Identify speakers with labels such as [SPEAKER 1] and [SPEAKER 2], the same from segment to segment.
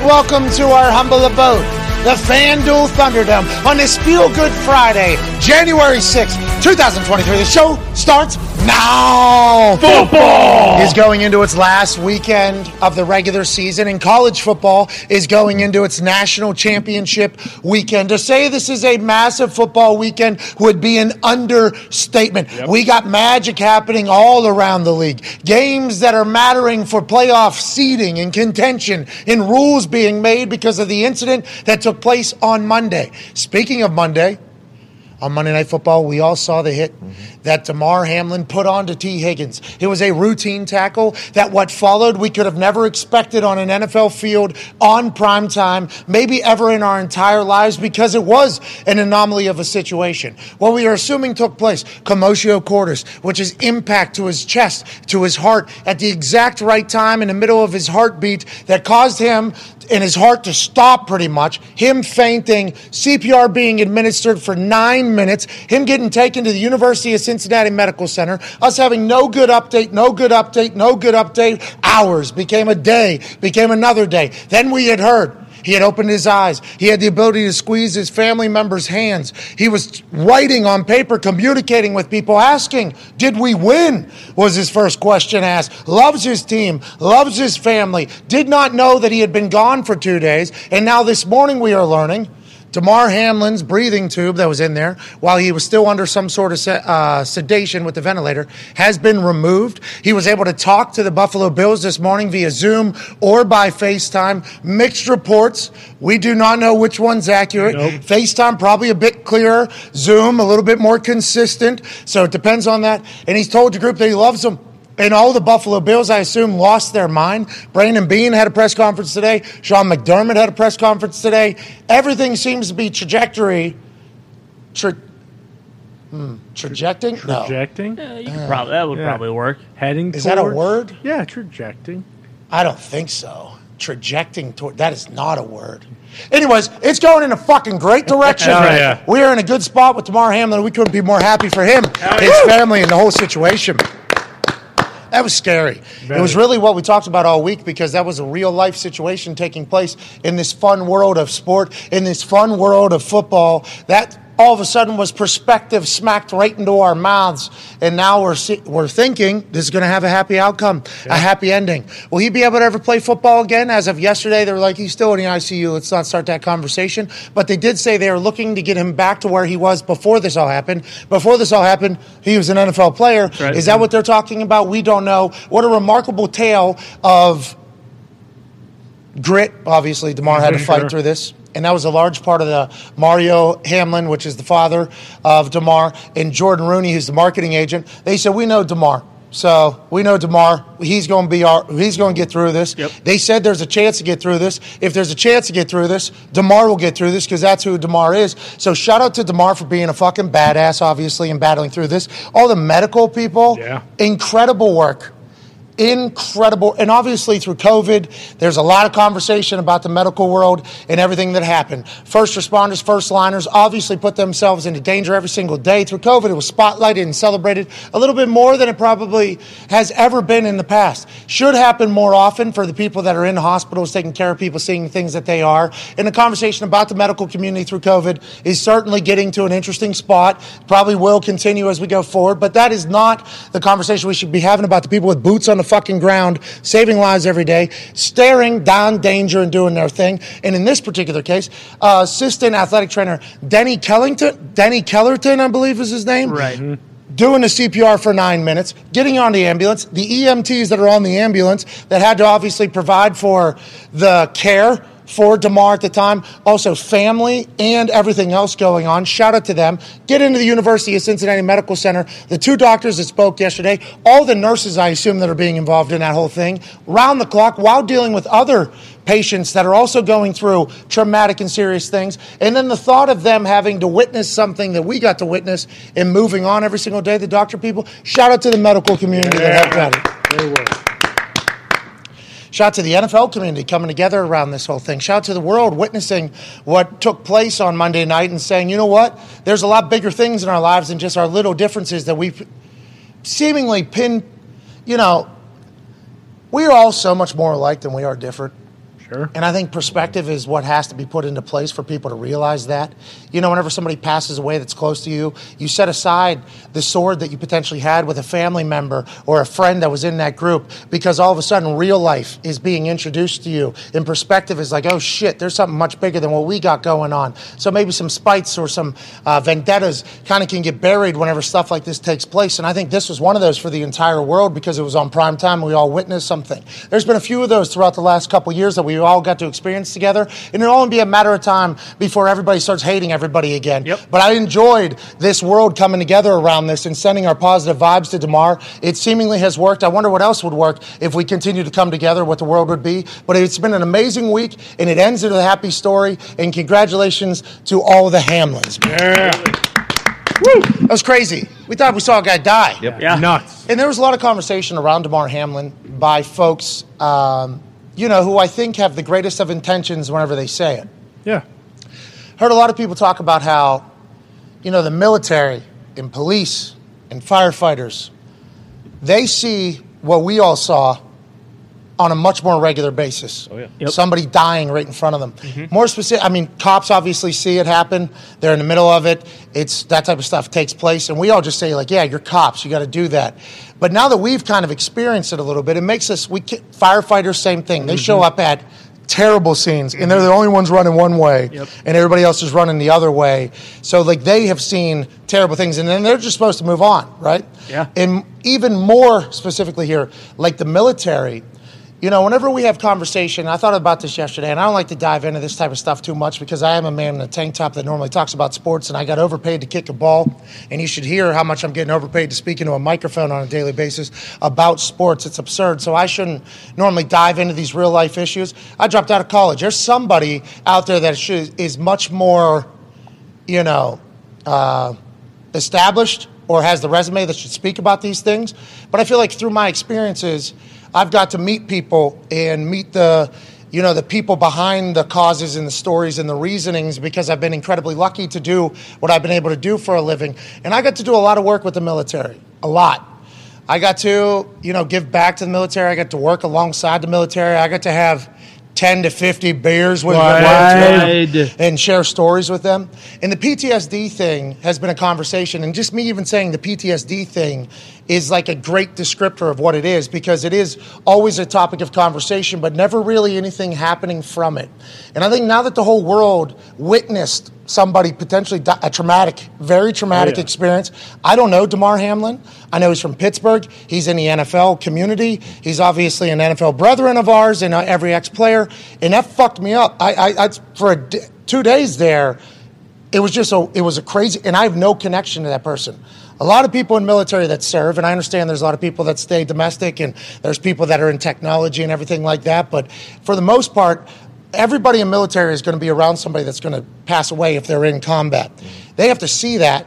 [SPEAKER 1] Welcome to our humble abode, the FanDuel Thunderdome, on this Feel Good Friday, January 6th, 2023. The show starts now. Football is going into its last weekend of the regular season, and college football is going into its national championship weekend. To say this is a massive football weekend would be an understatement. We got magic happening all around the league. Games that are mattering for playoff seeding and contention, and rules being made because of the incident that took place on Monday. Speaking of Monday, on Monday Night Football, we all saw the hit that DeMar Hamlin put on to T. Higgins. It was a routine tackle that what followed we could have never expected on an NFL field on prime time, maybe ever in our entire lives, because it was an anomaly of a situation. What we are assuming took place, commotio cordis, which is impact to his chest, to his heart, at the exact right time in the middle of his heartbeat that caused him and his heart to stop pretty much, him fainting, CPR being administered for nine minutes, him getting taken to the University of Cincinnati Medical Center, us having no good update, no good update, no good update, hours became a day, became another day. Then we had heard. He had opened his eyes. He had the ability to squeeze his family members' hands. He was writing on paper, communicating with people, asking, Did we win? was his first question asked. Loves his team, loves his family. Did not know that he had been gone for two days. And now this morning we are learning. Damar Hamlin's breathing tube that was in there while he was still under some sort of se- uh, sedation with the ventilator has been removed. He was able to talk to the Buffalo Bills this morning via Zoom or by FaceTime. Mixed reports. We do not know which one's accurate. FaceTime probably a bit clearer. Zoom a little bit more consistent. So it depends on that. And he's told the group that he loves them. And all the Buffalo Bills, I assume, lost their mind. Brandon Bean had a press conference today. Sean McDermott had a press conference today. Everything seems to be trajectory. Tra- hmm, trajecting? No.
[SPEAKER 2] Trajecting?
[SPEAKER 3] Uh, You
[SPEAKER 4] Uh,
[SPEAKER 3] could probably, that would
[SPEAKER 2] Yeah.
[SPEAKER 3] probably work.
[SPEAKER 2] Heading
[SPEAKER 1] Is that a
[SPEAKER 2] towards-
[SPEAKER 1] word?
[SPEAKER 2] Yeah, trajecting.
[SPEAKER 1] I don't think so. Trajecting toward. That is not a word. Anyways, it's going in a fucking great direction.
[SPEAKER 2] All right. Yeah.
[SPEAKER 1] We are in a good spot with Tamar Hamlin. We couldn't be more happy for him, his family, and the whole situation. That was scary. It
[SPEAKER 2] Very.
[SPEAKER 1] was really what we talked about all week because that was a real life situation taking place in this fun world of sport, in this fun world of football. That all of a sudden was perspective smacked right into our mouths. And now we're, se- we're thinking this is going to have a happy outcome, a happy ending. Will he be able to ever play football again? As of yesterday, they were like, he's still in the ICU. Let's not start that conversation. But they did say they are looking to get him back to where he was before this all happened. Before this all happened, he was an NFL player.
[SPEAKER 2] right.
[SPEAKER 1] Is that what they're talking about? We don't know. What a remarkable tale of grit. Obviously, DeMar had to
[SPEAKER 2] Mhm,
[SPEAKER 1] fight
[SPEAKER 2] sure.
[SPEAKER 1] through this. And that was a large part of the Mario Hamlin, which is the father of DeMar, and Jordan Rooney, who's the marketing agent. They said, We know DeMar. So we know DeMar. He's going to be our, he's going to get through this.
[SPEAKER 2] Yep.
[SPEAKER 1] They said there's a chance to get through this. If there's a chance to get through this, DeMar will get through this because that's who DeMar is. So shout out to DeMar for being a fucking badass, obviously, and battling through this. All the medical people,
[SPEAKER 2] Yeah.
[SPEAKER 1] incredible work incredible. And obviously, through COVID, there's a lot of conversation about the medical world and everything that happened. First responders, first liners obviously put themselves into danger every single day. Through COVID, it was spotlighted and celebrated a little bit more than it probably has ever been in the past. Should happen more often for the people that are in hospitals taking care of people, seeing things that they are. And the conversation about the medical community through COVID is certainly getting to an interesting spot. Probably will continue as we go forward, but that is not the conversation we should be having about the people with boots on the fucking ground, saving lives every day, staring down danger and doing their thing. And in this particular case, uh, assistant athletic trainer Denny Kellington, Denny Kellerton, I believe is his name
[SPEAKER 3] Right.
[SPEAKER 4] Mm-hmm.
[SPEAKER 1] doing the CPR for nine minutes, getting on the ambulance, the EMTs that are on the ambulance that had to obviously provide for the care for DeMar at the time, also family and everything else going on. Shout out to them. Get into the University of Cincinnati Medical Center, the two doctors that spoke yesterday, all the nurses, I assume, that are being involved in that whole thing, round the clock while dealing with other patients that are also going through traumatic and serious things. And then the thought of them having to witness something that we got to witness and moving on every single day, the doctor people, shout out to the medical community that helped out.
[SPEAKER 2] They were.
[SPEAKER 1] Shout out to the NFL community coming together around this whole thing. Shout out to the world witnessing what took place on Monday night and saying, you know what? There's a lot bigger things in our lives than just our little differences that we seemingly pin, you know, we are all so much more alike than we are different.
[SPEAKER 2] Sure.
[SPEAKER 1] And I think perspective is what has to be put into place for people to realize that. You know, whenever somebody passes away that's close to you, you set aside the sword that you potentially had with a family member or a friend that was in that group because all of a sudden real life is being introduced to you. And perspective is like, oh shit, there's something much bigger than what we got going on. So maybe some spites or some uh, vendettas kind of can get buried whenever stuff like this takes place. And I think this was one of those for the entire world because it was on prime time and we all witnessed something. There's been a few of those throughout the last couple years that we all got to experience together. And it'll only be a matter of time before everybody starts hating everybody again.
[SPEAKER 2] Yep.
[SPEAKER 1] But I enjoyed this world coming together around this and sending our positive vibes to DeMar. It seemingly has worked. I wonder what else would work if we continue to come together, what the world would be. But it's been an amazing week and it ends with a happy story. And congratulations to all the Hamlins.
[SPEAKER 2] Yeah.
[SPEAKER 1] That was crazy. We thought we saw a guy die.
[SPEAKER 3] Yep.
[SPEAKER 2] Yeah.
[SPEAKER 3] Nuts.
[SPEAKER 1] And there was a lot of conversation around DeMar Hamlin by folks, um, you know, who I think have the greatest of intentions whenever they say it.
[SPEAKER 2] Yeah.
[SPEAKER 1] Heard a lot of people talk about how, you know, the military and police and firefighters, they see what we all saw on a much more regular basis. Oh,
[SPEAKER 3] yeah.
[SPEAKER 2] Yep. Mm-hmm.
[SPEAKER 1] Somebody dying right in front of them. More specific, I mean, cops obviously see it happen. They're in the middle of it. It's that type of stuff takes place. And we all just say, like, yeah, you're cops. You got to do that. But now that we've kind of experienced it a little bit, it makes us, we can, firefighters, same thing. They
[SPEAKER 2] Mm-hmm.
[SPEAKER 1] show up at terrible scenes and they're the only ones running one way
[SPEAKER 2] Yep.
[SPEAKER 1] and everybody else is running the other way. So, like, they have seen terrible things and then they're just supposed to move on, right?
[SPEAKER 2] Yeah.
[SPEAKER 1] And even more specifically here, like the military, you know, whenever we have conversation, I thought about this yesterday, and I don't like to dive into this type of stuff too much because I am a man in a tank top that normally talks about sports, and I got overpaid to kick a ball. And you should hear how much I'm getting overpaid to speak into a microphone on a daily basis about sports. It's absurd. So I shouldn't normally dive into these real life issues. I dropped out of college. There's somebody out there that should, is much more, you know, uh, established or has the resume that should speak about these things. But I feel like through my experiences, I've got to meet people and meet the you know the people behind the causes and the stories and the reasonings because I've been incredibly lucky to do what I've been able to do for a living. And I got to do a lot of work with the military, a lot. I got to, you know, give back to the military. I got to work alongside the military. I got to have 10 to 50 beers with them
[SPEAKER 2] Right.
[SPEAKER 1] and share stories with them. And the PTSD thing has been a conversation. And just me even saying the PTSD thing is like a great descriptor of what it is because it is always a topic of conversation, but never really anything happening from it. And I think now that the whole world witnessed somebody potentially di- a traumatic, very traumatic
[SPEAKER 2] Oh, yeah.
[SPEAKER 1] experience experience. I don't know DeMar Hamlin. I know he's from Pittsburgh. He's in the NFL community. He's obviously an NFL brethren of ours and uh, every ex player. And that fucked me up. I, I, I for a d- two days there, it was just a, it was a crazy, and I have no connection to that person. A lot of people in military that serve, and I understand there's a lot of people that stay domestic, and there's people that are in technology and everything like that. But for the most part, everybody in military is going to be around somebody that's going to pass away if they're in combat. They have to see that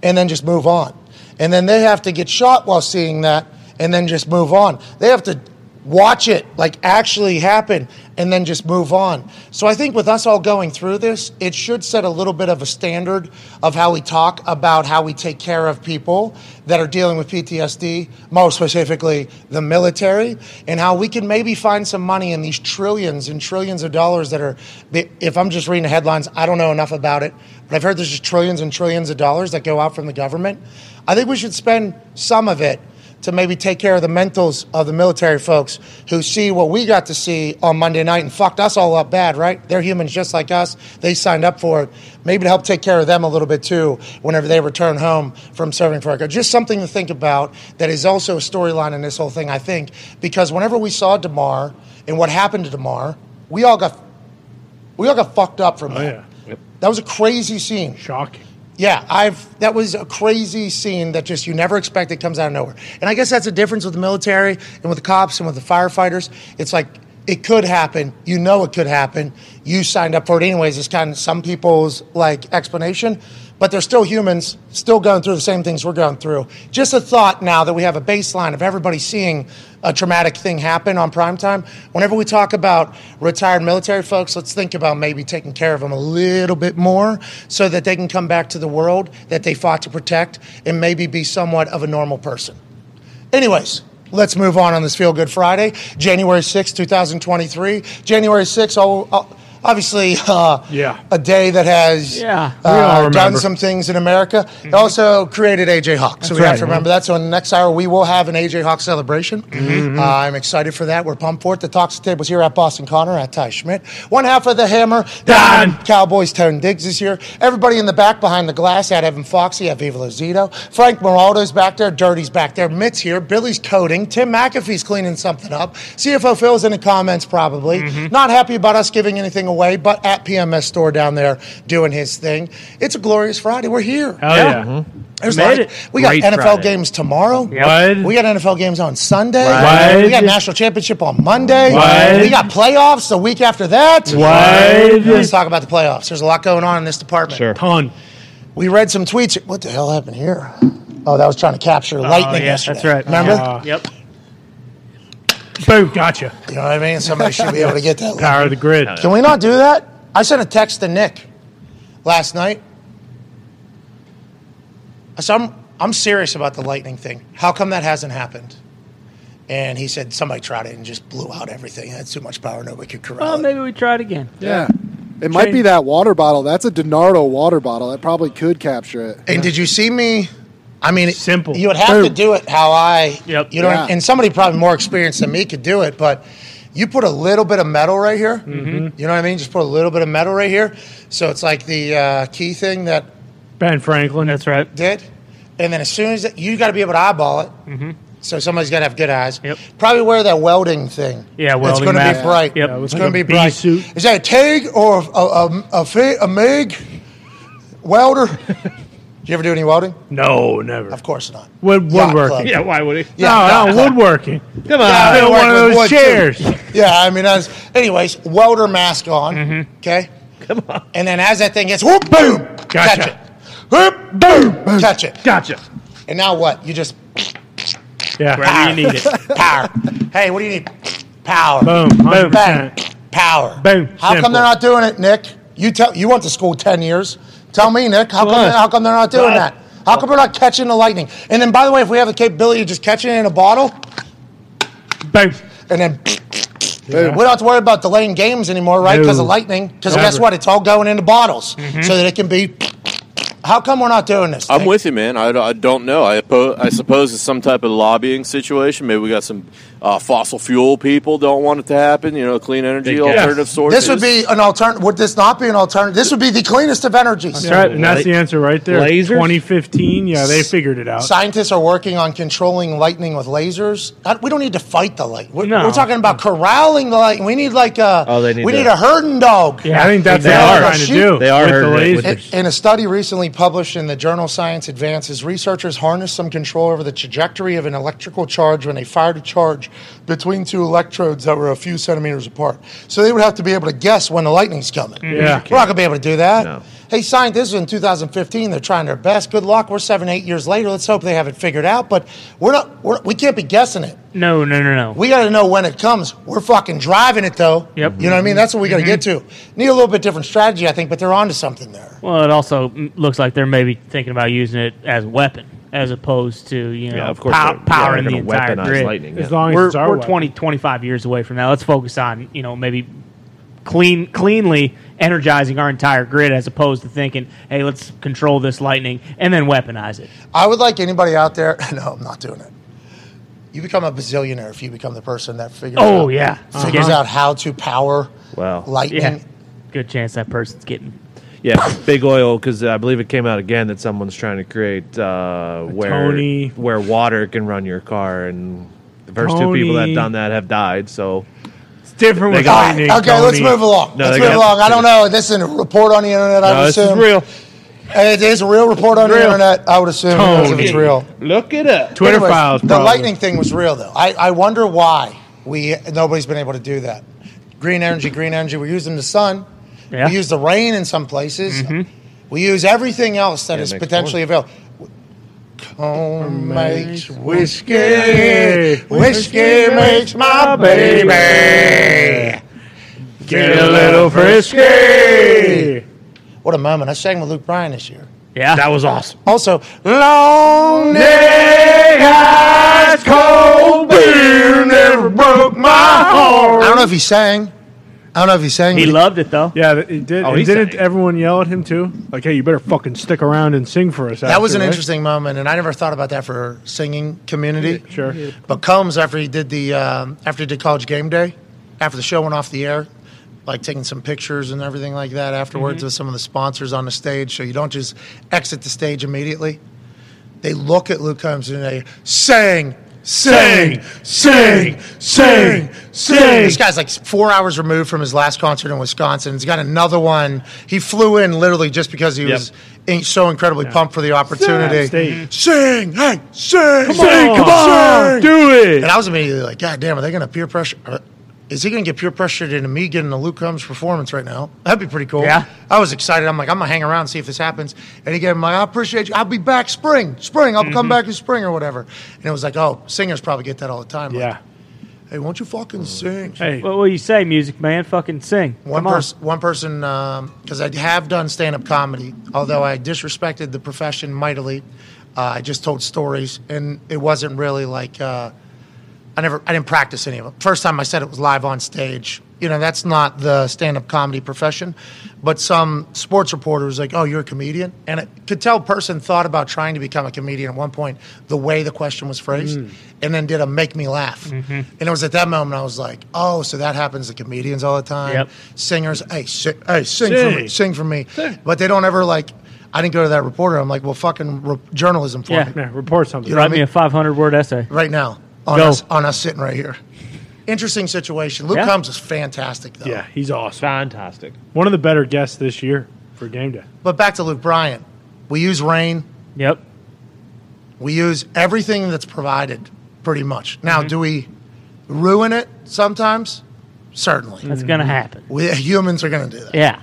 [SPEAKER 1] and then just move on. And then they have to get shot while seeing that and then just move on. They have to watch it like actually happen and then just move on. So I think with us all going through this, it should set a little bit of a standard of how we talk about how we take care of people that are dealing with PTSD, more specifically the military, and how we can maybe find some money in these trillions and trillions of dollars that are if I'm just reading the headlines, I don't know enough about it, but I've heard there's just trillions and trillions of dollars that go out from the government. I think we should spend some of it to maybe take care of the mentals of the military folks who see what we got to see on Monday night and fucked us all up bad, right? They're humans just like us. They signed up for it. Maybe to help take care of them a little bit too whenever they return home from serving for our country. Just something to think about that is also a storyline in this whole thing, I think, because whenever we saw DeMar and what happened to DeMar, we all got we all got fucked up from that.
[SPEAKER 2] Yeah.
[SPEAKER 1] That was a crazy scene.
[SPEAKER 2] Shocking.
[SPEAKER 1] Yeah, I've that was a crazy scene that just you never expect it comes out of nowhere. And I guess that's the difference with the military and with the cops and with the firefighters. It's like it could happen. You know it could happen. You signed up for it anyways. It's kind of some people's like explanation, but they're still humans, still going through the same things we're going through. Just a thought now that we have a baseline of everybody seeing a traumatic thing happen on primetime. Whenever we talk about retired military folks, let's think about maybe taking care of them a little bit more so that they can come back to the world that they fought to protect and maybe be somewhat of a normal person. Anyways, Let's move on on this Feel Good Friday, January sixth, two 2023. January 6th, oh, oh, obviously uh,
[SPEAKER 2] Yeah.
[SPEAKER 1] a day that has
[SPEAKER 2] Yeah, we all
[SPEAKER 1] uh, done
[SPEAKER 2] remember. Mm-hmm.
[SPEAKER 1] some things in America. It also created AJ Hawk, so we have
[SPEAKER 2] right.
[SPEAKER 1] to remember that. So in the next hour, we will have an AJ Hawk celebration.
[SPEAKER 2] Mm-hmm.
[SPEAKER 1] Uh, I'm excited for that. We're pumped for it. The Talks to Tables here at Boston Connor at Ty Schmidt. One half of the Hammer,
[SPEAKER 2] Don.
[SPEAKER 1] Cowboys Tone Diggs is here. Everybody in the back behind the glass at Evan Foxy, at Viva Lozito. Frank Moraldo's back there. Dirty's back there. Mitt's here. Billy's coding. Tim McAfee's cleaning something up. CFO Phil's in the comments probably. Not happy about us giving anything away, but at PMS store down there doing his thing. It's a glorious Friday. We're here.
[SPEAKER 2] Oh yeah.
[SPEAKER 1] There's
[SPEAKER 2] Made
[SPEAKER 1] a lot of-
[SPEAKER 2] it.
[SPEAKER 1] we got
[SPEAKER 3] Great
[SPEAKER 1] NFL
[SPEAKER 3] Friday.
[SPEAKER 1] games tomorrow.
[SPEAKER 2] Yep. What?
[SPEAKER 1] We got NFL games on Sunday.
[SPEAKER 2] What?
[SPEAKER 1] We got national championship on Monday.
[SPEAKER 2] What?
[SPEAKER 1] We got playoffs the week after that.
[SPEAKER 2] What?
[SPEAKER 1] Let's talk about the playoffs. There's a lot going on in this department.
[SPEAKER 3] Sure.
[SPEAKER 2] Ton.
[SPEAKER 1] We read some tweets. What the hell happened here? Oh, that was trying to capture lightning
[SPEAKER 2] Oh, yeah,
[SPEAKER 1] yesterday.
[SPEAKER 3] that's right.
[SPEAKER 1] Remember?
[SPEAKER 2] Uh,
[SPEAKER 3] Yep.
[SPEAKER 2] Boom. Gotcha.
[SPEAKER 1] You know what I mean? Somebody should be able to get that.
[SPEAKER 2] Power of the grid.
[SPEAKER 1] Can we not do that? I sent a text to Nick last night. I said, I'm, I'm serious about the lightning thing. How come that hasn't happened? And he said, somebody tried it and just blew out everything. That's too much power. Nobody could corral
[SPEAKER 3] Oh,
[SPEAKER 4] Well,
[SPEAKER 1] it.
[SPEAKER 4] maybe we try it again.
[SPEAKER 5] Yeah. It might be that water bottle. That's a Donardo water bottle. That probably could capture it.
[SPEAKER 1] And did you see me? I mean, it-
[SPEAKER 2] Simple.
[SPEAKER 1] You would have to do it how I.
[SPEAKER 2] Yep.
[SPEAKER 1] You know,
[SPEAKER 5] Yeah.
[SPEAKER 1] and somebody probably more experienced than me could do it, but you put a little bit of metal right here.
[SPEAKER 2] Mm-hmm.
[SPEAKER 1] You know what I mean? Just put a little bit of metal right here. So it's like the uh, key thing that
[SPEAKER 2] Ben Franklin. That's right.
[SPEAKER 1] did, and then as soon as it, you got to be able to eyeball it. So somebody's got to have good eyes.
[SPEAKER 2] Mm-hmm. Yep.
[SPEAKER 1] Probably wear that welding thing.
[SPEAKER 2] Yeah,
[SPEAKER 1] It's
[SPEAKER 2] welding
[SPEAKER 1] going to be
[SPEAKER 2] mask.
[SPEAKER 1] bright.
[SPEAKER 2] Yep.
[SPEAKER 1] It's
[SPEAKER 2] Like
[SPEAKER 1] going
[SPEAKER 2] a
[SPEAKER 1] to be
[SPEAKER 2] bee
[SPEAKER 1] bright.
[SPEAKER 2] suit.
[SPEAKER 1] Is that a TIG or a a, a, fi- a MIG welder? Do you ever do any welding?
[SPEAKER 2] No, never.
[SPEAKER 1] Of course not.
[SPEAKER 2] Wood,
[SPEAKER 1] Yacht
[SPEAKER 2] woodworking.
[SPEAKER 1] club.
[SPEAKER 3] Yeah, why would he?
[SPEAKER 2] no,
[SPEAKER 1] yacht
[SPEAKER 2] no,
[SPEAKER 1] club.
[SPEAKER 2] woodworking. Come
[SPEAKER 1] Yeah, I
[SPEAKER 2] Build
[SPEAKER 1] work
[SPEAKER 2] one of
[SPEAKER 1] with
[SPEAKER 2] those
[SPEAKER 1] wood, too.
[SPEAKER 2] chairs.
[SPEAKER 1] Yeah, I mean, I was, anyways, welder mask on. Okay. Come on. And then as that thing gets whoop boom, catch
[SPEAKER 2] Mm-hmm. Gotcha.
[SPEAKER 1] it. Whoop boom, catch it.
[SPEAKER 2] Gotcha.
[SPEAKER 1] And now what? You just
[SPEAKER 2] Yeah.
[SPEAKER 3] Wherever you need it.
[SPEAKER 1] power. hey, what do you need? Power.
[SPEAKER 2] Boom. Boom.
[SPEAKER 1] Bang. Power.
[SPEAKER 2] Boom.
[SPEAKER 1] How
[SPEAKER 2] Simple.
[SPEAKER 1] come they're not doing it, Nick? You tell you went to school ten years. Tell me, Nick. How come,
[SPEAKER 3] What?
[SPEAKER 1] how come they're not doing
[SPEAKER 3] What?
[SPEAKER 1] that? How come we're not catching the lightning? And then, by the way, if we have the capability of just catching it in a bottle
[SPEAKER 2] Boom.
[SPEAKER 1] and then
[SPEAKER 5] Boom.
[SPEAKER 1] we don't have to worry about delaying games anymore, right? Because
[SPEAKER 2] No. Mm-hmm.
[SPEAKER 1] of lightning. Because
[SPEAKER 2] Never.
[SPEAKER 1] guess what? It's all going into bottles so that it can be. How come we're not doing this?
[SPEAKER 6] I'm
[SPEAKER 1] Nick?
[SPEAKER 6] with you, man. I, I don't know. I, po- I suppose it's some type of lobbying situation. Maybe we got some uh, fossil fuel people don't want it to happen. You know, clean energy
[SPEAKER 3] Big guess.
[SPEAKER 6] alternative sources.
[SPEAKER 1] This would be an alternative. Would this not be an alternative? This would be the cleanest of energies.
[SPEAKER 2] That's right. And that's the answer right there.
[SPEAKER 3] Lasers?
[SPEAKER 2] 2015. Yeah, they figured it out.
[SPEAKER 1] Scientists are working on controlling lightning with lasers. I- We don't need to fight the light. We're,
[SPEAKER 2] No.
[SPEAKER 1] we're talking about corralling the light. We need like a
[SPEAKER 3] Oh, they need
[SPEAKER 1] we
[SPEAKER 3] to-
[SPEAKER 1] need a herding dog.
[SPEAKER 2] Yeah, I think that's what
[SPEAKER 3] They
[SPEAKER 2] they're
[SPEAKER 3] are.
[SPEAKER 2] trying to do.
[SPEAKER 3] They are
[SPEAKER 2] with the
[SPEAKER 3] hurting it with
[SPEAKER 2] laser.
[SPEAKER 3] the-
[SPEAKER 1] In, in a study recently published in the journal Science Advances, researchers harnessed some control over the trajectory of an electrical charge when they fired a charge between two electrodes that were a few centimeters apart. So they would have to be able to guess when the lightning's coming.
[SPEAKER 2] Yeah.
[SPEAKER 1] We're not going to be able to do that.
[SPEAKER 3] No.
[SPEAKER 1] Hey, science, this is in 2015. They're trying their best. Good luck. We're seven, eight years later. Let's hope they have it figured out. But we're not, we're, we can't be guessing it.
[SPEAKER 2] No, no, no, no.
[SPEAKER 1] We got to know when it comes. We're fucking driving it, though.
[SPEAKER 4] Yep.
[SPEAKER 1] You know what I mean? That's what we got to get to. Need a little bit different strategy, I think, but they're onto something there.
[SPEAKER 4] Well, it also m- looks like they're maybe thinking about using it as a weapon, as opposed to you know
[SPEAKER 3] Yeah, of course.
[SPEAKER 4] pow-
[SPEAKER 3] they're- yeah,
[SPEAKER 4] powering
[SPEAKER 3] they're
[SPEAKER 4] the
[SPEAKER 3] gonna
[SPEAKER 4] entire
[SPEAKER 3] weaponize
[SPEAKER 4] grid.
[SPEAKER 3] lightning.
[SPEAKER 2] As
[SPEAKER 3] yeah.
[SPEAKER 2] long as
[SPEAKER 4] We're,
[SPEAKER 2] it's our
[SPEAKER 4] we're
[SPEAKER 2] way.
[SPEAKER 4] 20, 25 years away from that. Let's focus on you know maybe clean, cleanly energizing our entire grid, as opposed to thinking, hey, let's control this lightning and then weaponize it.
[SPEAKER 1] I would like anybody out there. No, I'm not doing it. You become a bazillionaire if you become the person that figures.
[SPEAKER 4] Oh,
[SPEAKER 1] out,
[SPEAKER 4] yeah.
[SPEAKER 1] figures
[SPEAKER 4] Uh-huh.
[SPEAKER 1] out how to power
[SPEAKER 3] Wow.
[SPEAKER 1] lightning.
[SPEAKER 4] Yeah, good chance that person's getting
[SPEAKER 3] Yeah, big oil because I believe it came out again that someone's trying to create uh, where
[SPEAKER 2] Tony.
[SPEAKER 3] where water can run your car, and the first two people
[SPEAKER 2] Tony.
[SPEAKER 3] that done that have died. So
[SPEAKER 2] It's different
[SPEAKER 3] They
[SPEAKER 2] with
[SPEAKER 3] got-
[SPEAKER 1] All right,
[SPEAKER 2] lightning.
[SPEAKER 1] okay, let's
[SPEAKER 2] Tony.
[SPEAKER 1] move along.
[SPEAKER 3] No,
[SPEAKER 1] let's
[SPEAKER 3] they
[SPEAKER 1] move
[SPEAKER 3] got-
[SPEAKER 1] along. I don't know. This is a report on the internet. I
[SPEAKER 3] No,
[SPEAKER 1] would
[SPEAKER 3] this is
[SPEAKER 1] assume
[SPEAKER 3] real.
[SPEAKER 1] It is a real report on the internet. I would assume Who knows if it's
[SPEAKER 2] Tony.
[SPEAKER 1] real.
[SPEAKER 3] look it up.
[SPEAKER 2] Twitter
[SPEAKER 1] Anyways,
[SPEAKER 2] files.
[SPEAKER 1] The
[SPEAKER 2] probably.
[SPEAKER 1] lightning thing was real though. I, I wonder why we nobody's been able to do that. Green energy, green energy. We're using the sun.
[SPEAKER 4] Yeah.
[SPEAKER 1] We use the rain in some places. We use everything else that
[SPEAKER 3] Yeah,
[SPEAKER 1] is
[SPEAKER 3] makes
[SPEAKER 1] potentially available. Comb makes
[SPEAKER 2] whiskey.
[SPEAKER 1] whiskey. Whiskey makes my baby.
[SPEAKER 2] Get a little frisky.
[SPEAKER 1] What a moment! I sang with Luke Bryan this year.
[SPEAKER 4] yeah.
[SPEAKER 3] was awesome.
[SPEAKER 1] Also, long. Neck.
[SPEAKER 2] Hey, guys,
[SPEAKER 3] Ice cold beer never broke my
[SPEAKER 1] I
[SPEAKER 3] heart.
[SPEAKER 1] don't know if he sang. I don't know if he sang.
[SPEAKER 4] He
[SPEAKER 1] but
[SPEAKER 4] loved it though.
[SPEAKER 2] Yeah, th- he did.
[SPEAKER 3] Oh,
[SPEAKER 2] and
[SPEAKER 3] he
[SPEAKER 2] didn't
[SPEAKER 3] sang.
[SPEAKER 2] everyone yell at him too? Like, hey, you better fucking stick around and sing for us.
[SPEAKER 1] that was an
[SPEAKER 2] after, right?
[SPEAKER 1] interesting moment, and I never thought about that for singing community.
[SPEAKER 2] Sure.
[SPEAKER 1] But Combs, after he did the um, after he did College Game Day, after the show went off the air, like taking some pictures and everything like that afterwards with some of the sponsors on the stage, so you don't just exit the stage immediately. They look at Luke Combs and they sing, sing, sing, sing, sing. This guy's like four hours removed from his last concert in Wisconsin. He's got another one. He flew in literally just because he was in- so incredibly pumped for the opportunity.
[SPEAKER 2] Stage.
[SPEAKER 1] Sing, hey, sing, come
[SPEAKER 3] Sing, come on, do it.
[SPEAKER 1] and I was immediately like, God damn, are they going to peer pressure? are- Is he going to get peer pressured into me getting a Luke Combs performance right now? That'd be pretty cool.
[SPEAKER 4] Yeah.
[SPEAKER 1] I was excited. I'm like, I'm going to hang around and see if this happens. And again, I'm like, I appreciate you. I'll be back spring, spring. I'll come back in spring or whatever. And it was like, oh, singers probably get that all the time. Like,
[SPEAKER 2] Yeah.
[SPEAKER 1] Hey, won't you fucking sing?
[SPEAKER 2] Hey,
[SPEAKER 4] What will you say, music man? Fucking sing.
[SPEAKER 1] One,
[SPEAKER 4] Come on.
[SPEAKER 1] pers- one person, because I have done stand up comedy, although I disrespected the profession mightily. Uh, I just told stories, and it wasn't really like uh, I never, I didn't practice any of them. First time I said it was live on stage. You know, that's not the stand up comedy profession. But some sports reporter was like, oh, you're a comedian? And I could tell person thought about trying to become a comedian at one point, the way the question was phrased, and then did a make me laugh. And it was at that moment I was like, oh, so that happens to comedians all the time.
[SPEAKER 4] Yep.
[SPEAKER 1] Singers, hey, si- hey sing, for me,
[SPEAKER 2] Sing.
[SPEAKER 1] sing for me. But they don't ever like, I didn't go to that reporter. I'm like, well, fucking re- journalism for
[SPEAKER 4] Yeah.
[SPEAKER 1] me
[SPEAKER 2] man, report something.
[SPEAKER 1] You know-
[SPEAKER 4] Write me a 500 word essay.
[SPEAKER 1] right now on
[SPEAKER 4] Go.
[SPEAKER 1] us on us sitting right here. Interesting situation. Luke
[SPEAKER 4] Yeah.
[SPEAKER 1] Combs is fantastic though.
[SPEAKER 2] Yeah, he's awesome.
[SPEAKER 3] Fantastic.
[SPEAKER 2] One of the better guests this year for game day.
[SPEAKER 1] But back to Luke Bryant. We use rain.
[SPEAKER 4] Yep.
[SPEAKER 1] We use everything that's provided, pretty much.
[SPEAKER 4] Mm-hmm.
[SPEAKER 1] Now, do we ruin it sometimes? Certainly.
[SPEAKER 4] That's gonna happen.
[SPEAKER 1] We, humans are going to do that.
[SPEAKER 4] Mm-hmm. Yeah.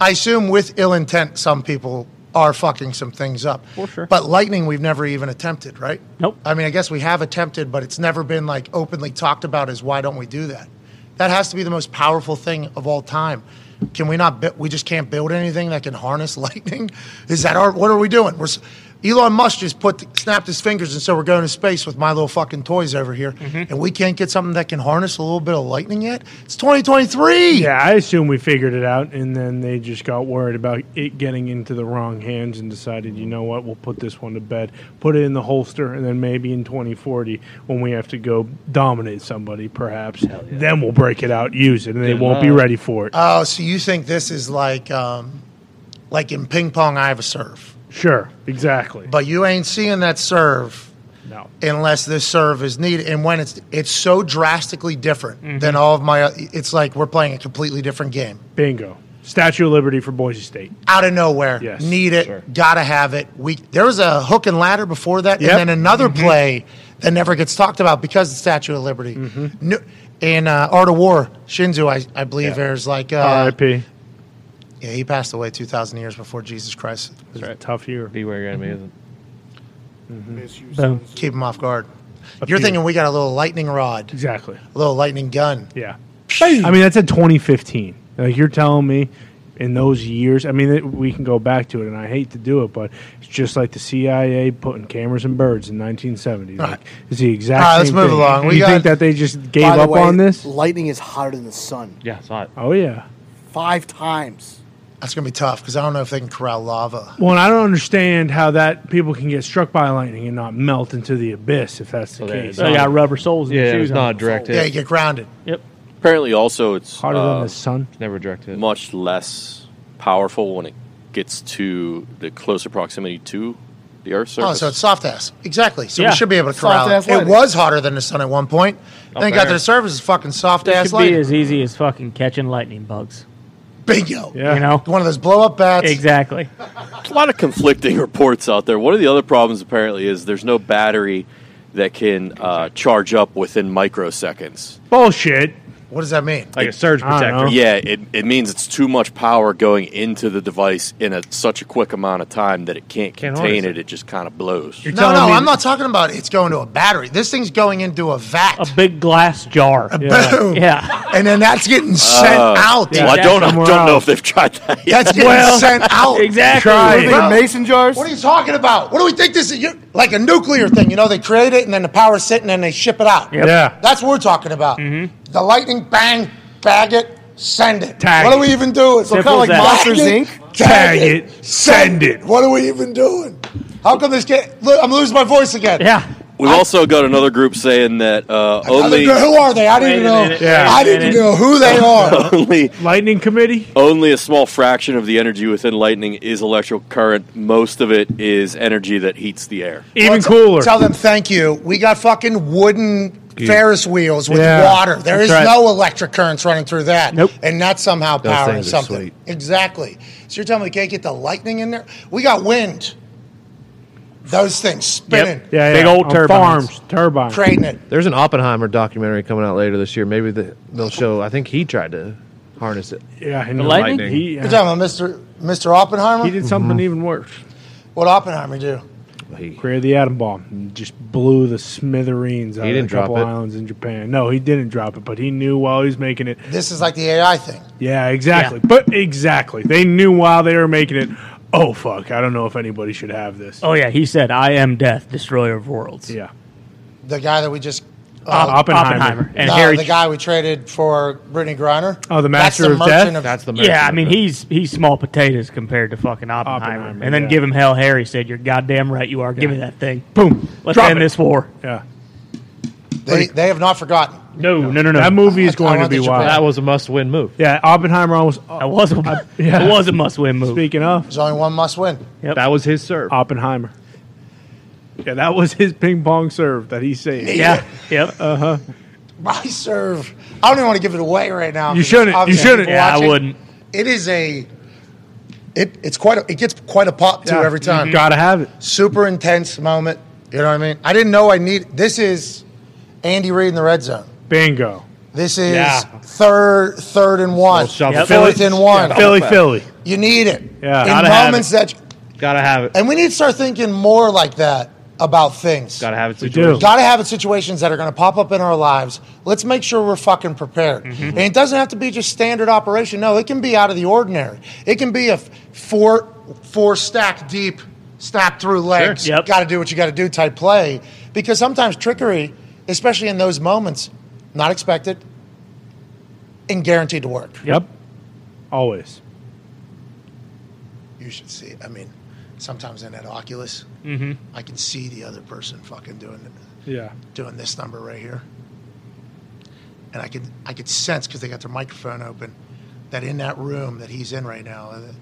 [SPEAKER 1] I assume with ill intent, some people are fucking some things up.
[SPEAKER 4] For sure.
[SPEAKER 1] But lightning, we've never even attempted, right?
[SPEAKER 4] Nope.
[SPEAKER 1] I mean, I guess we have attempted, but it's never been like openly talked about as why don't we do that? That has to be the most powerful thing of all time. Can we not? Bu- we just can't build anything that can harness lightning. Is that our? What are we doing? We're s- Elon Musk just put snapped his fingers, and so we're going to space with my little fucking toys over here, and we can't get something that can harness a little bit of lightning yet. It's 2023.
[SPEAKER 2] Yeah, I assume we figured it out, and then they just got worried about it getting into the wrong hands and decided, you know what, we'll put this one to bed, put it in the holster, and then maybe in 2040, when we have to go dominate somebody, perhaps, then we'll break it out, use it, and they won't be ready for it.
[SPEAKER 1] Oh, so you think this is like, um, like in ping pong, I have a serve,
[SPEAKER 2] sure, exactly.
[SPEAKER 1] but you ain't seeing that serve
[SPEAKER 2] no.
[SPEAKER 1] unless this serve is needed. And when it's it's so drastically different than all of my, it's like we're playing a completely different game.
[SPEAKER 2] Bingo. Statue of Liberty for Boise State.
[SPEAKER 1] Out of nowhere,
[SPEAKER 2] Yes,
[SPEAKER 1] need it,
[SPEAKER 3] sure.
[SPEAKER 1] gotta have it. We there was a hook and ladder before that,
[SPEAKER 2] Yep.
[SPEAKER 1] and then another play that never gets talked about because the Statue of Liberty. No- in uh, Art of War, Shinzu, I, I believe, there's like uh,
[SPEAKER 2] RIP.
[SPEAKER 1] yeah, he passed away two thousand years before Jesus Christ.
[SPEAKER 2] Tough year.
[SPEAKER 3] Beware your enemy.
[SPEAKER 4] Boom.
[SPEAKER 1] keep them off guard.
[SPEAKER 2] Up
[SPEAKER 1] You're
[SPEAKER 2] to you.
[SPEAKER 1] thinking we got a little lightning rod,
[SPEAKER 2] Exactly.
[SPEAKER 1] a little lightning gun.
[SPEAKER 2] Yeah. I mean, that's in 2015. Like, you're telling me in those years, I mean, it, we can go back to it, and I hate to do it, but it's just like the CIA putting cameras and birds in 1970. Like,
[SPEAKER 1] Right.
[SPEAKER 2] It's the exact
[SPEAKER 1] All right, let's
[SPEAKER 2] same
[SPEAKER 1] move
[SPEAKER 2] thing.
[SPEAKER 1] along. We
[SPEAKER 2] you
[SPEAKER 1] got-
[SPEAKER 2] think that they just gave
[SPEAKER 7] By the
[SPEAKER 2] up
[SPEAKER 7] way,
[SPEAKER 2] on this?
[SPEAKER 7] Lightning is hotter than the sun.
[SPEAKER 3] Yeah, it's hot.
[SPEAKER 2] Oh, yeah.
[SPEAKER 7] Five times.
[SPEAKER 1] That's gonna be tough because I don't know if they can corral lava.
[SPEAKER 2] Well, and I don't understand how that people can get struck by lightning and not melt into the abyss if that's the
[SPEAKER 3] Well, there
[SPEAKER 2] case.
[SPEAKER 3] it
[SPEAKER 4] So I got rubber soles in
[SPEAKER 3] Yeah,
[SPEAKER 4] the shoes.
[SPEAKER 3] it's
[SPEAKER 4] on.
[SPEAKER 3] not directed.
[SPEAKER 1] Yeah, you get grounded.
[SPEAKER 4] Yep.
[SPEAKER 6] Apparently, also it's
[SPEAKER 2] Hotter
[SPEAKER 6] uh,
[SPEAKER 2] than the sun.
[SPEAKER 3] Never directed.
[SPEAKER 6] much less powerful when it gets to the closer proximity to the Earth's surface.
[SPEAKER 1] Oh, so it's soft ass. Exactly. So
[SPEAKER 4] Yeah.
[SPEAKER 1] we should be able to
[SPEAKER 7] Soft
[SPEAKER 1] corral
[SPEAKER 7] ass
[SPEAKER 1] it. It
[SPEAKER 7] lightning.
[SPEAKER 1] was hotter than the sun at one point.
[SPEAKER 3] Up
[SPEAKER 1] Thank God
[SPEAKER 3] there.
[SPEAKER 1] the surface is fucking soft
[SPEAKER 4] It
[SPEAKER 1] ass
[SPEAKER 4] could be
[SPEAKER 1] lightning.
[SPEAKER 4] as easy as fucking catching lightning bugs.
[SPEAKER 1] Bingo.
[SPEAKER 2] Yeah.
[SPEAKER 4] You know.
[SPEAKER 1] One of those blow up bats.
[SPEAKER 4] Exactly.
[SPEAKER 6] a lot of conflicting reports out there. One of the other problems apparently is there's no battery that can uh, charge up within microseconds.
[SPEAKER 2] Bullshit.
[SPEAKER 1] What does that mean?
[SPEAKER 3] like a surge
[SPEAKER 2] I don't
[SPEAKER 3] protector.
[SPEAKER 2] know.
[SPEAKER 6] Yeah, it, it means it's too much power going into the device in a, such a quick amount of time that it can't
[SPEAKER 3] Can't
[SPEAKER 6] contain
[SPEAKER 3] harness
[SPEAKER 6] it. It just kind of blows.
[SPEAKER 2] You're
[SPEAKER 1] No,
[SPEAKER 2] telling
[SPEAKER 1] no,
[SPEAKER 2] me-
[SPEAKER 1] I'm not talking about it's going to a battery. This thing's going into a vat.
[SPEAKER 4] A big glass jar.
[SPEAKER 2] Yeah.
[SPEAKER 1] Boom.
[SPEAKER 4] Yeah.
[SPEAKER 1] And then that's getting sent
[SPEAKER 6] Oh.
[SPEAKER 1] out.
[SPEAKER 6] Well, I don't, I
[SPEAKER 2] somewhere
[SPEAKER 6] don't know
[SPEAKER 2] else.
[SPEAKER 6] if they've tried that yet.
[SPEAKER 1] That's getting sent out.
[SPEAKER 4] Exactly.
[SPEAKER 2] Try
[SPEAKER 7] What are
[SPEAKER 2] it.
[SPEAKER 7] they, mason jars?
[SPEAKER 1] What are you talking about? What do we think this is? You- Like a nuclear thing, you know? They create it and then the power's sitting and they ship it out.
[SPEAKER 2] Yeah.
[SPEAKER 1] That's what we're talking about.
[SPEAKER 4] Mm-hmm.
[SPEAKER 1] The lightning, bang, bag it, send it.
[SPEAKER 2] Tag
[SPEAKER 1] what are
[SPEAKER 2] it.
[SPEAKER 1] we even doing? So
[SPEAKER 4] kind of like
[SPEAKER 7] Monsters, Inc.
[SPEAKER 2] Tag it, send it.
[SPEAKER 1] What are we even doing? How come this get? Look, I'm losing my voice again.
[SPEAKER 4] Yeah.
[SPEAKER 6] We've also got another group saying that uh,
[SPEAKER 1] Other-
[SPEAKER 6] only
[SPEAKER 1] who are they? I didn't
[SPEAKER 4] Wait a
[SPEAKER 1] know.
[SPEAKER 4] minute, Yeah. wait a
[SPEAKER 1] I didn't
[SPEAKER 4] minute.
[SPEAKER 1] know who they are.
[SPEAKER 6] only
[SPEAKER 2] Lightning committee.
[SPEAKER 6] only a small fraction of the energy within lightning is electrical current. Most of it is energy that heats the air.
[SPEAKER 2] Even
[SPEAKER 1] Well, t-
[SPEAKER 2] cooler.
[SPEAKER 1] Tell them thank you. We got fucking wooden Ferris wheels with
[SPEAKER 2] Yeah,
[SPEAKER 1] water. There is
[SPEAKER 2] that's right.
[SPEAKER 1] no electric currents running through that.
[SPEAKER 4] Nope.
[SPEAKER 1] And that's somehow powering
[SPEAKER 3] things are
[SPEAKER 1] something.
[SPEAKER 3] sweet.
[SPEAKER 1] Exactly. So you're telling me we can't get the lightning in there? We got wind. Those things spinning,
[SPEAKER 2] yeah,
[SPEAKER 4] Big
[SPEAKER 2] yeah.
[SPEAKER 4] old
[SPEAKER 2] On
[SPEAKER 4] turbines.
[SPEAKER 2] farms, turbines.
[SPEAKER 1] creating it.
[SPEAKER 3] There's an Oppenheimer documentary coming out later this year. Maybe the, they'll show. I think he tried to harness it.
[SPEAKER 2] Yeah, I know.
[SPEAKER 4] lightning?
[SPEAKER 3] Lightning.
[SPEAKER 2] He,
[SPEAKER 1] You're talking about Mr. Mr. Oppenheimer?
[SPEAKER 2] he did something
[SPEAKER 4] Mm-hmm.
[SPEAKER 2] even worse.
[SPEAKER 1] What Oppenheimer do?
[SPEAKER 3] He,
[SPEAKER 2] Created the atom bomb. and Just blew the smithereens out
[SPEAKER 3] He
[SPEAKER 2] of
[SPEAKER 3] didn't
[SPEAKER 2] a couple
[SPEAKER 3] drop it.
[SPEAKER 2] islands in Japan. No, he didn't drop it, but he knew while he was making it.
[SPEAKER 1] This is like the AI thing.
[SPEAKER 2] Yeah, exactly.
[SPEAKER 4] Yeah.
[SPEAKER 2] But exactly, they knew while they were making it. Oh fuck! I don't know if anybody should have this.
[SPEAKER 4] Oh yeah, he said, "I am death, destroyer of worlds."
[SPEAKER 2] Yeah,
[SPEAKER 1] The guy that we just. Uh,
[SPEAKER 2] Oppenheimer.
[SPEAKER 4] and
[SPEAKER 1] no,
[SPEAKER 4] Harry.
[SPEAKER 1] the guy we traded for Brittany Griner.
[SPEAKER 2] Oh, the
[SPEAKER 1] That's
[SPEAKER 2] Master of
[SPEAKER 1] merchant
[SPEAKER 2] Death?
[SPEAKER 3] that's the
[SPEAKER 4] yeah, I mean he's he's small potatoes compared to fucking Oppenheimer.
[SPEAKER 2] Oppenheimer,
[SPEAKER 4] and then
[SPEAKER 2] yeah.
[SPEAKER 4] give him hell. Harry said, "You're goddamn right, you are. Give me that thing.
[SPEAKER 2] boom.
[SPEAKER 4] Let's
[SPEAKER 2] drop
[SPEAKER 4] end
[SPEAKER 2] it.
[SPEAKER 4] this war."
[SPEAKER 2] Yeah,
[SPEAKER 1] they, they have not forgotten.
[SPEAKER 4] No, no, no, no.
[SPEAKER 2] that movie is
[SPEAKER 1] I
[SPEAKER 2] going to
[SPEAKER 1] want
[SPEAKER 2] be
[SPEAKER 1] the Japan.
[SPEAKER 2] wild.
[SPEAKER 3] that was a must-win move.
[SPEAKER 2] yeah, Oppenheimer almost.
[SPEAKER 4] That was a
[SPEAKER 2] yeah.
[SPEAKER 4] it was a must win move.
[SPEAKER 2] Speaking of
[SPEAKER 1] There's only one must win.
[SPEAKER 3] That was his serve.
[SPEAKER 2] Oppenheimer, yeah, that was his ping pong serve that he saved.
[SPEAKER 4] Yeah, yep.
[SPEAKER 2] Uh,
[SPEAKER 1] I serve. I don't even want to give it away right now.
[SPEAKER 2] You
[SPEAKER 1] 'cause
[SPEAKER 2] shouldn't. You
[SPEAKER 1] obviously
[SPEAKER 2] shouldn't.
[SPEAKER 1] people
[SPEAKER 4] yeah, I
[SPEAKER 1] watching.
[SPEAKER 4] wouldn't.
[SPEAKER 1] It is a. It it's quite. A, it gets quite a pop too
[SPEAKER 2] Yeah, Mm-hmm.
[SPEAKER 1] every time.
[SPEAKER 2] You gotta have it.
[SPEAKER 1] Super intense moment. You know what I mean? I didn't know I need. This is Andy Reid in the red zone.
[SPEAKER 2] Bingo.
[SPEAKER 1] This is
[SPEAKER 4] Yeah.
[SPEAKER 1] third third and one,
[SPEAKER 3] shovel.
[SPEAKER 1] fourth
[SPEAKER 3] Yep.
[SPEAKER 1] and one.
[SPEAKER 2] Philly, Philly.
[SPEAKER 1] You need it
[SPEAKER 2] Yeah.
[SPEAKER 1] in
[SPEAKER 2] Gotta
[SPEAKER 3] have
[SPEAKER 1] moments that,
[SPEAKER 3] Gotta have it.
[SPEAKER 1] and we need to start thinking more like that about things.
[SPEAKER 3] Gotta have it.
[SPEAKER 2] We do.
[SPEAKER 3] situation.
[SPEAKER 1] Got to have it situations that are going to pop up in our lives. Let's make sure we're fucking prepared. And it doesn't have to be just standard operation. No, it can be out of the ordinary. It can be a f- four four stack deep, snap through legs.
[SPEAKER 4] Yep.
[SPEAKER 1] Got to do what you got to do type play because sometimes trickery, especially in those moments, not expected and guaranteed to work.
[SPEAKER 2] Yep. Always.
[SPEAKER 1] You should see. it. I mean, sometimes in that Oculus, I can see the other person fucking doing it.
[SPEAKER 2] Yeah.
[SPEAKER 1] doing this number right here. And I could I could sense because they got their microphone open that in that room that he's in right now, the,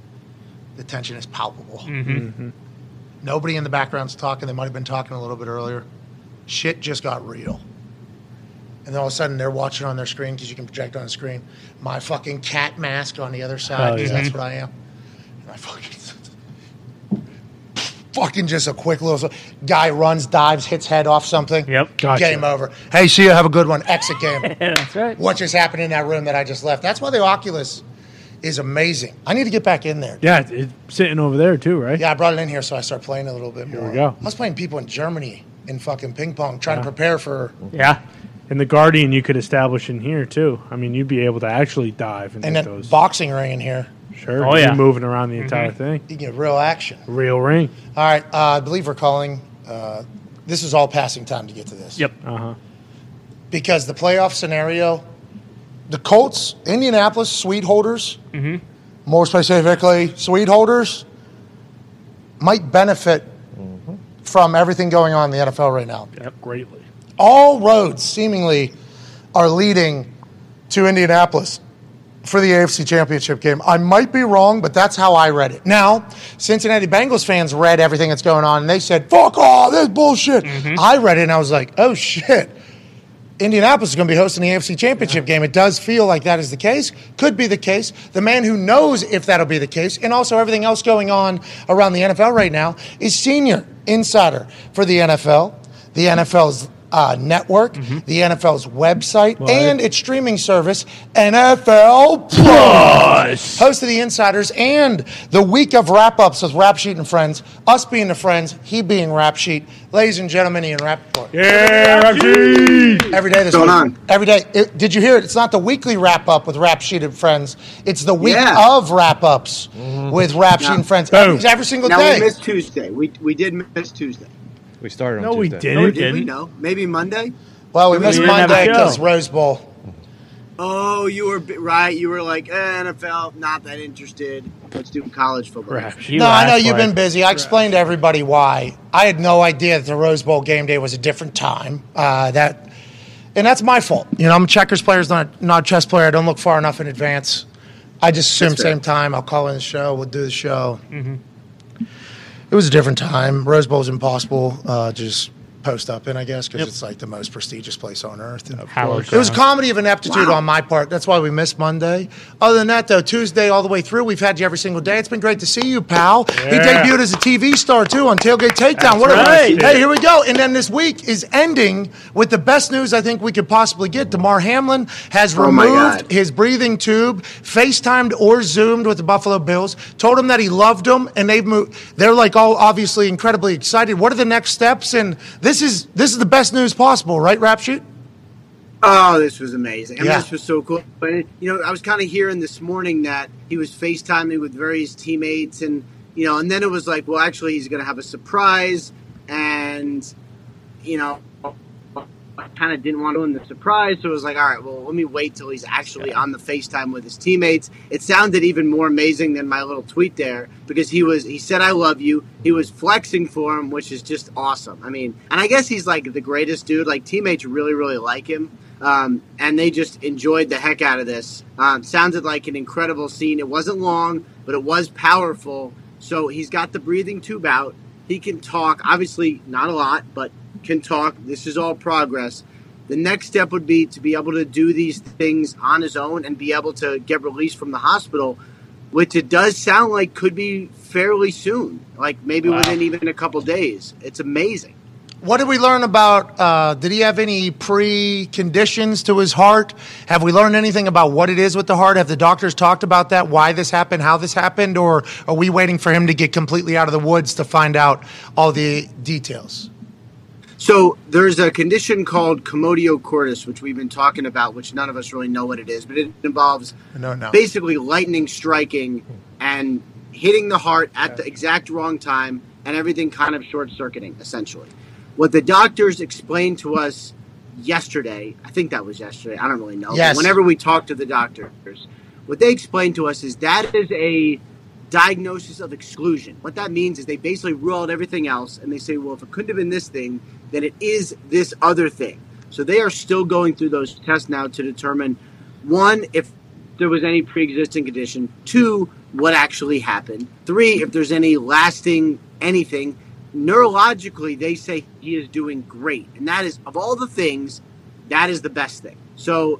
[SPEAKER 1] the tension is palpable.
[SPEAKER 2] Mm-hmm.
[SPEAKER 1] Nobody in the background's talking. They might have been talking a little bit earlier. Shit just got real. And then all of a sudden they're watching on their screen because you can project on the screen. My fucking cat mask on the other side
[SPEAKER 2] Oh,
[SPEAKER 1] 'cause
[SPEAKER 2] yeah.
[SPEAKER 1] that's what I am. And I fucking fucking just a quick little guy runs, dives, hits head off something.
[SPEAKER 4] Yep.
[SPEAKER 2] Gotcha.
[SPEAKER 1] Game over. Hey, see you. Have a good one. Exit game.
[SPEAKER 4] Yeah, that's right.
[SPEAKER 1] what just happened in that room that I just left? That's why the Oculus is amazing. I need to get back in there.
[SPEAKER 2] Yeah. It's, it's sitting over there too, right?
[SPEAKER 1] Yeah, I brought it in here, so I started playing a little bit more.
[SPEAKER 2] we go.
[SPEAKER 1] I was playing people in Germany in fucking ping pong, trying to prepare for.
[SPEAKER 4] Yeah,
[SPEAKER 2] And the Guardian you could establish in here too. I mean, you'd be able to actually dive and,
[SPEAKER 1] And
[SPEAKER 2] hit
[SPEAKER 1] that
[SPEAKER 2] those.
[SPEAKER 1] boxing ring in here,
[SPEAKER 2] sure.
[SPEAKER 4] Oh, yeah. Mm-hmm.
[SPEAKER 2] You're moving around the entire thing.
[SPEAKER 1] you can get real action.
[SPEAKER 2] Real ring.
[SPEAKER 1] All right, uh, I believe we're calling. Uh, this is all passing time to get to this.
[SPEAKER 4] yep.
[SPEAKER 2] Uh huh.
[SPEAKER 1] because the playoff scenario, the Colts, Indianapolis, sweet holders, more specifically, sweet holders, might benefit from everything going on in the NFL right now.
[SPEAKER 2] Yep. Greatly.
[SPEAKER 1] All roads seemingly are leading to Indianapolis for the AFC Championship game. I might be wrong, but that's how I read it. Now, Cincinnati Bengals fans read everything that's going on and they said, fuck all this bullshit. I read it and I was like, oh shit. Indianapolis is going to be hosting the AFC Championship game. It does feel like that is the case. Could be the case. The man who knows if that'll be the case, and also everything else going on around the NFL right now, is senior insider for the NFL. The NFL's uh, network, the NFL's website, and its streaming service, NFL Plus. Host of the Insiders and the week of wrap ups with Rap Sheet and Friends, us being the friends, he being Rap Sheet. Ladies and gentlemen, Ian Rappaport.
[SPEAKER 2] Yeah,
[SPEAKER 1] Every day this
[SPEAKER 8] What's going
[SPEAKER 1] week. Every day. It- did you hear it? It's not the weekly wrap up with Rap Sheet and Friends. It's the week
[SPEAKER 8] Yeah. Mm-hmm.
[SPEAKER 1] of wrap ups with Rap Sheet and Friends.
[SPEAKER 2] Boom.
[SPEAKER 1] It's every single
[SPEAKER 8] Now
[SPEAKER 1] day.
[SPEAKER 8] we missed Tuesday. We we did miss Tuesday.
[SPEAKER 3] We started
[SPEAKER 2] No,
[SPEAKER 3] on
[SPEAKER 2] we
[SPEAKER 3] Tuesday.
[SPEAKER 2] didn't.
[SPEAKER 4] No, we
[SPEAKER 8] Did we
[SPEAKER 4] didn't.
[SPEAKER 8] know? Maybe Monday.
[SPEAKER 1] well, we missed
[SPEAKER 4] didn't have a
[SPEAKER 1] Monday
[SPEAKER 4] show.
[SPEAKER 1] because Rose Bowl.
[SPEAKER 8] Oh, you were b- right. You were like eh, NFL, not that interested. Let's do college football.
[SPEAKER 4] Crap, she
[SPEAKER 1] no, I know
[SPEAKER 4] laughs
[SPEAKER 1] you've
[SPEAKER 4] like-
[SPEAKER 1] been busy. I explained to everybody why. I had no idea that the Rose Bowl game day was a different time. Uh, that, and that's my fault. You know, I'm a checkers player, not not a chess player. I don't look far enough in advance. I just assume
[SPEAKER 8] That's fair.
[SPEAKER 1] same time. I'll call in the show. We'll do the show.
[SPEAKER 2] Mm-hmm.
[SPEAKER 1] It was a different time. Rose Bowl's impossible uh, to just post up in, I guess, because it's like the most prestigious place on earth. And
[SPEAKER 4] Howard
[SPEAKER 1] it was a
[SPEAKER 4] Crown.
[SPEAKER 1] comedy of ineptitude
[SPEAKER 8] Wow.
[SPEAKER 1] on my part. That's why we missed Monday. Other than that, though, Tuesday all the way through, we've had you every single day. It's been great to see you, pal. He
[SPEAKER 2] Yeah.
[SPEAKER 1] debuted as a TV star too on Tailgate Takedown. what a
[SPEAKER 2] right.
[SPEAKER 1] hey! Here we go. And then this week is ending with the best news I think we could possibly get. Demar Hamlin has
[SPEAKER 8] Oh, my God.
[SPEAKER 1] removed his breathing tube, FaceTimed or Zoomed with the Buffalo Bills, told him that he loved them, and they've moved. They're like all obviously incredibly excited. What are the next steps? And this is this is the best news possible, right, Rap Sheet?
[SPEAKER 8] Oh, this was amazing. I mean,
[SPEAKER 1] Yeah.
[SPEAKER 8] this was so cool. But, you know, I was kind of hearing this morning that he was FaceTiming with various teammates and, you know, and then it was like, well, actually, he's going to have a surprise. And, you know, I kind of didn't want to ruin the surprise. So it was like, all right, well, let me wait till he's actually on the FaceTime with his teammates. It sounded even more amazing than my little tweet there because he was, he said, I love you. He was flexing for him, which is just awesome. I mean, and I guess he's like the greatest dude. Like, teammates really, really like him. Um, and they just enjoyed the heck out of this. Um, sounded like an incredible scene. It wasn't long, but it was powerful. So he's got the breathing tube out. He can talk, obviously, not a lot, but can talk. This is all progress. The next step would be to be able to do these things on his own and be able to get released from the hospital, which it does sound like could be fairly soon, like maybe within even a couple days. It's amazing.
[SPEAKER 1] What did we learn about? Uh, did he have any preconditions to his heart? Have we learned anything about what it is with the heart? Have the doctors talked about that? Why this happened? How this happened? Or are we waiting for him to get completely out of the woods to find out all the details?
[SPEAKER 8] So there's a condition called commodio cordis, which we've been talking about, which none of us really know what it is, but it involves
[SPEAKER 1] No, no.
[SPEAKER 8] basically lightning striking and hitting the heart at the exact wrong time and everything kind of short circuiting essentially what the doctors explained to us yesterday i think that was yesterday i don't really know but
[SPEAKER 1] Yes.
[SPEAKER 8] whenever we talked to the doctors what they explained to us is that is a diagnosis of exclusion what that means is they basically rule out everything else and they say well if it couldn't have been this thing then it is this other thing so they are still going through those tests now to determine one if there was any pre-existing condition. Two, what actually happened. Three, if there's any lasting anything. Neurologically, they say he is doing great, and that is of all the things, that is the best thing. So,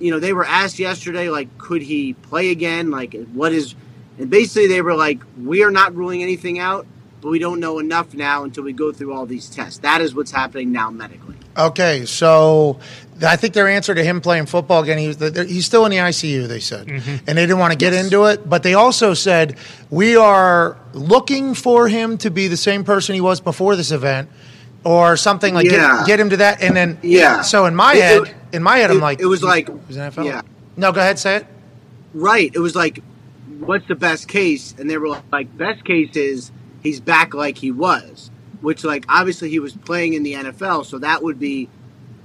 [SPEAKER 8] you know, they were asked yesterday, like, could he play again? Like, what is? And basically, they were like, we are not ruling anything out, but we don't know enough now until we go through all these tests. That is what's happening now medically.
[SPEAKER 1] Okay, so th- I think their answer to him playing football again, he was the, he's still in the ICU, they said.
[SPEAKER 8] Mm-hmm.
[SPEAKER 1] And they didn't want to get into it, but they also said, we are looking for him to be the same person he was before this event or something like
[SPEAKER 8] Yeah.
[SPEAKER 1] get, get him to that. And then,
[SPEAKER 8] Yeah.
[SPEAKER 1] So in my
[SPEAKER 8] It-
[SPEAKER 1] head,
[SPEAKER 8] it-
[SPEAKER 1] in my head,
[SPEAKER 8] it-
[SPEAKER 1] I'm like,
[SPEAKER 8] it was like-
[SPEAKER 1] was it NFL?
[SPEAKER 8] yeah.
[SPEAKER 1] No, go ahead, say it.
[SPEAKER 8] Right. It was like, what's the best case? And they were like, best case is he's back like he was, which, like, obviously he was playing in the NFL, so that would be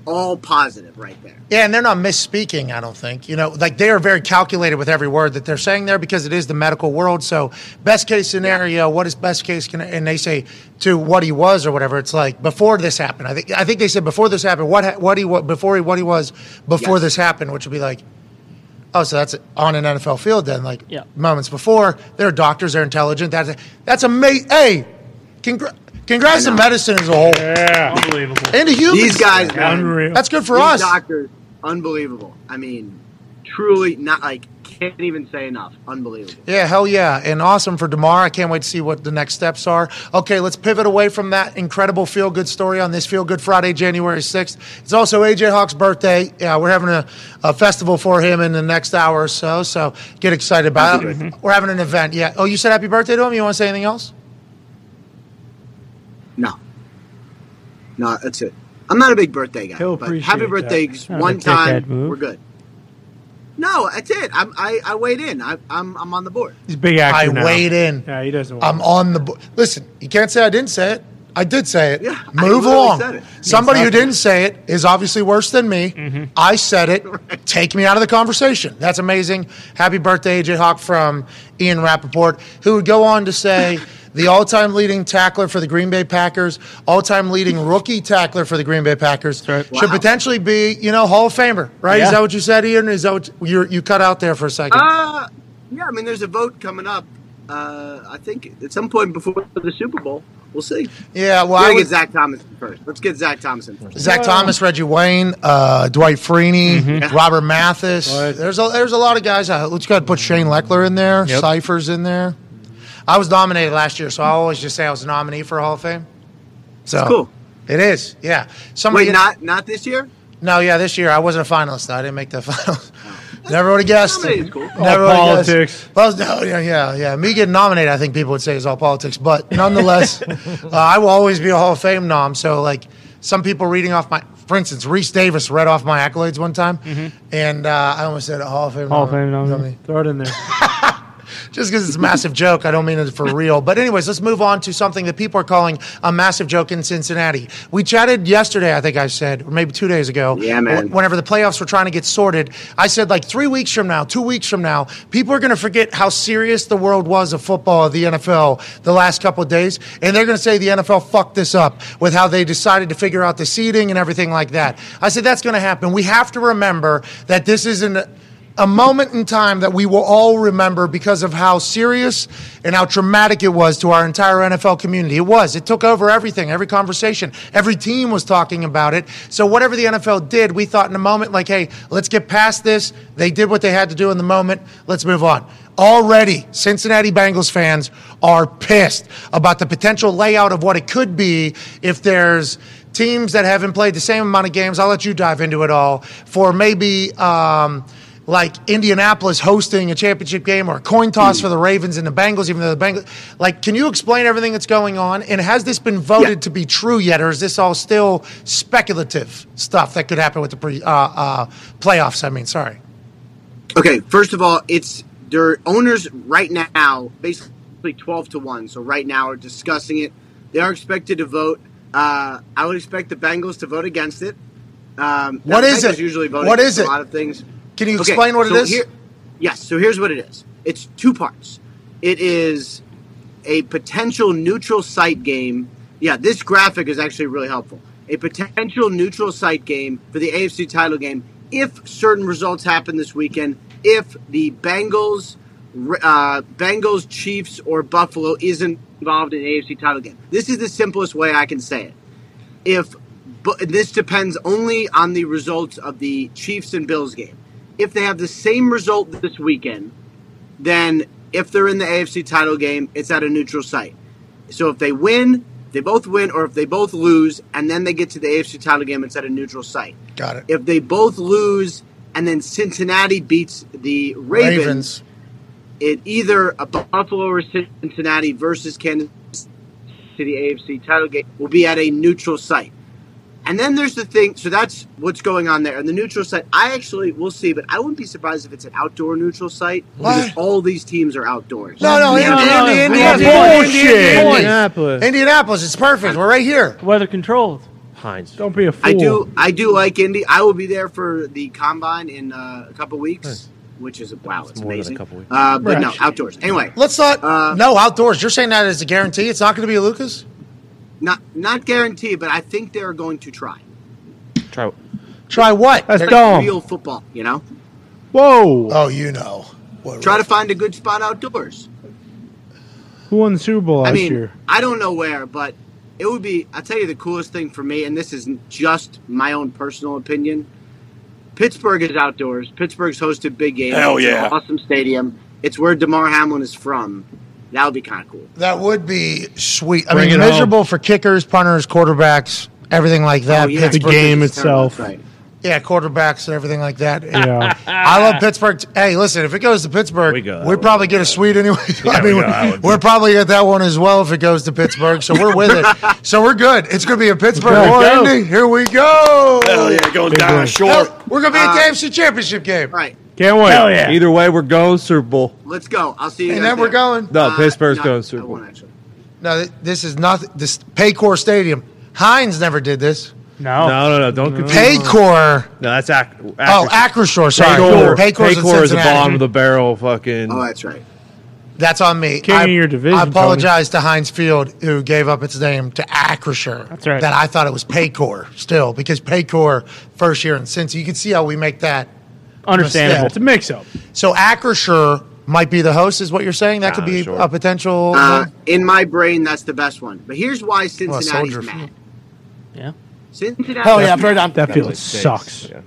[SPEAKER 8] all positive right there.
[SPEAKER 1] Yeah, and they're not misspeaking, I don't think. You know, like they are very calculated with every word that they're saying there because it is the medical world. So, best case scenario, what is best case? Can, and they say to what he was or whatever. It's like before this happened. I think I think they said before this happened. What ha- what he what before he what he was before
[SPEAKER 8] Yes.
[SPEAKER 1] this happened, which would be like, oh, so that's on an NFL field then. Like
[SPEAKER 4] Yeah.
[SPEAKER 1] moments before, they're doctors, they're intelligent. That's that's amazing. Hey, congr- congrats to medicine as a whole
[SPEAKER 2] Yeah.
[SPEAKER 4] Unbelievable.
[SPEAKER 1] and to humans.
[SPEAKER 8] These guys, man,
[SPEAKER 2] Unreal.
[SPEAKER 1] That's good for
[SPEAKER 8] these
[SPEAKER 1] us.
[SPEAKER 8] doctors, unbelievable. I mean, truly not like can't even say enough. Unbelievable.
[SPEAKER 1] Yeah, hell yeah. And awesome for DeMar. I can't wait to see what the next steps are. Okay, let's pivot away from that incredible feel good story on this Feel Good Friday, January 6th. It's also AJ Hawk's birthday. Yeah, we're having a, a festival for him in the next hour or so. So get excited about
[SPEAKER 9] Happy
[SPEAKER 1] it.
[SPEAKER 9] birthday.
[SPEAKER 1] We're having an event. Yeah. Oh, you said happy birthday to him? You want to say anything else?
[SPEAKER 8] No. No, that's it. I'm not a big birthday guy.
[SPEAKER 1] He'll
[SPEAKER 8] but
[SPEAKER 1] appreciate
[SPEAKER 8] happy birthday
[SPEAKER 1] that.
[SPEAKER 8] just
[SPEAKER 1] Not a
[SPEAKER 8] one
[SPEAKER 1] dickhead
[SPEAKER 8] time.
[SPEAKER 1] move.
[SPEAKER 8] We're good. No, that's it. I'm, I I weighed in. I, I'm I'm on the board.
[SPEAKER 2] He's a big actor.
[SPEAKER 1] I
[SPEAKER 2] now.
[SPEAKER 1] weighed in.
[SPEAKER 2] Yeah, he doesn't.
[SPEAKER 1] I'm on the bo- listen. You can't say I didn't say it. I did say it.
[SPEAKER 8] Yeah, I
[SPEAKER 1] Move
[SPEAKER 8] literally
[SPEAKER 1] along.
[SPEAKER 8] said it.
[SPEAKER 1] Somebody who
[SPEAKER 8] Exactly. Mm-hmm.
[SPEAKER 1] didn't say it is obviously worse than me. I said it. Take me out of the conversation. That's amazing. Happy birthday, AJ Hawk from Ian Rappaport, who would go on to say the all time leading tackler for the Green Bay Packers, all time leading rookie tackler for the Green Bay Packers, should
[SPEAKER 8] Wow.
[SPEAKER 1] potentially be, you know, Hall of Famer, right? Is
[SPEAKER 8] Yeah.
[SPEAKER 1] that what you said, Ian? Is that what you, you cut out there for a second?
[SPEAKER 8] Uh, yeah, I mean, there's a vote coming up. Uh, I think at some point before the Super Bowl, we'll see.
[SPEAKER 1] yeah, well,
[SPEAKER 8] Well,
[SPEAKER 1] I
[SPEAKER 8] I
[SPEAKER 1] would-
[SPEAKER 8] get Zach Thomas first. Let's get Zach Thomason first.
[SPEAKER 1] Zach Thomas, Reggie Wayne, uh, Dwight Freeney,
[SPEAKER 8] Mm-hmm.
[SPEAKER 1] Robert Mathis. There's a there's a lot of guys. Out. Let's go ahead and put Shane Leckler in there.
[SPEAKER 3] Yep.
[SPEAKER 1] Cypher's in there. I was nominated last year, so I always just say I was a nominee for Hall of Fame. So
[SPEAKER 8] It's cool.
[SPEAKER 1] It is, yeah. Somebody
[SPEAKER 8] Wait, not not this year.
[SPEAKER 1] No, yeah, this year I wasn't a finalist. though. I didn't make the finals. Never would have guessed.
[SPEAKER 8] Nominated is cool.
[SPEAKER 1] Never
[SPEAKER 2] All
[SPEAKER 1] would've guessed.
[SPEAKER 2] politics.
[SPEAKER 1] Well, no, yeah, yeah, yeah. Me getting nominated, I think people would say is all politics. But nonetheless, uh, I will always be a Hall of Fame nom. So, like, some people reading off my, for instance, Reese Davis read off my accolades one time, and uh, I almost said a Hall of Fame.
[SPEAKER 4] Hall of
[SPEAKER 1] nom-
[SPEAKER 4] Fame nominee.
[SPEAKER 2] Throw it in there.
[SPEAKER 1] just because it's a massive joke, I don't mean it for real. But anyways, let's move on to something that people are calling a massive joke in Cincinnati. We chatted yesterday, I think I said, or maybe two days ago.
[SPEAKER 8] Yeah, man.
[SPEAKER 1] wh- Whenever the playoffs were trying to get sorted, I said like three weeks from now, two weeks from now, people are going to forget how serious the world was of football, the NFL, the last couple of days, and they're going to say the NFL fucked this up with how they decided to figure out the seeding and everything like that. I said that's going to happen. We have to remember that this isn't a moment in time that we will all remember because of how serious and how traumatic it was to our entire NFL community. It was. It took over everything, every conversation. Every team was talking about it. So, whatever the NFL did, we thought in a moment, like, hey, let's get past this. They did what they had to do in the moment. Let's move on. Already, Cincinnati Bengals fans are pissed about the potential layout of what it could be if there's teams that haven't played the same amount of games. I'll let you dive into it all for maybe. Um, like Indianapolis hosting a championship game or a coin toss for the Ravens and the Bengals, even though the Bengals. Like, can you explain everything that's going on? And has this been voted to be true yet, or is this all still speculative stuff that could happen with the pre, uh, uh, playoffs? I mean, sorry.
[SPEAKER 8] Okay, first of all, it's their owners right now, basically 12 to 1. So right now are discussing it. They are expected to vote. Uh, I would expect the Bengals to vote against it. Um,
[SPEAKER 1] What
[SPEAKER 8] the
[SPEAKER 1] is
[SPEAKER 8] Bengals
[SPEAKER 1] it?
[SPEAKER 8] Usually vote
[SPEAKER 1] What
[SPEAKER 8] against
[SPEAKER 1] is it?
[SPEAKER 8] A lot of things.
[SPEAKER 1] Can you explain what it
[SPEAKER 8] so
[SPEAKER 1] is?
[SPEAKER 8] here- yes. So here's what it is. It's two parts. It is a potential neutral site game. Yeah, this graphic is actually really helpful. A potential neutral site game for the AFC title game if certain results happen this weekend. If the Bengals, uh, Bengals, Chiefs, or Buffalo isn't involved in the AFC title game, this is the simplest way I can say it. If but this depends only on the results of the Chiefs and Bills game. If they have the same result this weekend, then if they're in the AFC title game, it's at a neutral site. So if they win, they both win, or if they both lose, and then they get to the AFC title game, it's at a neutral site.
[SPEAKER 1] Got it.
[SPEAKER 8] If they both lose, and then Cincinnati beats the Ravens,
[SPEAKER 1] Ravens.
[SPEAKER 8] it either a Buffalo or Cincinnati versus Kansas City AFC title game will be at a neutral site. And then there's the thing. So that's what's going on there. And the neutral site, I actually we'll see, but I wouldn't be surprised if it's an outdoor neutral site because all these teams are outdoors.
[SPEAKER 1] No, no, Indy,
[SPEAKER 4] no,
[SPEAKER 1] Indy, Indy,
[SPEAKER 4] no,
[SPEAKER 1] Indy, Indy,
[SPEAKER 4] bullshit.
[SPEAKER 1] Indy, Indy.
[SPEAKER 3] Indianapolis.
[SPEAKER 1] Indianapolis, it's perfect. We're right here.
[SPEAKER 4] Weather controlled.
[SPEAKER 3] Heinz.
[SPEAKER 2] Don't be a fool.
[SPEAKER 8] I do. I do like Indy. I will be there for the combine in uh, a couple weeks, which is wow, it's
[SPEAKER 3] more than a
[SPEAKER 8] amazing.
[SPEAKER 3] couple weeks.
[SPEAKER 8] Uh, but no,
[SPEAKER 2] Right.
[SPEAKER 8] outdoors. Anyway,
[SPEAKER 1] Let's not.
[SPEAKER 8] Uh,
[SPEAKER 1] no, outdoors. You're saying that as a guarantee. It's not going to be Lucas.
[SPEAKER 8] not not guaranteed, but I think they're going to try.
[SPEAKER 3] Try.
[SPEAKER 1] Try what?
[SPEAKER 2] That's
[SPEAKER 8] Like
[SPEAKER 2] dumb.
[SPEAKER 8] real football, you know.
[SPEAKER 2] Whoa.
[SPEAKER 1] Oh, you know. What-
[SPEAKER 8] Try to find a good spot outdoors.
[SPEAKER 2] Who won the Super Bowl last
[SPEAKER 8] I mean,
[SPEAKER 2] year?
[SPEAKER 8] I don't know where, but it would be. I'll tell you the coolest thing for me, and this is just my own personal opinion. Pittsburgh is outdoors. Pittsburgh's hosted big games.
[SPEAKER 6] Hell
[SPEAKER 8] It's an
[SPEAKER 6] yeah.
[SPEAKER 8] awesome stadium. It's where Demar Hamlin is from. That would be kind of cool.
[SPEAKER 1] That would be sweet. I
[SPEAKER 2] Bring
[SPEAKER 1] mean,
[SPEAKER 2] it home.
[SPEAKER 1] miserable for kickers, punters, quarterbacks, everything like
[SPEAKER 8] Oh,
[SPEAKER 1] that.
[SPEAKER 2] Oh, The
[SPEAKER 1] Pittsburgh-
[SPEAKER 2] game
[SPEAKER 8] It's terrible.
[SPEAKER 2] itself.
[SPEAKER 8] That's right.
[SPEAKER 1] yeah, quarterbacks and everything like that.
[SPEAKER 2] Yeah.
[SPEAKER 1] I love Pittsburgh. Hey, listen, if it goes to Pittsburgh,
[SPEAKER 3] We
[SPEAKER 1] we
[SPEAKER 3] go that
[SPEAKER 1] would
[SPEAKER 3] way.
[SPEAKER 1] probably get a sweet anyway. I
[SPEAKER 3] we
[SPEAKER 1] mean,
[SPEAKER 3] go that
[SPEAKER 1] we're,
[SPEAKER 3] one.
[SPEAKER 1] probably at that one as well if it goes to Pittsburgh. So we're with it. So we're good. It's going to be a Pittsburgh war,
[SPEAKER 2] go.
[SPEAKER 1] Andy. Here we go.
[SPEAKER 6] Hell yeah, going down
[SPEAKER 2] boy.
[SPEAKER 6] short.
[SPEAKER 1] We're going to be at the AFC Championship game.
[SPEAKER 8] All right,
[SPEAKER 2] Can't wait.
[SPEAKER 4] Hell yeah.
[SPEAKER 3] Either way, we're going Super Bowl.
[SPEAKER 8] let's go. I'll see you.
[SPEAKER 1] And
[SPEAKER 8] guys
[SPEAKER 1] then we're
[SPEAKER 8] there. Uh,
[SPEAKER 1] going.
[SPEAKER 3] No, Pittsburgh's
[SPEAKER 8] no,
[SPEAKER 3] going
[SPEAKER 8] I
[SPEAKER 3] Super Bowl.
[SPEAKER 8] won't actually.
[SPEAKER 1] No, th- this is not this Paycor Stadium. Hines never did this.
[SPEAKER 4] No.
[SPEAKER 3] No, no, no. Don't confuse.
[SPEAKER 1] Paycor.
[SPEAKER 3] No, that's Ac- Ac-
[SPEAKER 1] Oh, Acroshore. Sorry,
[SPEAKER 3] Paycor.
[SPEAKER 1] Paycor's in
[SPEAKER 3] Paycor is a
[SPEAKER 1] Cincinnati.
[SPEAKER 3] bottom of the barrel fucking.
[SPEAKER 8] Oh, that's right.
[SPEAKER 1] That's on me.
[SPEAKER 2] King
[SPEAKER 1] I,
[SPEAKER 2] of your division,
[SPEAKER 1] I apologize to Heinz Field, who gave up its name to Acrisure. That's
[SPEAKER 4] right.
[SPEAKER 1] That I thought it was Paycor still, because Paycor first year in Cincy. You can see how we make that.
[SPEAKER 4] Understandable.
[SPEAKER 2] It's a mix up.
[SPEAKER 1] So Acrisure might be the host, is what you're saying? That could
[SPEAKER 3] Kinda
[SPEAKER 1] be
[SPEAKER 3] sure.
[SPEAKER 1] a potential.
[SPEAKER 8] Uh, in my brain, that's the best one. But here's why Cincinnati's
[SPEAKER 1] Soldier
[SPEAKER 8] mad.
[SPEAKER 1] Field.
[SPEAKER 4] Yeah.
[SPEAKER 8] Cincinnati.
[SPEAKER 5] Hell yeah, throw it down.
[SPEAKER 2] That field
[SPEAKER 3] It
[SPEAKER 2] sucks.
[SPEAKER 3] Yeah.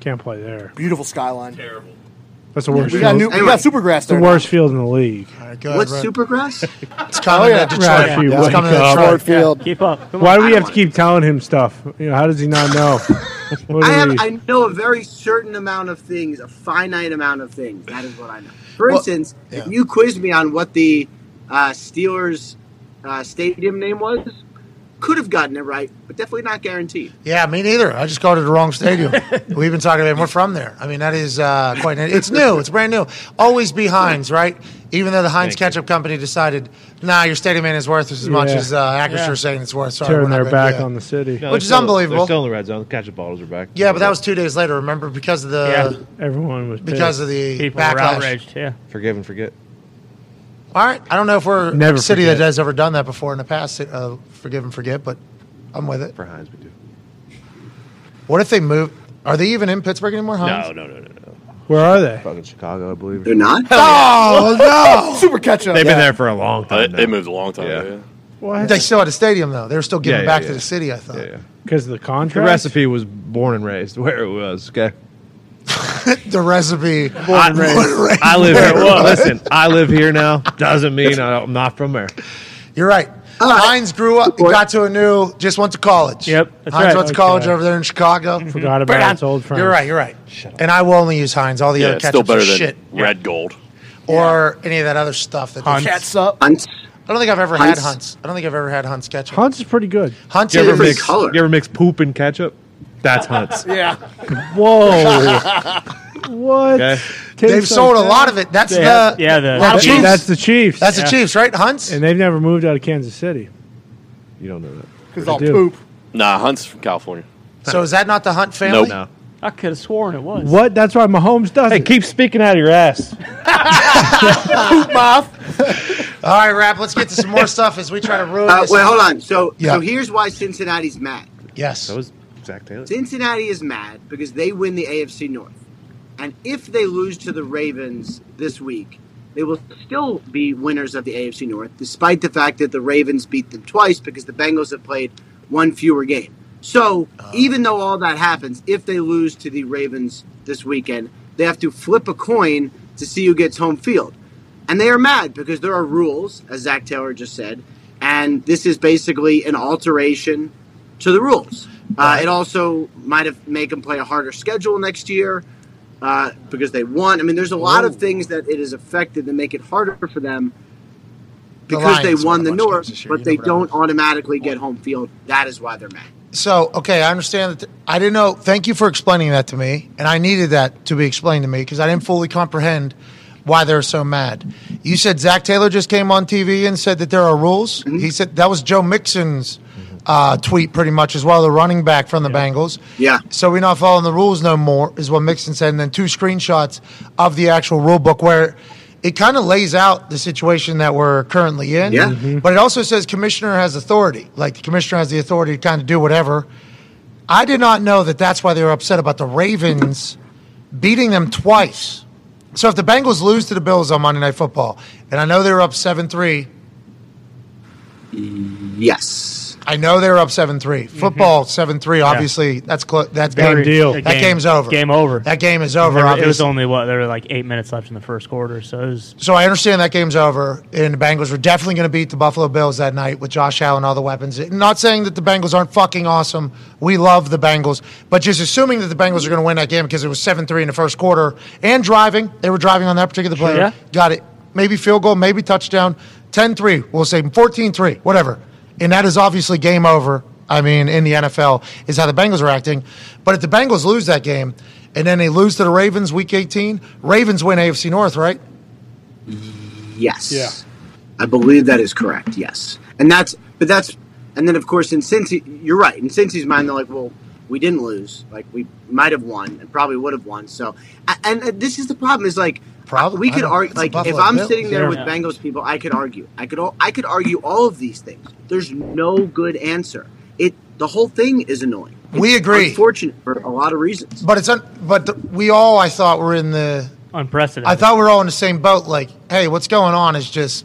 [SPEAKER 2] Can't play there.
[SPEAKER 5] Beautiful skyline.
[SPEAKER 2] That's the worst.
[SPEAKER 5] We got
[SPEAKER 2] field.
[SPEAKER 5] new. We
[SPEAKER 8] Anyway.
[SPEAKER 5] got supergrass
[SPEAKER 2] the
[SPEAKER 5] there.
[SPEAKER 2] worst field in the league.
[SPEAKER 1] All right, go ahead,
[SPEAKER 8] What's Oh,
[SPEAKER 1] Rod.
[SPEAKER 8] Supergrass?
[SPEAKER 1] It's coming to Detroit.
[SPEAKER 2] Rod, if you
[SPEAKER 1] It's
[SPEAKER 2] wake
[SPEAKER 1] coming to
[SPEAKER 2] up.
[SPEAKER 1] Detroit.
[SPEAKER 5] Ford Field.
[SPEAKER 4] Keep up. Come on.
[SPEAKER 2] Why do
[SPEAKER 8] I
[SPEAKER 2] we
[SPEAKER 8] don't
[SPEAKER 2] have to
[SPEAKER 8] want
[SPEAKER 2] keep telling him stuff? You know, how does he not know? What
[SPEAKER 8] I
[SPEAKER 2] are
[SPEAKER 8] have.
[SPEAKER 2] we-
[SPEAKER 8] I know a very certain amount of things, a finite amount of things. That is what I know. For
[SPEAKER 1] Well,
[SPEAKER 8] instance,
[SPEAKER 1] yeah.
[SPEAKER 8] if you quiz me on what the uh, Steelers uh, stadium name was, could have gotten it right, but definitely not guaranteed.
[SPEAKER 1] Yeah, me neither. I just go to the wrong stadium. We've been talking about it. We're from there. I mean, that is uh, quite. It's new. It's brand new. Always be Heinz, right? Even though the Heinz Ketchup Company decided, nah, your stadium ain't as worth as much
[SPEAKER 2] Yeah.
[SPEAKER 1] as uh, Acrisure saying it's worth. Sorry,
[SPEAKER 2] turn
[SPEAKER 1] we're not
[SPEAKER 2] their
[SPEAKER 1] gonna do
[SPEAKER 2] back
[SPEAKER 1] that.
[SPEAKER 2] on the city?
[SPEAKER 1] Which
[SPEAKER 3] No, they're
[SPEAKER 1] is
[SPEAKER 3] still-
[SPEAKER 1] unbelievable.
[SPEAKER 3] They're still in the red zone. The catch-up bottles are back.
[SPEAKER 1] Yeah, but that was two days later. Remember, because of the
[SPEAKER 4] Yeah.
[SPEAKER 2] Everyone was
[SPEAKER 1] because
[SPEAKER 2] pissed.
[SPEAKER 1] of the
[SPEAKER 4] People were
[SPEAKER 1] backlash.
[SPEAKER 4] outraged. Yeah.
[SPEAKER 3] forgive and forget.
[SPEAKER 1] All right, I don't know if we're
[SPEAKER 2] Never
[SPEAKER 1] a city that
[SPEAKER 2] forget.
[SPEAKER 1] has ever done that before in the past. Uh, forgive and forget, but I'm with it.
[SPEAKER 3] For Heinz, we do.
[SPEAKER 1] What if they move? Are they even in Pittsburgh anymore? Heinz?
[SPEAKER 3] No, no, no, no, no.
[SPEAKER 2] Where are they?
[SPEAKER 3] Fucking Chicago, I believe.
[SPEAKER 8] They're not.
[SPEAKER 1] Oh no!
[SPEAKER 5] Super ketchup.
[SPEAKER 3] They've
[SPEAKER 5] yeah.
[SPEAKER 3] been there for a long
[SPEAKER 6] Uh,
[SPEAKER 3] time.
[SPEAKER 6] they
[SPEAKER 3] now.
[SPEAKER 6] moved a long time.
[SPEAKER 3] Yeah.
[SPEAKER 6] ago,
[SPEAKER 2] What?
[SPEAKER 1] They still had a stadium though. They were still giving
[SPEAKER 3] Yeah, yeah,
[SPEAKER 1] back
[SPEAKER 3] yeah.
[SPEAKER 1] to the city. I thought.
[SPEAKER 3] Yeah, yeah.
[SPEAKER 2] Because of the
[SPEAKER 3] The
[SPEAKER 2] contract.
[SPEAKER 3] recipe was born and raised where it was. Okay.
[SPEAKER 1] The recipe.
[SPEAKER 3] I, I live here. Listen, I live here now. Doesn't mean I, I'm not from there.
[SPEAKER 1] You're right. Hines grew up, got to a new, just went to college.
[SPEAKER 4] Yep, that's
[SPEAKER 1] Hines
[SPEAKER 4] right.
[SPEAKER 1] went to
[SPEAKER 2] Okay.
[SPEAKER 1] college over there in Chicago. Mm-hmm.
[SPEAKER 2] Forgot about its old friends.
[SPEAKER 1] You're right. You're right. And I will only use Hines. All the
[SPEAKER 6] Yeah,
[SPEAKER 1] other
[SPEAKER 6] it's still
[SPEAKER 1] ketchups are
[SPEAKER 6] better than
[SPEAKER 1] shit,
[SPEAKER 6] red gold.
[SPEAKER 1] or any of that other stuff that. They, I
[SPEAKER 5] Cats up.
[SPEAKER 8] Hunts.
[SPEAKER 1] don't think I've ever
[SPEAKER 8] Hunt's-
[SPEAKER 1] had Hunts. I don't think I've ever had Hunts ketchup.
[SPEAKER 2] Hunt's is pretty good.
[SPEAKER 1] Hunts
[SPEAKER 3] You ever
[SPEAKER 1] is
[SPEAKER 3] mix?
[SPEAKER 8] color.
[SPEAKER 3] You ever mix poop and ketchup? That's Hunts.
[SPEAKER 5] Yeah.
[SPEAKER 2] Whoa. what?
[SPEAKER 3] Okay.
[SPEAKER 1] they've sold a lot of it. That's the
[SPEAKER 4] Yeah. The
[SPEAKER 1] Well,
[SPEAKER 4] Well,
[SPEAKER 1] of Chiefs.
[SPEAKER 2] That's the Chiefs.
[SPEAKER 1] that's
[SPEAKER 4] Yeah.
[SPEAKER 1] the Chiefs, right? Hunts.
[SPEAKER 2] and they've never moved out of Kansas City.
[SPEAKER 3] You don't know that.
[SPEAKER 5] Because all
[SPEAKER 2] do.
[SPEAKER 5] poop.
[SPEAKER 6] Nah, Hunt's from California.
[SPEAKER 1] So is that not the Hunt family?
[SPEAKER 3] No.
[SPEAKER 4] I could have sworn it was.
[SPEAKER 2] What? That's why Mahomes does
[SPEAKER 3] Hey,
[SPEAKER 2] it.
[SPEAKER 3] keep speaking out of your ass.
[SPEAKER 1] All right, rap. Let's get to some more stuff as we try to ruin
[SPEAKER 8] Uh,
[SPEAKER 1] this.
[SPEAKER 8] wait, hold on. So,
[SPEAKER 1] Yeah.
[SPEAKER 8] so here's why Cincinnati's mad.
[SPEAKER 1] Yes.
[SPEAKER 3] That was Zach Taylor.
[SPEAKER 8] Cincinnati is mad because they win the AFC North. And if they lose to the Ravens this week, they will still be winners of the AFC North, despite the fact that the Ravens beat them twice because the Bengals have played one fewer game. So, even though all that happens, if they lose to the Ravens this weekend, they have to flip a coin to see who gets home field. And they are mad because there are rules, as Zach Taylor just said, and this is basically an alteration to the rules. Uh, it also might have make them play a harder schedule next year uh, because they won. I mean, there's a lot of things that it has affected that make it harder for them because they
[SPEAKER 1] Lions
[SPEAKER 8] won the
[SPEAKER 1] a bunch of games
[SPEAKER 8] North,
[SPEAKER 1] this year.
[SPEAKER 8] but
[SPEAKER 1] You
[SPEAKER 8] they
[SPEAKER 1] never know.
[SPEAKER 8] don't automatically get home field. That is why they're mad.
[SPEAKER 1] So, okay, I understand that. I didn't know. Thank you for explaining that to me. And I needed that to be explained to me because I didn't fully comprehend why they're so mad. You said Zach Taylor just came on TV and said that there are rules.
[SPEAKER 8] Mm-hmm.
[SPEAKER 1] He said that was Joe Mixon's uh, tweet, pretty much, as well, the running back from the Bengals.
[SPEAKER 8] Yeah.
[SPEAKER 1] So we're not following the rules no more, is what Mixon said. And then two screenshots of the actual rule book where it kind of lays out the situation that we're currently in.
[SPEAKER 8] Yeah. Mhm.
[SPEAKER 1] But it also says commissioner has authority. Like the commissioner has the authority to kind of do whatever. I did not know that that's why they were upset about the Ravens beating them twice. So if the Bengals lose to the Bills on Monday Night Football, and I know they were up 7 3,
[SPEAKER 8] Yes.
[SPEAKER 1] I know they're up seven three.
[SPEAKER 4] Mm-hmm.
[SPEAKER 1] Football 7 three. Obviously, that's clo- that's
[SPEAKER 4] Very-
[SPEAKER 1] game
[SPEAKER 2] deal.
[SPEAKER 1] That
[SPEAKER 4] game-
[SPEAKER 1] game's over.
[SPEAKER 4] Game over.
[SPEAKER 1] That game is over.
[SPEAKER 4] There were-
[SPEAKER 1] obviously.
[SPEAKER 4] it was only what there were like eight minutes left in the first quarter, so it was
[SPEAKER 1] So I understand that game's over, and the Bengals were definitely going to beat the Buffalo Bills that night with Josh Allen and all the weapons. Not saying that the Bengals aren't fucking awesome. We love the Bengals, but just assuming that the Bengals are going to win that game because it was seven three in the first quarter and driving. They were driving on that particular play.
[SPEAKER 4] yeah.
[SPEAKER 1] Got it. Maybe field goal, maybe touchdown. 10-3, we'll say 14-3, whatever. And that is obviously game over. I mean, in the NFL is how the Bengals are acting. But if the Bengals lose that game and then they lose to the Ravens week 18, Ravens win AFC North, right?
[SPEAKER 8] Yes.
[SPEAKER 2] Yeah.
[SPEAKER 8] I believe that is correct. Yes. And that's, but that's, and then of course in Cincy, you're right. In Cincy's mind, they're like, well, we didn't lose. Like we might have won and probably would have won. So, a- and uh, this is the problem is like,
[SPEAKER 1] Probably.
[SPEAKER 8] we
[SPEAKER 1] I
[SPEAKER 8] could
[SPEAKER 1] don't-
[SPEAKER 8] argue,
[SPEAKER 1] it's the
[SPEAKER 8] like if
[SPEAKER 1] Buffalo
[SPEAKER 8] I'm
[SPEAKER 1] Bills.
[SPEAKER 8] sitting there
[SPEAKER 4] Yeah.
[SPEAKER 8] with Bengals people, I could argue. I could, al- I could argue all of these things. There's no good answer. It, the whole thing is annoying. It's
[SPEAKER 1] We agree.
[SPEAKER 8] Unfortunate for a lot of reasons.
[SPEAKER 1] But it's un- but th- we all I thought were in the
[SPEAKER 4] unprecedented.
[SPEAKER 1] I thought we were all in the same boat. Like, hey, what's going on? Is just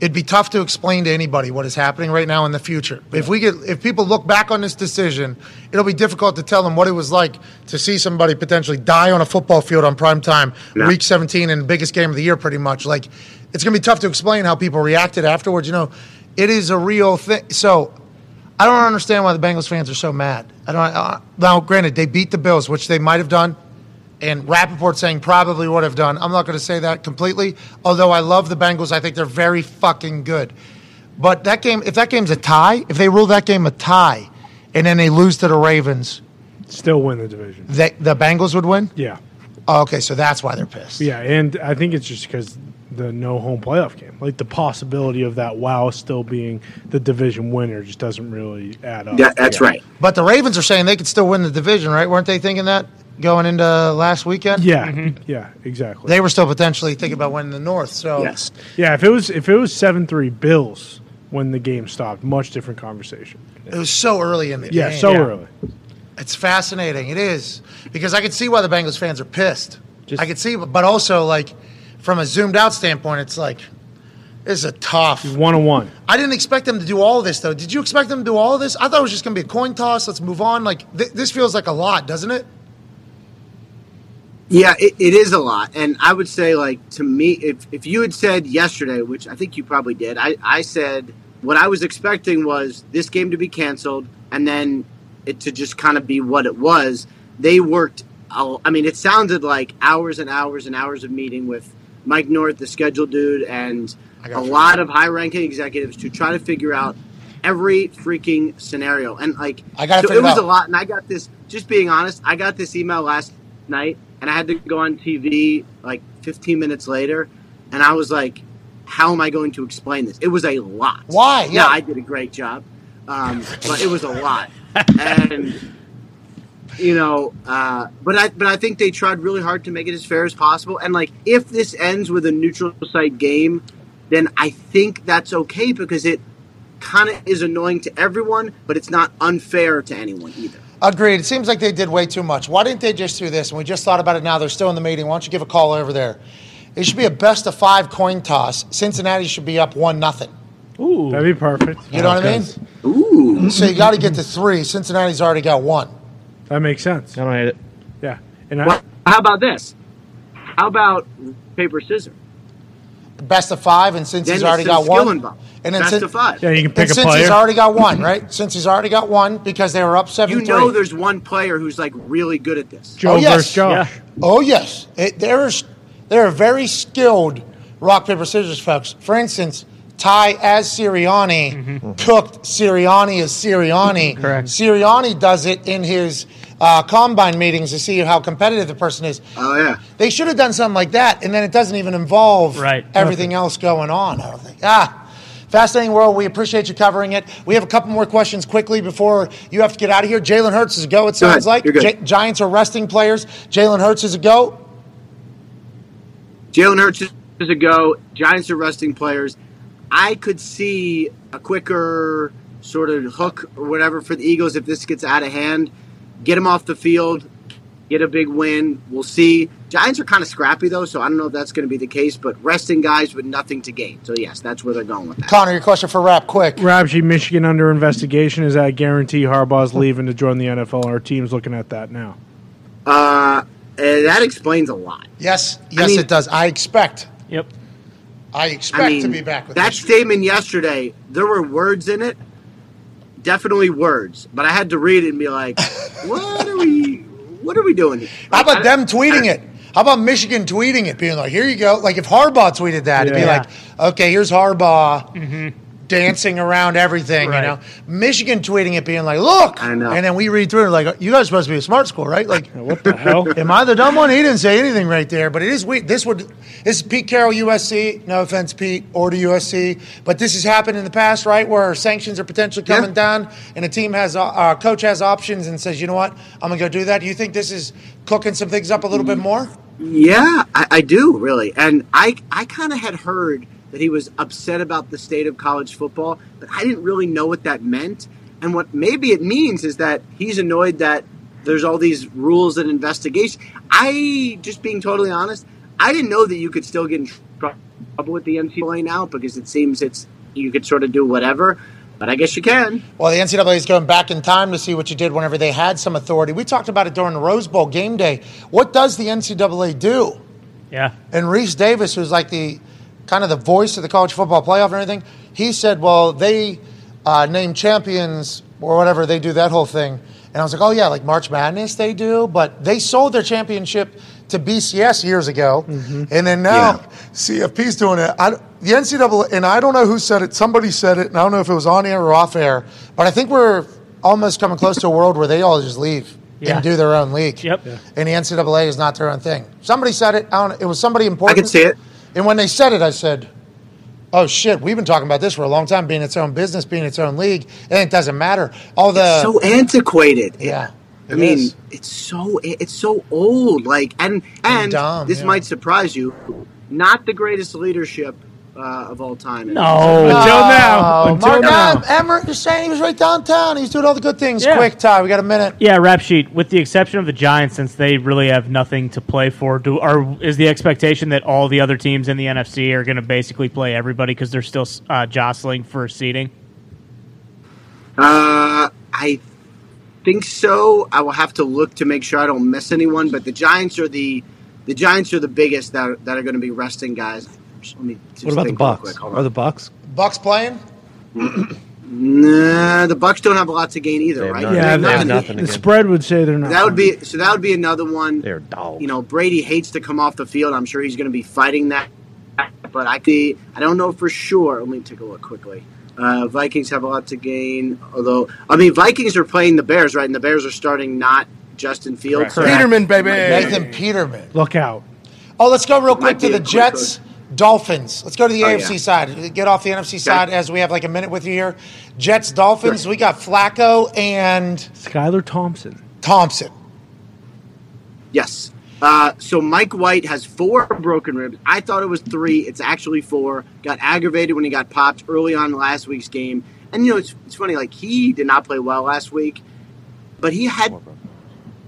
[SPEAKER 1] it'd be tough to explain to anybody what is happening right now in the future. If we get if people look back on this decision, it'll be difficult to tell them what it was like to see somebody potentially die on a football field on prime time, week 17 and biggest game of the year pretty much. Like it's going to be tough to explain how people reacted afterwards, you know. It is a real thing. So, I don't understand why the Bengals fans are so mad. I don't uh, now granted they beat the Bills, which they might have done and Rappaport saying probably would have done. I'm not going to say that completely, although I love the Bengals. I think they're very fucking good. But that game, if that game's a tie, if they rule that game a tie, and then they lose to the Ravens,
[SPEAKER 2] Still win the division.
[SPEAKER 1] they, the Bengals would win.
[SPEAKER 2] Yeah.
[SPEAKER 1] Oh, okay, so that's why they're pissed.
[SPEAKER 2] Yeah, and I think it's just because the no home playoff game, like the possibility of that wow still being the division winner, just doesn't really add up.
[SPEAKER 8] Yeah, that's right.
[SPEAKER 1] But the Ravens are saying they could still win the division, right? Weren't they thinking that going into last weekend?
[SPEAKER 2] Yeah,
[SPEAKER 1] Mm-hmm.
[SPEAKER 2] yeah, exactly.
[SPEAKER 1] They were still potentially thinking about winning the North. So
[SPEAKER 8] Yes.
[SPEAKER 2] yeah, if it was if it was seven three Bills when the game stopped, much different conversation.
[SPEAKER 1] it was so early in the
[SPEAKER 2] Yeah,
[SPEAKER 1] game.
[SPEAKER 2] so early.
[SPEAKER 1] It's fascinating. It is because I can see why the Bengals fans are pissed.
[SPEAKER 3] Just-
[SPEAKER 1] I can see, but also like from a zoomed out standpoint, it's like this is a tough.
[SPEAKER 2] One on one.
[SPEAKER 1] I didn't expect them to do all this though. Did you expect them to do all this? I thought it was just going to be a coin toss. Let's move on. Like th- this feels like a lot, doesn't it?
[SPEAKER 8] Yeah, it, it is a lot. And I would say, like, to me, if, if you had said yesterday, which I think you probably did, I, I said what I was expecting was this game to be canceled and then it to just kind of be what it was. They worked, a- I mean, it sounded like hours and hours and hours of meeting with Mike North, the schedule dude, and
[SPEAKER 1] I
[SPEAKER 8] a
[SPEAKER 1] got you.
[SPEAKER 8] lot of high ranking executives to try to figure out every freaking scenario. And, like,
[SPEAKER 1] I gotta
[SPEAKER 8] so
[SPEAKER 1] figure
[SPEAKER 8] it
[SPEAKER 1] it
[SPEAKER 8] was
[SPEAKER 1] out.
[SPEAKER 8] a lot. And I got this. Just being honest, I got this email last night, and I had to go on TV like 15 minutes later, and I was like, "How am I going to explain this?" It was a lot.
[SPEAKER 1] Why?
[SPEAKER 8] Yeah,
[SPEAKER 1] Yeah.
[SPEAKER 8] I did a great job, um, but it was a lot, and you know, uh, but I but I think they tried really hard to make it as fair as possible. And like, if this ends with a neutral site game, then I think that's okay because it kind of is annoying to everyone, but it's not unfair to anyone either.
[SPEAKER 1] Agreed. It seems like they did way too much. Why didn't they just do this? And we just thought about it now. They're still in the meeting. Why don't you give a call over there? It should be a best of five coin toss. Cincinnati should be up one nothing.
[SPEAKER 4] Ooh,
[SPEAKER 2] That'd be perfect.
[SPEAKER 1] You know what I mean?
[SPEAKER 3] Because-
[SPEAKER 8] Ooh.
[SPEAKER 1] So you got to get to three. Cincinnati's already got one.
[SPEAKER 2] That makes sense.
[SPEAKER 3] I don't hate it.
[SPEAKER 2] Yeah, and I,
[SPEAKER 8] Well, how about this? How about paper scissors?
[SPEAKER 1] best of five, and since
[SPEAKER 8] Then
[SPEAKER 1] he's
[SPEAKER 8] it's
[SPEAKER 1] already
[SPEAKER 8] some
[SPEAKER 1] got
[SPEAKER 8] skill
[SPEAKER 1] one,
[SPEAKER 8] involved.
[SPEAKER 1] and
[SPEAKER 8] Best
[SPEAKER 1] sin-
[SPEAKER 8] of five.
[SPEAKER 2] yeah, you can
[SPEAKER 1] and
[SPEAKER 2] pick a
[SPEAKER 1] since
[SPEAKER 2] player.
[SPEAKER 1] he's already got one, right? Since he's already got one because they were up seven.
[SPEAKER 8] You know, there's one player who's like really good at this.
[SPEAKER 2] Joe
[SPEAKER 1] Oh, yes.
[SPEAKER 2] versus Josh.
[SPEAKER 1] Oh yes, it, there's they're very skilled rock paper scissors folks. For instance, Ty as Sirianni
[SPEAKER 2] Mm-hmm.
[SPEAKER 1] cooked Sirianni as Sirianni.
[SPEAKER 4] Correct.
[SPEAKER 1] Sirianni does it in his uh, combine meetings to see how competitive the person is.
[SPEAKER 8] Oh yeah.
[SPEAKER 1] They should have done something like that, and then it doesn't even involve
[SPEAKER 4] Right.
[SPEAKER 1] everything else going on. I don't think. Ah, fascinating world. We appreciate you covering it. We have a couple more questions quickly before you have to get out of here. Jalen Hurts is a go. It
[SPEAKER 8] Go ahead.
[SPEAKER 1] sounds like
[SPEAKER 8] You're good.
[SPEAKER 1] Gi- Giants are resting players. Jalen Hurts is a go.
[SPEAKER 8] Jalen Hurts is a go. Giants are resting players. I could see a quicker sort of hook or whatever for the Eagles if this gets out of hand. Get him off the field. Get a big win. We'll see. Giants are kind of scrappy though, so I don't know if that's going to be the case. But resting guys with nothing to gain, so yes, that's where they're going with that.
[SPEAKER 1] Connor, your question for rap quick.
[SPEAKER 2] Rapshi, Michigan under investigation. Is that a guarantee Harbaugh's leaving to join the NFL? Our team's looking at that now.
[SPEAKER 8] Uh, and that explains a lot.
[SPEAKER 1] Yes, yes,
[SPEAKER 8] mean-
[SPEAKER 1] it does. I expect.
[SPEAKER 4] Yep.
[SPEAKER 1] I expect
[SPEAKER 8] I mean,
[SPEAKER 1] to be back with
[SPEAKER 8] that
[SPEAKER 1] this.
[SPEAKER 8] statement yesterday. There were words in it, definitely words, but I had to read it and be like, "What are we? What are we doing?" Here?
[SPEAKER 1] How
[SPEAKER 8] Like, I-
[SPEAKER 1] about them tweeting it? How about Michigan tweeting it, being like, "Here you go." Like if Harbaugh tweeted that, it'd be
[SPEAKER 4] Yeah. Mm-hmm.
[SPEAKER 1] like, "Okay, here's Harbaugh dancing around everything."
[SPEAKER 4] Right.
[SPEAKER 1] You know, Michigan tweeting it, being like, "Look,"
[SPEAKER 8] I know.
[SPEAKER 1] and then we read through it, like, "You guys are supposed to be a smart school, right?" Like,
[SPEAKER 2] What the hell?
[SPEAKER 1] am I the dumb one? He didn't say anything right there, but it is weird. This would this is Pete Carroll, USC. No offense, Pete, or to USC, but this has happened in the past, right, where sanctions are potentially coming down, and a team has a uh, coach has options and says, you know what, I'm gonna go do that. Do you think this is cooking some things up a little bit more?
[SPEAKER 8] Yeah, I, I do really, and I I kind of had heard that he was upset about the state of college football, but I didn't really know what that meant. And what maybe it means is that he's annoyed that there's all these rules and investigation. I just being totally honest, I didn't know that you could still get in trouble with the NCAA now because it seems it's you could sort of do whatever, but I guess you can.
[SPEAKER 1] Well, the NCAA is going back in time to see what you did whenever they had some authority. We talked about it during the Rose Bowl game day. What does the NCAA do?
[SPEAKER 4] Yeah.
[SPEAKER 1] And Reese Davis, who's like the kind of the voice of the college football playoff and everything, he said, "Well, they uh, name champions or whatever they do that whole thing." And I was like, "Oh yeah, like March Madness they do, but they sold their championship to BCS years ago, and then now CFP's doing it." I, the NCAA and I don't know who said it. Somebody said it, and I don't know if it was on air or off air, but I think we're almost coming close to a world where they all just leave
[SPEAKER 4] Yeah.
[SPEAKER 1] and do their own league.
[SPEAKER 4] Yep. Yeah.
[SPEAKER 1] And the NCAA is not their own thing. Somebody said it. I don't, it was somebody important.
[SPEAKER 8] I could see it.
[SPEAKER 1] And when they said it, I said, "Oh shit, we've been talking about this for a long time. Being its own business, being its own league, and it doesn't matter." All the
[SPEAKER 8] so antiquated.
[SPEAKER 1] Uh. yeah,
[SPEAKER 8] I
[SPEAKER 1] it
[SPEAKER 8] mean,
[SPEAKER 1] is.
[SPEAKER 8] it's so it's so old. Like, and and
[SPEAKER 1] dumb,
[SPEAKER 8] this
[SPEAKER 1] yeah.
[SPEAKER 8] might surprise you, not the greatest leadership uh, of all time.
[SPEAKER 4] No.
[SPEAKER 2] Until now.
[SPEAKER 1] Oh,
[SPEAKER 2] Until
[SPEAKER 1] Mark
[SPEAKER 2] now.
[SPEAKER 1] Em- Emmerich is saying he was right downtown. He was doing all the good things.
[SPEAKER 4] Yeah.
[SPEAKER 1] Quick, Ty, we got a minute.
[SPEAKER 4] Yeah, rap sheet. With the exception of the Giants, since they really have nothing to play for, do are is the expectation that all the other teams in the NFC are going to basically play everybody because they're still uh, jostling for seeding?
[SPEAKER 8] Uh, I think so. I will have to look to make sure I don't miss anyone. But the Giants are the the Giants are the biggest that are, that are going to be resting guys. Let me just
[SPEAKER 3] What about the
[SPEAKER 8] think real
[SPEAKER 3] Bucks?
[SPEAKER 8] quick. Hold
[SPEAKER 3] Are
[SPEAKER 8] on.
[SPEAKER 3] the Bucks?
[SPEAKER 1] Bucks playing.
[SPEAKER 8] Nah, the Bucks don't have a lot to gain either,
[SPEAKER 3] They have
[SPEAKER 8] right?
[SPEAKER 3] none.
[SPEAKER 8] Uh, They
[SPEAKER 2] Yeah,
[SPEAKER 8] have
[SPEAKER 3] they have
[SPEAKER 2] the,
[SPEAKER 8] nothing to
[SPEAKER 3] nothing
[SPEAKER 2] the
[SPEAKER 3] again.
[SPEAKER 2] spread would say they're not.
[SPEAKER 8] That would be so. That would be another one.
[SPEAKER 3] They're dogs.
[SPEAKER 8] You know, Brady hates to come off the field. I'm sure he's going to be fighting that. But I could, I don't know for sure. Let me take a look quickly. Uh, Vikings have a lot to gain, although I mean Vikings are playing the Bears, right? And the Bears are starting not Justin Fields.
[SPEAKER 3] Correct.
[SPEAKER 10] Peterman, baby.
[SPEAKER 1] Nathan Peterman.
[SPEAKER 2] Look out.
[SPEAKER 1] Oh, let's go real quick
[SPEAKER 8] Might
[SPEAKER 1] to
[SPEAKER 8] be
[SPEAKER 1] the
[SPEAKER 8] a quick
[SPEAKER 1] Jets, Dolphins. Let's go to the
[SPEAKER 8] Oh,
[SPEAKER 1] AFC
[SPEAKER 8] yeah.
[SPEAKER 1] side. Get off the NFC side as we have like a minute with you here. Jets, Dolphins. We got Flacco and
[SPEAKER 2] Skylar Thompson.
[SPEAKER 1] Thompson.
[SPEAKER 8] Yes. Uh, so Mike White has four broken ribs. I thought it was three. It's actually four. Got aggravated when he got popped early on in last week's game. And you know, it's, it's funny. Like he did not play well last week, but he had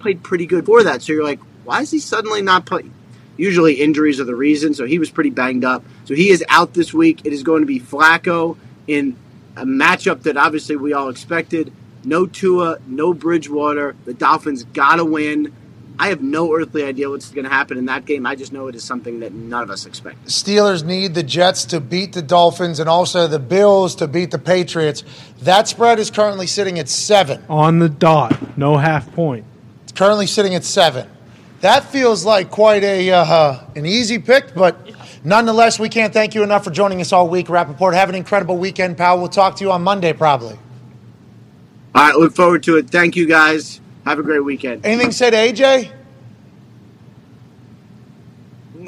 [SPEAKER 8] played pretty good for that. So you're like, why is he suddenly not playing? Usually injuries are the reason. So he was pretty banged up. So he is out this week. It is going to be Flacco in a matchup that obviously we all expected. No Tua, no Bridgewater. The Dolphins got to win. I have no earthly idea what's going to happen in that game. I just know it is something that none of us expect.
[SPEAKER 1] Steelers need the Jets to beat the Dolphins and also the Bills to beat the Patriots. That spread is currently sitting at seven.
[SPEAKER 2] On the dot. No half point.
[SPEAKER 1] It's currently sitting at seven. That feels like quite a uh, an easy pick, but nonetheless, we can't thank you enough for joining us all week. Rappaport, have an incredible weekend, pal. We'll talk to you on Monday, probably.
[SPEAKER 8] All right, look forward to it. Thank you guys. Have a great weekend.
[SPEAKER 1] Anything said, AJ?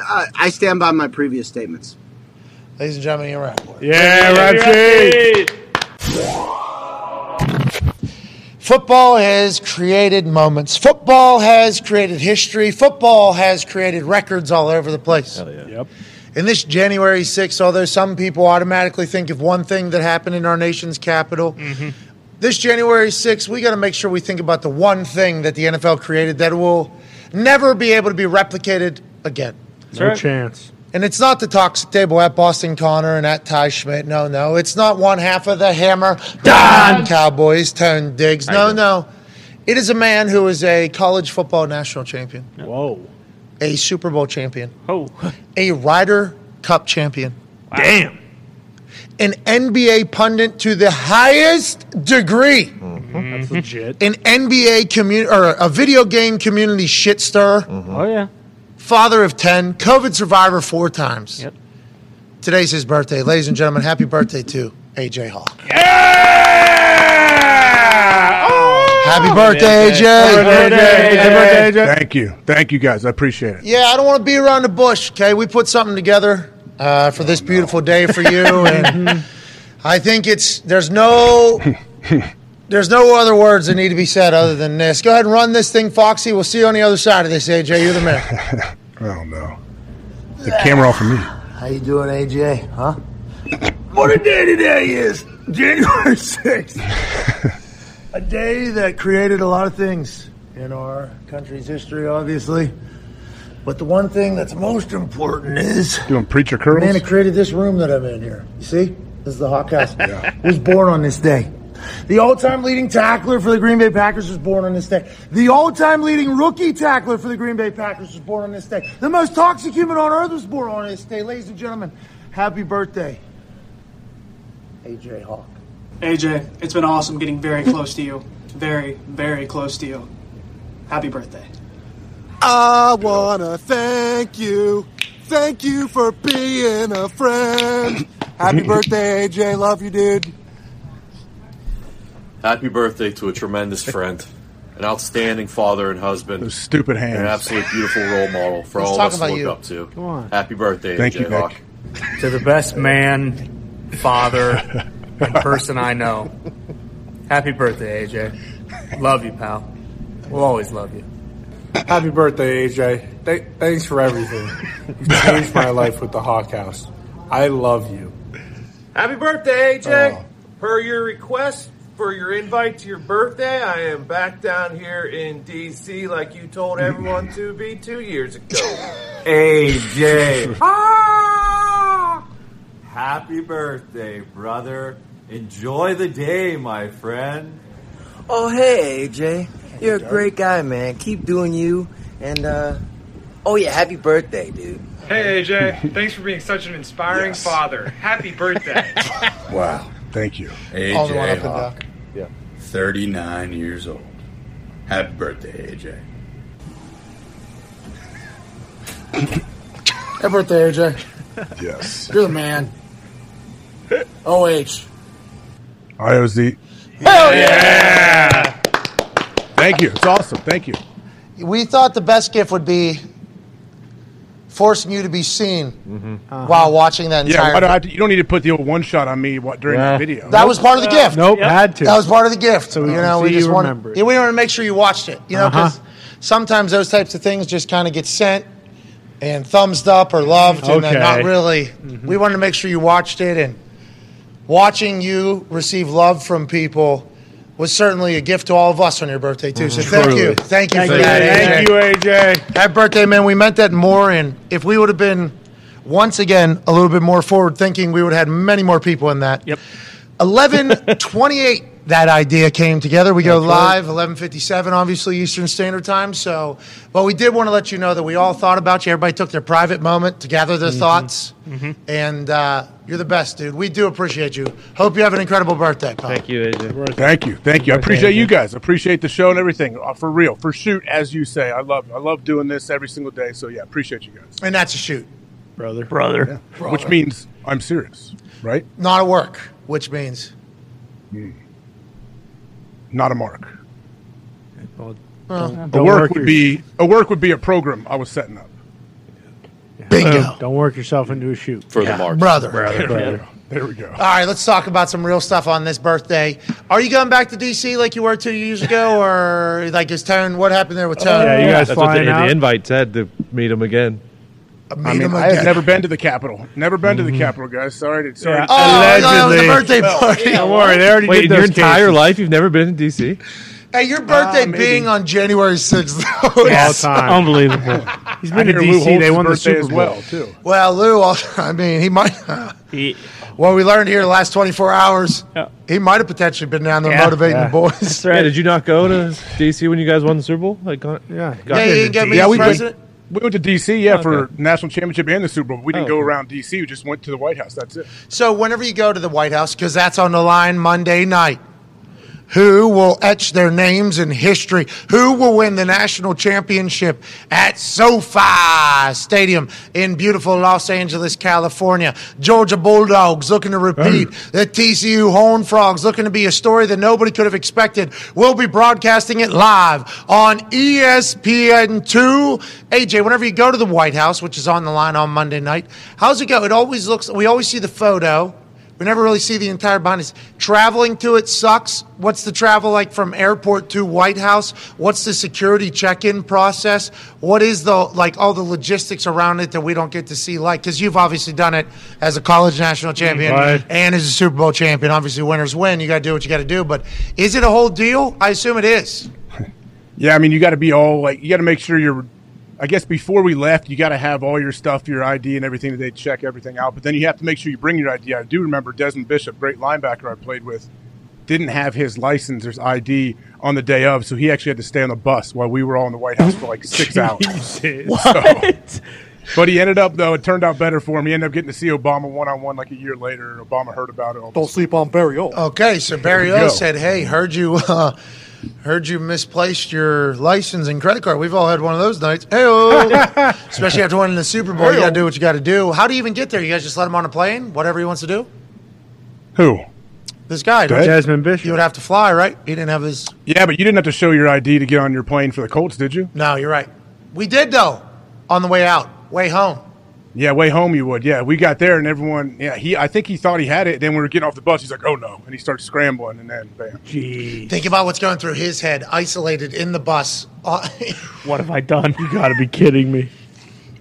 [SPEAKER 8] Uh, I stand by my previous statements.
[SPEAKER 1] Ladies and gentlemen, you're right.
[SPEAKER 2] Yeah, Rapshi.
[SPEAKER 1] Football has created moments. Football has created history. Football has created records all over the place.
[SPEAKER 2] Yep.
[SPEAKER 1] In this January 6th, although some people automatically think of one thing that happened in our nation's capital, this January 6th, we got to make sure we think about the one thing that the NFL created that will never be able to be replicated again.
[SPEAKER 2] No chance.
[SPEAKER 1] And it's not the toxic table at Boston Connor and at Ty Schmidt. No, no. It's not one half of the hammer. Don Cowboys turn digs. No, no. It is a man who is a college football national champion,
[SPEAKER 2] Whoa.
[SPEAKER 1] a Super Bowl champion,
[SPEAKER 4] Oh,
[SPEAKER 1] a Ryder Cup champion,
[SPEAKER 2] Damn.
[SPEAKER 1] an NBA pundit to the highest degree.
[SPEAKER 2] That's legit.
[SPEAKER 1] an NBA community or a video game community shit stir,
[SPEAKER 4] oh yeah.
[SPEAKER 1] father of 10, COVID survivor four times.
[SPEAKER 4] Yep.
[SPEAKER 1] Today's his birthday. Ladies and gentlemen, happy birthday to AJ Hall. Happy birthday, AJ.
[SPEAKER 11] Thank you. Thank you guys. I appreciate it.
[SPEAKER 1] Yeah, I don't want to be around the bush, okay? We put something together uh, for this beautiful day for you. and I think it's, there's no. There's no other words that need to be said other than this. Go ahead and run this thing, Foxy. We'll see you on the other side of this, AJ. You're the man.
[SPEAKER 11] Oh no. The camera off of me.
[SPEAKER 7] How you doing, AJ? Huh?
[SPEAKER 12] What a day today is! January 6th. a day that created a lot of things in our country's history, obviously. But the one thing that's most important is
[SPEAKER 11] Doing preacher
[SPEAKER 12] the man
[SPEAKER 11] curls.
[SPEAKER 12] that created this room that I'm in here. You see? This is the Hawk House. Was born on this day. The all-time leading tackler for the Green Bay Packers was born on this day. The all-time leading rookie tackler for the Green Bay Packers was born on this day. The most toxic human on earth was born on this day. Ladies and gentlemen, happy birthday, AJ Hawk.
[SPEAKER 13] AJ, it's been awesome getting very close to you. Very, very close to you. Happy birthday.
[SPEAKER 5] I wanna thank you. Thank you for being a friend. Happy birthday, AJ. Love you, dude.
[SPEAKER 6] Happy birthday to a tremendous friend, an outstanding father and husband,
[SPEAKER 11] Those stupid
[SPEAKER 6] and an
[SPEAKER 11] hands.
[SPEAKER 6] absolute beautiful role model for
[SPEAKER 1] Let's
[SPEAKER 6] all
[SPEAKER 1] talk
[SPEAKER 6] of us
[SPEAKER 1] about
[SPEAKER 6] to look
[SPEAKER 1] you.
[SPEAKER 6] up to. Happy birthday,
[SPEAKER 11] Thank you,
[SPEAKER 6] AJ Hawk.
[SPEAKER 11] Nick.
[SPEAKER 12] To the best man, father, and person I know. Happy birthday, AJ. Love you, pal. We'll always love you.
[SPEAKER 7] Happy birthday, AJ. Th- thanks for everything. You changed my life with the Hawk House. I love you.
[SPEAKER 14] Happy birthday, AJ! Per your request for your invite to your birthday, I am back down here in DC like you told everyone to be two years ago.
[SPEAKER 12] AJ.
[SPEAKER 14] Happy birthday, brother. Enjoy the day, my friend.
[SPEAKER 12] Oh, hey, AJ. You're a great guy, man. Keep doing you. And, uh, oh, yeah, happy birthday, dude.
[SPEAKER 14] Hey, AJ. Thanks for being such an inspiring father. Happy birthday.
[SPEAKER 11] Wow. Thank you.
[SPEAKER 1] All the one
[SPEAKER 12] AJ
[SPEAKER 1] up and
[SPEAKER 12] Hawk,
[SPEAKER 1] back.
[SPEAKER 12] 39 years old. Happy birthday, AJ.
[SPEAKER 7] Happy birthday, AJ.
[SPEAKER 11] Yes.
[SPEAKER 7] You're the man. OH.
[SPEAKER 11] IOZ.
[SPEAKER 1] Hell yeah!
[SPEAKER 11] Thank you. It's awesome. Thank you.
[SPEAKER 1] We thought the best gift would be forcing you to be seen while watching that
[SPEAKER 11] Mm-hmm. Yeah.
[SPEAKER 1] entire.
[SPEAKER 11] Why do I have to, you don't need to put the old one shot on me what, during
[SPEAKER 2] Yeah.
[SPEAKER 11] the video.
[SPEAKER 1] that was part of the gift.
[SPEAKER 2] Nope. Had to.
[SPEAKER 1] That was part of the gift.
[SPEAKER 2] we
[SPEAKER 1] you
[SPEAKER 2] can
[SPEAKER 1] know, we
[SPEAKER 2] see
[SPEAKER 1] just
[SPEAKER 2] you
[SPEAKER 1] wanted,
[SPEAKER 2] remember it.
[SPEAKER 1] yeah, we wanted to make sure you watched it. You know,
[SPEAKER 2] Uh-huh.
[SPEAKER 1] because sometimes those types of things just kind of get sent and thumbs up or loved, and then
[SPEAKER 2] Okay. Mm-hmm.
[SPEAKER 1] not really. We wanted to make sure you watched it, and watching you receive love from people was certainly a gift to all of us on your birthday too. So thank you, thank you for that. AJ.
[SPEAKER 2] Thank you, AJ.
[SPEAKER 1] Happy birthday, man. We meant that more. And if we would have been, once again, a little bit more forward thinking, we would have had many more people in that.
[SPEAKER 4] Yep.
[SPEAKER 1] 1128, that idea came together. We go live, 1157, obviously, Eastern Standard Time. So, but we did want to let you know that we all thought about you. Everybody took their private moment to gather their thoughts. And uh, you're the best, dude. We do appreciate you. Hope you have an incredible birthday, pal.
[SPEAKER 3] Thank you, AJ.
[SPEAKER 11] Thank you. Thank you. I appreciate you guys. I appreciate the show and everything. Uh, for real. For shoot, as you say. I love I love doing this every single day. So yeah, appreciate you guys.
[SPEAKER 1] And that's a shoot,
[SPEAKER 2] Brother.
[SPEAKER 4] brother.
[SPEAKER 11] Which means I'm serious, right?
[SPEAKER 1] not a work, which means.
[SPEAKER 11] Not a mark.
[SPEAKER 2] Don't
[SPEAKER 11] A
[SPEAKER 2] work
[SPEAKER 11] work would
[SPEAKER 2] your-
[SPEAKER 11] be a work would be a program I was setting up.
[SPEAKER 1] Bingo.
[SPEAKER 2] Don't work yourself into a shoot.
[SPEAKER 6] For the mark.
[SPEAKER 1] Brother.
[SPEAKER 11] There we go.
[SPEAKER 1] All right, let's talk about some real stuff on this birthday. Are you going back to DC like you were two years ago, or like is Tone? What happened there with Tone?
[SPEAKER 2] Yeah, you guys
[SPEAKER 3] That's what
[SPEAKER 2] flying
[SPEAKER 3] the, the
[SPEAKER 2] out.
[SPEAKER 3] invite said to meet him again.
[SPEAKER 1] Meet
[SPEAKER 11] I mean,
[SPEAKER 1] him
[SPEAKER 11] I have
[SPEAKER 1] again.
[SPEAKER 11] never been to the Capitol. Never been to the
[SPEAKER 2] Mm-hmm.
[SPEAKER 11] Capitol, guys. Sorry. To, sorry. to-
[SPEAKER 1] oh, no, it was
[SPEAKER 2] Allegedly.
[SPEAKER 1] the birthday party.
[SPEAKER 2] Don't worry, they already
[SPEAKER 3] Wait,
[SPEAKER 2] did
[SPEAKER 3] your
[SPEAKER 2] those
[SPEAKER 3] entire
[SPEAKER 2] cases.
[SPEAKER 3] life you've never been in DC?
[SPEAKER 1] Hey, your birthday
[SPEAKER 11] maybe.
[SPEAKER 1] being on January 6th, though.
[SPEAKER 2] Yes. All
[SPEAKER 3] Oh.
[SPEAKER 2] time. Unbelievable. He's been I to hear Lou DC. Holtz's They won the birthday Super as Bowl. well, too.
[SPEAKER 1] Well, Lou, also- I mean, he might. what we learned here the last 24 hours, he might have potentially been down there motivating the boys.
[SPEAKER 3] That's right. did you not go to DC when you guys won the Super Bowl? Like, uh, yeah,
[SPEAKER 1] Yeah, you didn't get me as
[SPEAKER 11] we went,
[SPEAKER 1] president?
[SPEAKER 11] we went to D.C. Yeah,
[SPEAKER 3] Oh,
[SPEAKER 11] for
[SPEAKER 3] okay.
[SPEAKER 11] national championship and the Super Bowl. We didn't
[SPEAKER 1] Oh,
[SPEAKER 11] go
[SPEAKER 1] okay.
[SPEAKER 11] around D.C. We just went to the White House. That's it.
[SPEAKER 1] So, whenever you go to the White House, because that's on the line Monday night, who will etch their names in history? Who will win the national championship at SoFi Stadium in beautiful Los Angeles, California? Georgia Bulldogs looking to repeat. The TCU Horn Frogs looking to be a story that nobody could have expected. We'll be broadcasting it live on E ESPN2. AJ, whenever you go to the White House, which is on the line on Monday night, how's it go? It always looks, we always see the photo. We never really see the entire behind us. Traveling to it sucks. What's the travel like from airport to White House? What's the security check-in process? What is the like all the logistics around it that we don't get to see like? Because you've obviously done it as a college national champion
[SPEAKER 2] Right.
[SPEAKER 1] and as a Super Bowl champion. Obviously, winners win. You got to do what you got to do. But is it a whole deal? I assume it is.
[SPEAKER 11] Yeah, I mean, you got to be all like, you got to make sure you're. I guess before we left, you got to have all your stuff, your ID and everything that they check everything out. But then you have to make sure you bring your ID. I do remember Desmond Bishop, great linebacker I played with, didn't have his license or his ID on the day of, so he actually had to stay on the bus while we were all in the White House for like six hours. So- but he ended up though; it turned out better for him. He ended up getting to see Obama one on one like a year later. and Obama heard about it.
[SPEAKER 1] Don't sleep on Barry O. Okay, so Barry
[SPEAKER 11] There we
[SPEAKER 1] O
[SPEAKER 11] go.
[SPEAKER 1] said, "Hey, heard you, uh, heard you misplaced your license and credit card. We've all had one of those nights. Hey, especially after winning the Super Bowl, you got to do what you got to do. How do you even get there? You guys just let him on a plane, whatever he wants to do.
[SPEAKER 11] Who?
[SPEAKER 1] This guy, don't you?
[SPEAKER 11] Desmond
[SPEAKER 2] Bishop.
[SPEAKER 1] You would have to fly, right? He didn't have his.
[SPEAKER 11] Yeah, but you didn't have to show your ID to get on your plane for the Colts, did you?
[SPEAKER 1] No, you're right. We did though, on the way out, way home.
[SPEAKER 11] Yeah, way home you would. Yeah, we got there and everyone. Yeah, he. I think he thought he had it. Then we were getting off the bus. He's like, "Oh no!" And he starts scrambling, and then bam.
[SPEAKER 2] Jeez.
[SPEAKER 1] Think about what's going through his head, isolated in the bus. Uh,
[SPEAKER 2] What have I done? You got to be kidding me.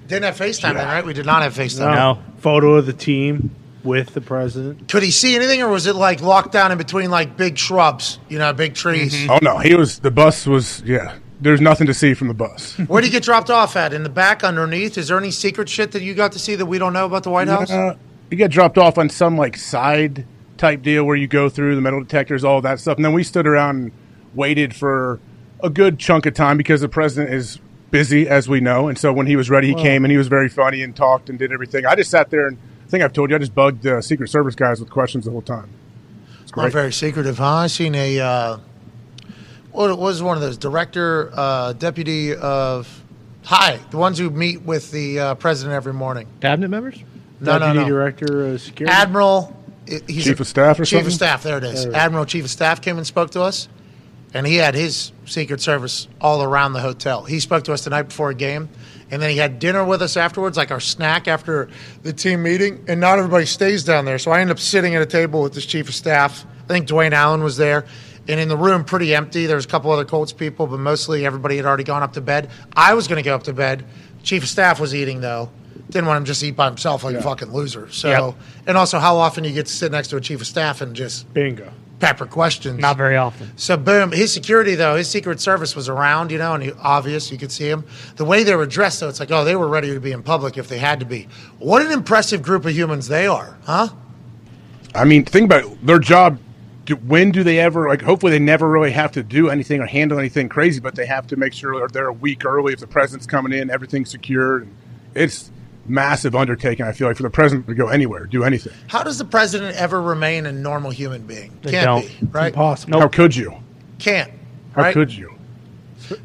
[SPEAKER 1] didn't have FaceTime then, right? We did not have FaceTime.
[SPEAKER 2] Photo of the team with the president.
[SPEAKER 1] Could he see anything, or was it like locked down in between like big shrubs, you know, big trees?
[SPEAKER 11] Oh no, he was. The bus was. Yeah, there's nothing to see from the bus.
[SPEAKER 1] Where do you get dropped off at? In the back, underneath? Is there any secret shit that you got to see that we don't know about the White House?
[SPEAKER 11] Uh, you got dropped off on some like side type deal where you go through the metal detectors, all that stuff, and then we stood around and waited for a good chunk of time because the president is busy, as we know, and so when he was ready, he
[SPEAKER 15] Wow.
[SPEAKER 11] came and he was very funny and talked and did everything. I just sat there and I think I've told you I just bugged the Secret Service guys with questions the whole time.
[SPEAKER 1] Not very secretive, huh? I seen a uh, what was one of those director, uh, deputy of hi, the ones who meet with the uh, president every morning.
[SPEAKER 3] Cabinet members?
[SPEAKER 1] No, no,
[SPEAKER 2] Deputy
[SPEAKER 1] no.
[SPEAKER 2] Director of Security.
[SPEAKER 1] Admiral, i- he's
[SPEAKER 11] Chief
[SPEAKER 1] a-
[SPEAKER 11] of staff or
[SPEAKER 1] Chief
[SPEAKER 11] something?
[SPEAKER 1] of staff. There it is.
[SPEAKER 11] There it is.
[SPEAKER 1] Admiral, chief of staff came and spoke to us, and he had his Secret Service all around the hotel. He spoke to us the night before a game, and then he had dinner with us afterwards, like our snack after the team meeting. And not everybody stays down there, so I ended up sitting at a table with this chief of staff. I think Dwayne Allen was there. And in the room, pretty empty. There was a couple other Colts people, but mostly everybody had already gone up to bed. I was going to go up to bed. Chief of staff was eating though. Didn't want him to just eat by himself like a
[SPEAKER 2] Yeah.
[SPEAKER 1] fucking loser. So,
[SPEAKER 2] Yep.
[SPEAKER 1] and also how often you get to sit next to a chief of staff and just
[SPEAKER 2] bingo
[SPEAKER 1] pepper questions.
[SPEAKER 4] Not very often.
[SPEAKER 1] So boom, his security though, his Secret Service was around, you know, and he, obvious you could see him. The way they were dressed though, it's like, oh, they were ready to be in public if they had to be. What an impressive group of humans they are, huh?
[SPEAKER 11] I mean, think about it. their job. Do, when do they ever like? Hopefully, they never really have to do anything or handle anything crazy, but they have to make sure that they're a week early if the president's coming in, everything's secured. And it's massive undertaking. I feel like for the president to go anywhere, do anything.
[SPEAKER 1] How does the president ever remain a normal human being?
[SPEAKER 11] They
[SPEAKER 1] Can't
[SPEAKER 11] don't.
[SPEAKER 1] be, right?
[SPEAKER 2] Oh.
[SPEAKER 11] How could you?
[SPEAKER 1] Can't.
[SPEAKER 11] How
[SPEAKER 1] right?
[SPEAKER 11] could you?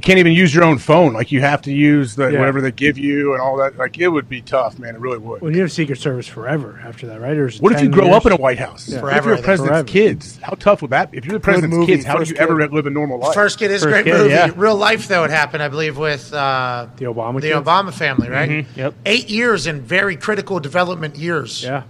[SPEAKER 11] Can't even use your own phone. Like you have to use the
[SPEAKER 2] Yeah.
[SPEAKER 11] whatever they give you and all that. Like it would be tough, man. It really would.
[SPEAKER 2] Well, you have Secret Service forever after that, right? Or is it
[SPEAKER 11] What if you
[SPEAKER 2] 10
[SPEAKER 11] grow
[SPEAKER 2] years?
[SPEAKER 11] up in a White House?
[SPEAKER 2] Yeah.
[SPEAKER 11] What if you're a president's kids? How tough would that be? If you're the president's
[SPEAKER 2] movie,
[SPEAKER 11] kids, how do
[SPEAKER 2] first
[SPEAKER 11] you ever
[SPEAKER 2] kid.
[SPEAKER 11] live a normal life?
[SPEAKER 1] First Kid is a great movie. Real life, though, it happened, I believe, with uh,
[SPEAKER 2] the Obama
[SPEAKER 1] the
[SPEAKER 2] kids?
[SPEAKER 1] Obama family, right?
[SPEAKER 2] Mhm. Yep.
[SPEAKER 1] Eight years in very critical development years. Yeah.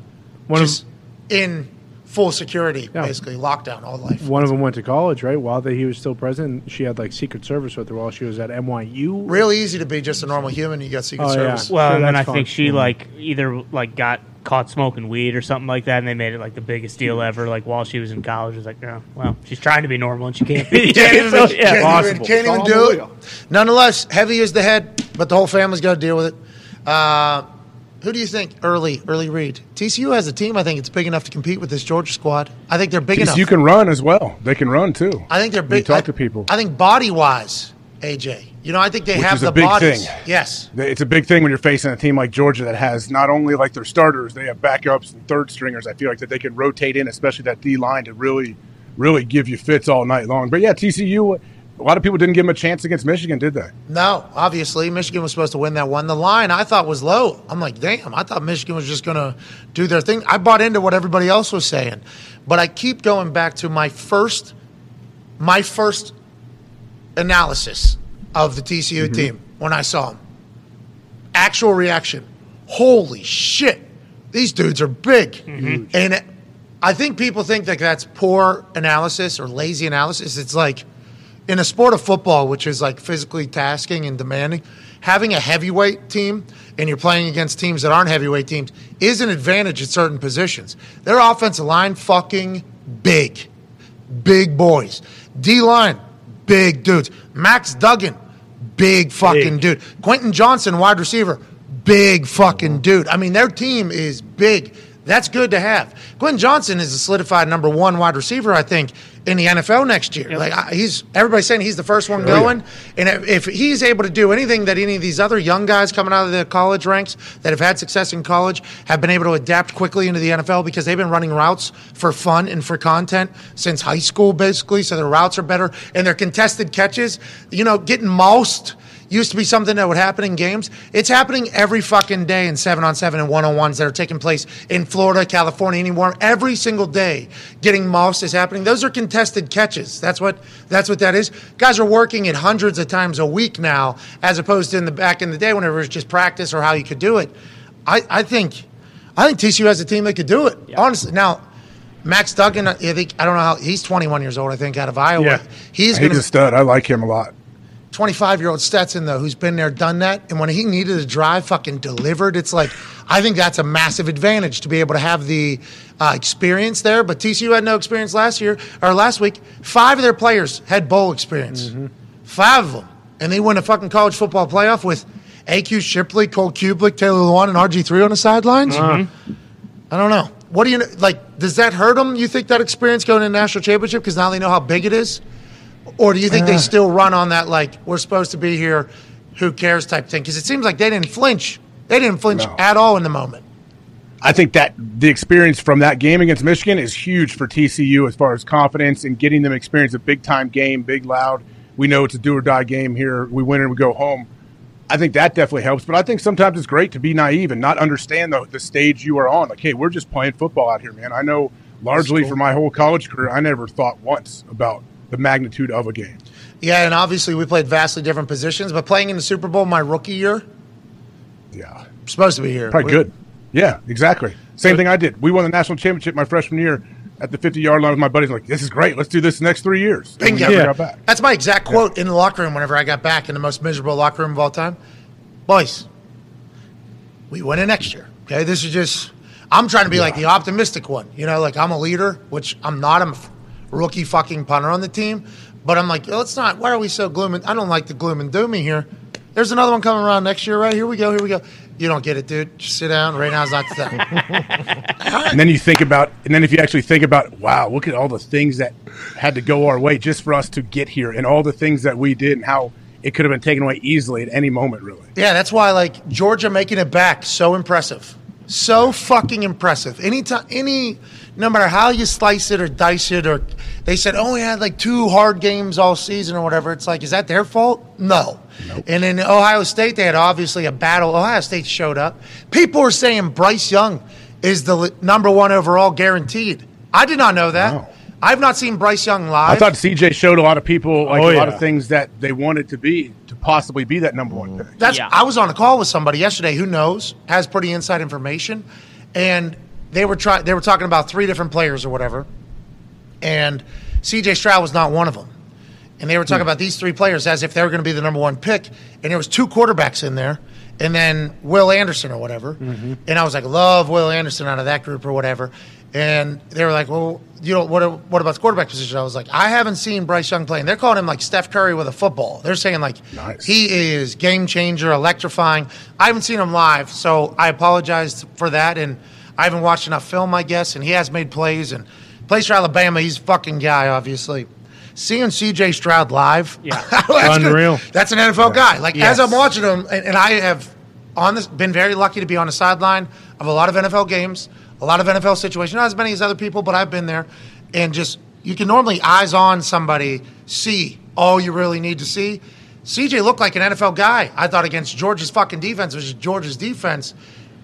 [SPEAKER 2] One of-
[SPEAKER 1] just in full security, basically lockdown all life.
[SPEAKER 2] One of them went to college, right? While they, he was still president, she had like Secret Service with her while she was at NYU.
[SPEAKER 1] Real easy to be just a normal human. You got Secret
[SPEAKER 2] Oh, yeah.
[SPEAKER 1] Service.
[SPEAKER 2] So
[SPEAKER 4] Well, and then
[SPEAKER 2] that's
[SPEAKER 4] I think
[SPEAKER 2] fun.
[SPEAKER 4] she
[SPEAKER 2] Mhm.
[SPEAKER 4] like either like got caught smoking weed or something like that, and they made it like the biggest deal ever. Like while she was in college, it's like, oh, well, she's trying to be normal and she can't be.
[SPEAKER 1] Can't even,
[SPEAKER 4] So,
[SPEAKER 1] can't even-
[SPEAKER 4] possible.
[SPEAKER 1] can't even do it. Nonetheless, heavy is the head, but the whole family's got to deal with it. Uh, who do you think? Early, early read. TCU has a team. I think it's big enough to compete with this Georgia squad. I think they're big enough.
[SPEAKER 11] You can run as well. They can run too.
[SPEAKER 1] I think they're
[SPEAKER 11] When
[SPEAKER 1] big.
[SPEAKER 11] You talk
[SPEAKER 1] I-
[SPEAKER 11] to people.
[SPEAKER 1] I think body wise, AJ. You know, I think they
[SPEAKER 11] Which
[SPEAKER 1] have
[SPEAKER 11] is a
[SPEAKER 1] the
[SPEAKER 11] big
[SPEAKER 1] bodies.
[SPEAKER 11] thing.
[SPEAKER 1] Yes.
[SPEAKER 11] They- It's a big thing when you're facing a team like Georgia that has not only like their starters, they have backups and third stringers. I feel like that they can rotate in, especially that D line to really, really give you fits all night long. But yeah, TCU. A lot of people didn't give them a chance against Michigan, did they?
[SPEAKER 1] No, obviously Michigan was supposed to win that one. The line I thought was low. I'm like, damn, I thought Michigan was just going to do their thing. I bought into what everybody else was saying, but I keep going back to my first, my first analysis of the TCU
[SPEAKER 15] Mhm.
[SPEAKER 1] team when I saw them. Actual reaction. Holy shit, these dudes are big. And it- I think people think that that's poor analysis or lazy analysis. It's like in a sport of football, which is like physically tasking and demanding, having a heavyweight team and you're playing against teams that aren't heavyweight teams is an advantage at certain positions. Their offensive line fucking big. Big boys. D line, big dudes. Max Duggan, big fucking dude. Quentin Johnson, wide receiver, big fucking dude. I mean, their team is big. That's good to have. Quentin Johnson is a solidified number one wide receiver, I think, in the NFL next year. Like I, he's everybody's saying he's the first one
[SPEAKER 15] yeah.
[SPEAKER 1] going, and if, if he's able to do anything that any of these other young guys coming out of the college ranks that have had success in college have been able to adapt quickly into the NFL because they've been running routes for fun and for content since high school, basically. So their routes are better and their contested catches. You know, getting moused used to be something that would happen in games. It's happening every fucking day in seven on seven and one on ones that are taking place in Florida, California, anywhere. Every single day, getting moss is happening. Those are contested catches. That's what that's what that is. Guys are working it hundreds of times a week now, as opposed to in the back in the day whenever it was just practice or how you could do it. I, I think I think TCU has a team that could do it. Honestly, now. Max Duggan, I think I don't know how he's 21 years old. I think out of Iowa, he's
[SPEAKER 11] He's,
[SPEAKER 1] going
[SPEAKER 11] a
[SPEAKER 1] to
[SPEAKER 11] stud. I like him a lot.
[SPEAKER 1] 25 year old Stetson, though, who's been there, done that. And when he needed a drive, fucking delivered. It's like, I think that's a massive advantage to be able to have the uh, experience there. But TCU had no experience last year or last week. Five of their players had bowl experience. Five of them. And they win a fucking college football playoff with AQ Shipley, Cole Kublik, Taylor Lewan, and RG3 on the sidelines.
[SPEAKER 2] Uh-huh.
[SPEAKER 1] I don't know. What do you like? Does that hurt them? You think that experience going to the national championship because now they know how big it is? Or do you think they
[SPEAKER 15] Uh.
[SPEAKER 1] still run on that like we're supposed to be here, who cares type thing? Because it seems like they didn't flinch. They didn't flinch at all in the moment.
[SPEAKER 11] I think that the experience from that game against Michigan is huge for TCU as far as confidence and getting them experience a big time game, big loud. We know it's a do or die game here. We win and we go home. I think that definitely helps, but I think sometimes it's great to be naive and not understand the, the stage you are on. Like, hey, we're just playing football out here, man. I know largely for my whole college career, I never thought once about the magnitude of a game.
[SPEAKER 1] Yeah, and obviously we played vastly different positions, but playing in the Super Bowl my rookie year,
[SPEAKER 11] yeah,
[SPEAKER 1] supposed to be here.
[SPEAKER 11] Probably
[SPEAKER 1] We-
[SPEAKER 11] good. Yeah, exactly. Same thing I did. We won the national championship my freshman year at the 50 yard line with my buddies. Like, this is great. Let's do this the next three years. And we
[SPEAKER 1] Bingo.
[SPEAKER 11] never got back.
[SPEAKER 1] That's my exact quote in the locker room whenever I got back in the most miserable locker room of all time. Boys, we went in next year. Okay. This is just, I'm trying to be like the optimistic one. You know, like I'm a leader, which I'm not. I'm a f- rookie fucking punter on the team. But I'm like, let's not, why are we so gloom and, I don't like the gloom and doomy here. There's another one coming around next year, right? Here we go. Here we go. You don't get it, dude. Just sit down. Right now's not the time.
[SPEAKER 11] And then you think about, and then if you actually think about, wow, look at all the things that had to go our way just for us to get here and all the things that we did and how it could have been taken away easily at any moment, really.
[SPEAKER 1] Yeah, that's why like Georgia making it back so impressive. So fucking impressive. Anytime any no matter how you slice it or dice it or they said, "Oh, we had like two hard games all season or whatever." It's like, is that their fault? No. And in Ohio State, they had obviously a battle. Ohio State showed up. People were saying Bryce Young is the li- number 1 overall guaranteed. I did not know that. I've not seen Bryce Young live.
[SPEAKER 11] I thought CJ showed a lot of people, like
[SPEAKER 1] Oh,
[SPEAKER 11] a lot
[SPEAKER 1] yeah.
[SPEAKER 11] of things that they wanted to be, to possibly be that number one pick.
[SPEAKER 1] That's I was on a call with somebody yesterday who knows has pretty inside information, and they were try they were talking about three different players or whatever, and C.J. Stroud was not one of them, and they were talking about these three players as if they were going to be the number one pick, and there was two quarterbacks in there, and then Will Anderson or whatever. And I was like, love Will Anderson out of that group or whatever. And they were like, well, you know, what, what about the quarterback position? I was like, I haven't seen Bryce Young playing. They're calling him like Steph Curry with a football. They're saying like he is game changer, electrifying. I haven't seen him live, so I apologize for that. And I haven't watched enough film, I guess. And he has made plays and plays for Alabama. He's a fucking guy, obviously. Seeing CJ Stroud live, yeah,
[SPEAKER 2] Unreal.
[SPEAKER 1] That's an NFL guy. Like
[SPEAKER 2] Yes.
[SPEAKER 1] as I'm watching him, and, and I have on this been very lucky to be on the sideline of a lot of NFL games, a lot of NFL situations. Not as many as other people, but I've been there, and just you can normally eyes on somebody, see all you really need to see. CJ looked like an NFL guy. I thought against Georgia's fucking defense, which is Georgia's defense.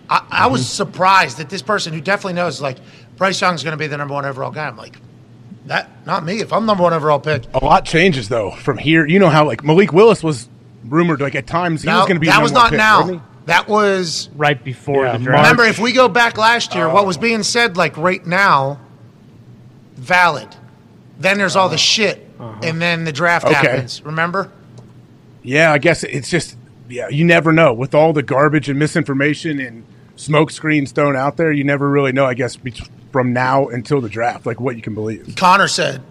[SPEAKER 1] I, I was surprised that this person who definitely knows, like Bryce Young's going to be the number one overall guy. I'm like, that not me. If I'm number one overall pick,
[SPEAKER 11] A lot changes though from here. You know how like Malik Willis was rumored like at times he
[SPEAKER 1] Now-
[SPEAKER 11] was going to be
[SPEAKER 1] that
[SPEAKER 11] the
[SPEAKER 1] was
[SPEAKER 11] number one
[SPEAKER 1] not
[SPEAKER 11] pick, wasn't he?
[SPEAKER 1] now. That was
[SPEAKER 4] right before
[SPEAKER 11] Yeah,
[SPEAKER 4] the draft.
[SPEAKER 1] Remember, if we go back last year, what was
[SPEAKER 11] Oh.
[SPEAKER 1] being said like right now, valid. Then there's all the shit, and then the draft
[SPEAKER 11] Uh-huh. Okay.
[SPEAKER 1] happens. Remember?
[SPEAKER 11] Yeah, I guess it's just yeah, you never know with all the garbage and misinformation and smoke screens thrown out there. You never really know. I guess bet- from now until the draft, like what you can believe.
[SPEAKER 1] Connor said,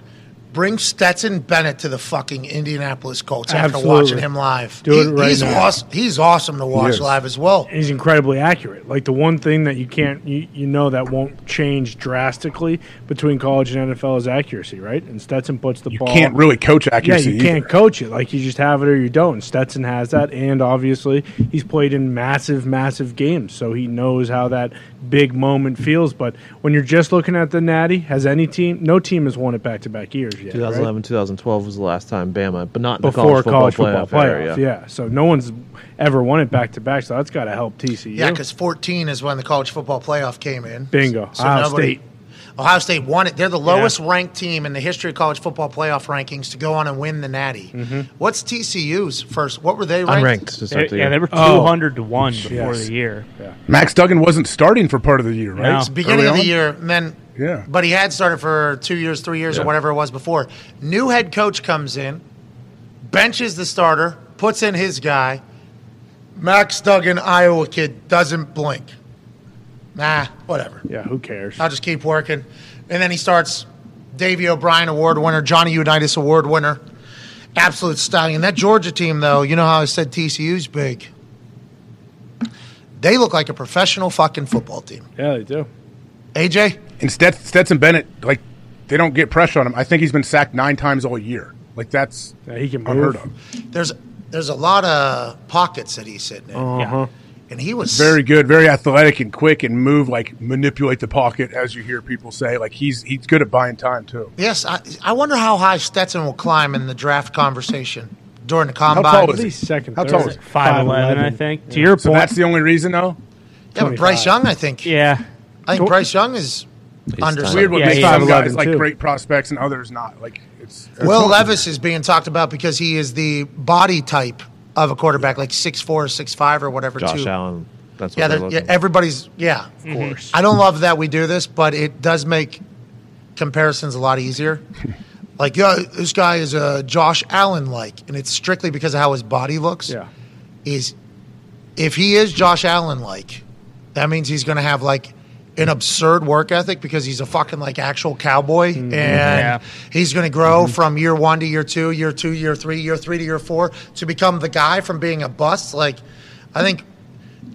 [SPEAKER 1] "Bring Stetson Bennett to the fucking Indianapolis Colts after
[SPEAKER 2] Absolutely.
[SPEAKER 1] watching him live.
[SPEAKER 2] Do it right
[SPEAKER 1] he's
[SPEAKER 2] now.
[SPEAKER 1] awesome. He's awesome to watch
[SPEAKER 2] is.
[SPEAKER 1] live as well.
[SPEAKER 2] He's incredibly accurate. Like the one thing that you can't, you, you know, that won't change drastically between college and NFL is accuracy, right? And Stetson puts the ball.
[SPEAKER 11] can't really coach accuracy
[SPEAKER 2] Yeah, you can't coach it. Like you just have it or you don't. Stetson has that, and obviously he's played in massive, massive games, so he knows how that big moment feels. But when you're just looking at the Natty, has any team? No team has won it back to back years yet. right?
[SPEAKER 3] 2011, 2012 was the last time Bama, but not in the
[SPEAKER 2] before
[SPEAKER 3] college football,
[SPEAKER 2] college football,
[SPEAKER 3] playoff,
[SPEAKER 2] playoff.
[SPEAKER 3] area.
[SPEAKER 2] yeah. So no one's ever won it back to back. So that's got to help TCU.
[SPEAKER 1] Yeah, because 14 is when the college football playoff came in.
[SPEAKER 2] Bingo. Ohio State.
[SPEAKER 1] Ohio State won it. They're the lowest ranked team in the history of college football playoff rankings to go on and win the Natty. What's TCU's first? What were they ranked?
[SPEAKER 3] Unranked to
[SPEAKER 4] Yeah,
[SPEAKER 3] start the year.
[SPEAKER 4] they were two
[SPEAKER 1] Oh.
[SPEAKER 4] hundred to one before
[SPEAKER 1] Yes.
[SPEAKER 4] the year.
[SPEAKER 11] Max Duggan wasn't starting for part of the year, right?
[SPEAKER 1] It's the beginning
[SPEAKER 11] Early
[SPEAKER 1] of the
[SPEAKER 11] on?
[SPEAKER 1] year, and then
[SPEAKER 11] Yeah.
[SPEAKER 1] but he had started for two years, three years,
[SPEAKER 11] Yeah.
[SPEAKER 1] or whatever it was before. New head coach comes in, benches the starter, puts in his guy. Max Duggan, Iowa kid, doesn't blink. Nah, whatever.
[SPEAKER 2] Yeah, who cares?
[SPEAKER 1] I'll just keep working. And then he starts Davey O'Brien Award winner, Johnny Unitas Award winner, absolute stallion. That Georgia team, though, you know how I said TCU's big. They look like a professional fucking football team.
[SPEAKER 2] Yeah, they do.
[SPEAKER 1] AJ
[SPEAKER 11] and Stet- Stetson Bennett, like they don't get pressure on him. I think he's been sacked nine times all year. Like that's
[SPEAKER 2] he can
[SPEAKER 11] unheard of.
[SPEAKER 1] There's there's a lot of pockets that he's sitting in, and he was
[SPEAKER 11] Oh, very good, very athletic and quick and move like manipulate the pocket as you hear people say. Like he's he's good at buying time too.
[SPEAKER 1] Yes, I, I wonder how high Stetson will climb in the draft conversation during the
[SPEAKER 11] How
[SPEAKER 1] combine.
[SPEAKER 11] tall is he? At least second, How third. tall is he? 5'11", I think. To your So point- that's the only reason, though.
[SPEAKER 1] Yeah, but Bryce
[SPEAKER 11] 25.
[SPEAKER 1] Young, I think.
[SPEAKER 4] Yeah,
[SPEAKER 1] I think Bryce Young is under.
[SPEAKER 11] It's weird what makes some guys like great prospects and others not. Like it's it's
[SPEAKER 1] Will
[SPEAKER 11] one-
[SPEAKER 1] Levis is being talked about because he is the body type of a quarterback, like 6'4", or 6'5", or whatever.
[SPEAKER 3] Josh
[SPEAKER 1] too.
[SPEAKER 3] Allen. That's what
[SPEAKER 1] yeah,
[SPEAKER 3] they're
[SPEAKER 1] they're-
[SPEAKER 3] looking
[SPEAKER 1] yeah, everybody's yeah. Of
[SPEAKER 3] course.
[SPEAKER 1] I don't love that we do this, but it does make comparisons a lot easier. like, yeah, this guy is a Josh Allen like, and it's strictly because of how his body looks. Yeah, is if he is Josh Allen like, that means he's going to have like an absurd work ethic because he's a fucking like actual cowboy and
[SPEAKER 4] Yeah.
[SPEAKER 1] he's going to grow from year 1 to year 2, year 2, year 3, year 3 to year 4 to become the guy from being a bust like I think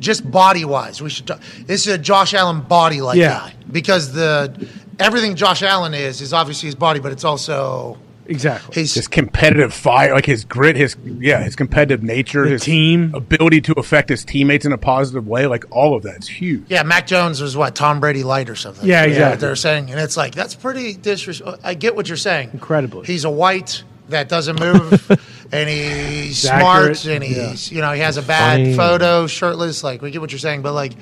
[SPEAKER 1] just body wise, we should. Talk. This is a Josh Allen body like
[SPEAKER 2] Yeah.
[SPEAKER 1] guy because the everything Josh Allen is is obviously his body, but it's also
[SPEAKER 2] Exactly.
[SPEAKER 11] his competitive fire, like his grit, his yeah, his competitive nature, his
[SPEAKER 2] team
[SPEAKER 11] ability to affect his teammates in a positive way, like all of that is huge.
[SPEAKER 1] yeah. Mac Jones was what Tom Brady light or something.
[SPEAKER 11] Yeah,
[SPEAKER 1] Is that
[SPEAKER 11] exactly.
[SPEAKER 1] What they're saying, and it's like that's pretty disrespectful. I get what you're saying.
[SPEAKER 2] Incredibly.
[SPEAKER 1] He's a white that doesn't move, and he's
[SPEAKER 2] He's
[SPEAKER 1] smart,
[SPEAKER 2] accurate,
[SPEAKER 1] and
[SPEAKER 2] yeah.
[SPEAKER 1] he's you know he has a bad
[SPEAKER 2] Funny.
[SPEAKER 1] photo, shirtless. Like we get what you're saying, but like.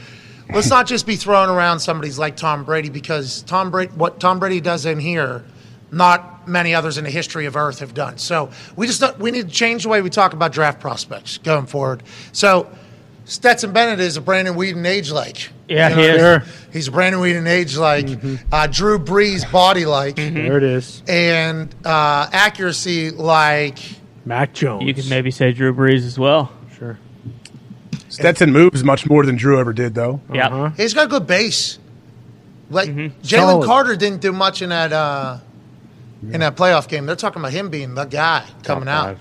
[SPEAKER 1] Let's not just be throwing around somebody's like Tom Brady because Tom Brady, what Tom Brady does in here not many others in the history of Earth have done. So we just don't, we need to change the way we talk about draft prospects going forward. So Stetson Bennett is a Brandon Whedon age like.
[SPEAKER 4] Yeah, he is. Mm-hmm. Sure.
[SPEAKER 1] He's a Brandon Whedon age like. Uh, Drew Brees body like.
[SPEAKER 4] Mm-hmm.
[SPEAKER 2] There it is.
[SPEAKER 1] And uh, accuracy like.
[SPEAKER 2] Mac Jones.
[SPEAKER 4] You could maybe say Drew Brees as well. Sure.
[SPEAKER 11] Stetson moves much more than Drew ever did, though.
[SPEAKER 4] Yeah.
[SPEAKER 1] He's got good base. Like
[SPEAKER 4] Mm-hmm.
[SPEAKER 1] Jalen
[SPEAKER 11] Solid.
[SPEAKER 1] Carter didn't do much in that uh, in that playoff game. They're talking about him being the guy coming out.
[SPEAKER 2] five.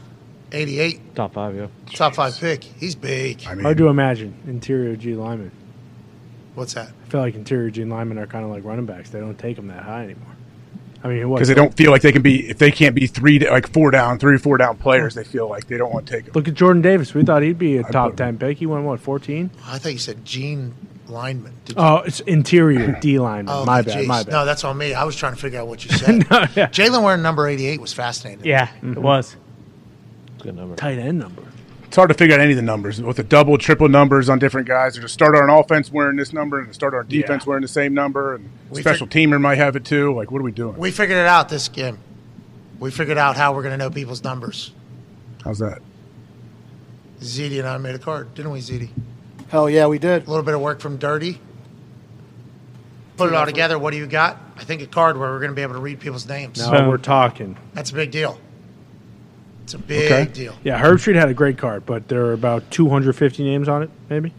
[SPEAKER 1] Eighty eight,
[SPEAKER 3] Top five, yeah.
[SPEAKER 1] top five pick. He's big.
[SPEAKER 2] Hard to imagine interior G linemen.
[SPEAKER 1] What's that?
[SPEAKER 2] I feel like interior G linemen are kind of like running backs. They don't take them that high anymore. I mean, what-
[SPEAKER 11] Because they don't feel like they can be if they can't be three like four down, three four down players. They feel like they don't want to take them.
[SPEAKER 2] Look at Jordan Davis. We thought he'd be a top ten pick. He went what fourteen?
[SPEAKER 1] I thought you said Gene lineman.
[SPEAKER 2] Oh, it's interior D lineman.
[SPEAKER 1] Oh,
[SPEAKER 2] my bad.
[SPEAKER 1] geez.
[SPEAKER 2] My bad.
[SPEAKER 1] No, that's on me. I was trying to figure out what you said. Jalen wearing number eighty eight was fascinating.
[SPEAKER 4] Yeah, it was.
[SPEAKER 3] Good number.
[SPEAKER 2] Tight end number.
[SPEAKER 11] It's hard to figure out any of the numbers with the double, triple numbers on different guys. There's a starter on offense wearing this number, and a starter on defense wearing the same number, and
[SPEAKER 1] We
[SPEAKER 11] special teamer might have it too. Like, what are we doing?
[SPEAKER 1] We figured it out this game. We figured out how we're going to know people's numbers.
[SPEAKER 11] How's that?
[SPEAKER 1] Zedi and I made a card, didn't we, Zedi?
[SPEAKER 15] Hell yeah, we did.
[SPEAKER 1] A little bit of work from Dirty. Put it all together. What do you got? I think a card where we're going to be able to read people's names.
[SPEAKER 2] Now we're talking.
[SPEAKER 1] That's a big deal. It's a big deal.
[SPEAKER 2] Yeah, Herb Street had a great card, but there are about 250 names on it, maybe.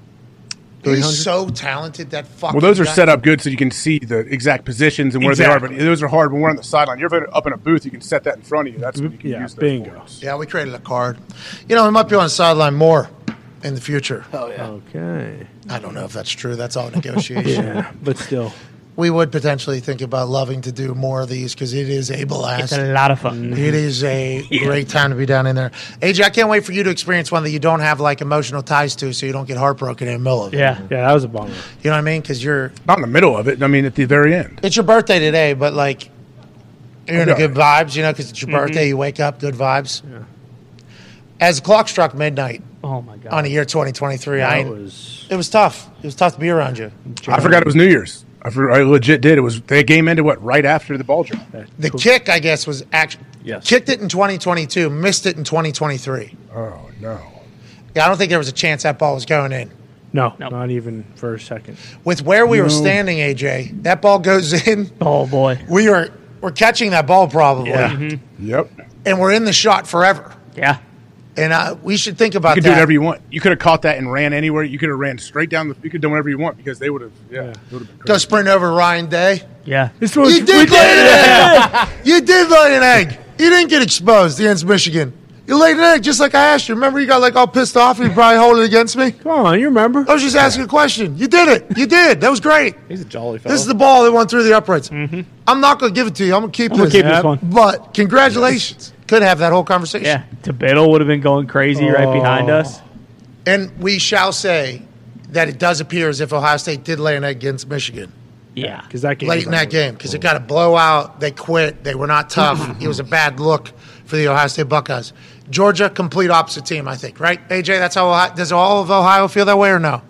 [SPEAKER 2] 300?
[SPEAKER 1] He's so talented. That fucking.
[SPEAKER 11] Well, those are
[SPEAKER 1] guy.
[SPEAKER 11] set up good so you can see the exact positions and where they are. But those are hard when we're on the sideline. You're up in a booth, you can set that in front of you. That's when you can use those for.
[SPEAKER 1] Mm-hmm. Yeah, we created a card. You know, we might be on the sideline more in the future. Oh yeah.
[SPEAKER 2] Okay.
[SPEAKER 1] I don't know if that's true. That's all negotiation.
[SPEAKER 2] yeah, but still.
[SPEAKER 1] We would potentially think about loving to do more of these because it is a blast.
[SPEAKER 4] It's a lot of fun.
[SPEAKER 1] It is a great time to be down in there. AJ, I can't wait for you to experience one that you don't have like emotional ties to, so you don't get heartbroken in the middle of it.
[SPEAKER 4] Yeah,
[SPEAKER 2] yeah, that was a bummer.
[SPEAKER 1] You know what I mean? Because you're
[SPEAKER 11] not in the middle of it. I mean, at the very end.
[SPEAKER 1] It's your birthday today, but like you're in a
[SPEAKER 11] Yeah.
[SPEAKER 1] good vibes, you know, because it's your
[SPEAKER 11] Mhm.
[SPEAKER 1] birthday. You wake up, good vibes. As the clock struck midnight.
[SPEAKER 4] Oh my god!
[SPEAKER 1] On e- the year 2023,
[SPEAKER 11] That
[SPEAKER 1] I ain't-
[SPEAKER 2] was
[SPEAKER 1] it was tough. It was tough to be around you.
[SPEAKER 11] I forgot it was New Year's. I, for, I legit did. It was the game ended what right after the ball drop.
[SPEAKER 1] The kick, I guess, was actually
[SPEAKER 11] Yes.
[SPEAKER 1] kicked it in 2022, missed it in 2023.
[SPEAKER 11] Oh no!
[SPEAKER 1] Yeah, I don't think there was a chance that ball was going in.
[SPEAKER 2] No, not even for a second.
[SPEAKER 1] With where we were
[SPEAKER 2] No.
[SPEAKER 1] standing, AJ, that ball goes in.
[SPEAKER 4] Oh boy,
[SPEAKER 1] we are we're catching that ball probably,
[SPEAKER 11] Mm-hmm. Yep.
[SPEAKER 1] and we're in the shot forever.
[SPEAKER 4] Yeah,
[SPEAKER 1] and uh, we should think
[SPEAKER 11] You
[SPEAKER 1] about
[SPEAKER 11] could
[SPEAKER 1] that.
[SPEAKER 11] do whatever you want. You could have caught that and ran anywhere. You could have ran straight down. The, you could have done whatever you want because they would have. Yeah. it would've been
[SPEAKER 1] Go sprint over Ryan Day.
[SPEAKER 4] Yeah,
[SPEAKER 2] this
[SPEAKER 11] was-
[SPEAKER 1] you did
[SPEAKER 11] we
[SPEAKER 1] lay
[SPEAKER 11] did
[SPEAKER 1] an egg. You did lay an egg. You didn't get exposed against Michigan. You laid an egg just like I asked you. Remember, you got like all pissed off and you probably hold it against me.
[SPEAKER 2] Come on, you remember?
[SPEAKER 1] I was just asking a question. You did it. You did. That was great.
[SPEAKER 3] He's a jolly fellow.
[SPEAKER 4] Oh.
[SPEAKER 1] This is the ball that went through the uprights. I'm not going to give it to you. I'm going to keep
[SPEAKER 4] Mm-hmm. I'm gonna
[SPEAKER 1] this.
[SPEAKER 4] keep this one.
[SPEAKER 1] But congratulations. Could have that whole conversation.
[SPEAKER 4] Yeah, Oh. Tibettle would have been going crazy right behind us.
[SPEAKER 1] And we shall say that it does appear as if Ohio State did lay an egg against Michigan.
[SPEAKER 4] Yeah,
[SPEAKER 2] because that game
[SPEAKER 1] late in that game because it got a blowout. They quit. They were not
[SPEAKER 4] Mm-hmm.
[SPEAKER 1] tough. it was a bad look for the Ohio State Buckeyes. Georgia, complete opposite team, I think. Right, AJ? That's how Ohio, does all of Ohio feel that way or no?
[SPEAKER 11] crazy.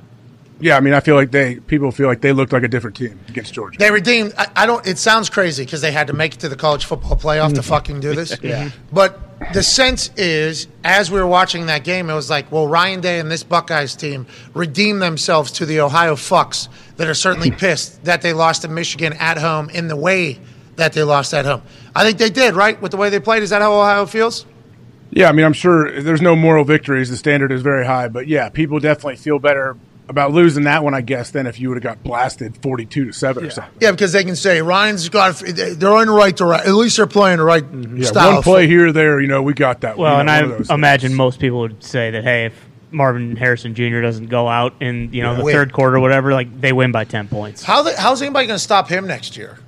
[SPEAKER 11] Yeah, I mean, I feel like they people feel like they looked like a different team against Georgia.
[SPEAKER 1] They redeemed. I, I don't. It sounds crazy because they had to make it to the college football playoff to
[SPEAKER 11] Mhm.
[SPEAKER 1] fucking do this.
[SPEAKER 11] Yeah. Mhm.
[SPEAKER 1] But the sense is, as we were watching that game, it was like, well, Ryan Day and this Buckeyes team redeem themselves to the Ohio fucks that are certainly pissed that they lost to Michigan at home in the way that they lost at home. I think they did right with the way they played. Is that how Ohio feels?
[SPEAKER 11] Yeah, I mean, I'm sure there's no moral victories. The standard is very high, but yeah, people definitely feel better about losing that one, I guess, than if you would have got blasted 42 to seven or something.
[SPEAKER 1] Yeah, because they can say Ryan's got. They're in the right direction. At least they're playing the right
[SPEAKER 11] Mm-hmm. Yeah,
[SPEAKER 1] style.
[SPEAKER 11] one play here, there, you know, we got that.
[SPEAKER 4] Well,
[SPEAKER 11] you
[SPEAKER 4] and
[SPEAKER 11] know,
[SPEAKER 4] I
[SPEAKER 11] one of those.
[SPEAKER 4] imagine most people would say that hey, if Marvin Harrison Jr. doesn't go out in you know the
[SPEAKER 1] Win.
[SPEAKER 4] third quarter, or whatever, like they win by ten points.
[SPEAKER 1] How the, how's anybody going to stop him next year?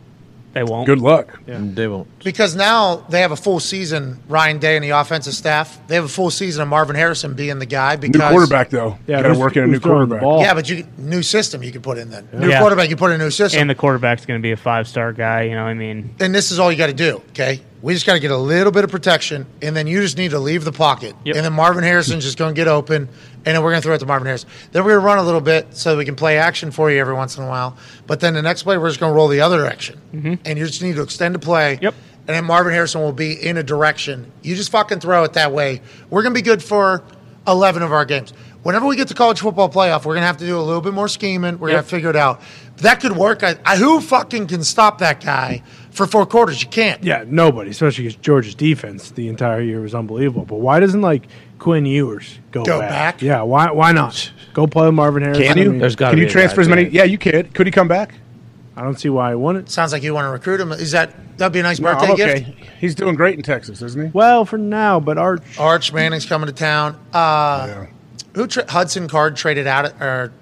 [SPEAKER 4] They won't.
[SPEAKER 11] Good luck.
[SPEAKER 3] Mm, They won't.
[SPEAKER 1] Because now they have a full season, Ryan Day and the offensive staff. They have a full season of Marvin Harrison being the guy. Because
[SPEAKER 11] new quarterback though.
[SPEAKER 1] Yeah,
[SPEAKER 11] got to
[SPEAKER 1] who's-
[SPEAKER 11] work in a
[SPEAKER 1] who's
[SPEAKER 11] new
[SPEAKER 1] throwing the
[SPEAKER 11] quarterback.
[SPEAKER 1] ball? Yeah, but you new system you can put in then. New
[SPEAKER 4] Yeah.
[SPEAKER 1] quarterback, you put in a new system,
[SPEAKER 4] And
[SPEAKER 1] and,
[SPEAKER 4] the quarterback's going to be a five star guy. You know, what I mean,
[SPEAKER 1] this is all you got to do. Okay, we just got to get a little bit of protection, and then you just need to leave the pocket, and then Marvin Harrison's just going to get open, and then we're going to throw it to Marvin Harrison. Then we're going to run a little bit so we can play action for you every once in a while, but then the next play we're just going to roll the other direction, and you just need to extend the play. Yep. And then Marvin Harrison will be in a direction. You just fucking throw it that way. We're going to be good for 11 of our games. whenever we get to college football playoff, we're gonna have to do a little bit more scheming. We're
[SPEAKER 15] Yep.
[SPEAKER 1] gonna have to figure it out. That could work. I, I who fucking can stop that guy for four quarters? You can't.
[SPEAKER 2] Yeah, nobody, especially because Georgia's defense the entire year was unbelievable. But why doesn't like Quinn Ewers go,
[SPEAKER 1] Go
[SPEAKER 2] back? Yeah, why why not? Go play Marvin Harrison.
[SPEAKER 11] Can
[SPEAKER 2] I
[SPEAKER 11] you?
[SPEAKER 2] mean-
[SPEAKER 11] There's gotta Can you be a guy transfer as many- doing it. Yeah, you could. Could he come back?
[SPEAKER 2] I don't see why he wouldn't.
[SPEAKER 1] Sounds like you want to recruit him. Is that that'd be a nice
[SPEAKER 11] No,
[SPEAKER 1] birthday
[SPEAKER 11] I'm okay.
[SPEAKER 1] gift?
[SPEAKER 11] He's doing great in Texas, isn't he?
[SPEAKER 2] Well, for now, but Arch
[SPEAKER 1] Arch Manning's coming to town. Uh, Who tra- Hudson Card traded out of- or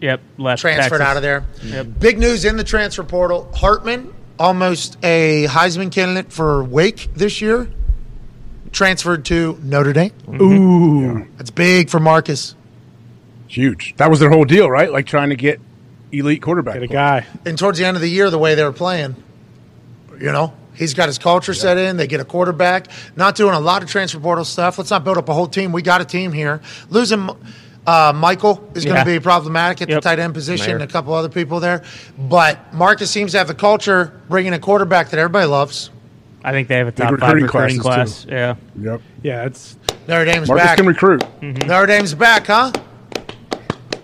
[SPEAKER 4] Yep, left
[SPEAKER 1] transferred
[SPEAKER 4] Texas.
[SPEAKER 1] out of there?
[SPEAKER 4] Yep.
[SPEAKER 1] Big news in the transfer portal: Hartman, almost a Heisman candidate for Wake this year, transferred to Notre Dame.
[SPEAKER 11] Mm-hmm. Ooh,
[SPEAKER 1] that's big for Marcus.
[SPEAKER 11] Huge. That was their whole deal, right? Like trying to get elite quarterback. Get a
[SPEAKER 2] guy.
[SPEAKER 1] And towards the end of the year, the way they were playing, you know, he's got his culture set in. They get a quarterback. Not doing a lot of transfer portal stuff. Let's not build up a whole team. We got a team here. Losing uh, Michael is
[SPEAKER 15] Yeah.
[SPEAKER 1] going to be problematic at
[SPEAKER 15] Yep.
[SPEAKER 1] the tight end position.
[SPEAKER 15] Mayer.
[SPEAKER 1] and A couple other people there, but Marcus seems to have the culture. Bringing a quarterback that everybody loves.
[SPEAKER 4] I think they have a
[SPEAKER 1] Big
[SPEAKER 4] top five
[SPEAKER 1] recruiting
[SPEAKER 4] recruiting
[SPEAKER 1] classes,
[SPEAKER 4] class. Yeah.
[SPEAKER 11] Yep.
[SPEAKER 2] Yeah, it's
[SPEAKER 1] Notre Dame's
[SPEAKER 11] Marcus
[SPEAKER 1] back.
[SPEAKER 11] can recruit.
[SPEAKER 1] Notre Dame's back, huh?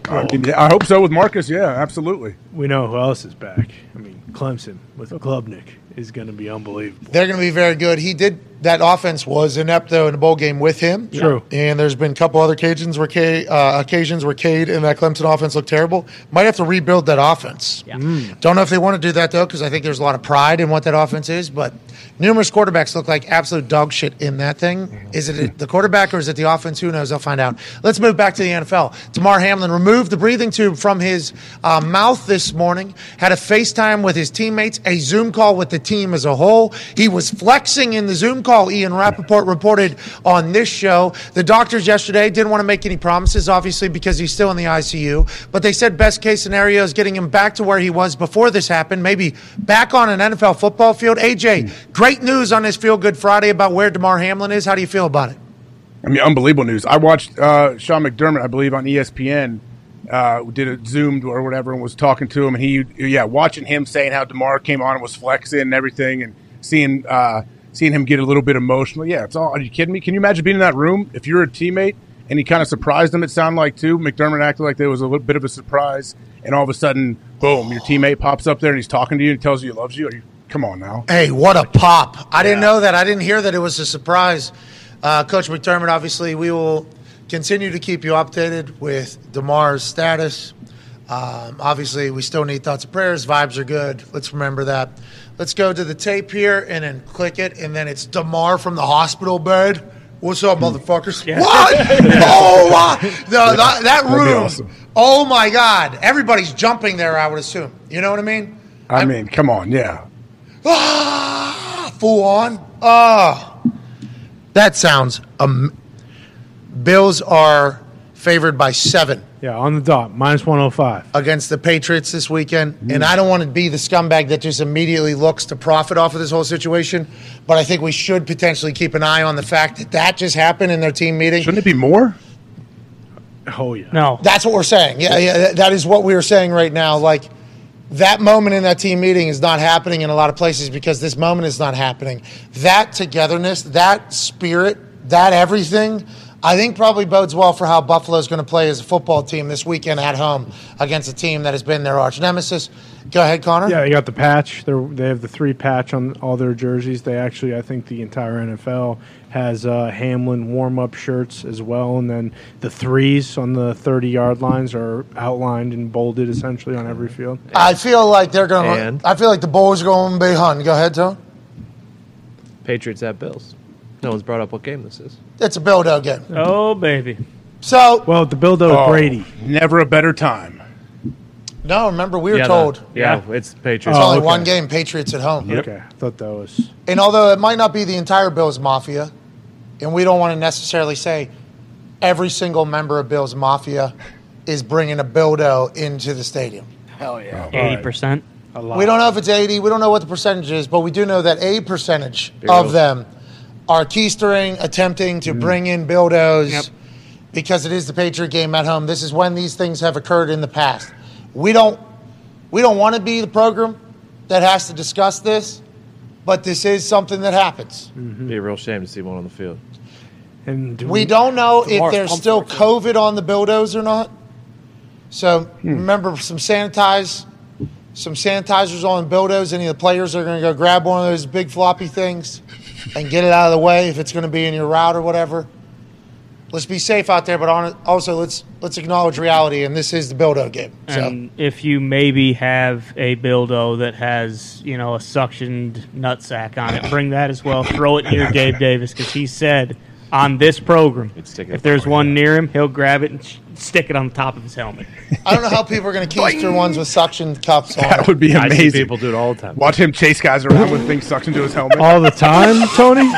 [SPEAKER 11] I, mean, I hope so with Marcus. Yeah, absolutely.
[SPEAKER 2] We know who else is back. I mean, Clemson with Klubnik is going to be unbelievable.
[SPEAKER 1] They're going to be very good. He did that offense was inept though in the bowl game with him.
[SPEAKER 2] True.
[SPEAKER 1] And there's been a couple other occasions where Cade, uh, occasions where Cade and that Clemson offense looked terrible. Might have to rebuild that offense. Don't know if they want to do that though because I think there's a lot of pride in what that offense is. But numerous quarterbacks look like absolute dog shit in that thing. Is it the quarterback or is it the offense? Who knows? I'll find out. Let's move back to the NFL. Tamar Hamlin removed the breathing tube from his uh, mouth this morning. Had a FaceTime with his teammates, a Zoom call with the team as a whole. He was flexing in the Zoom call. Ian Rappaport reported on this show. The doctors yesterday didn't want to make any promises, obviously, because he's still in the ICU. But they said best case scenario is getting him back to where he was before this happened, maybe back on an NFL football field. AJ, great news on this Feel Good Friday about where DeMar Hamlin is. How do you feel about it?
[SPEAKER 11] I mean, unbelievable news. I watched uh, Sean McDermott, I believe, on E ESPN. Uh, did a Zoom or whatever, and was talking to him, and he, yeah, watching him saying how Demar came on and was flexing and everything, and seeing uh, seeing him get a little bit emotional. Yeah, it's all. Are you kidding me? Can you imagine being in that room if you're a teammate and he kind of surprised him? It sounded like too. McDermott acted like there was a little bit of a surprise, and all of a sudden, boom, your teammate pops up there and he's talking to you and tells you he loves you. Are you come on now.
[SPEAKER 1] Hey, what a pop! I didn't know that. I didn't hear that it was a surprise. Uh, Coach McDermott, obviously, we will continue to keep you updated with DeMar's status. Um, obviously, we still need thoughts and prayers. Vibes are good. Let's remember that. Let's go to the tape here and then click it, and then it's DeMar from the hospital bed. What's up,
[SPEAKER 11] Hmm.
[SPEAKER 1] motherfuckers? What? oh, wow. No, that, that
[SPEAKER 11] That'd be
[SPEAKER 1] room.
[SPEAKER 11] awesome.
[SPEAKER 1] Oh, my God. Everybody's jumping there, I would assume. You know what I mean?
[SPEAKER 11] I mean, come on, yeah.
[SPEAKER 1] Ah, full on. Ah, that sounds. Um, Bills are favored by seven
[SPEAKER 2] Yeah, on the dot, minus 105.
[SPEAKER 1] against the Patriots this weekend, and I don't want to be the scumbag that just immediately looks to profit off of this whole situation, but I think we should potentially keep an eye on the fact that that just happened in their team meeting.
[SPEAKER 11] Shouldn't it be more?
[SPEAKER 2] Oh yeah.
[SPEAKER 4] No.
[SPEAKER 1] That's what we're saying. Yeah, yeah, that- that is what we are saying right now. Like that moment in that team meeting is not happening in a lot of places because this moment is not happening. That togetherness, that spirit, that everything, I think probably bodes well for how Buffalo's going to play as a football team this weekend at home against a team that has been their arch nemesis. Go ahead, Connor.
[SPEAKER 2] Yeah, they got the patch. They're, they have the three patch on all their jerseys. They actually, I think, the entire NFL has uh, Hamlin warm up shirts as well, and then the threes on the thirty yard lines are outlined and bolded essentially on every field.
[SPEAKER 1] I feel like they're going
[SPEAKER 3] And?
[SPEAKER 1] to. I feel like the Bulls are going to be hunting. Go ahead, Tone.
[SPEAKER 3] Patriots at Bills. No one's brought up what game this is.
[SPEAKER 1] It's a Bildo game.
[SPEAKER 4] Oh baby.
[SPEAKER 1] So
[SPEAKER 2] well, the Bildo
[SPEAKER 3] Oh, Brady.
[SPEAKER 11] Never a better time.
[SPEAKER 1] No, remember we were
[SPEAKER 3] Yeah, the-
[SPEAKER 1] told.
[SPEAKER 3] yeah, it's
[SPEAKER 1] It's
[SPEAKER 3] Patriots. Oh,
[SPEAKER 1] only
[SPEAKER 3] okay.
[SPEAKER 1] one game, Patriots at home.
[SPEAKER 2] Okay, I thought that was
[SPEAKER 1] And although it might not be the entire Bills Mafia, and we don't want to necessarily say every single member of Bills Mafia is bringing a Bildo into the stadium.
[SPEAKER 4] Hell yeah. Eighty percent. A
[SPEAKER 1] We don't know if it's 80, we don't know what the percentage is, but we do know that a percentage of
[SPEAKER 4] Bildo.
[SPEAKER 1] them are keystering, attempting to bring in Bildos because it is the Patriot game at home. This is when these things have occurred in the past. We don't we don't want to be the program that has to discuss this, but this is something that happens.
[SPEAKER 3] Be a real shame to see one on the field.
[SPEAKER 2] And do
[SPEAKER 1] We don't know if
[SPEAKER 2] Tomorrow's
[SPEAKER 1] there's
[SPEAKER 2] pump
[SPEAKER 1] still COVID on the bulldoze or not. So remember, some sanitize, some sanitizers on the bulldoze. Any of the players are going to go grab one of those big floppy things and get it out of the way if it's going to be in your route or whatever. Let's be safe out there, but on, also let's let's acknowledge reality. And this is the bulldoze game. So
[SPEAKER 4] And if you maybe have a buildo that has, you know, a suctioned nutsack on it, bring that as well. Throw it near Gabe Davis because he said on this program, if there's one near him, he'll grab it and sh- stick it on the top of his helmet.
[SPEAKER 1] I don't know how people are going to keister ones with suction cups on.
[SPEAKER 2] Oh,
[SPEAKER 11] That would be
[SPEAKER 1] I see
[SPEAKER 11] amazing.
[SPEAKER 1] people
[SPEAKER 11] do it all the time. Watch him chase guys around with things sucked into his helmet
[SPEAKER 2] all the time, Tony.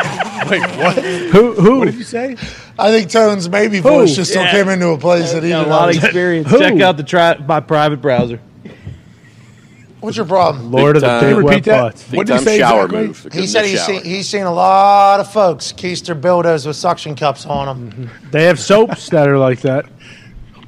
[SPEAKER 11] Wait, what?
[SPEAKER 2] Oh, Who? Who? What did
[SPEAKER 11] you say?
[SPEAKER 1] I think Tone's maybe
[SPEAKER 3] Who?
[SPEAKER 1] voice just
[SPEAKER 3] Yeah.
[SPEAKER 1] still came into a place that he
[SPEAKER 3] Got
[SPEAKER 1] didn't
[SPEAKER 3] a lot of
[SPEAKER 1] understand.
[SPEAKER 3] experience. Check out the tri- my private browser.
[SPEAKER 1] What's your problem?
[SPEAKER 3] Lord of the Big Big Wet Repeat that. Butts. Big
[SPEAKER 1] What
[SPEAKER 3] time shower move. It
[SPEAKER 1] He
[SPEAKER 3] couldn't
[SPEAKER 1] said
[SPEAKER 3] be
[SPEAKER 1] he's
[SPEAKER 3] shower.
[SPEAKER 1] seen, he's seen a lot of folks keister builders with suction cups on them.
[SPEAKER 2] They have soaps that are like that.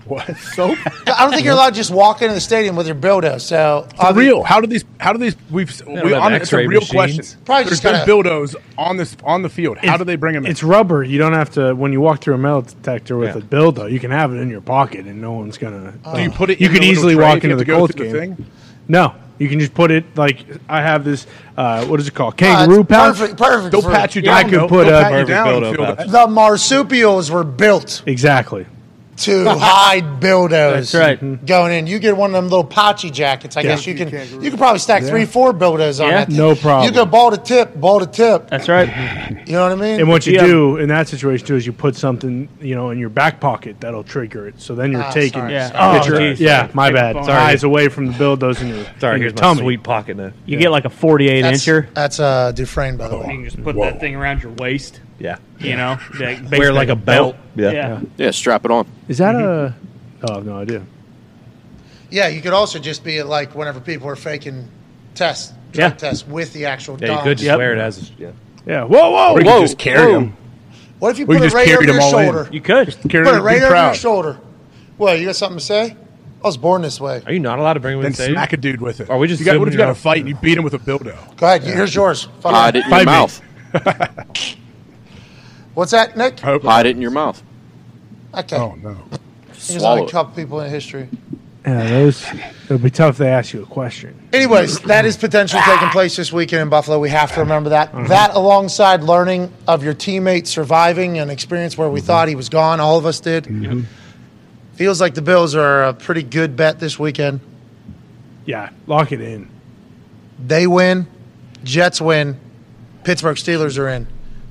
[SPEAKER 11] What soap?
[SPEAKER 1] I don't think you're allowed to just walk into the stadium with your builder. So
[SPEAKER 11] For real? How do these? How do these? We've we, on, it's a real question.
[SPEAKER 1] Probably
[SPEAKER 11] There's
[SPEAKER 1] just
[SPEAKER 11] been
[SPEAKER 1] gotta-
[SPEAKER 11] buildos on this on the field. How
[SPEAKER 2] It's-
[SPEAKER 11] do they bring them in?
[SPEAKER 2] It's rubber. You don't have to when you walk through a metal detector with a buildo. You can have it in your pocket, and no one's gonna.
[SPEAKER 11] do you put it?
[SPEAKER 2] You
[SPEAKER 11] in
[SPEAKER 2] can
[SPEAKER 11] the little
[SPEAKER 2] easily
[SPEAKER 11] tray
[SPEAKER 2] walk
[SPEAKER 11] if you
[SPEAKER 2] into
[SPEAKER 11] have
[SPEAKER 2] the
[SPEAKER 11] to go
[SPEAKER 2] Colts
[SPEAKER 11] through
[SPEAKER 2] game.
[SPEAKER 11] the thing?
[SPEAKER 2] No, you can just put it like I have this. Uh, what is it called? Kangaroo
[SPEAKER 1] it's
[SPEAKER 2] pouch.
[SPEAKER 1] perfect- perfect They'll for- pat you down,
[SPEAKER 2] I could
[SPEAKER 1] though.
[SPEAKER 2] put
[SPEAKER 1] They'll
[SPEAKER 2] a
[SPEAKER 1] pat you Perfect down buildo
[SPEAKER 11] feel pouch.
[SPEAKER 1] the marsupials were built
[SPEAKER 2] Exactly.
[SPEAKER 1] to hide buildos.
[SPEAKER 2] That's right. Mm-hmm.
[SPEAKER 1] Going in, you get one of them little pouchy jackets. I
[SPEAKER 2] Yeah.
[SPEAKER 1] guess you can. You can probably stack
[SPEAKER 2] Yeah.
[SPEAKER 1] three, four buildos on
[SPEAKER 2] Yeah.
[SPEAKER 1] that. thing.
[SPEAKER 2] No problem.
[SPEAKER 1] You go ball to tip, ball to tip.
[SPEAKER 4] That's right.
[SPEAKER 1] You know what I mean?
[SPEAKER 2] And what you
[SPEAKER 1] Yeah.
[SPEAKER 2] do in that situation too is you put something you know in your back pocket that'll trigger it. So then you're
[SPEAKER 1] Ah,
[SPEAKER 2] taking
[SPEAKER 1] sorry,
[SPEAKER 2] yeah,
[SPEAKER 1] sorry.
[SPEAKER 2] get your-
[SPEAKER 1] Oh, geez.
[SPEAKER 2] yeah, my
[SPEAKER 1] Take the
[SPEAKER 2] bad.
[SPEAKER 1] phone.
[SPEAKER 2] Sorry.
[SPEAKER 1] Sorry.
[SPEAKER 2] Eyes away from the buildos in your
[SPEAKER 3] Sorry,
[SPEAKER 2] in your
[SPEAKER 3] here's my
[SPEAKER 2] tummy.
[SPEAKER 3] sweet pocket knife.
[SPEAKER 4] You get like a 48
[SPEAKER 1] That's-
[SPEAKER 4] incher.
[SPEAKER 1] That's uh, Dufresne, by the way.
[SPEAKER 4] You can just put that thing around your waist.
[SPEAKER 3] Yeah.
[SPEAKER 4] You know, that-
[SPEAKER 3] Wear like a belt.
[SPEAKER 4] Yeah.
[SPEAKER 6] Yeah, strap it on.
[SPEAKER 2] Is that a? Oh, I have no idea.
[SPEAKER 1] Yeah, you could also just be like whenever people are faking tests, drug
[SPEAKER 2] Yeah.
[SPEAKER 1] tests with the actual.
[SPEAKER 3] Yeah, you could just
[SPEAKER 1] dong.
[SPEAKER 3] wear it as. Yeah.
[SPEAKER 2] Yeah. Whoa, whoa,
[SPEAKER 3] Or you could
[SPEAKER 2] whoa.
[SPEAKER 3] just carry
[SPEAKER 2] whoa.
[SPEAKER 3] 'em.
[SPEAKER 1] What if you
[SPEAKER 3] We
[SPEAKER 1] put it
[SPEAKER 3] just
[SPEAKER 1] right over
[SPEAKER 3] carried 'em
[SPEAKER 1] your
[SPEAKER 3] all in.
[SPEAKER 1] shoulder?
[SPEAKER 4] You could
[SPEAKER 1] Put it right over your shoulder. Well, you got something to say? I was born this way.
[SPEAKER 3] Are you not allowed to bring him
[SPEAKER 11] Then
[SPEAKER 3] in? the stadium?
[SPEAKER 11] smack a dude with it.
[SPEAKER 3] Are we just
[SPEAKER 11] You got, what
[SPEAKER 3] assuming
[SPEAKER 11] if you
[SPEAKER 3] you're
[SPEAKER 11] got a
[SPEAKER 3] not-
[SPEAKER 11] fight and you beat him with a buildo?
[SPEAKER 1] Go ahead. Here's yours. Fuck.
[SPEAKER 6] Hide it in your
[SPEAKER 11] Fight me.
[SPEAKER 6] mouth.
[SPEAKER 1] What's that, Nick?
[SPEAKER 6] Hide it in your mouth.
[SPEAKER 1] Okay.
[SPEAKER 11] Oh no.
[SPEAKER 1] There's
[SPEAKER 6] Swallow
[SPEAKER 1] only
[SPEAKER 6] it.
[SPEAKER 1] a couple people in history.
[SPEAKER 2] Yeah, those. It'll be tough if they ask you a question.
[SPEAKER 1] Anyways, that is potentially taking place this weekend in Buffalo. We have to remember that.
[SPEAKER 3] Mm-hmm.
[SPEAKER 1] That alongside learning of your teammate surviving an experience where
[SPEAKER 3] Mm-hmm.
[SPEAKER 1] we thought he was gone, all of us did. Feels like the Bills are a pretty good bet this weekend.
[SPEAKER 2] Yeah, lock it in.
[SPEAKER 1] They win, Jets win, Pittsburgh Steelers are in.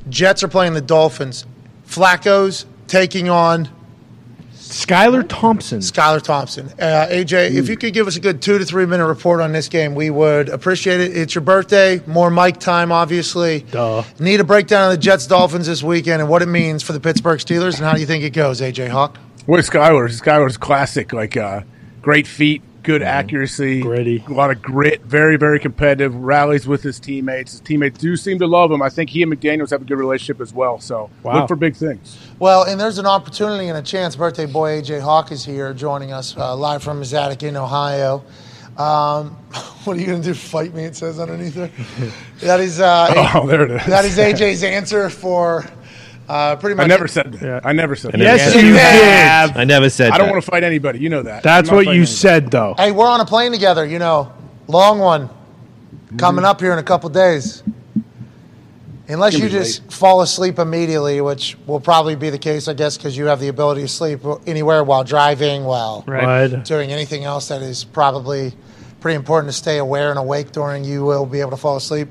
[SPEAKER 1] Jets are playing the Dolphins. Flacco's taking on
[SPEAKER 2] Skylar Thompson.
[SPEAKER 1] Skylar Thompson. Uh, AJ, if you could give us a good two to three minute report on this game, we would appreciate it. It's your birthday, more mic time, obviously.
[SPEAKER 2] Duh.
[SPEAKER 1] Need a breakdown of the Jets Dolphins this weekend and what it means for the Pittsburgh Steelers and how do you think it goes, AJ Hawk?
[SPEAKER 11] With Skyler, Skyler's classic, like uh, great feet, good accuracy, gritty, a lot of grit, very, very competitive, rallies with his teammates. His teammates do seem to love him. I think he and McDaniels have a good relationship as well. So
[SPEAKER 1] Wow.
[SPEAKER 11] look for big things.
[SPEAKER 1] Well, and there's an opportunity and a chance. Birthday boy AJ Hawk is here joining us uh, live from his attic in Ohio. Um, what are you going to do? Fight me? It says underneath there. That is. Uh,
[SPEAKER 11] Oh, there it is.
[SPEAKER 1] That is AJ's answer for uh, pretty much.
[SPEAKER 11] I never said that. I never said
[SPEAKER 3] I
[SPEAKER 11] that.
[SPEAKER 3] never Yes, said you that. did. I never said
[SPEAKER 11] I don't
[SPEAKER 3] that.
[SPEAKER 11] want to fight anybody. You know that.
[SPEAKER 2] That's
[SPEAKER 11] I'm not
[SPEAKER 2] what
[SPEAKER 11] fighting
[SPEAKER 2] you
[SPEAKER 11] anybody.
[SPEAKER 2] said, though.
[SPEAKER 1] Hey, we're on a plane together. You know, long one coming up here in a couple days. Unless
[SPEAKER 11] Mm-hmm. Gonna
[SPEAKER 1] you
[SPEAKER 11] be
[SPEAKER 1] just fall asleep immediately, which will probably be the case, I guess, because you have the ability to sleep anywhere while driving, while
[SPEAKER 2] Right. Right.
[SPEAKER 1] doing anything else that is probably pretty important to stay aware and awake during. You will be able to fall asleep.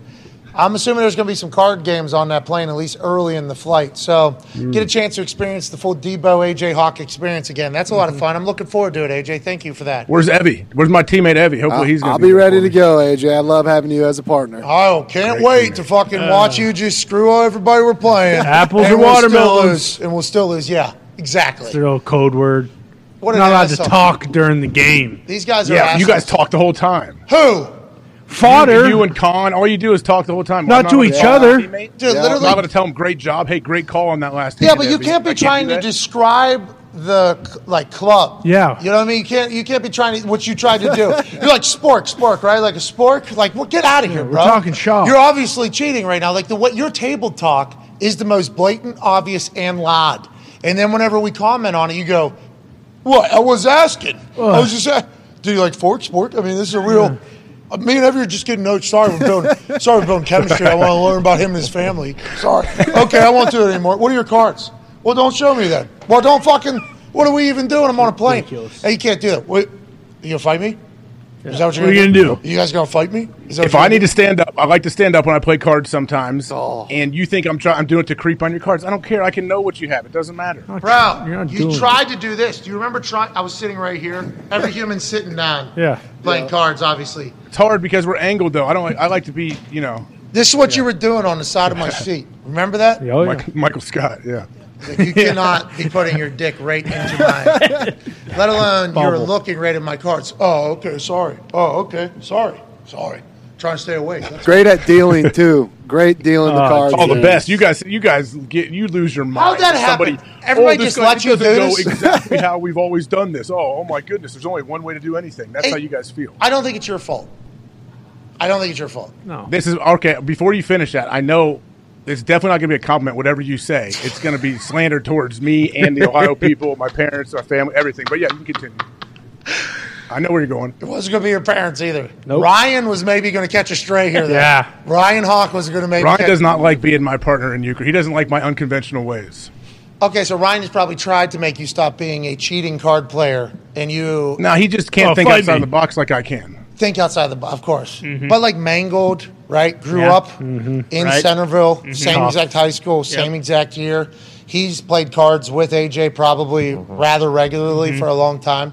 [SPEAKER 1] I'm assuming there's going to be some card games on that plane, at least early in the flight. So get a chance to experience the full Debo AJ Hawk experience again. That's a lot of fun. I'm looking forward to it, AJ. Thank you for that.
[SPEAKER 11] Where's Evie? Where's my teammate Evie? Hopefully he's going
[SPEAKER 1] I'll
[SPEAKER 11] to
[SPEAKER 1] be
[SPEAKER 5] ready to go, AJ. I love having you as a partner.
[SPEAKER 1] Oh, can't wait to fucking watch you just screw everybody we're playing.
[SPEAKER 2] Apples
[SPEAKER 1] And
[SPEAKER 2] or
[SPEAKER 1] we'll still
[SPEAKER 2] watermelons?
[SPEAKER 1] lose, and we'll still lose. Yeah, exactly.
[SPEAKER 2] It's their little code word.
[SPEAKER 1] What an
[SPEAKER 2] not allowed
[SPEAKER 1] asshole.
[SPEAKER 2] to talk during the game.
[SPEAKER 1] These guys are.
[SPEAKER 11] Yeah, you guys
[SPEAKER 1] assholes.
[SPEAKER 11] talk the whole time.
[SPEAKER 1] Who?
[SPEAKER 2] Fodder.
[SPEAKER 11] You, you and Con. All you do is talk the whole time.
[SPEAKER 2] Not
[SPEAKER 11] I'm
[SPEAKER 2] to
[SPEAKER 11] allowed
[SPEAKER 2] each
[SPEAKER 11] call
[SPEAKER 2] other.
[SPEAKER 11] my teammate.
[SPEAKER 1] Dude,
[SPEAKER 11] Yeah,
[SPEAKER 1] literally-
[SPEAKER 11] I'm not going to tell him great job. Hey, great call on that last.
[SPEAKER 1] Yeah,
[SPEAKER 11] hit,
[SPEAKER 1] but you
[SPEAKER 11] Evie.
[SPEAKER 1] can't be
[SPEAKER 11] I
[SPEAKER 1] trying
[SPEAKER 11] do
[SPEAKER 1] to
[SPEAKER 11] that.
[SPEAKER 1] describe the c- like club.
[SPEAKER 11] Yeah.
[SPEAKER 1] you know what I mean. You can't. You can't be trying to what you tried to do. You're like spork, spork, right? Like a spork. Like, well, get out of here,
[SPEAKER 2] we're
[SPEAKER 1] bro.
[SPEAKER 2] talking shop.
[SPEAKER 1] You're obviously cheating right now. Like the what your table talk is the most blatant, obvious, and loud. And then whenever we comment on it, you go, "What? I was asking. I was just asking. Do you like fork sport? I mean, this is a real. Uh, Me and Every are just getting notes. Sorry, we're building. sorry, we're building chemistry. I want to learn about him and his family. Sorry. Okay, I won't do it anymore. What are your cards? Well, don't show me that. Well, don't fucking. What are we even doing? I'm on a plane. Hey, you can't do that. Wait, you gonna fight me? Is that what you're
[SPEAKER 11] What are you
[SPEAKER 1] gonna
[SPEAKER 11] gonna do?
[SPEAKER 1] You guys gonna fight me? Is that
[SPEAKER 11] If
[SPEAKER 1] what
[SPEAKER 11] I
[SPEAKER 1] you're
[SPEAKER 11] need
[SPEAKER 1] gonna
[SPEAKER 11] to stand up, I like to stand up when I play cards sometimes.
[SPEAKER 1] Oh.
[SPEAKER 11] And you think I'm trying, I'm doing it to creep on your cards? I don't care. I can know what you have. It doesn't matter.
[SPEAKER 1] Bro,
[SPEAKER 11] You're not doing
[SPEAKER 1] you
[SPEAKER 11] it.
[SPEAKER 1] tried to do this. Do you remember trying? I was sitting right here. Every human sitting down,
[SPEAKER 11] Yeah.
[SPEAKER 1] playing cards, obviously.
[SPEAKER 11] It's hard because we're angled though. I don't. like- I like to be, you know.
[SPEAKER 1] This is what you were doing on the side of my seat. Remember that?
[SPEAKER 11] Yeah, oh, yeah. Michael, Michael Scott. Yeah.
[SPEAKER 1] Like, you cannot be putting your dick right into my, let alone you're
[SPEAKER 11] Bubble.
[SPEAKER 1] looking right at my cards. Oh, okay, sorry. Oh, okay, sorry, sorry. Trying to stay awake. That's
[SPEAKER 15] Great at dealing too. Great dealing the
[SPEAKER 2] Ah,
[SPEAKER 15] cards.
[SPEAKER 11] all the best. You guys, you guys get you lose your mind.
[SPEAKER 1] that happen? Everybody
[SPEAKER 11] this
[SPEAKER 1] just
[SPEAKER 11] guy-
[SPEAKER 1] let
[SPEAKER 11] it
[SPEAKER 1] you
[SPEAKER 11] doesn't
[SPEAKER 1] do
[SPEAKER 11] go
[SPEAKER 1] this?
[SPEAKER 11] exactly how we've always done this. Oh, oh my goodness! There's only one way to do anything. That's
[SPEAKER 1] Hey,
[SPEAKER 11] how you guys feel.
[SPEAKER 1] I don't think it's your fault. I don't think it's your fault.
[SPEAKER 11] No. This is okay. Before you finish that, I know it's definitely not going to be a compliment. Whatever you say, it's going to be slandered towards me and the Ohio people, my parents, my family, everything. But yeah, you can continue. I know where you're going.
[SPEAKER 1] It wasn't going to be your parents either. Ryan was maybe going to catch a stray here. Though.
[SPEAKER 11] Yeah.
[SPEAKER 1] Ryan Hawk was going to maybe.
[SPEAKER 11] Ryan
[SPEAKER 1] catch-
[SPEAKER 11] does not like being my partner in euchre. He doesn't like my unconventional ways.
[SPEAKER 1] Okay, so Ryan has probably tried to make you stop being a cheating card player, and you.
[SPEAKER 11] Now he just can't think outside the box like I can.
[SPEAKER 1] Think outside the box, of course. But like Mangold, right? Grew
[SPEAKER 11] Mm-hmm. Yeah.
[SPEAKER 1] up
[SPEAKER 11] Mhm.
[SPEAKER 1] in
[SPEAKER 11] Right.
[SPEAKER 1] Centerville,
[SPEAKER 11] Mhm.
[SPEAKER 1] same
[SPEAKER 11] Tough.
[SPEAKER 1] exact high school, same exact year. He's played cards with AJ probably
[SPEAKER 11] Mm-hmm.
[SPEAKER 1] rather regularly for a long time.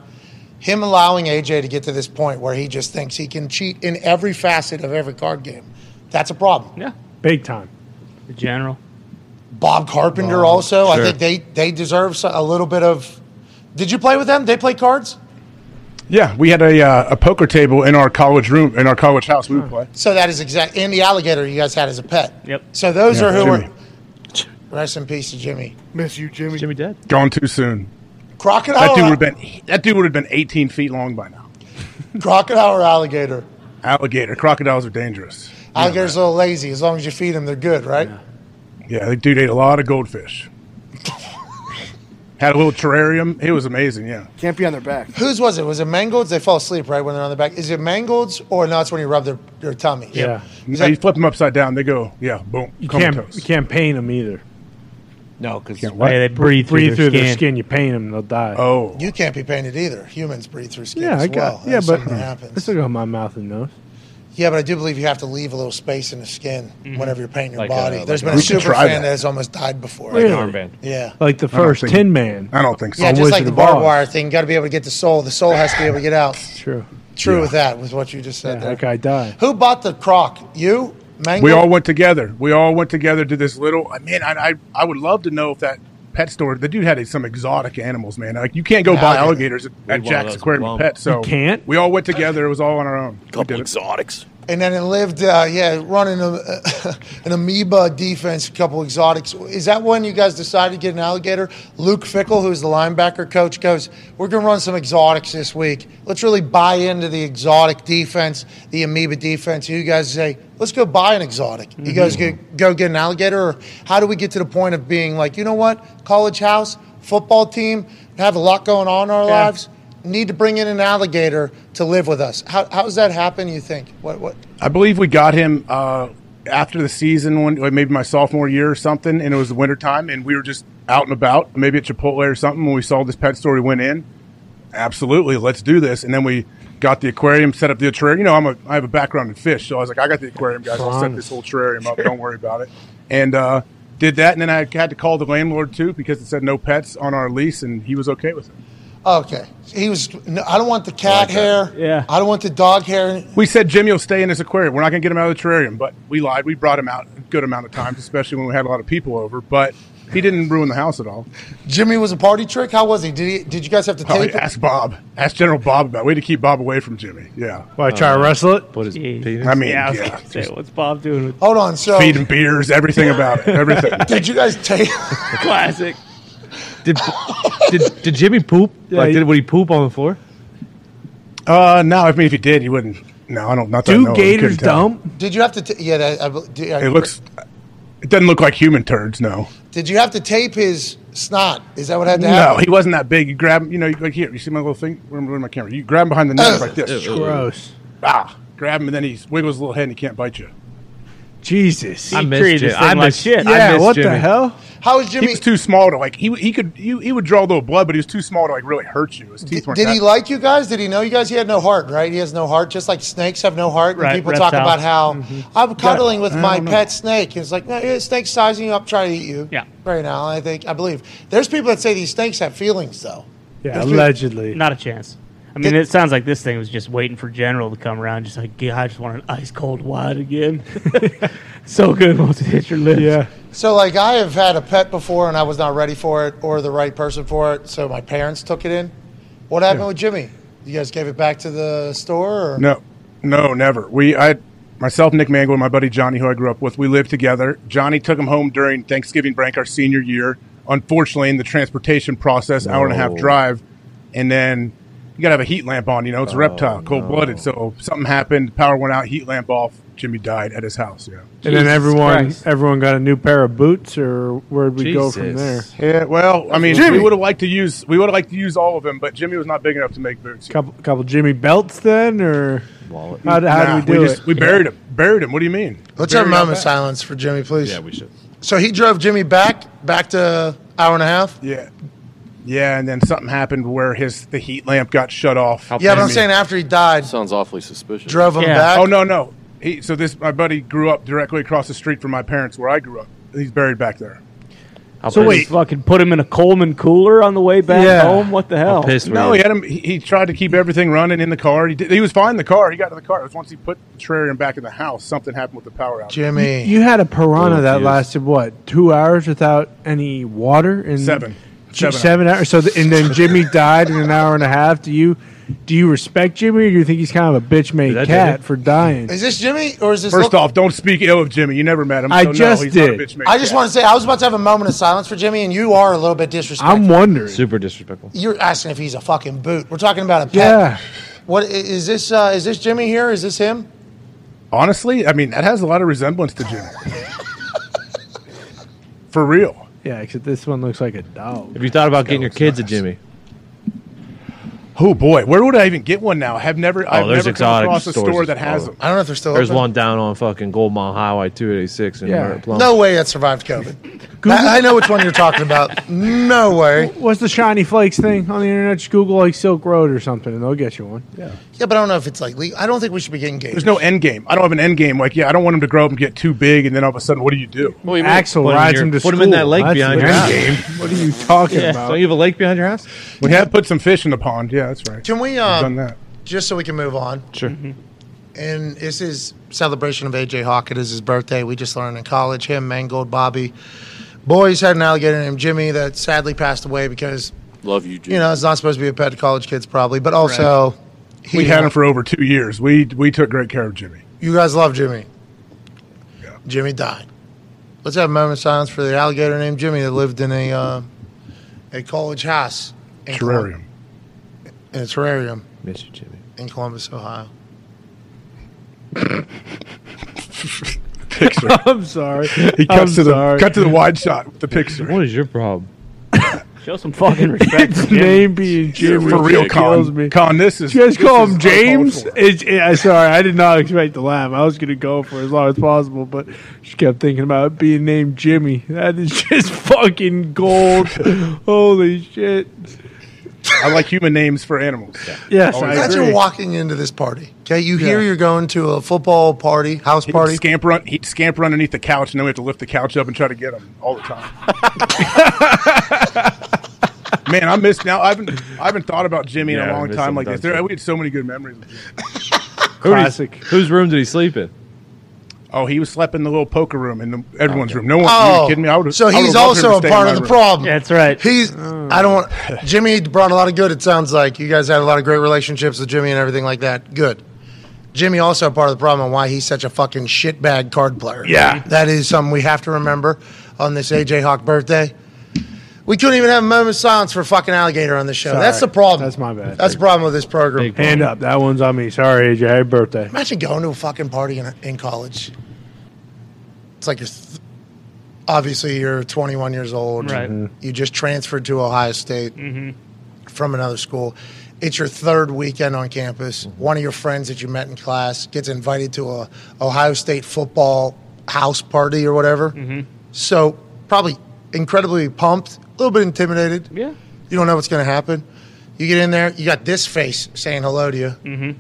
[SPEAKER 1] Him allowing AJ to get to this point where he just thinks he can cheat in every facet of every card game, that's a problem.
[SPEAKER 4] Yeah.
[SPEAKER 2] Big time.
[SPEAKER 4] The general.
[SPEAKER 1] Bob Carpenter
[SPEAKER 11] Oh,
[SPEAKER 4] Bob.
[SPEAKER 1] also. I
[SPEAKER 4] Sure.
[SPEAKER 1] think they they deserve so- a little bit of. Did you play with them? They play cards.
[SPEAKER 11] Yeah, we had a, uh, a poker table in our college room in our college house. We would play.
[SPEAKER 1] So that is exact. And the alligator you guys had as a pet.
[SPEAKER 4] Yep.
[SPEAKER 1] So those
[SPEAKER 11] Yeah,
[SPEAKER 1] are who
[SPEAKER 11] Jimmy.
[SPEAKER 1] are. Rest in peace to Jimmy. Miss you, Jimmy. Jimmy dead.
[SPEAKER 11] Gone too soon.
[SPEAKER 1] Crocodile.
[SPEAKER 11] That dude
[SPEAKER 1] or-
[SPEAKER 11] would have been that dude would have been 18 feet long by now.
[SPEAKER 1] Crocodile or alligator?
[SPEAKER 11] Alligator. Crocodiles are dangerous.
[SPEAKER 1] Alligator's a little lazy. As long as you feed them, they're good, right?
[SPEAKER 11] Yeah, that dude ate a lot of goldfish. Had a little terrarium. It was amazing. Yeah.
[SPEAKER 1] Can't be on their back. Whose was it? Was it Mangold's? They fall asleep right when they're on their back. Is it Mangold's or no? It's when you rub their, their tummy. Is
[SPEAKER 11] No,
[SPEAKER 1] that-
[SPEAKER 11] you flip them upside down. They go. Yeah. Boom.
[SPEAKER 2] You can't,
[SPEAKER 11] comatose.
[SPEAKER 2] you can't paint them either.
[SPEAKER 3] No, because
[SPEAKER 11] what? Yeah, they breathe through their skin.
[SPEAKER 2] You paint them, they'll die.
[SPEAKER 11] Oh,
[SPEAKER 1] You can't be painted either. Humans breathe through skin
[SPEAKER 2] yeah,
[SPEAKER 1] as
[SPEAKER 2] I got.
[SPEAKER 1] well.
[SPEAKER 2] yeah,
[SPEAKER 1] That's
[SPEAKER 2] but
[SPEAKER 1] something that happens.
[SPEAKER 2] I still got my mouth and nose.
[SPEAKER 1] Yeah, but I do believe you have to leave a little space in the skin whenever you're painting your
[SPEAKER 2] Mm-hmm. Like,
[SPEAKER 1] body.
[SPEAKER 2] uh, like
[SPEAKER 1] There's
[SPEAKER 2] a-
[SPEAKER 1] been a
[SPEAKER 2] We should
[SPEAKER 1] super
[SPEAKER 2] try
[SPEAKER 1] fan
[SPEAKER 2] that.
[SPEAKER 1] that has almost died before.
[SPEAKER 2] Like an Really? armband.
[SPEAKER 1] Yeah.
[SPEAKER 2] Like the
[SPEAKER 11] I don't
[SPEAKER 2] first
[SPEAKER 11] think-
[SPEAKER 2] Tin Man.
[SPEAKER 11] I don't think so.
[SPEAKER 1] Yeah,
[SPEAKER 2] On
[SPEAKER 1] just like
[SPEAKER 2] Wizard
[SPEAKER 1] the
[SPEAKER 2] of
[SPEAKER 1] barbed
[SPEAKER 2] Oz.
[SPEAKER 1] wire thing. You got to be able to get the soul. The soul has to be able to get out.
[SPEAKER 2] True.
[SPEAKER 1] True
[SPEAKER 11] Yeah.
[SPEAKER 1] with that, with what you just said there.
[SPEAKER 2] That guy died.
[SPEAKER 1] Who bought the croc? You? Mango?
[SPEAKER 11] We all went together. We all went together to this little. I mean, I, I I would love to know if that pet store. The dude had some exotic animals, man. Like you can't go buy alligators
[SPEAKER 1] Alligator.
[SPEAKER 11] at,
[SPEAKER 1] We
[SPEAKER 11] at
[SPEAKER 1] want
[SPEAKER 11] Jack's
[SPEAKER 1] those
[SPEAKER 11] Aquarium
[SPEAKER 1] lump.
[SPEAKER 11] and Pet. So
[SPEAKER 1] You can't?
[SPEAKER 11] We all went together. It was all on our own. Couple
[SPEAKER 6] exotics.
[SPEAKER 1] And then it lived, uh, yeah, running a, an amoeba defense, a couple exotics. Is that when you guys decided to get an alligator? Luke Fickle, who's the linebacker coach, goes, We're going to run some exotics this week. Let's really buy into the exotic defense, the amoeba defense. You guys say, Let's go buy an exotic. You guys go, go get an alligator? Or how do we get to the point of being like, you know what? College house, football team, have a lot going on in our
[SPEAKER 4] Yeah.
[SPEAKER 1] lives. Need to bring in an alligator to live with us. How, how does that happen? You think? What? What?
[SPEAKER 11] I believe we got him uh, after the season, when like maybe my sophomore year or something, and it was the wintertime, and we were just out and about, maybe at Chipotle or something. When we saw this pet store, we went in. Absolutely, let's do this. And then we got the aquarium, set up the terrarium. You know, I'm a I have a background in fish, so I was like, I got the aquarium, guys. I'll set this whole terrarium up. Don't worry about it. And uh, did that, and then I had to call the landlord too because it said no pets on our lease, and he was okay with it.
[SPEAKER 1] Okay. He was. No, I don't want the cat
[SPEAKER 11] like that.
[SPEAKER 1] hair. Yeah. I don't want the dog hair.
[SPEAKER 11] We said Jimmy will stay in his aquarium. We're not going to get him out of the terrarium, but we lied. We brought him out a good amount of times, especially when we had a lot of people over. But he didn't ruin the house at all.
[SPEAKER 1] Jimmy was a party trick. How was he? Did he, Did you guys have to
[SPEAKER 11] Oh,
[SPEAKER 1] tape it?
[SPEAKER 11] ask Bob. Ask General Bob about. it. We had to keep Bob away from Jimmy. Yeah.
[SPEAKER 2] Why try to wrestle it? What
[SPEAKER 3] is
[SPEAKER 11] I mean,
[SPEAKER 4] yeah, I
[SPEAKER 11] yeah,
[SPEAKER 4] was gonna say, what's Bob doing with
[SPEAKER 1] Hold on. So
[SPEAKER 11] feed him beers, everything about it, everything.
[SPEAKER 1] Did you guys tape?
[SPEAKER 4] Classic.
[SPEAKER 3] Did, did did Jimmy poop?
[SPEAKER 11] Yeah,
[SPEAKER 3] like,
[SPEAKER 11] he-
[SPEAKER 3] did would he poop on the floor?
[SPEAKER 11] Uh, no. I mean, if he did, he wouldn't. No, I don't. Not that I know of. We couldn't tell.
[SPEAKER 1] Did you have to? T- yeah. That, I, bel- do- I-
[SPEAKER 11] It looks. It doesn't look like human turds, no.
[SPEAKER 1] Did you have to tape his snot? Is that what had to
[SPEAKER 11] No,
[SPEAKER 1] happen?
[SPEAKER 11] he wasn't that big. You grab him, you know, you- like here, you see my little thing? Where, where my camera? You grab him behind the neck like
[SPEAKER 3] Oh,
[SPEAKER 11] this.
[SPEAKER 2] Ew. Gross.
[SPEAKER 11] Ah, grab him, and then he wiggles his little head and he can't bite you.
[SPEAKER 2] Jesus.
[SPEAKER 11] He treated this thing like shit.
[SPEAKER 2] Yeah, what the hell?
[SPEAKER 1] How is Jimmy?
[SPEAKER 11] He was too small to like. He he could you he would draw a little blood, but he was too small to like really hurt you. His teeth weren't.
[SPEAKER 1] Did
[SPEAKER 11] that-
[SPEAKER 1] he like you guys? Did he know you guys? He had no heart, right? He has no heart, just like snakes have no heart. And
[SPEAKER 11] Right,
[SPEAKER 1] people talk
[SPEAKER 11] reptile.
[SPEAKER 1] about how I'm cuddling with
[SPEAKER 11] I
[SPEAKER 1] my
[SPEAKER 11] don't know.
[SPEAKER 1] pet snake. It's like, no, yeah, snake's sizing you up, trying to eat you. Yeah. Right now, I think I believe there's people that say these snakes have feelings, though.
[SPEAKER 2] Yeah, allegedly.
[SPEAKER 4] Not a chance. I mean, it sounds like this thing was just waiting for General to come around, just like, "Yeah, I just want an ice cold wad again. so good once it hits your lips. Yeah.
[SPEAKER 1] So, like, I have had a pet before, and I was not ready for it or the right person for it. So my parents took it in. What happened with Jimmy? You guys gave it back to the store? Or?
[SPEAKER 11] No, no, never. We, I, myself, Nick Mangle, and my buddy Johnny, who I grew up with, we lived together. Johnny took him home during Thanksgiving break our senior year. Unfortunately, in the transportation process, hour and a half
[SPEAKER 2] No.
[SPEAKER 11] drive, and then you got to have a heat lamp on. You know, it's a
[SPEAKER 1] Oh,
[SPEAKER 11] reptile, cold blooded. So something happened. Power went out. Heat lamp off. Jimmy died at his house. Yeah,
[SPEAKER 2] And then everyone, everyone got a new pair of boots, or where'd we go from there?
[SPEAKER 11] Yeah, well, I mean,
[SPEAKER 2] Jimmy.
[SPEAKER 11] we would have liked to use we would have liked to use all of them, but Jimmy was not big enough to make boots.
[SPEAKER 2] Couple, couple Jimmy belts then, or how, do- how
[SPEAKER 11] Nah,
[SPEAKER 2] do we do
[SPEAKER 11] just-
[SPEAKER 2] it?
[SPEAKER 11] We buried him. Buried him. What do you mean?
[SPEAKER 1] Let's have a
[SPEAKER 11] Buried him
[SPEAKER 1] moment
[SPEAKER 11] back.
[SPEAKER 1] silence for Jimmy, please.
[SPEAKER 11] Yeah,
[SPEAKER 1] we should. So he drove Jimmy back, back to hour and a half.
[SPEAKER 11] Yeah. Yeah, and then something happened where his the heat lamp got shut off.
[SPEAKER 1] yeah, but I'm saying after he died,
[SPEAKER 6] sounds awfully suspicious.
[SPEAKER 1] Drove him Yeah. back?
[SPEAKER 11] Oh no, no. He so this my buddy grew up directly across the street from my parents where I grew up. He's buried back there.
[SPEAKER 4] so wait, fucking put him in a Coleman cooler on the way back
[SPEAKER 11] Yeah.
[SPEAKER 4] home. What the hell?
[SPEAKER 11] No, he had him. He, he tried to keep everything running in the car. He, did, he was fine. in The car. He got to the car. It was once he put the terrarium back in the house. Something happened with the power outage.
[SPEAKER 2] You, you had a piranha that
[SPEAKER 11] Confused.
[SPEAKER 2] lasted what two hours without any water and
[SPEAKER 11] Seven.
[SPEAKER 2] J-
[SPEAKER 11] Seven
[SPEAKER 2] seven hours. So the, and then Jimmy died in an hour and a half. Do you do you respect Jimmy, or do you think he's kind of a bitch made
[SPEAKER 11] That did
[SPEAKER 2] cat
[SPEAKER 11] it.
[SPEAKER 2] for dying?
[SPEAKER 1] Is this Jimmy or is this?
[SPEAKER 11] First
[SPEAKER 1] look-
[SPEAKER 11] off, don't speak ill of Jimmy. You never met him.
[SPEAKER 2] I
[SPEAKER 11] so
[SPEAKER 2] just
[SPEAKER 11] no, he's not a
[SPEAKER 2] did.
[SPEAKER 11] bitch made
[SPEAKER 1] I just
[SPEAKER 11] cat.
[SPEAKER 1] want to say I was about to have a moment of silence for Jimmy, and you are a little bit disrespectful.
[SPEAKER 2] I'm wondering.
[SPEAKER 3] Super disrespectful.
[SPEAKER 1] You're asking if he's a fucking boot. We're talking about a pet.
[SPEAKER 2] Yeah.
[SPEAKER 1] What i- is this? Uh, is this Jimmy here? Is this him?
[SPEAKER 11] Honestly, I mean that has a lot of resemblance to Jimmy. For real.
[SPEAKER 2] Yeah, except this one looks like a dog.
[SPEAKER 3] Have you thought about getting your kids a Jimmy?
[SPEAKER 11] Oh boy, where would I even get one now? I have never. I've
[SPEAKER 3] Oh, there's
[SPEAKER 11] never come
[SPEAKER 3] exotic
[SPEAKER 11] across a
[SPEAKER 3] stores
[SPEAKER 11] store
[SPEAKER 3] as
[SPEAKER 11] that has
[SPEAKER 3] well.
[SPEAKER 11] them.
[SPEAKER 1] I don't know if they're still.
[SPEAKER 3] There's
[SPEAKER 1] open.
[SPEAKER 3] one down on fucking Gold Mile Highway 286 in
[SPEAKER 1] Yeah.
[SPEAKER 3] Mount Plum.
[SPEAKER 1] No way that survived COVID. I, I know which one you're talking about. No way.
[SPEAKER 2] What's the shiny flakes thing on the internet? Just Google like Silk Road or something, and they'll get you one. Yeah.
[SPEAKER 1] Yeah, but I don't know if it's like. le- I don't think we should be getting
[SPEAKER 11] There's
[SPEAKER 1] gauged.
[SPEAKER 11] no end game. I don't have an end game. Like, yeah, I don't want him to grow up and get too big, and then all of a sudden, what do you do?
[SPEAKER 3] What do you mean? Axel Put him in rides your- him to put him in school. that lake That's behind the your end house. game.
[SPEAKER 2] What are you talking
[SPEAKER 3] Yeah.
[SPEAKER 2] about?
[SPEAKER 3] Don't you have a lake behind your house?
[SPEAKER 11] We have put some fish in the pond. Yeah, that's right.
[SPEAKER 1] Can we?
[SPEAKER 11] We've
[SPEAKER 1] Um,
[SPEAKER 11] done that.
[SPEAKER 1] Just so we can move on. Mm-hmm.
[SPEAKER 3] Sure.
[SPEAKER 1] And this is celebration of AJ Hawk. It is his birthday. We just learned in college. Him, Mangold, Bobby. Boys had an alligator named Jimmy that sadly passed away because
[SPEAKER 6] Love you, Jim.
[SPEAKER 1] you know it's not supposed to be a pet to college kids probably, but also he-
[SPEAKER 11] we had him for over two years. We we took great care of Jimmy.
[SPEAKER 1] You guys love Jimmy. Jimmy died. Let's have a moment of silence for the alligator named Jimmy that lived in a uh, a college house in Col-
[SPEAKER 11] Terrarium.
[SPEAKER 1] in a terrarium
[SPEAKER 3] Miss you, Jimmy.
[SPEAKER 1] in Columbus, Ohio.
[SPEAKER 11] Picture.
[SPEAKER 2] I'm sorry.
[SPEAKER 11] He
[SPEAKER 2] I'm
[SPEAKER 11] cuts to the
[SPEAKER 2] sorry.
[SPEAKER 11] cut to the wide shot with the picture.
[SPEAKER 3] What is your problem?
[SPEAKER 4] Show some fucking respect.
[SPEAKER 2] It's
[SPEAKER 4] for Jimmy.
[SPEAKER 2] name being Jimmy
[SPEAKER 11] for real,
[SPEAKER 2] kills
[SPEAKER 11] Con.
[SPEAKER 2] me.
[SPEAKER 11] Con, this is-
[SPEAKER 2] you guys
[SPEAKER 11] this
[SPEAKER 2] call
[SPEAKER 11] is
[SPEAKER 2] him James. It's, yeah, sorry, I did not expect to laugh. I was going to go for as long as possible, but just kept thinking about being named Jimmy. That is just fucking gold. Holy shit!
[SPEAKER 11] I like human names for animals.
[SPEAKER 2] Yes, I
[SPEAKER 1] Imagine
[SPEAKER 2] agree.
[SPEAKER 1] walking into this party. Okay, you hear
[SPEAKER 11] Yeah.
[SPEAKER 1] you're going to a football party, house
[SPEAKER 11] He'd
[SPEAKER 1] party.
[SPEAKER 11] scamper, un- he'd scamper underneath the couch, and then we have to lift the couch up and try to get him all the time. Man, I miss now. I haven't I haven't thought about Jimmy in
[SPEAKER 3] Yeah, I
[SPEAKER 11] a long
[SPEAKER 3] miss
[SPEAKER 11] time
[SPEAKER 3] him,
[SPEAKER 11] like this.
[SPEAKER 3] don't
[SPEAKER 11] There, we had so many good memories. Of Jimmy.
[SPEAKER 3] Who did he-
[SPEAKER 11] Classic.
[SPEAKER 3] whose room did he sleep in?
[SPEAKER 11] Oh, he was slept in the little poker room in the, everyone's
[SPEAKER 3] Okay.
[SPEAKER 11] room. No one, you kidding me? I would.
[SPEAKER 1] Oh. so
[SPEAKER 11] I
[SPEAKER 1] he's
[SPEAKER 11] would've loved him
[SPEAKER 1] also a
[SPEAKER 11] to stay
[SPEAKER 1] part
[SPEAKER 11] in
[SPEAKER 1] of the
[SPEAKER 11] my room.
[SPEAKER 1] problem. That's right. He's. I don't want. Jimmy brought a lot of good. It sounds like you guys had a lot of great relationships with Jimmy and everything like that. Good. Jimmy also a part of the problem on why he's such a fucking shitbag card player.
[SPEAKER 11] Yeah.
[SPEAKER 1] that is something we have to remember on this AJ Hawk birthday. We couldn't even have a moment of silence for fucking alligator on the show.
[SPEAKER 2] Sorry.
[SPEAKER 1] That's the problem.
[SPEAKER 2] That's my bad.
[SPEAKER 1] That's the problem with this program.
[SPEAKER 2] Hand up. That one's on me. Sorry, AJ. Happy birthday.
[SPEAKER 1] Imagine going to a fucking party in, in college. It's like your th- obviously you're 21 years old.
[SPEAKER 4] Right. Mhm.
[SPEAKER 1] You just transferred to Ohio State
[SPEAKER 4] Mhm.
[SPEAKER 1] from another school. It's your third weekend on campus. One of your friends that you met in class gets invited to a Ohio State football house party or whatever. So probably incredibly pumped, a little bit intimidated. Yeah. You don't know what's going to happen. You get in there, you got this face saying hello to you. Mm-hmm.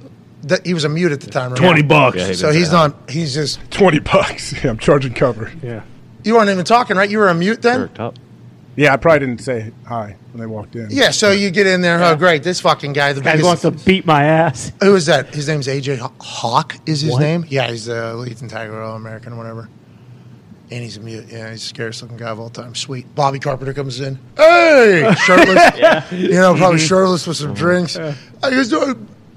[SPEAKER 1] he was a mute at the time. Right?
[SPEAKER 11] 20 bucks. Yeah, he
[SPEAKER 1] so
[SPEAKER 11] did
[SPEAKER 1] he's
[SPEAKER 11] that.
[SPEAKER 1] not. He's just
[SPEAKER 11] twenty bucks. Yeah, I'm charging cover.
[SPEAKER 2] Yeah.
[SPEAKER 1] You weren't even talking, right? You were on mute then.
[SPEAKER 11] Yeah, I probably didn't say hi when they walked in.
[SPEAKER 1] Yeah. So you get in there. Oh, great! This fucking guy. The
[SPEAKER 11] Guy
[SPEAKER 1] biggest,
[SPEAKER 11] wants
[SPEAKER 4] to beat my ass.
[SPEAKER 1] Who is that? His name's AJ Haw- Hawk. Is his
[SPEAKER 4] What?
[SPEAKER 1] name? Yeah, he's the leading Tiger All American or whatever. And he's a mute. Yeah, he's the scariest looking guy of all time. Sweet. Bobby Carpenter comes in. Hey, shirtless.
[SPEAKER 16] Yeah.
[SPEAKER 1] You know, probably
[SPEAKER 16] Mhm.
[SPEAKER 1] shirtless with some drinks. I guess uh,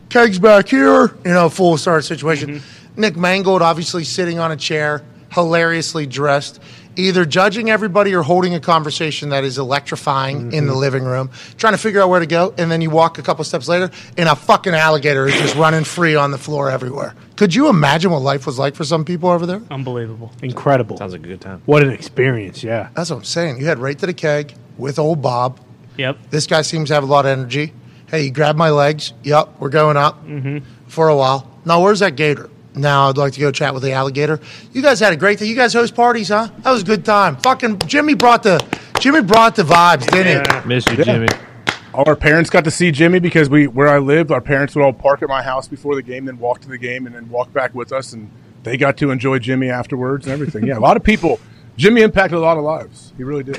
[SPEAKER 1] kegs back here. You know, full start situation. Nick Mangold obviously sitting on a chair, hilariously dressed, either judging everybody or holding a conversation that is electrifying in the
[SPEAKER 16] Mhm.
[SPEAKER 1] living room, trying to figure out where to go, and then you walk a couple steps later, and a fucking alligator is just running free on the floor everywhere. Could you imagine what life was like for some people over there?
[SPEAKER 4] Unbelievable.
[SPEAKER 2] Incredible.
[SPEAKER 3] Sounds like a good time.
[SPEAKER 2] What an experience, yeah.
[SPEAKER 1] That's what I'm saying. You had right to the keg with old Bob.
[SPEAKER 4] Yep.
[SPEAKER 1] This guy seems to have a lot of energy. Hey, you grab my legs. Yep, we're going up for a while. Now, where's that gator? Now, I'd like to go chat with the alligator. You guys had a great day. You guys host parties, huh? That was a good time. Fucking Jimmy brought the Jimmy brought the vibes, didn't he?
[SPEAKER 3] Missed you,
[SPEAKER 11] Yeah.
[SPEAKER 3] Jimmy.
[SPEAKER 11] Our parents got to see Jimmy because we, where I lived, our parents would all park at my house before the game, then walk to the game, and then walk back with us, and they got to enjoy Jimmy afterwards and everything. Yeah, a lot of people. Jimmy impacted a lot of lives. He really did.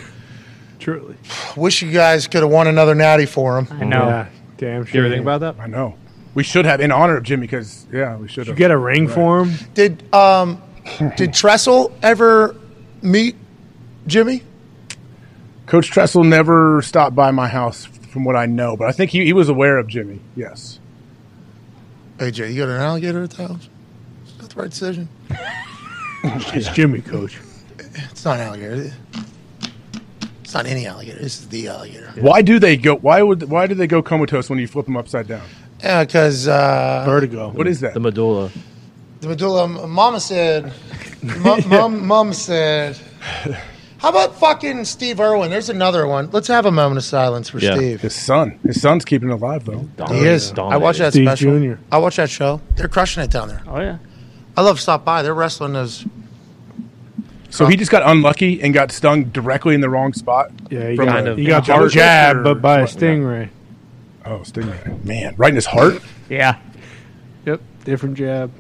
[SPEAKER 2] Truly.
[SPEAKER 1] Wish you guys could have won another natty for him.
[SPEAKER 11] I know. Yeah,
[SPEAKER 2] damn
[SPEAKER 11] sure. You ever think about
[SPEAKER 3] that?
[SPEAKER 11] I know. We should have in honor of Jimmy because yeah, we should.
[SPEAKER 1] Did
[SPEAKER 11] have.
[SPEAKER 1] you get a
[SPEAKER 2] ring
[SPEAKER 1] for
[SPEAKER 2] him?
[SPEAKER 1] Did um did Tressel ever meet Jimmy?
[SPEAKER 11] Coach Tressel never stopped by my house, from what I know, but I think he, he was aware of Jimmy. Yes.
[SPEAKER 1] AJ, you got an alligator at the house? Is that the right decision?
[SPEAKER 2] It's Jimmy, coach.
[SPEAKER 1] It's not an alligator. It's not any alligator. This is the alligator.
[SPEAKER 11] Why do they go? Why would? Why do they go comatose when you flip them upside down?
[SPEAKER 1] Yeah, because uh,
[SPEAKER 2] Vertigo.
[SPEAKER 11] What is that? The
[SPEAKER 3] medulla.
[SPEAKER 1] The medulla. m- Mama said. Mom, mom, mom said. How about fucking Steve Irwin? There's another one. Let's have a moment of silence for Steve.
[SPEAKER 11] His son. His son's keeping it alive though.
[SPEAKER 1] He is. I watched that special. I watched that show. They're crushing it down there.
[SPEAKER 4] Oh yeah.
[SPEAKER 1] I love stop by. They're wrestling those.
[SPEAKER 11] So he just got unlucky and got stung directly in the wrong spot.
[SPEAKER 2] Yeah, he
[SPEAKER 11] From
[SPEAKER 2] got,
[SPEAKER 11] a-
[SPEAKER 2] he got
[SPEAKER 11] heart
[SPEAKER 2] the jab,
[SPEAKER 11] or-
[SPEAKER 2] but by a
[SPEAKER 11] what?
[SPEAKER 2] stingray.
[SPEAKER 11] Oh, stingray. Man, right in his heart.
[SPEAKER 4] Yeah.
[SPEAKER 2] Yep, different jab.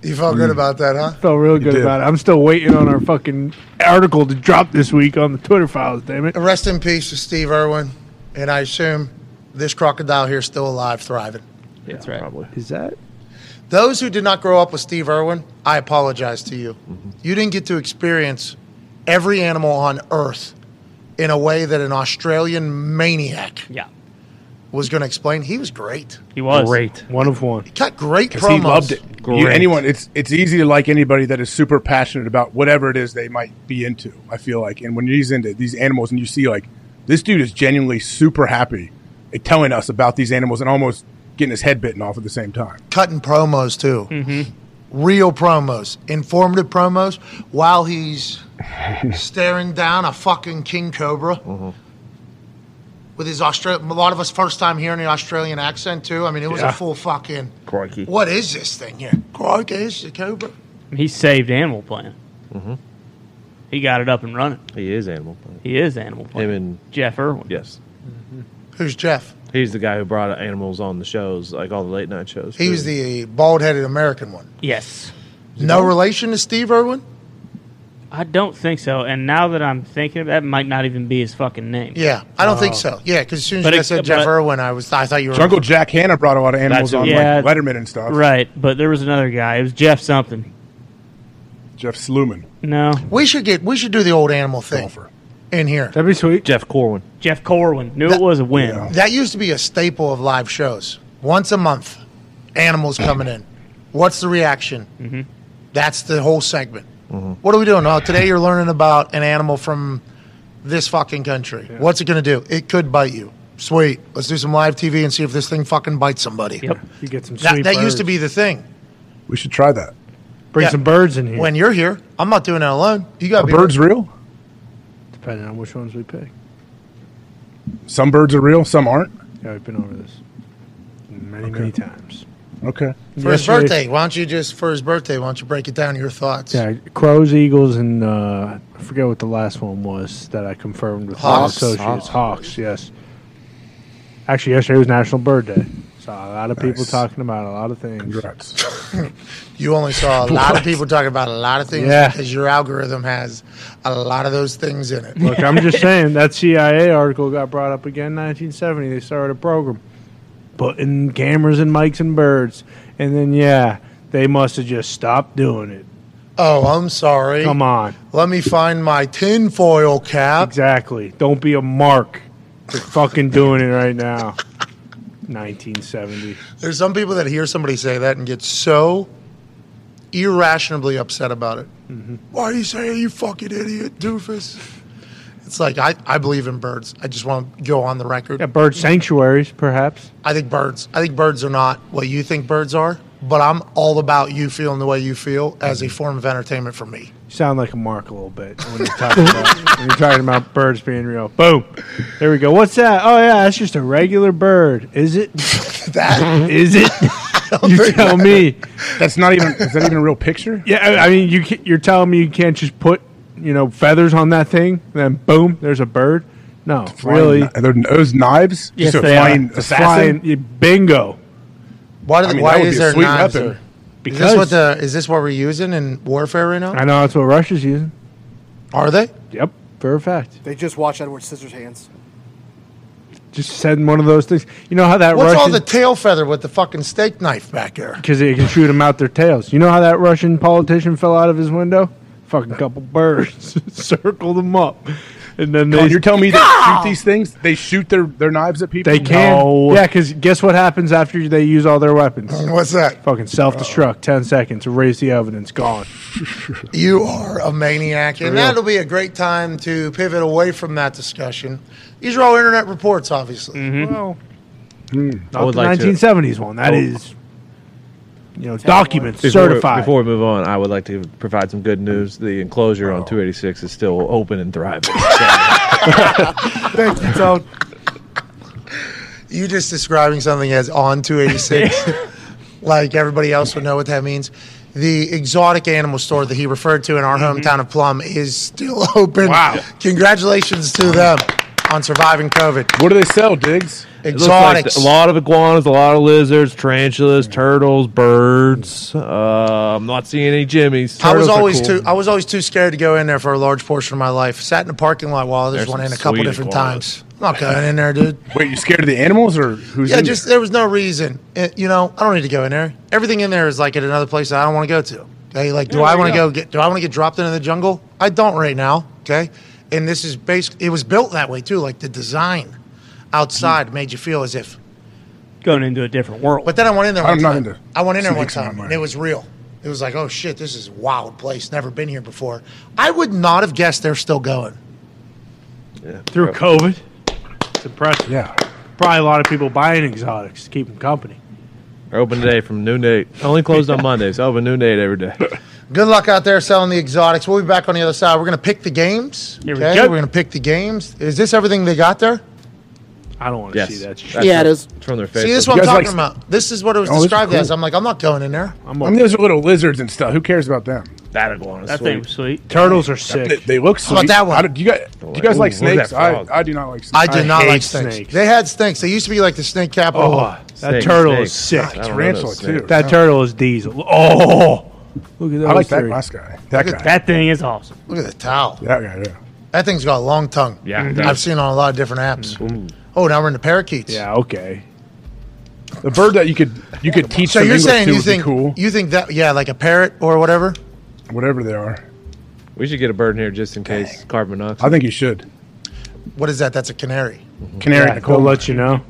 [SPEAKER 1] You felt good about that, huh?
[SPEAKER 2] Felt real good
[SPEAKER 1] did.
[SPEAKER 2] about it. I'm still waiting on our fucking article to drop this week on the Twitter files, damn it.
[SPEAKER 1] Rest in peace to Steve Irwin, and I assume this crocodile here is still alive, thriving.
[SPEAKER 3] That's right. Probably.
[SPEAKER 2] Is that?
[SPEAKER 1] Those who did not grow up with Steve Irwin, I apologize to you. You didn't get to experience every animal on earth in a way that an Australian maniac
[SPEAKER 4] yeah.
[SPEAKER 1] was going to explain. He was great.
[SPEAKER 4] He
[SPEAKER 11] was.
[SPEAKER 2] Great. One of one.
[SPEAKER 1] Got great
[SPEAKER 11] Because he
[SPEAKER 1] promos.
[SPEAKER 11] loved it. You- anyone, it's it's easy to like anybody that is super passionate about whatever it is they might be into. I feel like, and when he's into these animals, and you see like this dude is genuinely super happy, at telling us about these animals and almost getting his head bitten off at the same time.
[SPEAKER 1] Cutting promos too. Mm-hmm. Real promos, informative promos, while he's staring down a fucking king cobra with his Australian. A lot of us first time hearing the Australian accent too. I mean, it was
[SPEAKER 4] Yeah.
[SPEAKER 1] a full fucking.
[SPEAKER 3] Crikey.
[SPEAKER 1] What is this thing here? Crikey, it's a cobra.
[SPEAKER 4] He saved Animal Planet.
[SPEAKER 3] Mm-hmm.
[SPEAKER 4] He got it up and running.
[SPEAKER 3] He is Animal Planet.
[SPEAKER 4] He is Animal Planet.
[SPEAKER 3] Him and
[SPEAKER 4] Jeff Irwin.
[SPEAKER 3] Yes.
[SPEAKER 1] Who's Jeff?
[SPEAKER 3] He's the guy who brought animals on the shows, like all the late night shows.
[SPEAKER 1] He
[SPEAKER 3] too.
[SPEAKER 1] was the bald headed American one.
[SPEAKER 4] Yes.
[SPEAKER 1] No relation to Steve Irwin?
[SPEAKER 4] I don't think so. And now that I'm thinking, that might not even be his fucking name.
[SPEAKER 1] Yeah, I don't think so. Yeah, because as soon as
[SPEAKER 4] But
[SPEAKER 1] you guys
[SPEAKER 4] it-
[SPEAKER 1] said Jeff
[SPEAKER 4] but-
[SPEAKER 1] Irwin, I was I thought you were
[SPEAKER 11] Jungle Jack Hanna brought a lot of animals on, like Letterman and stuff.
[SPEAKER 4] Right, but there was another guy. It was Jeff something.
[SPEAKER 11] Jeff Sluman.
[SPEAKER 4] No.
[SPEAKER 1] We should get we should do the old animal thing in here.
[SPEAKER 2] That'd be sweet.
[SPEAKER 3] Jeff Corwin.
[SPEAKER 4] Jeff Corwin knew it was a win.
[SPEAKER 1] That used to be a staple of live shows. Once a month, animals coming in. What's the reaction? Mm-hmm. That's the whole segment. What are we doing? Oh, today you're learning about an animal from this fucking country. What's it going to do? It could bite you. Sweet. Let's do some live TV and see if this thing fucking bites somebody. Yep.
[SPEAKER 2] You get some
[SPEAKER 1] That,
[SPEAKER 2] sweet
[SPEAKER 1] that used to
[SPEAKER 2] birds.
[SPEAKER 1] be the thing.
[SPEAKER 11] We should try that.
[SPEAKER 2] Bring
[SPEAKER 1] Yeah.
[SPEAKER 2] some birds in here.
[SPEAKER 1] When you're here, I'm not doing that alone. You got
[SPEAKER 11] Are birds real?
[SPEAKER 2] depending on which ones we pick.
[SPEAKER 11] Some birds are real, some aren't.
[SPEAKER 2] Yeah, we've been over this many, many times.
[SPEAKER 11] Okay.
[SPEAKER 2] For
[SPEAKER 1] For his
[SPEAKER 2] his
[SPEAKER 1] birthday, why don't you just for his birthday? Why don't you break it down? Your thoughts.
[SPEAKER 2] Yeah, crows, eagles, and uh, I forget what the last one was that I confirmed with
[SPEAKER 1] Hawks.
[SPEAKER 2] my associates. Hawks. yes. Actually, yesterday was National Bird Day, so a lot of people
[SPEAKER 1] Nice.
[SPEAKER 2] talking about a lot of things.
[SPEAKER 1] You only saw a lot of people talking about a lot of things
[SPEAKER 2] Yeah.
[SPEAKER 1] because your algorithm has a lot of those things in it.
[SPEAKER 2] Look, I'm just saying that CIA article got brought up again. 1970, they started a program putting cameras and mics and birds, and then yeah, they must have just stopped doing it.
[SPEAKER 1] Oh, I'm sorry.
[SPEAKER 2] Come on.
[SPEAKER 1] Let me find my tinfoil cap.
[SPEAKER 2] Exactly. Don't be a mark. They're fucking doing it right now. 1970.
[SPEAKER 1] There's some people that hear somebody say that and get so irrationally upset about it.
[SPEAKER 2] Mm-hmm.
[SPEAKER 1] Why are you saying you fucking idiot, doofus? It's like I, I believe in birds. I just want to go on the record.
[SPEAKER 2] Yeah, bird sanctuaries, perhaps.
[SPEAKER 1] I think birds. I think birds are not what you think birds are, but I'm all about you feeling the way you feel as a form of entertainment for me.
[SPEAKER 2] You sound like a mark a little bit when you're talking about, when you're talking about birds being real. Boom. There we go. What's that? Oh yeah, that's just a regular bird. Is it?
[SPEAKER 1] that
[SPEAKER 2] is it? You tell me.
[SPEAKER 11] That's not even. Is that even a real picture?
[SPEAKER 2] Yeah, I- I mean, you ca- you're telling me you can't just put you know feathers on that thing, then boom, there's a bird. No,
[SPEAKER 11] Flying
[SPEAKER 2] really,
[SPEAKER 11] kni- are those knives?
[SPEAKER 2] Yes,
[SPEAKER 11] Just a
[SPEAKER 2] they are.
[SPEAKER 11] flying
[SPEAKER 2] A
[SPEAKER 11] assassin?
[SPEAKER 2] flying- bingo.
[SPEAKER 1] Why, do
[SPEAKER 11] I mean,
[SPEAKER 1] why
[SPEAKER 11] that would
[SPEAKER 1] is
[SPEAKER 11] be a
[SPEAKER 1] there
[SPEAKER 11] sweet
[SPEAKER 1] knives?
[SPEAKER 11] weapon.
[SPEAKER 1] there? is
[SPEAKER 2] Because-
[SPEAKER 1] this what the is this what we're using in warfare right now?
[SPEAKER 2] I know that's what Russia's using.
[SPEAKER 1] Are they?
[SPEAKER 2] Yep, for a fact.
[SPEAKER 17] They just watch Edward Scissorhands.
[SPEAKER 2] Just send one of those things. You know how that
[SPEAKER 1] What's all
[SPEAKER 2] Russian
[SPEAKER 1] the tail feather with the fucking steak knife back there?
[SPEAKER 2] because they can shoot them out their tails. You know how that Russian politician fell out of his window? Fucking couple birds circled him up, and then they.
[SPEAKER 11] Colin, you're telling me they shoot these things? They shoot their, their knives at people?
[SPEAKER 2] Ah! They can, yeah. Because guess what happens after they use all their weapons?
[SPEAKER 1] What's that?
[SPEAKER 2] Fucking
[SPEAKER 1] Oh.
[SPEAKER 2] self-destruct. Ten seconds. Erase the evidence. Gone.
[SPEAKER 1] You are a maniac, and
[SPEAKER 2] real.
[SPEAKER 1] that'll be a great time to pivot away from that discussion. These are all internet reports, obviously.
[SPEAKER 11] Mm-hmm.
[SPEAKER 1] Well,
[SPEAKER 2] Not the 1970s one. That
[SPEAKER 1] Oh.
[SPEAKER 2] is, you know, documents
[SPEAKER 3] Before We,
[SPEAKER 2] certified.
[SPEAKER 3] before we move on, I would like to provide some good news. The enclosure on 286 is still open and thriving.
[SPEAKER 1] Thank you, Toad. You just describing something as on 286, like everybody else would know what that means. The exotic animal store that he referred to in our hometown of Plum is still open.
[SPEAKER 11] Mm-hmm. Wow.
[SPEAKER 1] Congratulations to them on surviving COVID.
[SPEAKER 11] What do they sell, Diggs?
[SPEAKER 3] It looks like
[SPEAKER 1] Exotics.
[SPEAKER 3] a lot of iguanas, a lot of lizards, tarantulas, turtles, birds. Uh, I'm not seeing any jimmies.
[SPEAKER 1] I was
[SPEAKER 3] Turtles are
[SPEAKER 1] always
[SPEAKER 3] cool.
[SPEAKER 1] too I was always too scared to go in there for a large portion of my life. Sat in a parking lot while others
[SPEAKER 11] There's
[SPEAKER 1] went in
[SPEAKER 11] some
[SPEAKER 1] a couple
[SPEAKER 11] sweet
[SPEAKER 1] different
[SPEAKER 11] iguanas.
[SPEAKER 1] times. I'm not going in there, dude.
[SPEAKER 11] Wait, you scared of the animals or who's
[SPEAKER 1] yeah,
[SPEAKER 11] in
[SPEAKER 1] just there was no reason. Eh, you know, I don't need to go in there. Everything in there is like at another place that I don't want to go to. Okay, like do
[SPEAKER 11] Yeah,
[SPEAKER 1] I
[SPEAKER 11] there
[SPEAKER 1] want to
[SPEAKER 11] you
[SPEAKER 1] go
[SPEAKER 11] go.
[SPEAKER 1] get? Do I want to get dropped into the jungle? I don't right now. Okay, and this is basically it was built that way too. Like the design
[SPEAKER 3] Hmm.
[SPEAKER 1] outside made you feel as if
[SPEAKER 4] Going into a different world.
[SPEAKER 1] But then I went in there. One
[SPEAKER 4] I'm not
[SPEAKER 1] time.
[SPEAKER 4] into
[SPEAKER 1] I went in there one
[SPEAKER 4] snakes in my
[SPEAKER 1] time, and
[SPEAKER 4] mind.
[SPEAKER 1] it was real. It was like, oh shit, this is a wild place. Never been here before. I would not have guessed they're still going.
[SPEAKER 2] Through COVID, it's impressive. Yeah, probably a lot of people buying exotics to keep them company.
[SPEAKER 3] They're open today from noon to eight. Only closed on Mondays. Open noon to eight every day.
[SPEAKER 1] Good luck out there selling the exotics. We'll be back on the other side. We're gonna pick the games.
[SPEAKER 3] Here we go.
[SPEAKER 1] We're gonna pick the games. Is this everything they got there?
[SPEAKER 2] I don't want to
[SPEAKER 3] Yes.
[SPEAKER 2] see that. shit.
[SPEAKER 3] That's
[SPEAKER 1] Yeah, it
[SPEAKER 3] from-
[SPEAKER 1] is.
[SPEAKER 3] it's From their face.
[SPEAKER 1] See, this is what I'm talking about. This is what it was
[SPEAKER 11] Oh, this is
[SPEAKER 1] described
[SPEAKER 11] cool.
[SPEAKER 1] as. I'm like, I'm not going in there.
[SPEAKER 11] there? I mean, those are little lizards and stuff. Who cares about them?
[SPEAKER 3] That iguana.
[SPEAKER 1] That thing was
[SPEAKER 2] sweet. Turtles are sick.
[SPEAKER 11] They, they look
[SPEAKER 1] How
[SPEAKER 11] sweet.
[SPEAKER 1] about that one?
[SPEAKER 11] I don't- do you guys, do you guys
[SPEAKER 1] Ooh,
[SPEAKER 11] like
[SPEAKER 1] what was
[SPEAKER 11] snakes?
[SPEAKER 1] that
[SPEAKER 11] I,
[SPEAKER 1] frog?
[SPEAKER 11] I do not like
[SPEAKER 1] I
[SPEAKER 11] snakes.
[SPEAKER 1] do not like snakes. They had snakes. They used to be like the snake capital.
[SPEAKER 2] Oh, that turtle is sick. That turtle is diesel. Oh, look at those
[SPEAKER 1] I like that
[SPEAKER 2] three.
[SPEAKER 1] last guy.
[SPEAKER 11] That
[SPEAKER 1] Look at-
[SPEAKER 2] guy.
[SPEAKER 4] That thing is awesome.
[SPEAKER 1] Look at the towel.
[SPEAKER 11] That guy, yeah.
[SPEAKER 1] That thing's got a long tongue.
[SPEAKER 2] Yeah, it
[SPEAKER 1] I've
[SPEAKER 2] does.
[SPEAKER 1] seen on a lot of different apps. Oh, now we're into parakeets.
[SPEAKER 2] Yeah, okay.
[SPEAKER 11] The bird that you could you could teach.
[SPEAKER 1] So
[SPEAKER 11] them
[SPEAKER 1] you're
[SPEAKER 11] English
[SPEAKER 1] saying
[SPEAKER 11] to
[SPEAKER 1] you
[SPEAKER 11] would be
[SPEAKER 1] think
[SPEAKER 11] cool.
[SPEAKER 1] you think that yeah, like a parrot or whatever.
[SPEAKER 11] Whatever they are.
[SPEAKER 3] We should get a bird in here just in case carbon monoxide.
[SPEAKER 11] I think you should.
[SPEAKER 1] What is that? That's a canary.
[SPEAKER 11] Canary in the coal
[SPEAKER 2] they'll
[SPEAKER 11] mine.
[SPEAKER 2] let you know.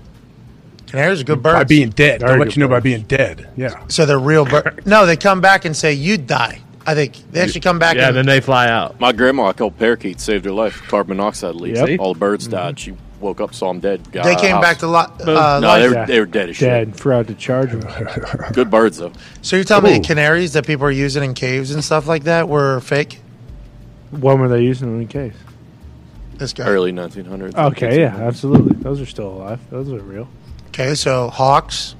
[SPEAKER 1] Canaries are good birds.
[SPEAKER 11] By being dead,
[SPEAKER 1] Very
[SPEAKER 11] they'll
[SPEAKER 1] good
[SPEAKER 11] let you know by being dead. Yeah.
[SPEAKER 1] So they're real birds. no, they come back and say you die. I think they actually come back. and,
[SPEAKER 3] they fly out.
[SPEAKER 6] My grandma killed parakeet, saved her life. Carbon monoxide leaks.
[SPEAKER 1] Yep.
[SPEAKER 6] All the birds died. She woke up, saw them dead. Got
[SPEAKER 1] They
[SPEAKER 6] out of
[SPEAKER 1] came
[SPEAKER 6] the
[SPEAKER 1] back
[SPEAKER 6] house.
[SPEAKER 1] to lo- uh,
[SPEAKER 6] no,
[SPEAKER 1] life.
[SPEAKER 6] they were,
[SPEAKER 1] Yeah.
[SPEAKER 6] they were dead as shit.
[SPEAKER 2] Dead. Forgot to charge him.
[SPEAKER 6] Good birds though.
[SPEAKER 1] So you're telling me
[SPEAKER 6] Ooh.
[SPEAKER 1] the canaries that people are using in caves and stuff like that were fake?
[SPEAKER 2] When were they using them in case?
[SPEAKER 1] This guy.
[SPEAKER 6] Early 1900s.
[SPEAKER 2] Okay, yeah, absolutely. Those are still alive. Those are real.
[SPEAKER 1] Okay, so Hawks.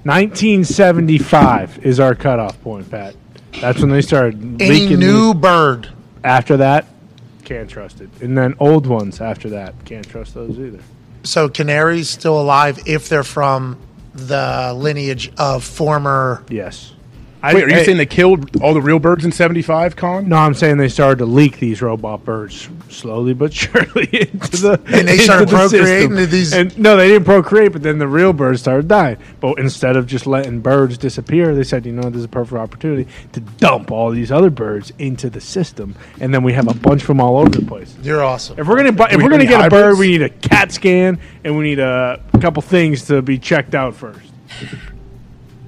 [SPEAKER 2] 1975 is our cutoff point, Pat. That's when they started
[SPEAKER 1] Any
[SPEAKER 2] leaking
[SPEAKER 1] new bird
[SPEAKER 2] after that. Can't trust it. And then old ones after that. Can't trust those either.
[SPEAKER 1] So canaries still alive if they're from the lineage of former.
[SPEAKER 2] Yes.
[SPEAKER 11] Wait, are you saying they killed all the real birds in '75, Con?
[SPEAKER 2] No, I'm saying they started to leak these robot birds slowly but surely into the
[SPEAKER 1] And they
[SPEAKER 2] into
[SPEAKER 1] started
[SPEAKER 2] the
[SPEAKER 1] procreating
[SPEAKER 2] system.
[SPEAKER 1] to these-
[SPEAKER 2] And no, they didn't procreate, but then the real birds started dying. But instead of just letting birds disappear, they said, you know, this is a perfect opportunity to dump all these other birds into the system, and then we have a bunch from all over the place.
[SPEAKER 1] You're awesome.
[SPEAKER 2] If we're gonna bu- if
[SPEAKER 1] We-
[SPEAKER 2] we're gonna
[SPEAKER 1] any
[SPEAKER 2] get a bird,
[SPEAKER 1] hybrids?
[SPEAKER 2] we need a CAT scan and we need a couple things to be checked out first.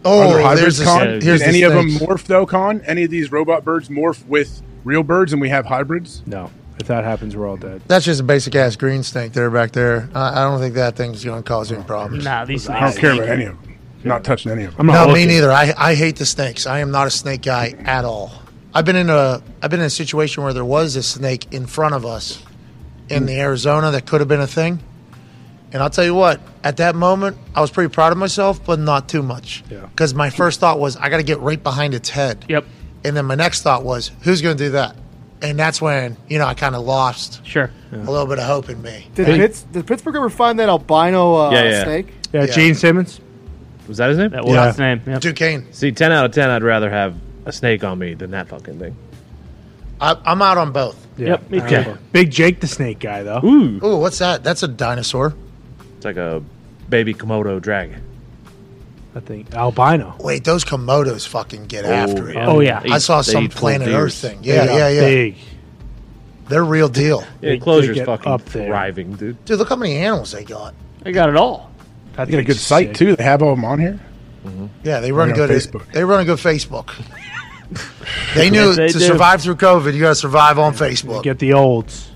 [SPEAKER 11] Are there
[SPEAKER 1] Oh,
[SPEAKER 11] hybrids,
[SPEAKER 1] there's a-
[SPEAKER 11] Con?
[SPEAKER 1] here's
[SPEAKER 11] Did
[SPEAKER 1] the
[SPEAKER 11] any of them
[SPEAKER 1] snakes.
[SPEAKER 11] morph though, Con? Any of these robot birds morph with real birds, and we have hybrids?
[SPEAKER 2] No, if that happens, we're all dead.
[SPEAKER 1] That's just a basic ass green snake there back there. I I don't think that thing's going to cause any problems.
[SPEAKER 4] Nah, these
[SPEAKER 11] I don't care about any of them. Not touching any of them.
[SPEAKER 1] no, me neither. I, I hate the snakes. I am not a snake guy at all. I've been in a I've been in a situation where there was a snake in front of us in the Arizona that could have been a thing. And I'll tell you what, at that moment I was pretty proud of myself, but not too much. Yeah. Because my first thought was I gotta get right behind its head.
[SPEAKER 4] Yep.
[SPEAKER 1] And then my next thought was, who's gonna do that? And that's when, you know, I kinda lost
[SPEAKER 4] Sure.
[SPEAKER 1] a little bit of hope in me.
[SPEAKER 17] Did,
[SPEAKER 1] Hey.
[SPEAKER 17] Pitts, did Pittsburgh ever find that albino uh,
[SPEAKER 3] Yeah, yeah.
[SPEAKER 17] snake?
[SPEAKER 2] Yeah, Gene Simmons.
[SPEAKER 3] Was that his name?
[SPEAKER 4] That was Yeah. his name. Yep.
[SPEAKER 1] Duquesne.
[SPEAKER 3] See, ten out of ten, I'd rather have a snake on me than that fucking thing.
[SPEAKER 1] I, I'm out on both.
[SPEAKER 2] Yep, me
[SPEAKER 3] Okay.
[SPEAKER 2] too. Big Jake the Snake guy, though.
[SPEAKER 3] Ooh,
[SPEAKER 1] Ooh, what's that? That's a dinosaur.
[SPEAKER 3] it's like a baby Komodo dragon.
[SPEAKER 2] I think albino.
[SPEAKER 1] Wait, those Komodos fucking get after it.
[SPEAKER 3] yeah. Oh, yeah.
[SPEAKER 1] I saw
[SPEAKER 3] They
[SPEAKER 1] some
[SPEAKER 3] eat full
[SPEAKER 1] Planet Earth
[SPEAKER 3] deers.
[SPEAKER 1] thing. Yeah,
[SPEAKER 3] They
[SPEAKER 1] yeah,
[SPEAKER 3] are
[SPEAKER 1] yeah.
[SPEAKER 3] big.
[SPEAKER 1] They're real deal.
[SPEAKER 3] Yeah, enclosure's fucking thriving, dude.
[SPEAKER 1] Dude, look how many animals they got.
[SPEAKER 4] They got it all.
[SPEAKER 11] They got a good site too. They have all them on here.
[SPEAKER 1] Yeah, they run
[SPEAKER 11] They're on
[SPEAKER 1] good.
[SPEAKER 11] Facebook.
[SPEAKER 1] They run a good Facebook. they knew
[SPEAKER 2] Yes, they
[SPEAKER 1] to
[SPEAKER 2] do.
[SPEAKER 1] survive through COVID, you got to survive on Facebook.
[SPEAKER 2] Get the olds.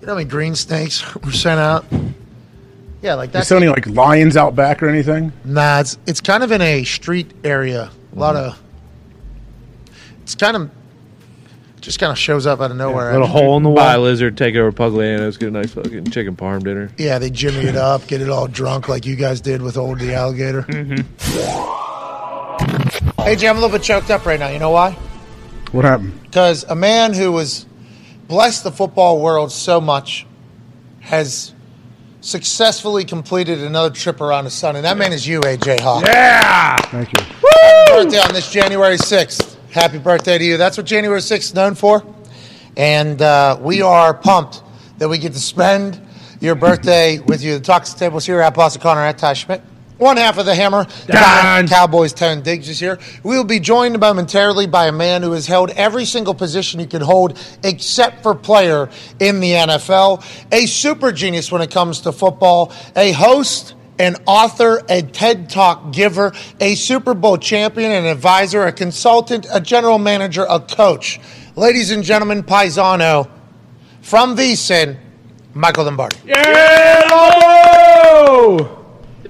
[SPEAKER 1] You know how many green snakes were sent out? Yeah, like
[SPEAKER 11] Is
[SPEAKER 1] that's
[SPEAKER 11] there any like lions out back or anything?
[SPEAKER 1] Nah, it's it's kind of in a street area. A lot of it's kind of just kind of shows up out of nowhere.
[SPEAKER 3] Buy a lizard, take over Pugliano's, get a nice fucking chicken parm dinner.
[SPEAKER 1] Yeah, they jimmy it up, get it all drunk like you guys did with old the alligator. Mm-hmm. Hey, Jay, I'm a little bit choked up right now. You know why?
[SPEAKER 11] What happened?
[SPEAKER 1] Because a man who was blessed the football world so much has successfully completed another trip around the sun, and that man is you, AJ Hawk.
[SPEAKER 2] Yeah.
[SPEAKER 11] Thank you.
[SPEAKER 1] Happy birthday on this January 6th. Happy birthday to you. That's what January 6th is known for. And uh, we are pumped that we get to spend your birthday with you. The Talks Table's here at Boston Connor at Ty Schmidt. One half of the hammer, Don Cowboys Tone Diggs is here. We will be joined momentarily by a man who has held every single position he could hold except for player in the NFL. A super genius when it comes to football, a host an author, a TED Talk giver, a Super Bowl champion, an advisor, a consultant, a general manager, a coach. Ladies and gentlemen, Paisano from VSIN, Michael Lombardi.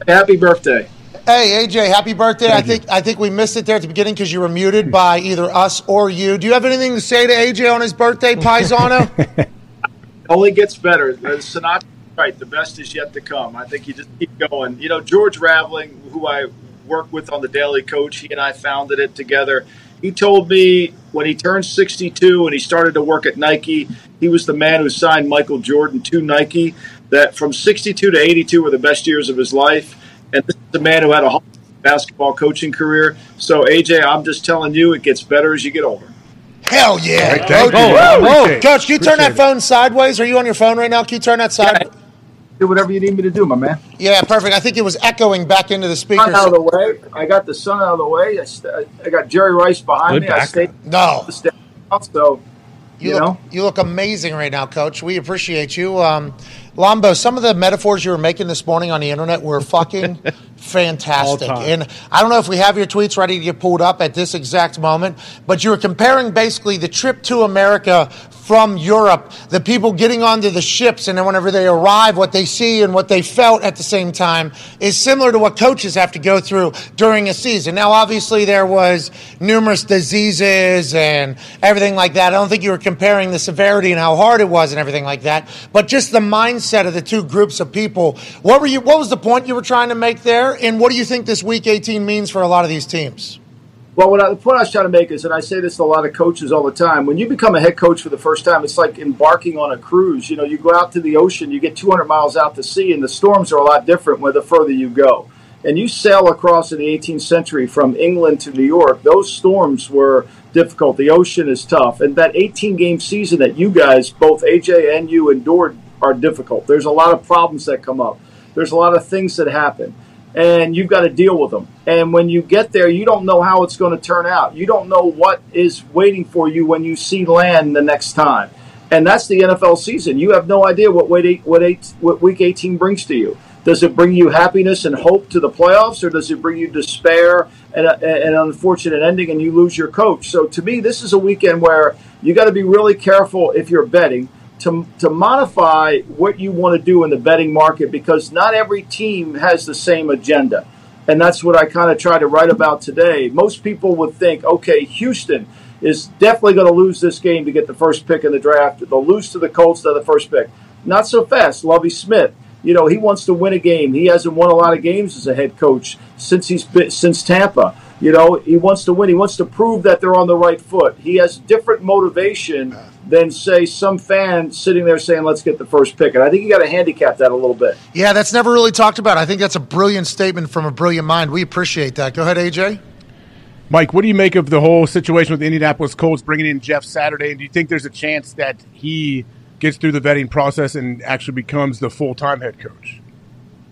[SPEAKER 8] Happy birthday.
[SPEAKER 1] Hey AJ, happy birthday! I think I think we missed it there at the beginning because you were muted by either us or you. Do you have anything to say to AJ on his birthday, Paisano?
[SPEAKER 8] Only gets better. The Sinatra, right? The best is yet to come. I think you just keep going. You know, George Raveling, who I work with on the Daily Coach, he and I founded it together. He told me when he turned 62 and he started to work at Nike, he was the man who signed Michael Jordan to Nike. That from 62 to 82 were the best years of his life, and this is the man who had a Hall of Fame basketball coaching career. So AJ, I'm just telling you, it gets better as you get older.
[SPEAKER 1] Hell yeah!
[SPEAKER 8] Right, thank
[SPEAKER 1] Oh,
[SPEAKER 8] you.
[SPEAKER 1] whoa,
[SPEAKER 8] Appreciate
[SPEAKER 1] whoa.
[SPEAKER 8] it.
[SPEAKER 1] Coach, can you turn
[SPEAKER 8] Appreciate
[SPEAKER 1] that
[SPEAKER 8] it.
[SPEAKER 1] phone sideways? Are you on your phone right now? Can you turn that sideways?
[SPEAKER 8] Do whatever you need me to do, my man.
[SPEAKER 1] Yeah, perfect. I think it was echoing back into the speaker.
[SPEAKER 8] Sun out of the way. I got the sun out of the way. I, st- I got Jerry Rice behind
[SPEAKER 1] Good
[SPEAKER 8] me. I
[SPEAKER 1] backup.
[SPEAKER 8] stayed.
[SPEAKER 1] No.
[SPEAKER 8] Stayed out, so
[SPEAKER 1] You,
[SPEAKER 8] you,
[SPEAKER 1] look,
[SPEAKER 8] know,
[SPEAKER 1] you look amazing right now, Coach. We appreciate you. Um, Lombo, some of the metaphors you were making this morning on the internet were fucking fantastic.
[SPEAKER 18] All time.
[SPEAKER 1] And I don't know if we have your tweets ready to get pulled up at this exact moment, but you were comparing basically the trip to America from Europe, the people getting onto the ships, and then whenever they arrive, what they see and what they felt at the same time is similar to what coaches have to go through during a season. Now, obviously, there was numerous diseases and everything like that. I don't think you were comparing the severity and how hard it was and everything like that, but just the mindset of the two groups of people. What were you? What was the point you were trying to make there? And what do you think this Week 18 means for a lot of these teams?
[SPEAKER 8] Well, what I, the point I was trying to make is, and I say this to a lot of coaches all the time, when you become a head coach for the first time, it's like embarking on a cruise. You know, you go out to the ocean, you get 200 miles out to sea, and the storms are a lot different with the further you go. And you sail across in the 18th century from England to New York, those storms were difficult. The ocean is tough. And that 18 game season that you guys, both AJ and you, endured are difficult. There's a lot of problems that come up, there's a lot of things that happen and you've got to deal with them. And when you get there, you don't know how it's going to turn out. You don't know what is waiting for you when you see land the next time. And that's the NFL season. You have no idea what wait eight, what eight, what week 18 brings to you. Does it bring you happiness and hope to the playoffs, or does it bring you despair and a, an unfortunate ending and you lose your coach? So to me, this is a weekend where you got to be really careful if you're betting to, to modify what you want to do in the betting market because not every team has the same agenda. And that's what I kind of try to write about today. Most people would think, okay, Houston is definitely going to lose this game to get the first pick in the draft. They'll lose to the Colts to the first pick. Not so fast. Lovey Smith, you know, he wants to win a game. He hasn't won a lot of games as a head coach since he's been, since Tampa. You know, he wants to win. He wants to prove that they're on the right foot. He has different motivation than say some fan sitting there saying, "Let's get the first pick." And I think you got to handicap that a little bit.
[SPEAKER 1] Yeah, that's never really talked about. I think that's a brilliant statement from a brilliant mind. We appreciate that. Go ahead, AJ.
[SPEAKER 11] Mike, what do you make of the whole situation with the Indianapolis Colts bringing in Jeff Saturday? And do you think there's a chance that he gets through the vetting process and actually becomes the full time head coach?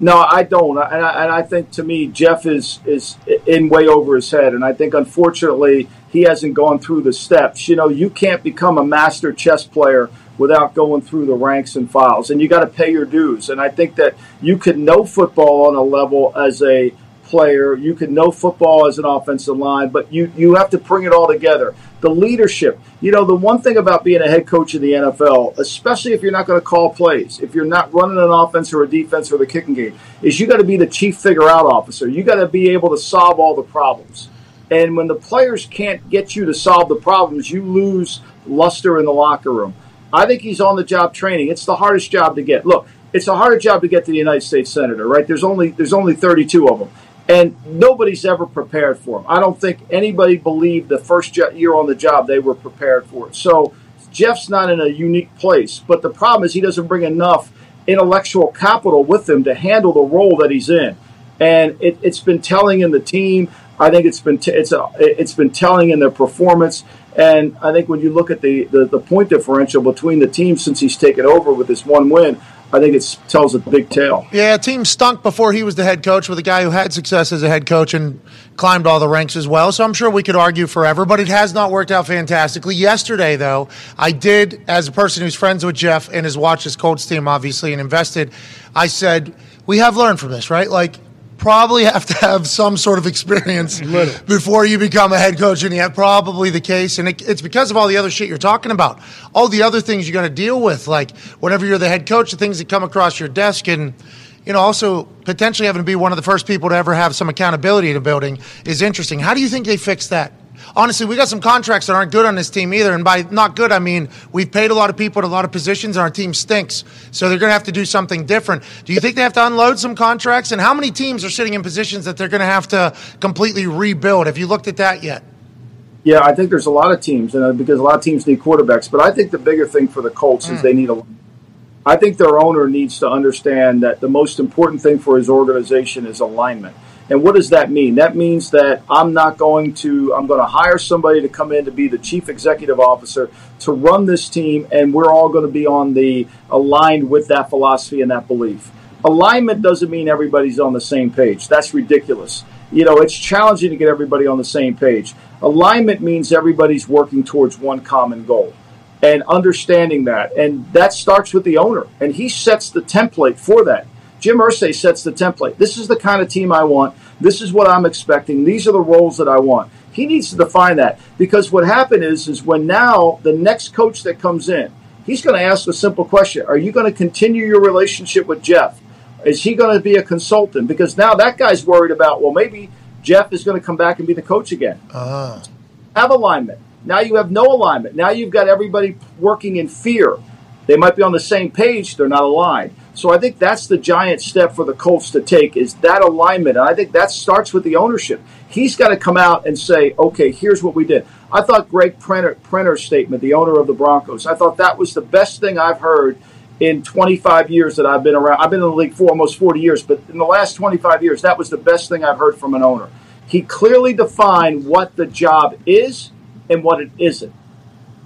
[SPEAKER 8] No, I don't, and I, and I think to me Jeff is is in way over his head, and I think unfortunately he hasn't gone through the steps. You know, you can't become a master chess player without going through the ranks and files, and you got to pay your dues. And I think that you could know football on a level as a player, you could know football as an offensive line, but you you have to bring it all together. The leadership, you know, the one thing about being a head coach in the NFL, especially if you're not going to call plays, if you're not running an offense or a defense or the kicking game, is you got to be the chief figure out officer. You got to be able to solve all the problems. And when the players can't get you to solve the problems, you lose luster in the locker room. I think he's on the job training. It's the hardest job to get. Look, it's a harder job to get to the United States Senator, right? There's only there's only 32 of them, and nobody's ever prepared for them. I don't think anybody believed the first jo- year on the job they were prepared for it. So Jeff's not in a unique place, but the problem is he doesn't bring enough intellectual capital with him to handle the role that he's in, and it, it's been telling in the team. I think it's been t- it's a, it's been telling in their performance. And I think when you look at the, the, the point differential between the teams since he's taken over with this one win, I think it tells a big tale.
[SPEAKER 1] Yeah, team stunk before he was the head coach with a guy who had success as a head coach and climbed all the ranks as well. So I'm sure we could argue forever, but it has not worked out fantastically. Yesterday, though, I did, as a person who's friends with Jeff and has watched his Colts team, obviously, and invested, I said, we have learned from this, right? Like, probably have to have some sort of experience before you become a head coach, and that's probably the case. And it, it's because of all the other shit you're talking about, all the other things you're going to deal with, like whenever you're the head coach, the things that come across your desk, and you know, also potentially having to be one of the first people to ever have some accountability in a building is interesting. How do you think they fix that? Honestly, we got some contracts that aren't good on this team either. And by not good, I mean we've paid a lot of people at a lot of positions and our team stinks. So they're going to have to do something different. Do you think they have to unload some contracts? And how many teams are sitting in positions that they're going to have to completely rebuild? Have you looked at that yet?
[SPEAKER 8] Yeah, I think there's a lot of teams, you know, because a lot of teams need quarterbacks. But I think the bigger thing for the Colts is they need a. I think their owner needs to understand that the most important thing for his organization is alignment. And what does that mean? That means that I'm not going to, I'm going to hire somebody to come in to be the chief executive officer to run this team, and we're all going to be on the aligned with that philosophy and that belief. Alignment doesn't mean everybody's on the same page. That's ridiculous. You know, it's challenging to get everybody on the same page. Alignment means everybody's working towards one common goal and understanding that. And that starts with the owner, and he sets the template for that. Jim Ursay sets the template. This is the kind of team I want. This is what I'm expecting. These are the roles that I want. He needs to define that because what happened is is when now the next coach that comes in, he's going to ask a simple question: Are you going to continue your relationship with Jeff? Is he going to be a consultant? Because now that guy's worried about well, maybe Jeff is going to come back and be the coach again
[SPEAKER 1] Ah.
[SPEAKER 8] have alignment. Now you have no alignment. Now you've got everybody working in fear. They might be on the same page, they're not aligned. So I think that's the giant step for the Colts to take is that alignment. And I think that starts with the ownership. He's got to come out and say, okay, here's what we did. I thought Greg Prenner, Prenner's statement, the owner of the Broncos, I thought that was the best thing I've heard in 25 years that I've been around. I've been in the league for almost 40 years, but in the last 25 years, that was the best thing I've heard from an owner. He clearly defined what the job is and what it isn't.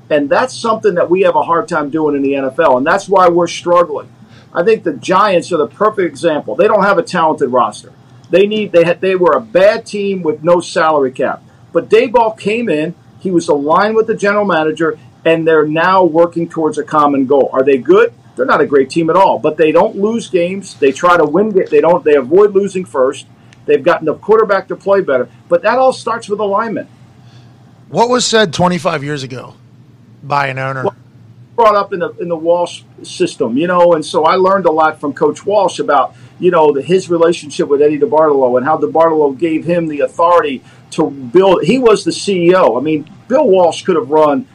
[SPEAKER 8] And that's something that we have a hard time doing in the NFL, and that's why we're struggling. I think the Giants are the perfect example. They don't have a talented roster. They need they had they were a bad team with no salary cap. But Dayball came in, he was aligned with the general manager, and they're now working towards a common goal. Are they good? They're not a great team at all, but they don't lose games. They try to win. ga- They don't. They avoid losing first. They've gotten the quarterback to play better, but that all starts with alignment.
[SPEAKER 1] What was said 25 years ago by an owner?
[SPEAKER 8] brought up in the in the Walsh system, you know, and so I learned a lot from Coach Walsh about you know the, his relationship with Eddie DeBartolo and how DeBartolo gave him the authority to build. He was the CEO. I mean, Bill Walsh could have run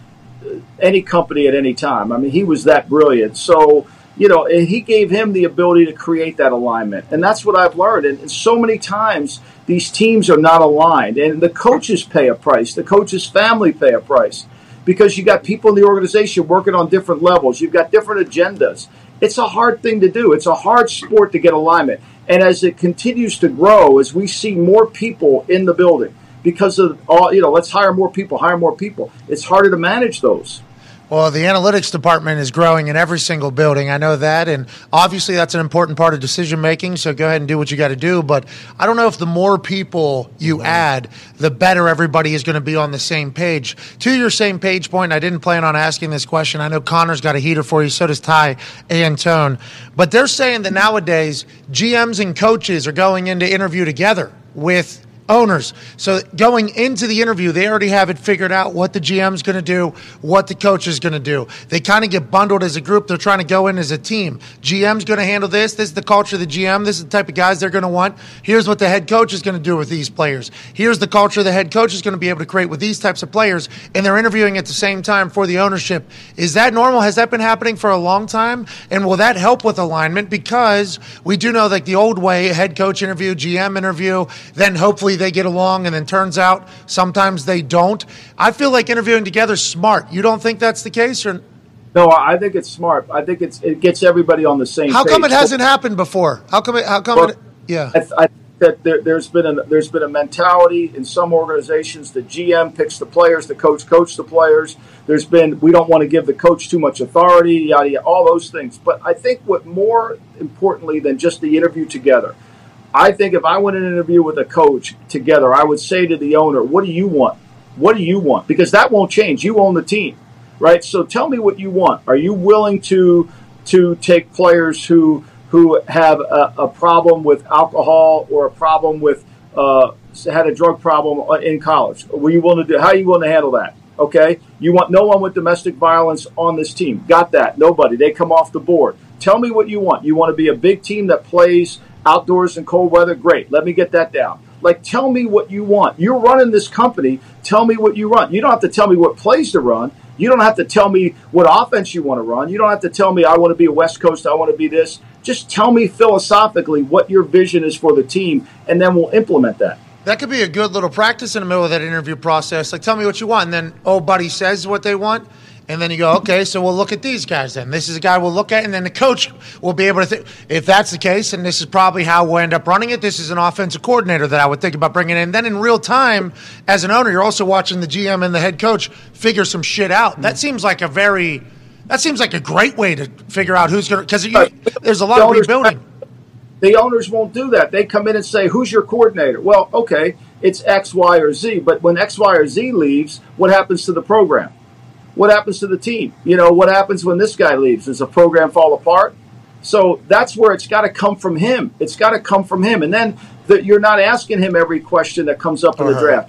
[SPEAKER 8] uh, any company at any time. I mean, he was that brilliant. So you know, and he gave him the ability to create that alignment, and that's what I've learned. And, and so many times these teams are not aligned, and the coaches pay a price. The coaches' family pay a price because you got people in the organization working on different levels. You've got different agendas. It's a hard thing to do. It's a hard sport to get alignment. And as it continues to grow, as we see more people in the building because of all, you know, let's hire more people, hire more people. It's harder to manage those.
[SPEAKER 1] Well, the analytics department is growing in every single building. I know that. And obviously, that's an important part of decision making. So go ahead and do what you got to do. But I don't know if the more people you add, the better everybody is going to be on the same page. To your same page point, I didn't plan on asking this question. I know Connor's got a heater for you. So does Ty and Tone. But they're saying that nowadays, GMs and coaches are going in to interview together with owners. So going into the interview, they already have it figured out what the GM's going to do, what the coach is going to do. They kind of get bundled as a group. They're trying to go in as a team. GM's going to handle this. This is the culture of the GM. This is the type of guys they're going to want. Here's what the head coach is going to do with these players. Here's the culture the head coach is going to be able to create with these types of players. And they're interviewing at the same time for the ownership. Is that normal? Has that been happening for a long time? And will that help with alignment? Because we do know like the old way, head coach interview, GM interview, then hopefully they get along and then turns out sometimes they don't. I feel like interviewing together is smart. You don't think that's the case or
[SPEAKER 8] No, I I think it's smart. I think it's it gets everybody on the same.
[SPEAKER 1] how come it
[SPEAKER 8] page.
[SPEAKER 1] hasn't happened before? How come it how come it yeah.
[SPEAKER 8] I, th- I think that there, there's been a there's been a mentality in some organizations. The GM picks the players, the coach coach the players. There's been we don't want to give the coach too much authority, yada yada, all those things. But I think what more importantly than just the interview together, I think if I went in an interview with a coach together, I would say to the owner, "What do you want? What do you want?" Because that won't change. You own the team, right? So tell me what you want. Are you willing to to take players who who have a, a problem with alcohol or a problem with uh, had a drug problem uh, in college? Were you willing to do? How are you willing to handle that? Okay, you want no one with domestic violence on this team. Got that? Nobody. They come off the board. Tell me what you want. You want to be a big team that plays outdoors in cold weather? Great. Let me get that down. Like, tell me what you want. You're running this company. Tell me what you run. You don't have to tell me what plays to run. You don't have to tell me what offense you want to run. You don't have to tell me I want to be a West Coast. I want to be this. Just tell me philosophically what your vision is for the team, and then we'll implement that.
[SPEAKER 1] That could be a good little practice in the middle of that interview process. Like, tell me what you want. And then old buddy says what they want. And then you go, okay, so we'll look at these guys then. This is a guy we'll look at. And then the coach will be able to, th- if that's the case, and this is probably how we'll end up running it, this is an offensive coordinator that I would think about bringing in. Then in real time, as an owner, you're also watching the GM and the head coach figure some shit out. That seems like a very, that seems like a great way to figure out who's going to, because there's a lot of
[SPEAKER 8] Owners-
[SPEAKER 1] rebuilding.
[SPEAKER 8] The owners won't do that. They come in and say, "Who's your coordinator?" Well, okay, it's X, Y, or Z. But when X, Y, or Z leaves, what happens to the program? What happens to the team? You know, what happens when this guy leaves? Does the program fall apart? So that's where it's got to come from him. It's got to come from him, and then the, you're not asking him every question that comes up in the
[SPEAKER 1] Uh-huh,
[SPEAKER 8] draft.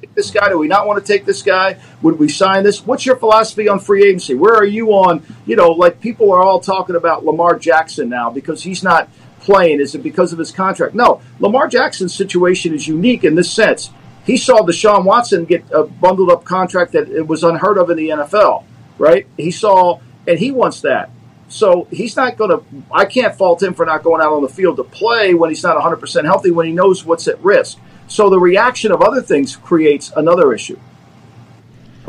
[SPEAKER 8] take this guy? Do we not want to take this guy? Would we sign this? What's your philosophy on free agency? Where are you on? You know, like people are all talking about Lamar Jackson now because he's not playing. Is it because of his contract? No, Lamar Jackson's situation is unique in this sense. He saw Deshaun Watson get a bundled up contract that it was unheard of in the NFL, right? He saw, and he wants that. So he's not going to. I can't fault him for not going out on the field to play when he's not 100% healthy, when he knows what's at risk. So the reaction of other things creates another issue.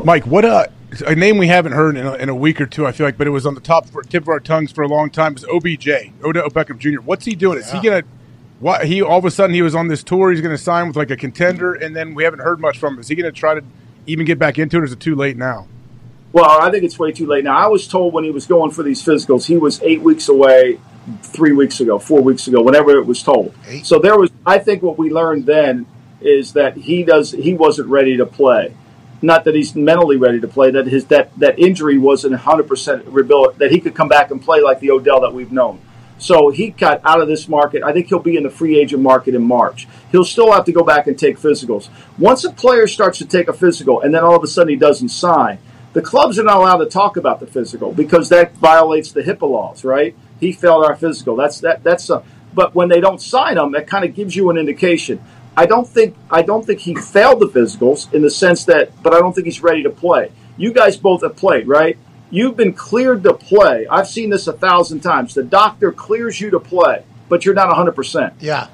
[SPEAKER 11] Mike, what a, a name we haven't heard in a, in a week or two, I feel like, but it was on the top for, tip of our tongues for a long time is OBJ, Odell Beckham Jr. What's he doing? Is he going to, What he all of a sudden he was on this tour, he's going to sign with like a contender, and then we haven't heard much from him. Is he going to try to even get back into it, or is it too late now?
[SPEAKER 8] Well, I think it's way too late now. I was told when he was going for these physicals, he was eight weeks away, three weeks ago, four weeks ago, whenever it was told. So there was. I think what we learned then is that he does. He wasn't ready to play. Not that he's mentally ready to play. That his that that injury wasn't 100 percent rebuilt. That he could come back and play like the Odell that we've known. So he got out of this market. I think he'll be in the free agent market in March. He'll still have to go back and take physicals. Once a player starts to take a physical and then all of a sudden he doesn't sign, the clubs are not allowed to talk about the physical because that violates the HIPAA laws, right? He failed our physical. That's that. That's a, but when they don't sign him, that kind of gives you an indication. I don't think I don't think he failed the physicals in the sense that, but I don't think he's ready to play. You guys both have played, right? You've been cleared to play. I've seen this a thousand times. The doctor clears you to play, but you're not 100. percent
[SPEAKER 1] Yeah.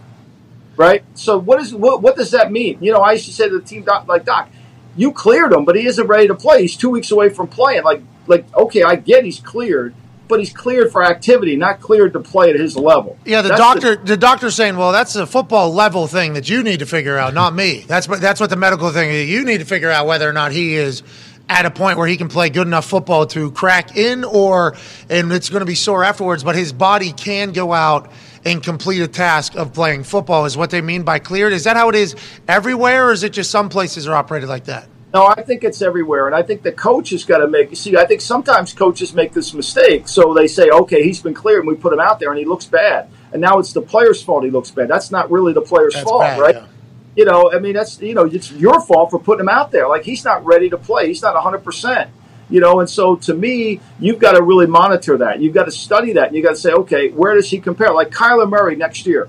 [SPEAKER 8] right? So what is what, what does that mean? You know, I used to say to the team doc, like Doc, you cleared him, but he isn't ready to play. He's two weeks away from playing. Like like okay, I get he's cleared, but he's cleared for activity, not cleared to play at his level.
[SPEAKER 1] Yeah, the
[SPEAKER 8] That's
[SPEAKER 1] doctor the, doctor's saying, "Well, that's a football level thing that you need to figure out, not me." That's what that's what the medical thing is. You need to figure out whether or not he is at a point where he can play good enough football to crack in or and it's going to be sore afterwards, but his body can go out and complete a task of playing football is what they mean by cleared. Is that how it is everywhere or is it just some places are operated like that?
[SPEAKER 8] No, I think it's everywhere, and I think the coach has got to make. See, I think sometimes coaches make this mistake. So they say, "Okay, he's been cleared, and we put him out there, and he looks bad." And now it's the player's fault he looks bad. That's not really the player's
[SPEAKER 1] That's
[SPEAKER 8] fault,
[SPEAKER 1] bad,
[SPEAKER 8] right? You know, I mean, that's you know, it's your fault for putting him out there. Like he's not ready to play. He's not hundred percent. You know, and so to me, you've got to really monitor that. You've got to study that. And you've got to say, okay, where does he compare? Like Kyler Murray next year,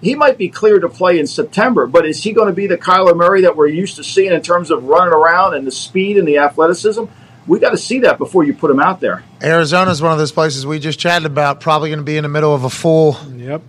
[SPEAKER 8] he might be cleared to play in September, but is he going to be the Kyler Murray that we're used to seeing in terms of running around and the speed and the athleticism? We got to see that before you put him out there.
[SPEAKER 1] Arizona is one of those places we just chatted about, probably going to be in the middle of a full
[SPEAKER 2] Yep.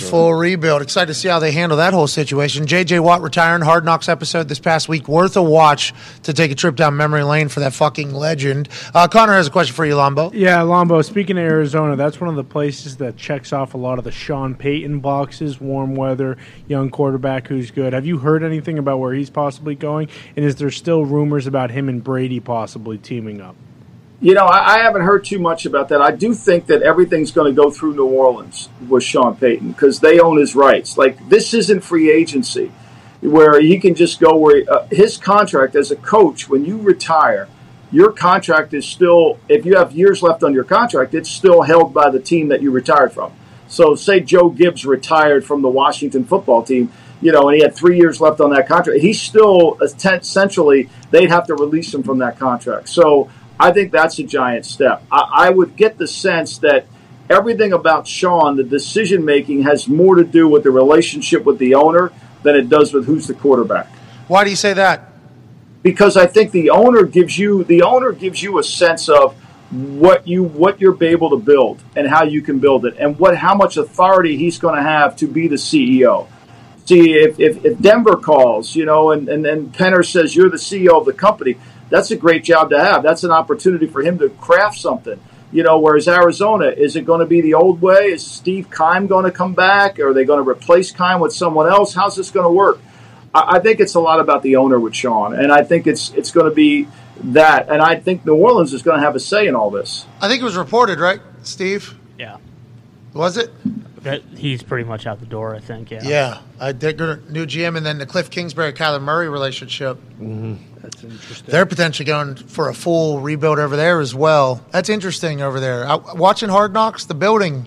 [SPEAKER 1] full rebuild. Excited to see how they handle that whole situation. JJ Watt retiring, Hard Knocks episode this past week. Worth a watch to take a trip down memory lane for that fucking legend. Uh, Connor has a question for you, Lombo.
[SPEAKER 2] Yeah, Lombo. Speaking of Arizona, that's one of the places that checks off a lot of the Sean Payton boxes. Warm weather, young quarterback who's good. Have you heard anything about where he's possibly going? And is there still rumors about him and Brady possibly teaming up?
[SPEAKER 8] You know, I, I haven't heard too much about that. I do think that everything's going to go through New Orleans with Sean Payton because they own his rights. Like this isn't free agency where he can just go where uh, his contract as a coach when you retire, your contract is still if you have years left on your contract, it's still held by the team that you retired from. So say Joe Gibbs retired from the Washington football team, you know, and he had three years left on that contract. He's still atten- essentially they'd have to release him from that contract. So I think that's a giant step. I, I would get the sense that everything about Sean, the decision making, has more to do with the relationship with the owner than it does with who's the quarterback
[SPEAKER 1] Why do you say that?
[SPEAKER 8] because I think the owner gives you the owner gives you a sense of what you what you're able to build and how you can build it and what how much authority he's going to have to be the CEO. See if, if, if Denver calls, you know, and, and, and Penner says you're the CEO of the company, that's a great job to have. That's an opportunity for him to craft something. You know, whereas Arizona, is it going to be the old way? Is Steve Kime going to come back? Are they going to replace Kime with someone else? How's this going to work? I, I think it's a lot about the owner with Sean, and I think it's it's going to be that, and I think New Orleans is going to have a say in all this.
[SPEAKER 1] I think it was reported, right, Steve?
[SPEAKER 4] Yeah.
[SPEAKER 1] Was it?
[SPEAKER 4] That he's pretty much out the door, I think. Yeah.
[SPEAKER 1] Yeah. I did go to new GM and then the Cliff Kingsbury Kyler Murray relationship.
[SPEAKER 2] That's interesting.
[SPEAKER 1] They're potentially going for a full rebuild over there as well. That's interesting over there. I, watching Hard Knocks, the building.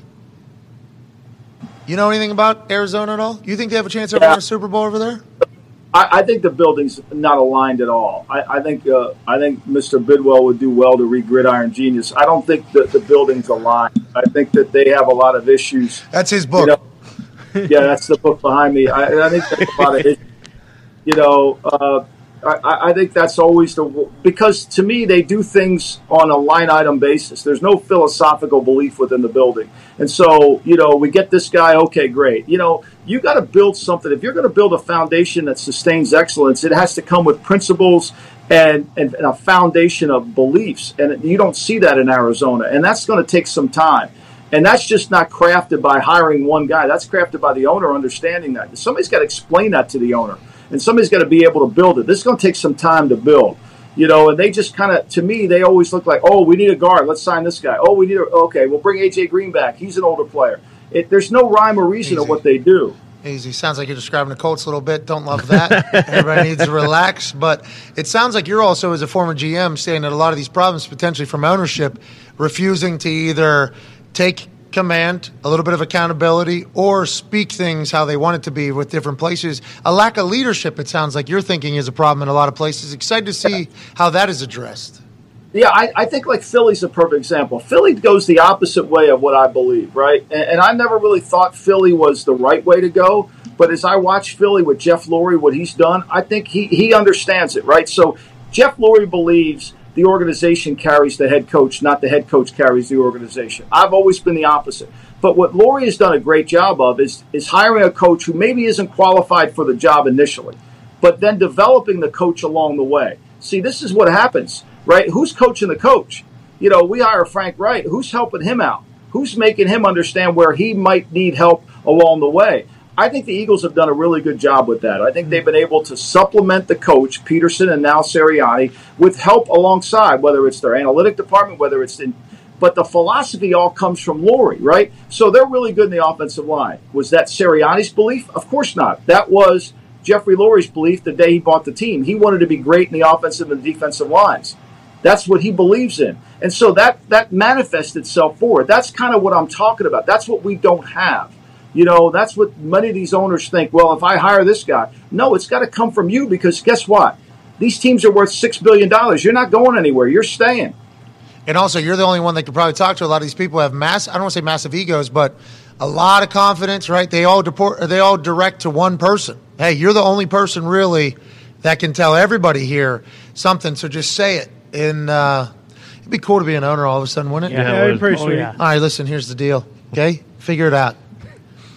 [SPEAKER 1] You know anything about Arizona at all? You think they have a chance of winning a Super Bowl over there?
[SPEAKER 8] I, I think the building's not aligned at all. I, I think uh, I think Mr. Bidwell would do well to re gridiron genius. I don't think that the building's aligned. I think that they have a lot of issues.
[SPEAKER 1] That's his book.
[SPEAKER 8] yeah, that's the book behind me. I, I think that's a lot of issues. You know, uh, I- I, I think that's always the because to me they do things on a line item basis. There's no philosophical belief within the building, and so you know we get this guy. Okay, great. You know, you got to build something. If you're going to build a foundation that sustains excellence, it has to come with principles and, and, and a foundation of beliefs. And you don't see that in Arizona, and that's going to take some time. And that's just not crafted by hiring one guy. That's crafted by the owner understanding that. Somebody's got to explain that to the owner, and somebody's got to be able to build it. This is going to take some time to build, you know. And they just kind of, to me, they always look like, oh, we need a guard. Let's sign this guy. Oh, we need a okay. We'll bring AJ Green back. He's an older player. It, there's no rhyme or reason to what they do.
[SPEAKER 1] Easy. Sounds like you're describing the Colts a little bit. Don't love that. Everybody needs to relax. But it sounds like you're also, as a former GM, saying that a lot of these problems, potentially from ownership, refusing to either take command, a little bit of accountability, or speak things how they want it to be with different places. A lack of leadership, it sounds like you're thinking, is a problem in a lot of places. Excited to see how that is addressed.
[SPEAKER 8] Yeah, I, I think like Philly's a perfect example. Philly goes the opposite way of what I believe, right? And, and I never really thought Philly was the right way to go. But as I watch Philly with Jeff Lurie, what he's done, I think he, he understands it, right? So Jeff Lurie believes the organization carries the head coach, not the head coach carries the organization. I've always been the opposite. But what Lurie has done a great job of is is hiring a coach who maybe isn't qualified for the job initially, but then developing the coach along the way. See, this is what happens, right? Who's coaching the coach? You know, we hire Frank Wright. Who's helping him out? Who's making him understand where he might need help along the way? I think the Eagles have done a really good job with that. I think they've been able to supplement the coach, Peterson and now Seriani, with help alongside, whether it's their analytic department, whether it's in but the philosophy all comes from Lori, right? So they're really good in the offensive line. Was that Sirianni's belief? Of course not. That was Jeffrey Lori's belief the day he bought the team. He wanted to be great in the offensive and defensive lines. That's what he believes in. And so that that manifests itself forward. That's kind of what I'm talking about. That's what we don't have. You know, that's what many of these owners think, well, if I hire this guy, no, it's got to come from you because guess what? These teams are worth 6 billion dollars. You're not going anywhere. You're staying.
[SPEAKER 1] And also, you're the only one that could probably talk to a lot of these people who have mass. I don't want to say massive egos, but a lot of confidence, right? They all deport, they all direct to one person. Hey, you're the only person really that can tell everybody here something. So just say it. And uh, it'd be cool to be an owner all of a sudden, wouldn't it?
[SPEAKER 2] Yeah, Yeah, it it'd be would. pretty Oh, sweet. yeah.
[SPEAKER 1] All right, listen. Here's the deal. Okay, figure it out.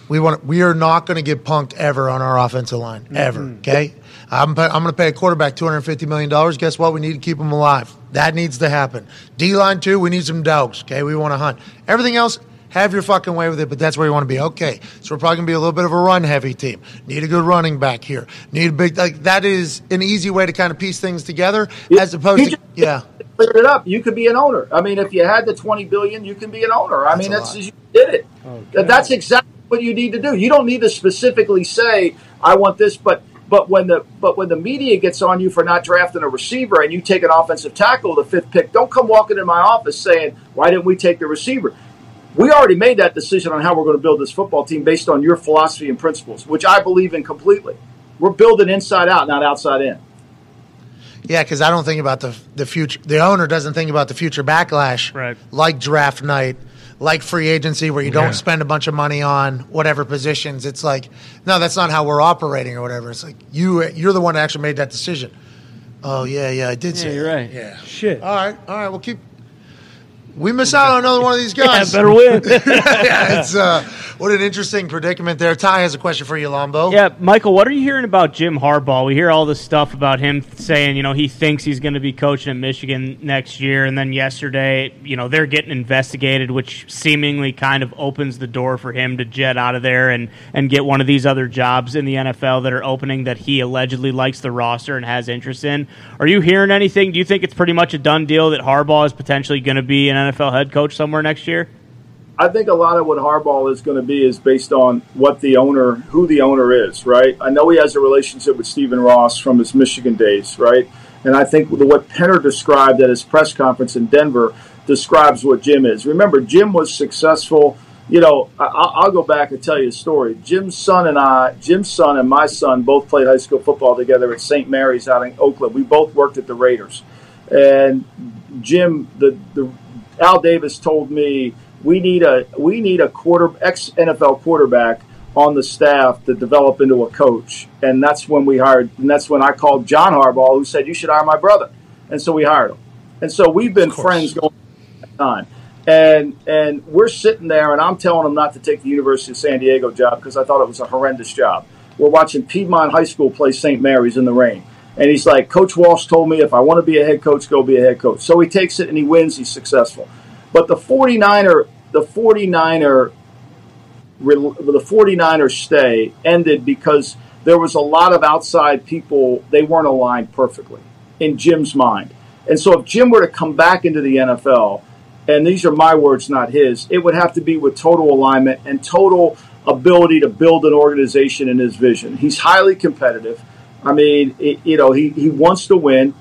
[SPEAKER 1] We want. We are not going to get punked ever on our offensive line ever.
[SPEAKER 12] Mhm.
[SPEAKER 1] Okay. I'm, pa- I'm going to pay a quarterback $250 million. Guess what? We need to keep him alive. That needs to happen. D line, too, we need some dogs. Okay. We want to hunt. Everything else, have your fucking way with it, but that's where you want to be. Okay. So we're probably going to be a little bit of a run heavy team. Need a good running back here. Need a big, like, that is an easy way to kind of piece things together as opposed to, yeah.
[SPEAKER 8] Cleared it up. You could be an owner. I mean, if you had the 20 billion, you can be an owner. I
[SPEAKER 1] That's
[SPEAKER 8] mean,
[SPEAKER 1] a Oh,
[SPEAKER 8] that's you did it. That- That's exactly what you need to do. You don't need to specifically say, "I want this," but but when the but when the media gets on you for not drafting a receiver and you take an offensive tackle, the fifth pick, don't come walking in my office saying, "Why didn't we take the receiver?" We already made that decision on how we're going to build this football team based on your philosophy and principles, which I believe in completely. We're building inside out, not outside in.
[SPEAKER 1] Yeah, because I don't think about the the future. The owner doesn't think about the future backlash, right? Like draft night, like free agency, where you don't
[SPEAKER 12] Yeah.
[SPEAKER 1] spend a bunch of money on whatever positions. It's like, no, that's not how we're operating or whatever. It's like you you're the one that actually made that decision. Oh yeah, yeah, I did
[SPEAKER 4] Yeah,
[SPEAKER 1] say
[SPEAKER 4] you're
[SPEAKER 1] that.
[SPEAKER 4] right.
[SPEAKER 1] Yeah,
[SPEAKER 2] shit.
[SPEAKER 1] All right, all right. We'll keep. We miss out on another one of these guys.
[SPEAKER 4] Yeah, better win.
[SPEAKER 1] yeah, it's uh, what an interesting predicament there. Ty has a question for you, Lombo.
[SPEAKER 4] Yeah, Michael, what are you hearing about Jim Harbaugh? We hear all this stuff about him saying, you know, he thinks he's going to be coaching at Michigan next year. And then yesterday, you know, they're getting investigated, which seemingly kind of opens the door for him to jet out of there and, and get one of these other jobs in the NFL that are opening that he allegedly likes the roster and has interest in. Are you hearing anything? Do you think it's pretty much a done deal that Harbaugh is potentially going to be an NFL head coach somewhere next year?
[SPEAKER 8] I think a lot of what Harbaugh is going to be is based on what the owner, who the owner is, right? I know he has a relationship with Stephen Ross from his Michigan days, right? And I think what Penner described at his press conference in Denver describes what Jim is. Remember, Jim was successful you know, I, I'll I'll go back and tell you a story. Jim's son and I, Jim's son and my son, both played high school football together at St. Mary's out in Oakland. We both worked at the Raiders, and Jim, the, the Al Davis told me we need a we need a quarter ex NFL quarterback on the staff to develop into a coach, and that's when we hired. And that's when I called John Harbaugh, who said you should hire my brother, and so we hired him. And so we've been friends going that time. And and we're sitting there, and I'm telling him not to take the University of San Diego job because I thought it was a horrendous job. We're watching Piedmont High School play St. Mary's in the rain, and he's like, Coach Walsh told me if I want to be a head coach, go be a head coach. So he takes it and he wins. He's successful. But the 49er, the 49er, rel- the 49er stay ended because there was a lot of outside people. They weren't aligned perfectly in Jim's mind. And so if Jim were to come back into the NFL, and these are my words, not his, it would have to be with total alignment and total ability to build an organization in his vision. He's highly competitive. I mean, it, you know, he, he wants to win.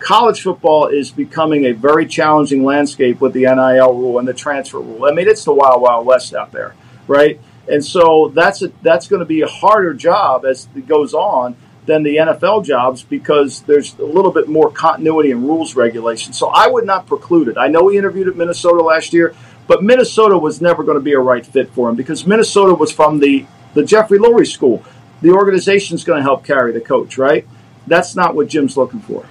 [SPEAKER 8] College football is becoming a very challenging landscape with the NIL rule and the transfer rule. I mean, it's the wild, wild west out there, right? And so that's a, that's going to be a harder job as it goes on than the NFL jobs because there's a little bit more continuity and rules regulation. So I would not preclude it. I know he interviewed at Minnesota last year, but Minnesota was never going to be a right fit for him because Minnesota was from the, the Jeffrey Lurie school. The organization's going to help carry the coach, right? That's not what Jim's looking for.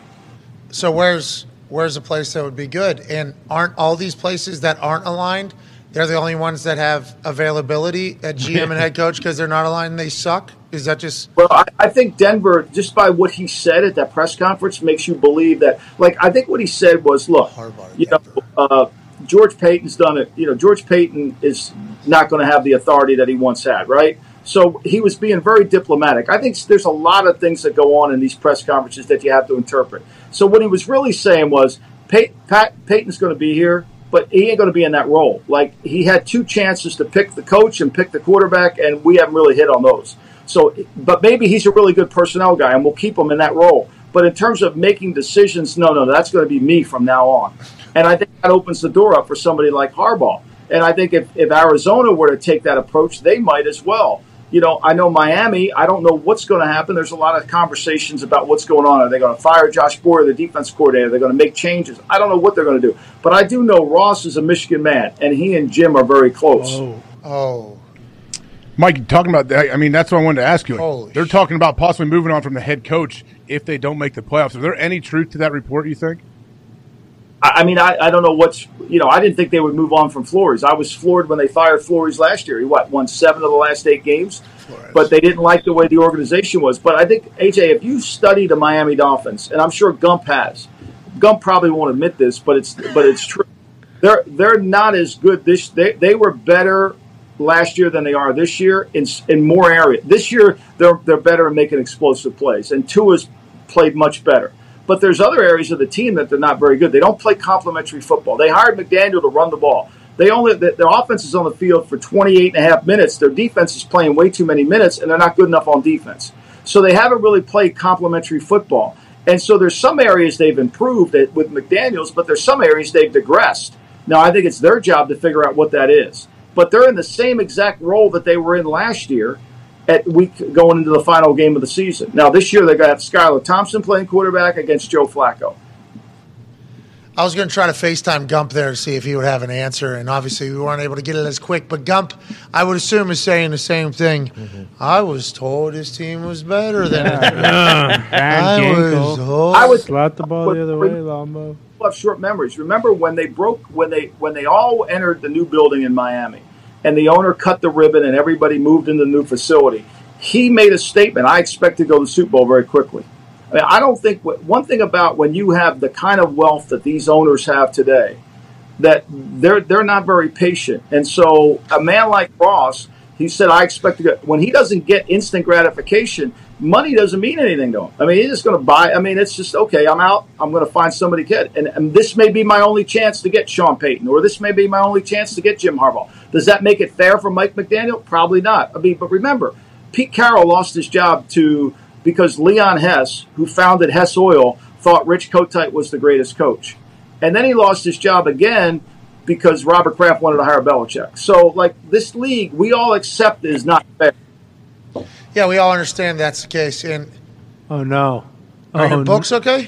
[SPEAKER 1] So where's where's a place that would be good? And aren't all these places that aren't aligned? They're the only ones that have availability at GM and head coach because they're not aligned. and They suck. Is that just
[SPEAKER 8] Well, I, I think Denver, just by what he said at that press conference, makes you believe that. Like, I think what he said was, "Look, you know, uh, George Payton's done it. You know, George Payton is not going to have the authority that he once had, right?" So he was being very diplomatic. I think there's a lot of things that go on in these press conferences that you have to interpret. So what he was really saying was, Pay- Pat Payton's going to be here, but he ain't going to be in that role. Like he had two chances to pick the coach and pick the quarterback, and we haven't really hit on those. So, but maybe he's a really good personnel guy, and we'll keep him in that role. But in terms of making decisions, no, no, that's going to be me from now on. And I think that opens the door up for somebody like Harbaugh. And I think if, if Arizona were to take that approach, they might as well. You know, I know Miami, I don't know what's going to happen. There's a lot of conversations about what's going on. Are they going to fire Josh Boyer, the defense coordinator? Are they going to make changes? I don't know what they're going to do. But I do know Ross is a Michigan man, and he and Jim are very close.
[SPEAKER 1] oh
[SPEAKER 11] Mike, talking about that, I mean, that's what I wanted to ask you. Like, they're talking about possibly moving on from the head coach if they don't make the playoffs. Is there any truth to that report, you think?
[SPEAKER 8] I I mean, I, I don't know what's, you know, I didn't think they would move on from Flores. I was floored when they fired Flores last year. He, what, won seven of the last eight games? But they didn't like the way the organization was. But I think, AJ, if you study the Miami Dolphins, and I'm sure Gump has, Gump probably won't admit this, but it's but it's true. They're they're not as good this. They, they were better last year than they are this year in s- in more area. This year they're they're better at making explosive plays, and Tua's played much better. But there's other areas of the team that they're not very good. They don't play complementary football. They hired McDaniel to run the ball. They only their their offense is on the field for 28 and a half minutes. Their defense is playing way too many minutes, and they're not good enough on defense. So they haven't really played complementary football. And so there's some areas they've improved at- with McDaniel's, but there's some areas they've digressed. Now I think it's their job to figure out what that is. But they're in the same exact role that they were in last year at week going into the final game of the season. Now this year they got Skylar Thompson playing quarterback against Joe Flacco.
[SPEAKER 1] I was going to try to FaceTime Gump there to see if he would have an answer, and obviously we weren't able to get it as quick. But Gump, I would assume, is saying the same thing. I was told his team was better than I was. told-
[SPEAKER 8] I was
[SPEAKER 2] slot the ball the other way, Lombo.
[SPEAKER 8] people have short memories. Remember when they broke when they when they all entered the new building in Miami, and the owner cut the ribbon and everybody moved into the new facility. He made a statement. I expect to go to the Super Bowl very quickly. I mean, I don't think one thing about when you have the kind of wealth that these owners have today, that they're they're not very patient. And so a man like Ross, he said, I expect to get when he doesn't get instant gratification, money doesn't mean anything to him. I mean, he's just going to buy. I mean, it's just okay. I'm out. I'm going to find somebody to get, and, and this may be my only chance to get Sean Payton, or this may be my only chance to get Jim Harbaugh. Does that make it fair for Mike McDaniel? Probably not. I mean, but remember, Pete Carroll lost his job to because Leon Hess, who founded Hess Oil, thought Rich Kotite was the greatest coach. And then he lost his job again because Robert Kraft wanted to hire Belichick. So, like, this league, we all accept is not fair.
[SPEAKER 1] Yeah, we all understand that's the case. And
[SPEAKER 2] Oh no.
[SPEAKER 1] are your
[SPEAKER 2] Oh,
[SPEAKER 1] books okay?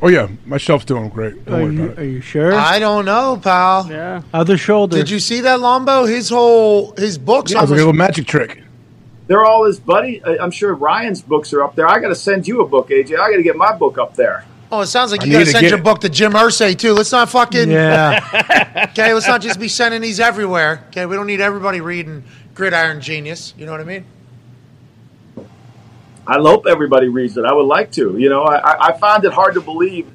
[SPEAKER 11] Oh yeah, my shelf's doing great. Don't
[SPEAKER 2] Are
[SPEAKER 11] worry
[SPEAKER 2] you-
[SPEAKER 11] about it.
[SPEAKER 2] Are you sure?
[SPEAKER 1] I don't know, pal.
[SPEAKER 4] Yeah.
[SPEAKER 2] Other shoulder.
[SPEAKER 1] Did you see that Lombo? His whole his books.
[SPEAKER 8] Yeah, it was like a little
[SPEAKER 11] magic trick.
[SPEAKER 8] They're all his buddy. I- I'm sure Ryan's books are up there. I got to send you a book, AJ. I got to get my book up there.
[SPEAKER 1] Oh, it sounds like
[SPEAKER 8] I
[SPEAKER 1] you got
[SPEAKER 8] need
[SPEAKER 1] to
[SPEAKER 8] to
[SPEAKER 1] send
[SPEAKER 8] get
[SPEAKER 1] your
[SPEAKER 8] it.
[SPEAKER 1] book to Jim Irsay too. Let's not fucking.
[SPEAKER 8] Yeah.
[SPEAKER 1] okay, let's not just be sending these everywhere. Okay, we don't need everybody reading Gridiron Genius. You know what I mean?
[SPEAKER 8] I hope everybody reads it. I would like to. You know, I- I, I find it hard to believe,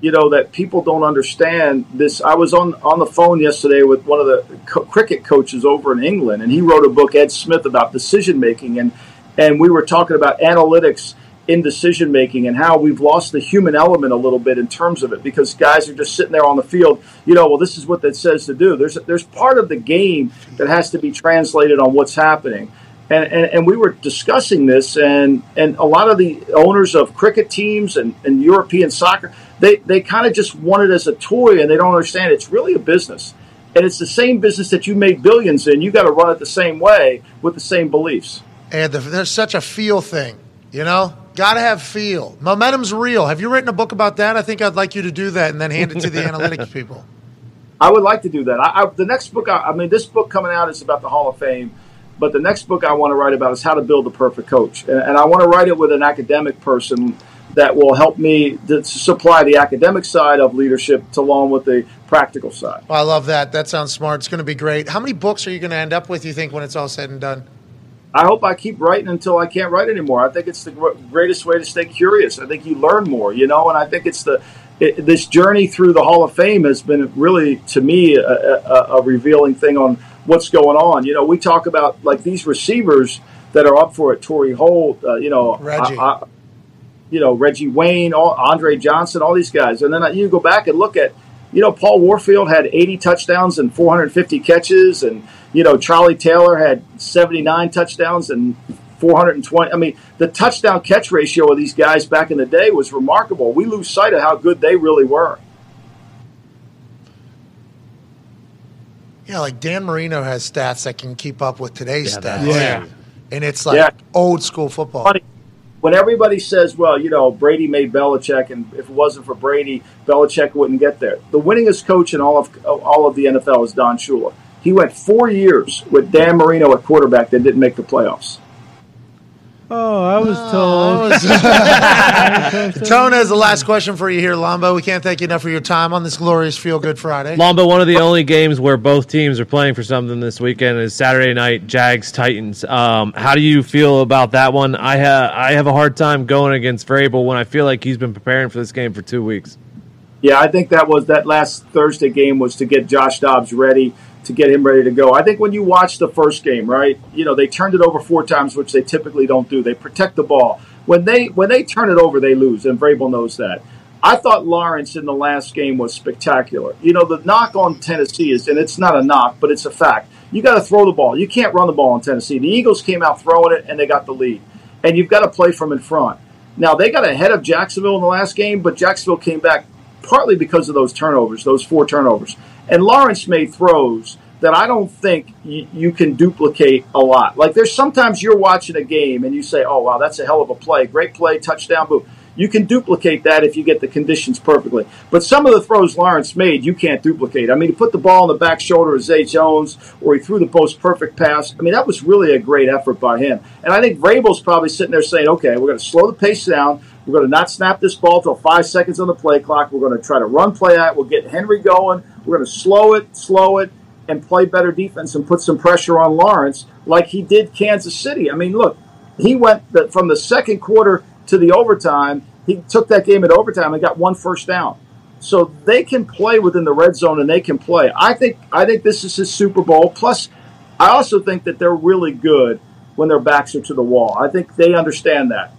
[SPEAKER 8] you know, that people don't understand this. I was on, on the phone yesterday with one of the co- cricket coaches over in England, and he wrote a book, Ed Smith, about decision making. And, and we were talking about analytics in decision making and how we've lost the human element a little bit in terms of it because guys are just sitting there on the field, you know, well, this is what that says to do. There's, there's part of the game that has to be translated on what's happening and, and, and we were discussing this and, and a lot of the owners of cricket teams and, and European soccer, they, they kind of just want it as a toy and they don't understand it's really a business. And it's the same business that you make billions in. You got to run it the same way with the same beliefs.
[SPEAKER 1] And the, there's such a feel thing, you know? Got to have feel. Momentum's real. Have you written a book about that? I think I'd like you to do that and then hand it to the analytics people.
[SPEAKER 8] I would like to do that. I, I, the next book, I, I mean, this book coming out is about the Hall of Fame, but the next book I want to write about is how to build the perfect coach, and, and I want to write it with an academic person that will help me to supply the academic side of leadership to along with the practical side.
[SPEAKER 1] Well, Oh, I love that. That sounds smart. It's going to be great. How many books are you going to end up with, you think, when it's all said and done?
[SPEAKER 8] I hope I keep writing until I can't write anymore. I think it's the gr- greatest way to stay curious. I think you learn more, you know, and I think it's the it, this journey through the Hall of Fame has been really to me a, a, a revealing thing on what's going on. You know, we talk about like these receivers that are up for it, Torrey Holt, uh, you know,
[SPEAKER 1] Reggie.
[SPEAKER 8] I- I- you know Reggie Wayne, all, Andre Johnson, all these guys, and then uh, you go back and look at you know Paul Warfield had 80 touchdowns and 450 catches, and you know Charlie Taylor had 79 touchdowns and 420. I mean, the touchdown catch ratio of these guys back in the day was remarkable. We lose sight of how good they really were.
[SPEAKER 1] Yeah, like Dan Marino has stats that can keep up with today's stats.
[SPEAKER 8] Yeah.
[SPEAKER 1] And it's like
[SPEAKER 8] Yeah.
[SPEAKER 1] old school football.
[SPEAKER 8] Funny. When everybody says, well, you know, Brady made Belichick, and if it wasn't for Brady, Belichick wouldn't get there. The winningest coach in all of Oh, all of the NFL is Don Shula. He went four years with Dan Marino at quarterback that didn't make the playoffs.
[SPEAKER 2] Oh, I was told.
[SPEAKER 1] Tone has the last question for you here, Lombo. We can't thank you enough for your time on this glorious Feel Good Friday.
[SPEAKER 3] Lombo, one of the only games where both teams are playing for something this weekend is Saturday night Jags Titans. Um, how do you feel about that one? I ha- I have a hard time going against Vrabel when I feel like he's been preparing for this game for two weeks.
[SPEAKER 8] Yeah, I think that was that last Thursday game was to get Josh Dobbs ready, to get him ready to go. I think when you watch the first game, right, you know, they turned it over four times, which they typically don't do. They protect the ball. When they when they turn it over, they lose, and Vrabel knows that. I thought Lawrence in the last game was spectacular. You know, the knock on Tennessee is, and it's not a knock, but it's a fact. You got to throw the ball. You can't run the ball in Tennessee. The Eagles came out throwing it, and they got the lead. And you've got to play from in front. Now they got ahead of Jacksonville in the last game, but Jacksonville came back partly because of those turnovers, those four turnovers. And Lawrence made throws that I don't think y- you can duplicate a lot. Like there's sometimes you're watching a game and you say, "Oh wow, that's a hell of a play, great play, touchdown, boom." You can duplicate that if you get the conditions perfectly. But some of the throws Lawrence made, you can't duplicate. I mean, he put the ball on the back shoulder of Zay Jones, or he threw the post perfect pass. I mean, that was really a great effort by him. And I think Vrabel's probably sitting there saying, okay, we're going to slow the pace down. We're going to not snap this ball till five seconds on the play clock. We're going to try to run play out. We'll get Henry going. We're going to slow it, slow it, and play better defense and put some pressure on Lawrence like he did Kansas City. I mean, look, he went the, from the second quarter to the overtime. He took that game at overtime and got one first down. So they can play within the red zone and they can play. I think I think this is his Super Bowl. Plus, I also think that they're really good when their backs are to the wall. I think they understand that.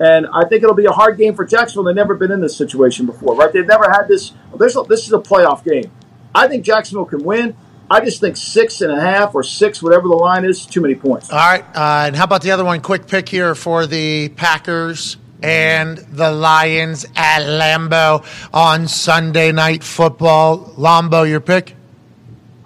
[SPEAKER 8] And I think it'll be a hard game for Jacksonville. They've never been in this situation before, right? They've never had this. There's a, this is a playoff game. I think Jacksonville can win. I just think six and a half or six, whatever the line is, too many points.
[SPEAKER 1] All right. Uh, and how about the other one? Quick pick here for the Packers and the Lions at Lambeau on Sunday Night Football. Lambeau, your pick?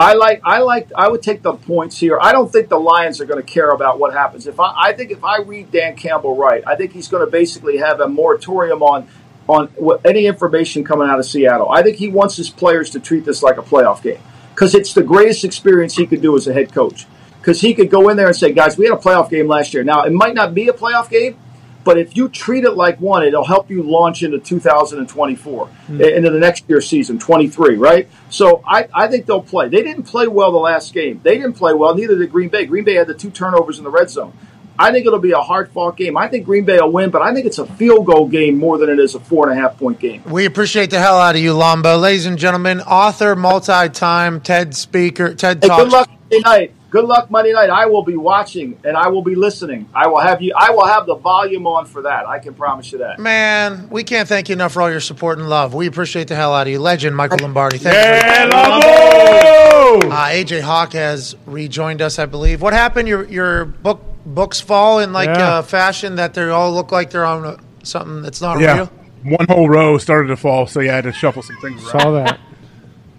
[SPEAKER 8] I like I like I would take the points here. I don't think the Lions are going to care about what happens. If I, I think if I read Dan Campbell right, I think he's going to basically have a moratorium on on wh- any information coming out of Seattle. I think he wants his players to treat this like a playoff game because it's the greatest experience he could do as a head coach. Because he could go in there and say, guys, we had a playoff game last year. Now it might not be a playoff game, but if you treat it like one, it'll help you launch into 2024,
[SPEAKER 18] Mm.
[SPEAKER 8] into the next year season, 23, right? So I, I think they'll play. They didn't play well the last game. They didn't play well. Neither did Green Bay. Green Bay had the two turnovers in the red zone. I think it'll be a hard fought game. I think Green Bay will win, but I think it's a field goal game more than it is a four and a half point game.
[SPEAKER 1] We appreciate the hell out of you, Lambo. Ladies and gentlemen, author, multi-time TED speaker, TED
[SPEAKER 8] Hey,
[SPEAKER 1] Talk.
[SPEAKER 8] good luck Monday night. Good luck Monday night. I will be watching and I will be listening. I will have you. I will have the volume on for that. I can promise you that.
[SPEAKER 1] Man, we can't thank you enough for all your support and love. We appreciate the hell out of you. Legend Michael Lombardi. Thank
[SPEAKER 8] Yeah,
[SPEAKER 1] you.
[SPEAKER 8] Lambo!
[SPEAKER 1] Uh, AJ Hawk has rejoined us, I believe. What happened? Your your book books fall in like
[SPEAKER 11] Yeah.
[SPEAKER 1] uh, fashion that they all look like they're on uh, something that's not
[SPEAKER 11] yeah,
[SPEAKER 1] real.
[SPEAKER 11] one whole row started to fall, so yeah, I had to shuffle some things. Around.
[SPEAKER 2] Saw that.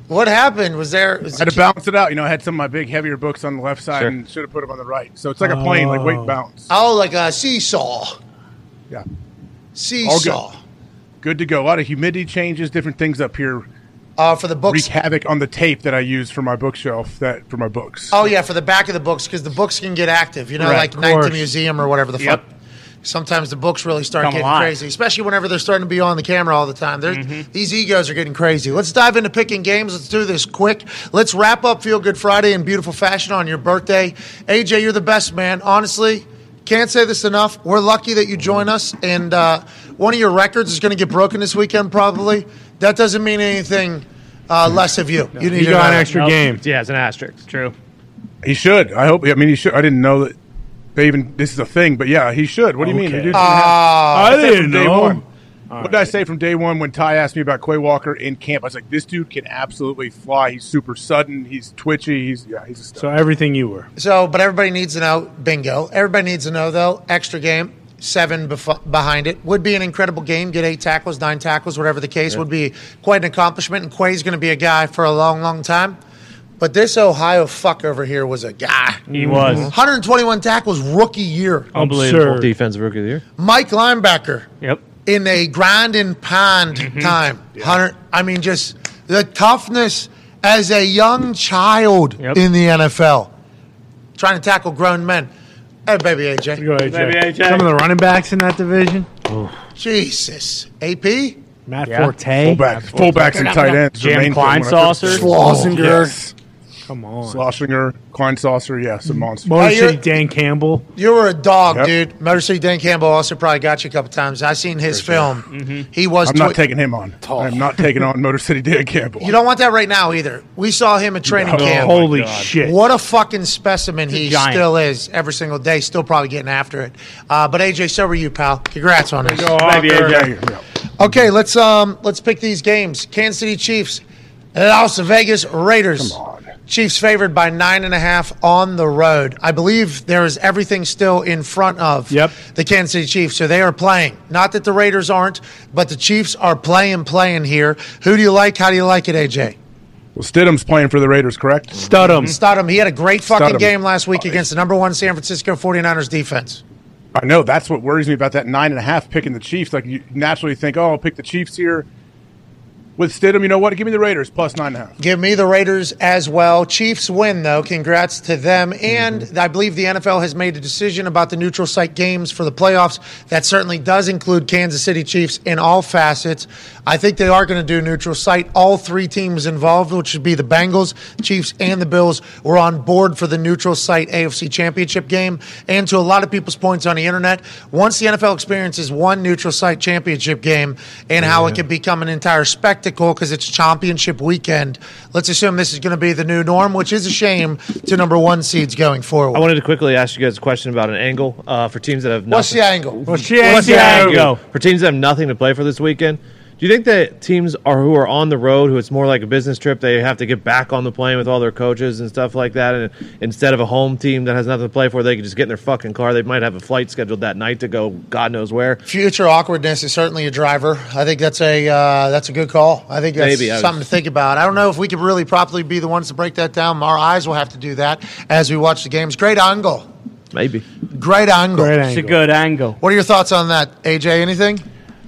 [SPEAKER 1] What happened? Was there?
[SPEAKER 11] I had to balance it out. You know, I had some of my big heavier books on the left side
[SPEAKER 1] Sure.
[SPEAKER 11] and should have put them on the right. So it's like a plane, like weight balance.
[SPEAKER 1] Oh, like a seesaw.
[SPEAKER 11] Yeah.
[SPEAKER 1] Seesaw.
[SPEAKER 11] good. Good to go. A lot of humidity changes, different things up here.
[SPEAKER 1] Uh, for the books,
[SPEAKER 11] wreak havoc on the tape that I use for my bookshelf. That for my books.
[SPEAKER 1] Oh yeah, for the back of the books because the books can get active. You know,
[SPEAKER 11] Right,
[SPEAKER 1] like
[SPEAKER 11] of
[SPEAKER 1] Night at the
[SPEAKER 11] course.
[SPEAKER 1] Museum or whatever the
[SPEAKER 11] Yep.
[SPEAKER 1] fuck. Sometimes the books really start
[SPEAKER 11] Come
[SPEAKER 1] getting
[SPEAKER 11] alive. Mm-hmm.
[SPEAKER 1] crazy, especially whenever they're starting to be on the camera all the time. They're, These egos are getting crazy. Let's dive into picking games. Let's do this quick. Let's wrap up Feel Good Friday in beautiful fashion on your birthday. AJ, you're the best man. Honestly, can't say this enough. We're lucky that you join us, and uh, one of your records is going to get broken this weekend probably. That doesn't mean anything uh, less of you. You need another.
[SPEAKER 3] Yeah, it's an asterisk. True.
[SPEAKER 11] He should. I hope. I mean, he should. I didn't know that they even this is a thing. But yeah, he should. What do you mean?
[SPEAKER 2] Okay.
[SPEAKER 11] The dude's
[SPEAKER 2] Ah.
[SPEAKER 11] gonna have-
[SPEAKER 2] I
[SPEAKER 11] said from
[SPEAKER 2] didn't
[SPEAKER 11] day
[SPEAKER 2] know.
[SPEAKER 11] one. what did I say from day one when Ty asked me about Quay Walker in camp? I was like, this dude can absolutely fly. He's super sudden. He's twitchy. He's yeah. He's a stud.
[SPEAKER 2] So everything you were.
[SPEAKER 1] So, but everybody needs to know bingo. Everybody needs to know though. Extra game, seven bef- behind it would be an incredible game. Get eight tackles, nine tackles, whatever the case
[SPEAKER 12] Yeah.
[SPEAKER 1] would be quite an accomplishment. And Quay's going to be a guy for a long, long time. But this Ohio fuck over here was a guy.
[SPEAKER 4] He was.
[SPEAKER 2] Mm-hmm.
[SPEAKER 1] 121 tackles rookie year.
[SPEAKER 3] Unbelievable. Defensive rookie of the year.
[SPEAKER 1] Mike linebacker.
[SPEAKER 4] Yep.
[SPEAKER 1] In a grinding pond
[SPEAKER 11] Mm-hmm.
[SPEAKER 1] time. Hunter, I mean, just the toughness as a young child in the NFL, trying to tackle grown men. Hey, baby AJ.
[SPEAKER 2] Some of the running backs in that division.
[SPEAKER 1] Jesus. AP?
[SPEAKER 2] Matt
[SPEAKER 1] Yeah.
[SPEAKER 2] Forte.
[SPEAKER 11] Fullback- fullbacks and tight ends. are main form when I took- Schlesinger.
[SPEAKER 2] Come on. Mm-hmm.
[SPEAKER 11] Schlesinger, Klein Saucer, yes, a monster.
[SPEAKER 1] Motor Hey, you're- City
[SPEAKER 2] Dan Campbell.
[SPEAKER 1] You were a dog,
[SPEAKER 11] Yep.
[SPEAKER 1] dude. Motor City Dan Campbell also probably got you a couple times. I seen his film. He was.
[SPEAKER 11] Mm-hmm. I'm not
[SPEAKER 1] twi-
[SPEAKER 11] taking him on. I'm not taking on Motor City Dan Campbell.
[SPEAKER 1] You don't want that right now either. We saw him at training
[SPEAKER 11] No.
[SPEAKER 1] camp.
[SPEAKER 11] Holy Oh my God. shit.
[SPEAKER 1] What a fucking specimen
[SPEAKER 11] He's a
[SPEAKER 1] he
[SPEAKER 11] giant.
[SPEAKER 1] still is every single day. Still probably getting after it. Uh, but AJ, so were you, pal. Congrats on this. Okay, let's um let's pick these games. Kansas City Chiefs, Las Vegas Raiders. Come on. Chiefs favored by nine and a half on the road. I believe there is everything still in front of yep. the Kansas City Chiefs, so they are playing. Not that the Raiders aren't, but the Chiefs are playing, playing here. Who do you like? How do you like it, AJ?
[SPEAKER 11] Well, Stidham's playing for the Raiders, correct?
[SPEAKER 2] Studham.
[SPEAKER 1] Stodham. He had a great fucking
[SPEAKER 11] Studham.
[SPEAKER 1] game last week against the number one San Francisco 49ers defense.
[SPEAKER 11] I know that's what worries me about that nine and a half picking the Chiefs. Like you naturally think, oh, I'll pick the Chiefs here. With Stidham, you know what? Give me the Raiders plus nine and a half.
[SPEAKER 1] Give me the Raiders as well. Chiefs win, though. Congrats to them. And I believe the NFL has made a decision about the neutral site games for the playoffs. That certainly does include Kansas City Chiefs in all facets. I think they are going to do neutral site. All three teams involved, which would be the Bengals, Chiefs, and the Bills, were on board for the neutral site AFC Championship game. And to a lot of people's points on the internet, once the NFL experiences one neutral site championship game and how it can become an entire spectacle because it's championship weekend, let's assume this is going to be the new norm, which is a shame to number one seeds going forward.
[SPEAKER 3] I wanted to quickly ask you guys a question about an angle uh, for teams that have nothing.
[SPEAKER 1] What's the angle? What's
[SPEAKER 2] the angle?
[SPEAKER 3] For teams that have nothing to play for this weekend, do Do you think that teams are who are on the road, who it's more like a business trip, they have to get back on the plane with all their coaches and stuff like that, and instead of a home team that has nothing to play for, they can just get in their fucking car. They might have a flight scheduled that night to go, God knows where.
[SPEAKER 1] Future awkwardness is certainly a driver. I think that's a uh, that's a good call. I think that's
[SPEAKER 3] Maybe, I was-
[SPEAKER 1] something to think about. I don't know if we could really properly be the ones to break that down. Our eyes will have to do that as we watch the games. Great angle.
[SPEAKER 3] Maybe.
[SPEAKER 1] Great angle.
[SPEAKER 11] Great It's a angle. good
[SPEAKER 4] angle.
[SPEAKER 1] What are your thoughts on that, AJ? Anything?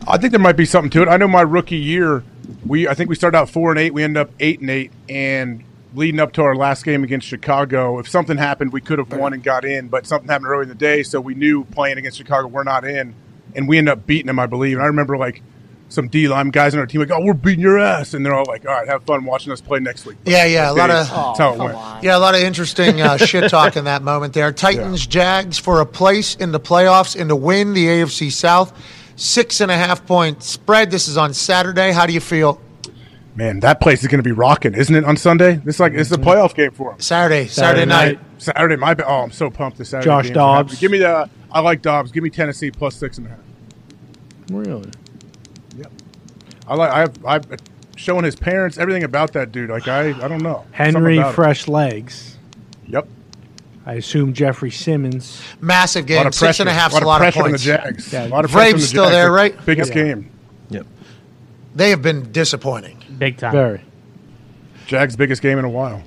[SPEAKER 11] I think there might be something to it. I know my rookie year, we I think we started out four and eight, we ended up eight and eight, and leading up to our last game against Chicago, if something happened, we could have won and got in, but something happened early in the day, so we knew playing against Chicago, we're not in, and we ended up beating them, I believe. And I remember like some D line guys on our team like, "Oh, we're beating your ass," and they're all like, "All right, have fun watching us play next week."
[SPEAKER 1] Yeah, yeah, a Oh, lot of
[SPEAKER 11] That's how it went.
[SPEAKER 1] yeah, a lot of interesting uh, shit talk in that moment there. Titans, Jags for a place in the playoffs and to win the AFC South, six and a half point spread. This is on Saturday. How do you feel?
[SPEAKER 11] Man, that place is going to be rocking, isn't it? On Sunday, it's like it's a
[SPEAKER 2] Mm-hmm.
[SPEAKER 11] playoff game for them.
[SPEAKER 1] Saturday, Saturday Saturday night.
[SPEAKER 11] Saturday. My ba- oh, I'm so pumped this Saturday.
[SPEAKER 2] Josh
[SPEAKER 11] game.
[SPEAKER 2] Dobbs.
[SPEAKER 11] give me the. I like Dobbs. Give me Tennessee plus six and a half.
[SPEAKER 2] Really?
[SPEAKER 11] I like. I. I showing his parents everything about that dude. Like I. I don't know.
[SPEAKER 2] Henry
[SPEAKER 11] Something about it.
[SPEAKER 2] Fresh Legs.
[SPEAKER 11] Yep.
[SPEAKER 2] I assume Jeffrey Simmons.
[SPEAKER 1] Massive game. Six and a half. a lot of points.
[SPEAKER 2] Yeah.
[SPEAKER 1] Vrabe's still there, right?
[SPEAKER 11] Biggest game.
[SPEAKER 3] Yep.
[SPEAKER 1] They have been disappointing.
[SPEAKER 4] Big time.
[SPEAKER 2] Very.
[SPEAKER 11] Jags biggest game in a while.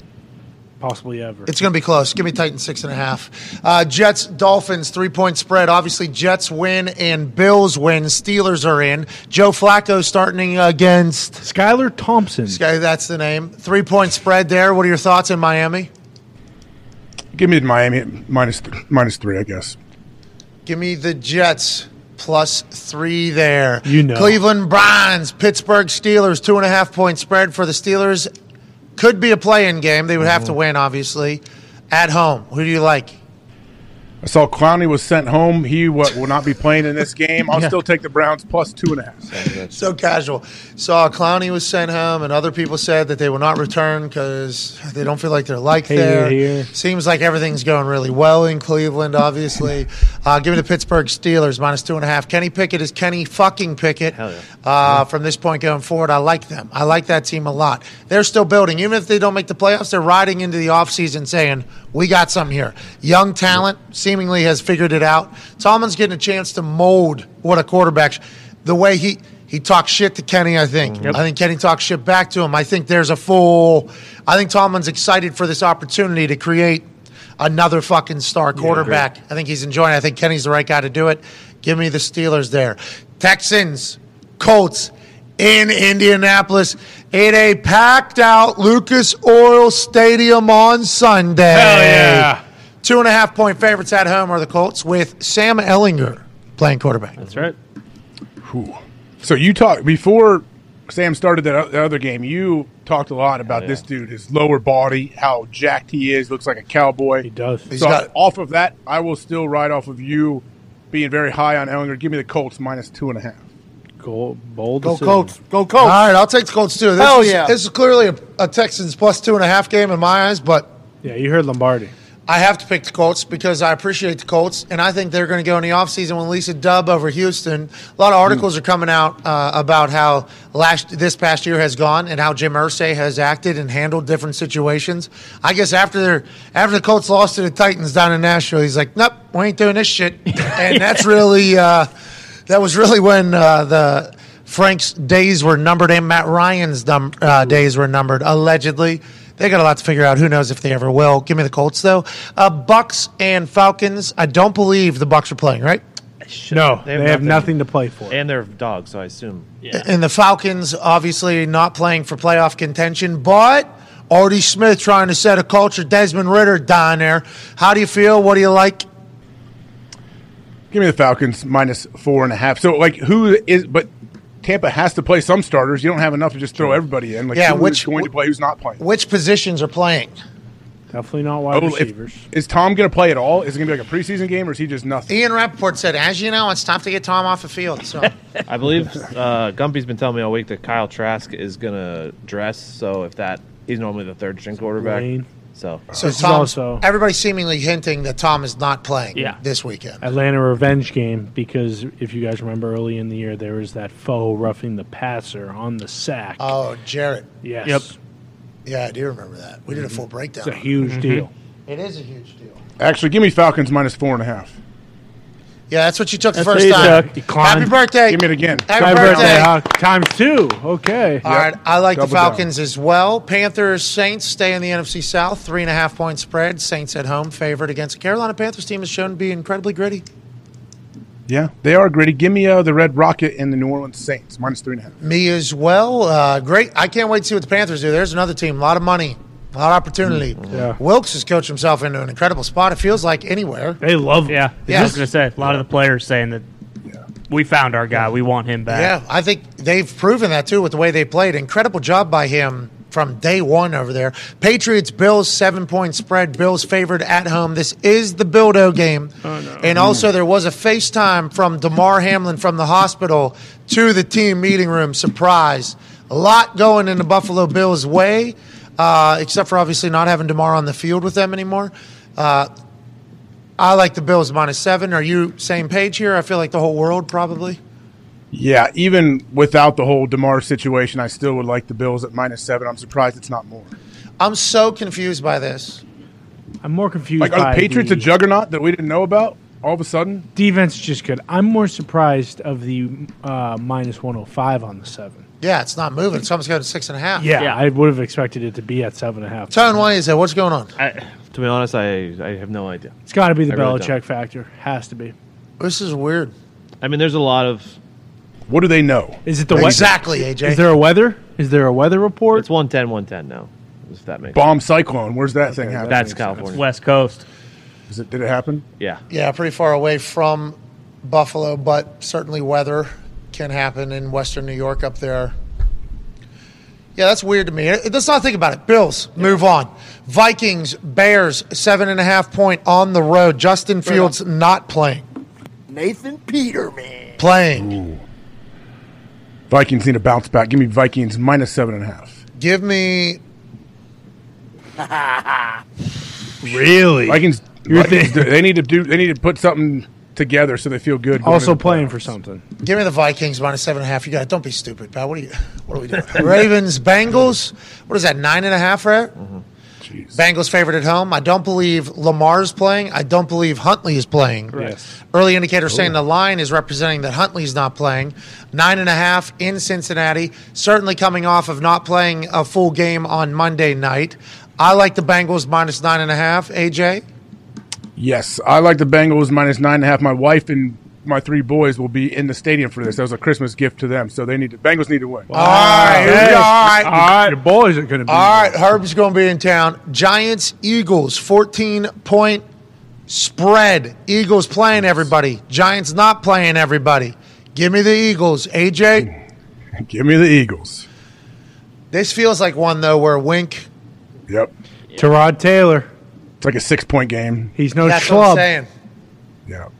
[SPEAKER 2] Possibly ever.
[SPEAKER 1] It's going to be close. Give me Titans six and a half. Uh, Jets Dolphins three point spread. Obviously Jets win and Bills win. Steelers are in. Joe Flacco starting against
[SPEAKER 2] Skylar Thompson.
[SPEAKER 1] Sky, that's the name. Three point spread there. What are your thoughts in Miami?
[SPEAKER 11] Give me Miami at minus th- minus three. I guess.
[SPEAKER 1] Give me the Jets plus three there.
[SPEAKER 11] You know.
[SPEAKER 1] Cleveland Browns, Pittsburgh Steelers, two and a half point spread for the Steelers. Could be a play in game. They would have to
[SPEAKER 11] Mm-hmm.
[SPEAKER 1] win, obviously. At home. Who do you like?
[SPEAKER 11] I saw Clowney was sent home. He what, will not be playing in this game. I'll
[SPEAKER 1] Yeah.
[SPEAKER 11] still take the Browns plus two and a half.
[SPEAKER 1] So casual. Saw Clowney was sent home, and other people said that they will not return because they don't feel like they're liked
[SPEAKER 2] Hey,
[SPEAKER 1] there.
[SPEAKER 2] here.
[SPEAKER 1] Seems like everything's going really well in Cleveland, obviously. uh, give me the Pittsburgh Steelers minus two and a half. Kenny Pickett is Kenny fucking Pickett. Hell yeah. Uh, From this point going forward, I like them. I like that team a lot. They're still building. Even if they don't make the playoffs, they're riding into the offseason saying, we got something here. Young talent seemingly has figured it out. Tomlin's getting a chance to mold what a quarterback sh- the way he he talked shit to Kenny, I think. I think Kenny talked shit back to him. I think there's a full I think Tomlin's excited for this opportunity to create another fucking star quarterback. I think he's enjoying it. I think Kenny's the right guy to do it. Give me the Steelers there. Texans, Colts in Indianapolis in a packed out Lucas Oil Stadium on Sunday. Hell yeah. Two and a half point favorites at home are the Colts with Sam Ellinger playing quarterback.
[SPEAKER 4] That's right.
[SPEAKER 11] Whew. So you talked before Sam started that o- that other game. You talked a lot about this dude, his lower body, how jacked he is, looks like a cowboy. He
[SPEAKER 2] does.
[SPEAKER 1] He's
[SPEAKER 11] so
[SPEAKER 1] got-
[SPEAKER 11] off of that, I will still ride off of you being very high on Ellinger. Give me the Colts minus two and a half.
[SPEAKER 2] Go bold.
[SPEAKER 1] Go Colts. Go Colts. All right, I'll take the Colts too. This
[SPEAKER 11] Hell
[SPEAKER 1] is,
[SPEAKER 11] yeah.
[SPEAKER 1] This is clearly a, a Texans plus two and a half game in my eyes, but
[SPEAKER 2] Yeah, you heard Lombardi.
[SPEAKER 1] I have to pick the Colts because I appreciate the Colts, and I think they're going to go in the offseason with at least a dub over Houston. A lot of articles are coming out uh, about how last this past year has gone and how Jim Irsay has acted and handled different situations. I guess after their, after the Colts lost to the Titans down in Nashville, he's like, "Nope, we ain't doing this shit," and that's really uh, that was really when uh, the Frank's days were numbered and Matt Ryan's num- uh, days were numbered, allegedly. They got a lot to figure out. Who knows if they ever will? Give me the Colts though. Uh, Bucks and Falcons. I don't believe the Bucks are playing, right?
[SPEAKER 2] No, they have, nothing. to play for.
[SPEAKER 3] And they're dogs, so I assume.
[SPEAKER 1] And the Falcons obviously not playing for playoff contention, but Artie Smith trying to set a culture. Desmond Ritter down there. How do you feel? What do you like?
[SPEAKER 11] Give me the Falcons minus four and a half. So like who is but Tampa has to play some starters. You don't have enough to just throw everybody in. Like
[SPEAKER 1] Yeah,
[SPEAKER 11] who
[SPEAKER 1] which-
[SPEAKER 11] is going to play? Who's not playing?
[SPEAKER 1] Which positions are playing?
[SPEAKER 2] Definitely not wide
[SPEAKER 11] Oh, if-
[SPEAKER 2] receivers.
[SPEAKER 11] Is Tom going to play at all? Is it going to be like a preseason game, or is he just nothing?
[SPEAKER 1] Ian Rappaport said, as you know, it's time to get Tom off the field. So
[SPEAKER 3] I believe uh, Gumpy's been telling me all week that Kyle Trask is gonna dress. So if that He's normally the third string quarterback.
[SPEAKER 2] Lane.
[SPEAKER 3] So,
[SPEAKER 1] So Tom, everybody's seemingly hinting that Tom is not playing
[SPEAKER 2] Yeah.
[SPEAKER 1] this weekend.
[SPEAKER 2] Atlanta revenge game because if you guys remember early in the year, there was that faux roughing the passer on the sack.
[SPEAKER 1] Oh, Jarrett.
[SPEAKER 2] Yes. Yep.
[SPEAKER 1] Yeah, I do remember that. We did a full
[SPEAKER 11] Mm-hmm.
[SPEAKER 2] Mhm.
[SPEAKER 1] breakdown.
[SPEAKER 2] It's a huge Mhm. deal.
[SPEAKER 1] It is a huge deal.
[SPEAKER 11] Actually, give me Falcons minus four and a half.
[SPEAKER 1] Yeah, that's what you took the
[SPEAKER 11] That's what
[SPEAKER 1] first
[SPEAKER 11] you
[SPEAKER 1] time.
[SPEAKER 11] took. You climbed.
[SPEAKER 1] Happy birthday.
[SPEAKER 11] Give me it again.
[SPEAKER 1] Happy, birthday. Uh,
[SPEAKER 2] times two. Okay.
[SPEAKER 1] All right, I like the Falcons as well. Panthers, Saints stay in the NFC South. Three and a half point spread. Saints at home, favored against the Carolina Panthers team has shown to be incredibly gritty.
[SPEAKER 11] Yeah, they are gritty. Give me uh, the Red Rocket and the New Orleans Saints minus three and a half.
[SPEAKER 1] Me as well. Uh, great. I can't wait to see what the Panthers do. There's another team. A lot of money, a lot of opportunity.
[SPEAKER 11] Mm-hmm.
[SPEAKER 4] Yeah.
[SPEAKER 1] Wilkes has coached himself into an incredible spot. It feels like anywhere.
[SPEAKER 4] They love. Yeah,
[SPEAKER 1] Yeah.
[SPEAKER 4] I was gonna say a lot of the players saying that we found our guy. We want him back.
[SPEAKER 1] Yeah, I think they've proven that too with the way they played. Incredible job by him from day one over there. Patriots, Bills, seven point spread. Bills favored at home. This is the Bildo game. And also, there was a FaceTime from DeMar Hamlin from the hospital to the team meeting room. Surprise. A lot going in the Buffalo Bills' way, uh, except for obviously not having DeMar on the field with them anymore. Uh, I like the Bills minus seven. Are you same page here? I feel like the whole world probably.
[SPEAKER 11] Yeah, even without the whole Demar situation, I still would like the Bills at minus seven. I'm surprised it's not more.
[SPEAKER 1] I'm so confused by this.
[SPEAKER 2] I'm more confused.
[SPEAKER 11] Like, are
[SPEAKER 2] by
[SPEAKER 11] the Patriots
[SPEAKER 2] the-
[SPEAKER 11] a juggernaut that we didn't know about? All of a sudden,
[SPEAKER 2] Defense is just good. I'm more surprised of the uh, minus 105 on the seven.
[SPEAKER 1] Yeah, it's not moving. It's almost going to six and a half.
[SPEAKER 2] Yeah, I would have expected it to be at seven and a half.
[SPEAKER 1] Tone, why is that? What's going on?
[SPEAKER 3] to be honest, I I have no idea.
[SPEAKER 2] It's got to be the
[SPEAKER 3] I really
[SPEAKER 2] Belichick
[SPEAKER 3] don't.
[SPEAKER 2] factor. Has to be.
[SPEAKER 1] This is weird.
[SPEAKER 3] I mean, there's a lot of.
[SPEAKER 11] What do they know?
[SPEAKER 2] Is it the weather?
[SPEAKER 1] Exactly, AJ.
[SPEAKER 2] Is there a weather? Is there a weather report? It's
[SPEAKER 3] 110, 110 now. If that makes
[SPEAKER 11] bomb cyclone. Where's that thing happening?
[SPEAKER 3] that's California. That's
[SPEAKER 4] West Coast.
[SPEAKER 11] Is it? Did it happen?
[SPEAKER 3] Yeah.
[SPEAKER 1] Yeah, pretty far away from Buffalo, but certainly weather can happen in Western New York up there. Yeah, that's weird to me. Uh, Let's not think about it. Bills, move on. Vikings, Bears, seven and a half point on the road. Justin Fields not playing.
[SPEAKER 12] Nathan Peterman.
[SPEAKER 1] Playing.
[SPEAKER 11] Vikings need a bounce back. Give me Vikings minus seven and a half.
[SPEAKER 1] Give me.
[SPEAKER 2] Really?
[SPEAKER 11] Vikings.
[SPEAKER 2] You're
[SPEAKER 11] Vikings
[SPEAKER 2] thi-
[SPEAKER 11] they need to do. They need to put something together so they feel good. going
[SPEAKER 2] Also
[SPEAKER 11] into the
[SPEAKER 2] playing
[SPEAKER 11] playoffs.
[SPEAKER 2] for something.
[SPEAKER 1] Give me the Vikings minus seven and a half. You got it. Don't be stupid, pal. What are you? What are we doing? Ravens, Bengals. What is that? Nine and a half, right? Bengals favored at home. I don't believe Lamar's playing. I don't believe Huntley is playing.
[SPEAKER 2] Yes.
[SPEAKER 1] Early indicator saying the line is representing that Huntley's not playing. Nine and a half in Cincinnati. Certainly coming off of not playing a full game on Monday night. I like the Bengals minus nine and a half. AJ.
[SPEAKER 11] Yes, I like the Bengals minus nine and a half. My wife and my three boys will be in the stadium for this. That was a Christmas gift to them, so they need to. Bengals need to win.
[SPEAKER 1] All right, here we go. all right,
[SPEAKER 2] All right. Your boys are going to be.
[SPEAKER 1] All right, Herb's going to be in town. Giants, Eagles, 14 point spread. Eagles playing everybody. Giants not playing everybody. Give me the Eagles. AJ?
[SPEAKER 11] Give me the Eagles.
[SPEAKER 1] This feels like one, though, where Wink.
[SPEAKER 11] Yep.
[SPEAKER 2] Terod Taylor.
[SPEAKER 11] It's like a six point game.
[SPEAKER 2] He's no
[SPEAKER 1] that's what I'm
[SPEAKER 2] schlub.
[SPEAKER 1] saying.
[SPEAKER 11] Mm-hmm.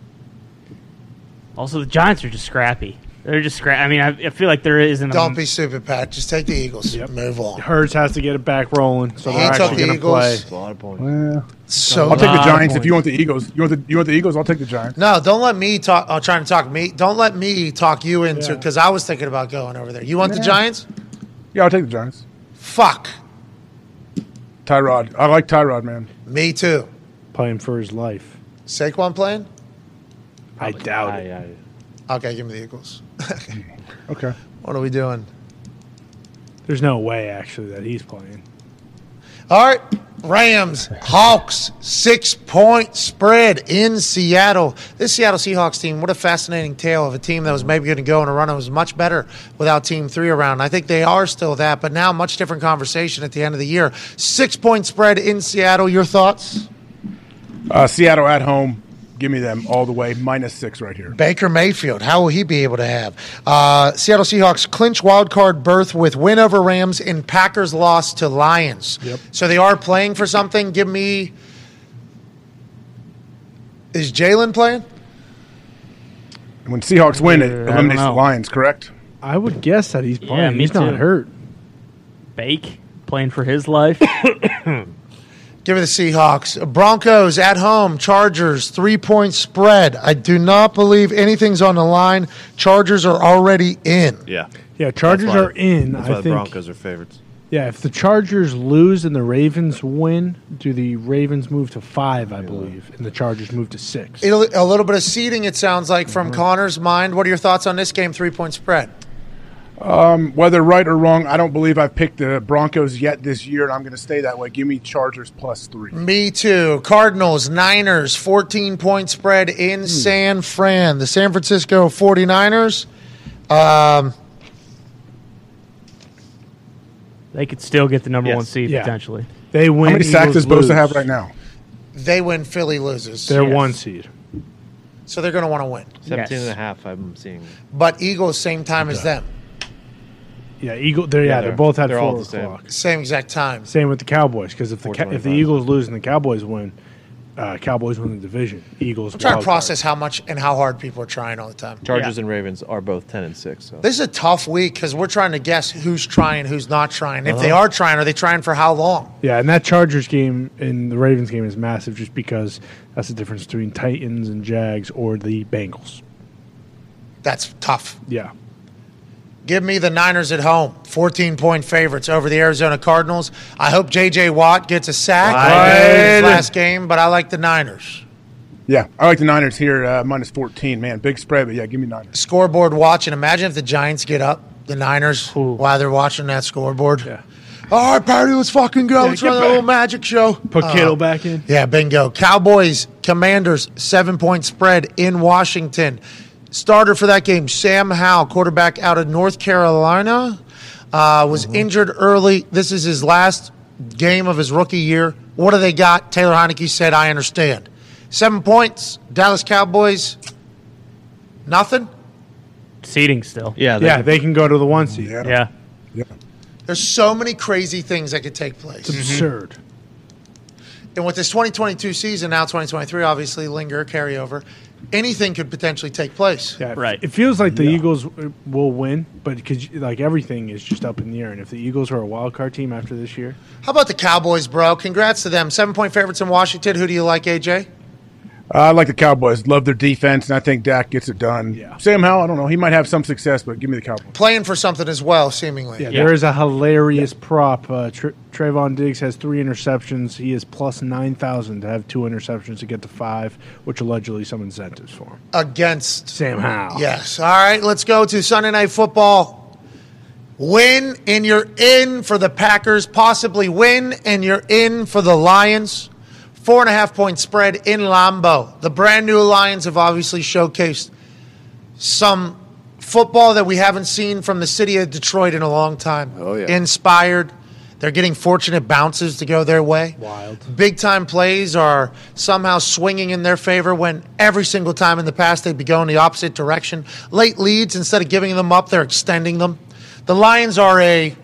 [SPEAKER 4] Also, the Giants are just scrappy. They're just scrappy. I mean, I, I feel like there isn't.
[SPEAKER 1] Don't
[SPEAKER 4] a,
[SPEAKER 1] be stupid, Pat. Just take the Eagles. Move on.
[SPEAKER 2] Hurts has to get it back rolling, so
[SPEAKER 1] He
[SPEAKER 2] they're
[SPEAKER 1] took the
[SPEAKER 2] actually going to
[SPEAKER 1] Eagles.
[SPEAKER 2] play.
[SPEAKER 1] That's a lot of points.
[SPEAKER 11] Well,
[SPEAKER 1] So
[SPEAKER 11] I'll take the
[SPEAKER 1] bad.
[SPEAKER 11] Giants if you want the Eagles. You want the you want the Eagles? I'll take the Giants.
[SPEAKER 1] No, don't let me talk. Oh, trying to talk me. Don't let me talk you into because I was thinking about going over there. You want the
[SPEAKER 11] Nah.
[SPEAKER 1] Giants?
[SPEAKER 11] Yeah, I'll take the Giants.
[SPEAKER 1] Fuck.
[SPEAKER 11] Tyrod. I like Tyrod, man.
[SPEAKER 1] Me too.
[SPEAKER 2] Playing for his life.
[SPEAKER 1] Saquon playing?
[SPEAKER 2] I doubt it.
[SPEAKER 1] Okay, give me the Eagles.
[SPEAKER 11] Okay.
[SPEAKER 1] What are we doing?
[SPEAKER 2] There's no way, actually, that he's playing.
[SPEAKER 1] All right. Rams, Hawks, six point spread in Seattle. This Seattle Seahawks team, what a fascinating tale of a team that was maybe going to go on a run and was much better without Team Three around. I think they are still that, but now much different conversation at the end of the year. Six point spread in Seattle. Your thoughts?
[SPEAKER 11] Uh, Seattle at home. Give me them all the way. Minus six right here.
[SPEAKER 1] Baker Mayfield, how will he be able to have? Uh, Seattle Seahawks clinch wild card berth with win over Rams and Packers loss to Lions.
[SPEAKER 11] Yep.
[SPEAKER 1] So they are playing for something. Give me. Is Jalen playing?
[SPEAKER 11] And when Seahawks win, it
[SPEAKER 2] Yeah, I don't
[SPEAKER 11] eliminates the
[SPEAKER 2] know.
[SPEAKER 11] Lions. Correct.
[SPEAKER 2] I would guess that he's playing.
[SPEAKER 4] me
[SPEAKER 2] he's not
[SPEAKER 4] too.
[SPEAKER 2] hurt.
[SPEAKER 4] Bake. playing for his life.
[SPEAKER 1] Give me the Seahawks. Broncos at home. Chargers, three point spread. I do not believe anything's on the line. Chargers are already in.
[SPEAKER 6] Yeah.
[SPEAKER 2] Yeah, Chargers
[SPEAKER 6] That's why-
[SPEAKER 2] are in.
[SPEAKER 6] That's
[SPEAKER 2] I
[SPEAKER 6] why the
[SPEAKER 2] think-
[SPEAKER 6] Broncos are favorites.
[SPEAKER 2] Yeah, if the Chargers lose and the Ravens win, do the Ravens move to five? I believe, and the Chargers move to six.
[SPEAKER 1] It'll- A little bit of seeding, it sounds like, from Connor's mind. What are your thoughts on this game, three point spread?
[SPEAKER 11] Um, whether right or wrong, I don't believe I've picked the Broncos yet this year, and I'm going to stay that way. Give me Chargers plus three.
[SPEAKER 1] Me too. Cardinals, Niners, 14 point spread
[SPEAKER 2] Hmm.
[SPEAKER 1] in San Fran. The San Francisco 49ers. Um,
[SPEAKER 4] they could still get the number
[SPEAKER 2] Yes.
[SPEAKER 4] one seed
[SPEAKER 2] Yeah.
[SPEAKER 4] potentially.
[SPEAKER 2] They win. Eagles lose.
[SPEAKER 11] now?
[SPEAKER 1] They win, Philly loses.
[SPEAKER 2] They're one seed.
[SPEAKER 1] So they're going to want to win.
[SPEAKER 3] 17 and a half, I'm seeing.
[SPEAKER 1] But Eagles, same time as them.
[SPEAKER 2] Yeah, Eagle. They're, yeah,
[SPEAKER 3] Yeah,
[SPEAKER 2] they're
[SPEAKER 3] they're-
[SPEAKER 2] both at
[SPEAKER 3] they're all
[SPEAKER 2] four
[SPEAKER 3] the same.
[SPEAKER 2] o'clock.
[SPEAKER 1] Same exact time.
[SPEAKER 2] Same with the Cowboys because if the Ca- if the
[SPEAKER 1] 425.
[SPEAKER 2] Eagles lose and the Cowboys win, uh, Cowboys win the division. Eagles.
[SPEAKER 1] I'm trying to
[SPEAKER 2] wild card.
[SPEAKER 1] process how much and how hard people are trying all the time.
[SPEAKER 3] Chargers and Ravens are both 10 and 6. So.
[SPEAKER 1] This is a tough week because we're trying to guess who's trying, who's not trying. If they
[SPEAKER 2] Uh-huh.
[SPEAKER 1] are trying, are they trying for how long?
[SPEAKER 2] Yeah, and that Chargers game and the Ravens game is massive just because that's the difference between Titans and Jags or the Bengals.
[SPEAKER 1] That's tough.
[SPEAKER 2] Yeah.
[SPEAKER 1] Give me the Niners at home, 14 point favorites over the Arizona Cardinals. I hope J.J. Watt gets a sack. I know it was his
[SPEAKER 11] Right.
[SPEAKER 1] last game, but I like the Niners.
[SPEAKER 11] Yeah, I like the Niners here uh, minus fourteen. Man, big spread, but yeah, give me Niners.
[SPEAKER 1] Scoreboard watching. Imagine if the Giants get up, the Niners, while they're watching that scoreboard. All right, party, let's fucking go.
[SPEAKER 2] Yeah,
[SPEAKER 1] let's
[SPEAKER 2] get
[SPEAKER 1] run the
[SPEAKER 2] back.
[SPEAKER 1] little magic show.
[SPEAKER 2] Put
[SPEAKER 1] Uh,
[SPEAKER 2] Kittle back in.
[SPEAKER 1] Yeah, bingo. Cowboys, Commanders, seven point spread in Washington. Starter for that game, Sam Howell, quarterback out of North Carolina, uh, was injured early. This is his last game of his rookie year. What do they got? Taylor Heineke said, I understand. Seven points, Dallas Cowboys, nothing.
[SPEAKER 4] Seeding still.
[SPEAKER 3] Yeah,
[SPEAKER 2] they, yeah, they can go to the one seed.
[SPEAKER 4] Yeah.
[SPEAKER 1] There's so many crazy things that could take place.
[SPEAKER 2] It's absurd.
[SPEAKER 1] And with this 2022 season, now 2023, obviously linger, carryover, anything could potentially take place.
[SPEAKER 2] Yeah, right. It feels like the Eagles uh, will win, but because like everything is just up in the air, and if the Eagles are a wild card team after this year,
[SPEAKER 1] How about the Cowboys, bro? Congrats to them. Seven point favorites in Washington. Who do you like, AJ?
[SPEAKER 11] Uh, I like the Cowboys. Love their defense, and I think Dak gets it done. Sam Howell, I don't know. He might have some success, but give me the Cowboys.
[SPEAKER 1] Playing for something as well, seemingly.
[SPEAKER 2] yeah, there is a hilarious prop. Uh, Tr- Trayvon Diggs has three interceptions. He is plus nine thousand to have two interceptions to get to five, which allegedly some incentives for him.
[SPEAKER 1] Against
[SPEAKER 2] Sam Howell.
[SPEAKER 1] Yes. All right, let's go to Sunday Night Football. Win and you're in for the Packers. Possibly win and you're in for the Lions. Four and a half point spread in Lambeau. The brand new Lions have obviously showcased some football that we haven't seen from the city of Detroit in a long time. Oh, yeah. Inspired. They're getting fortunate bounces to go their way. Wild. Big time plays are somehow swinging in their favor when every single time in the past they'd be going the opposite direction. Late leads, instead of giving them up, they're extending them. The Lions are a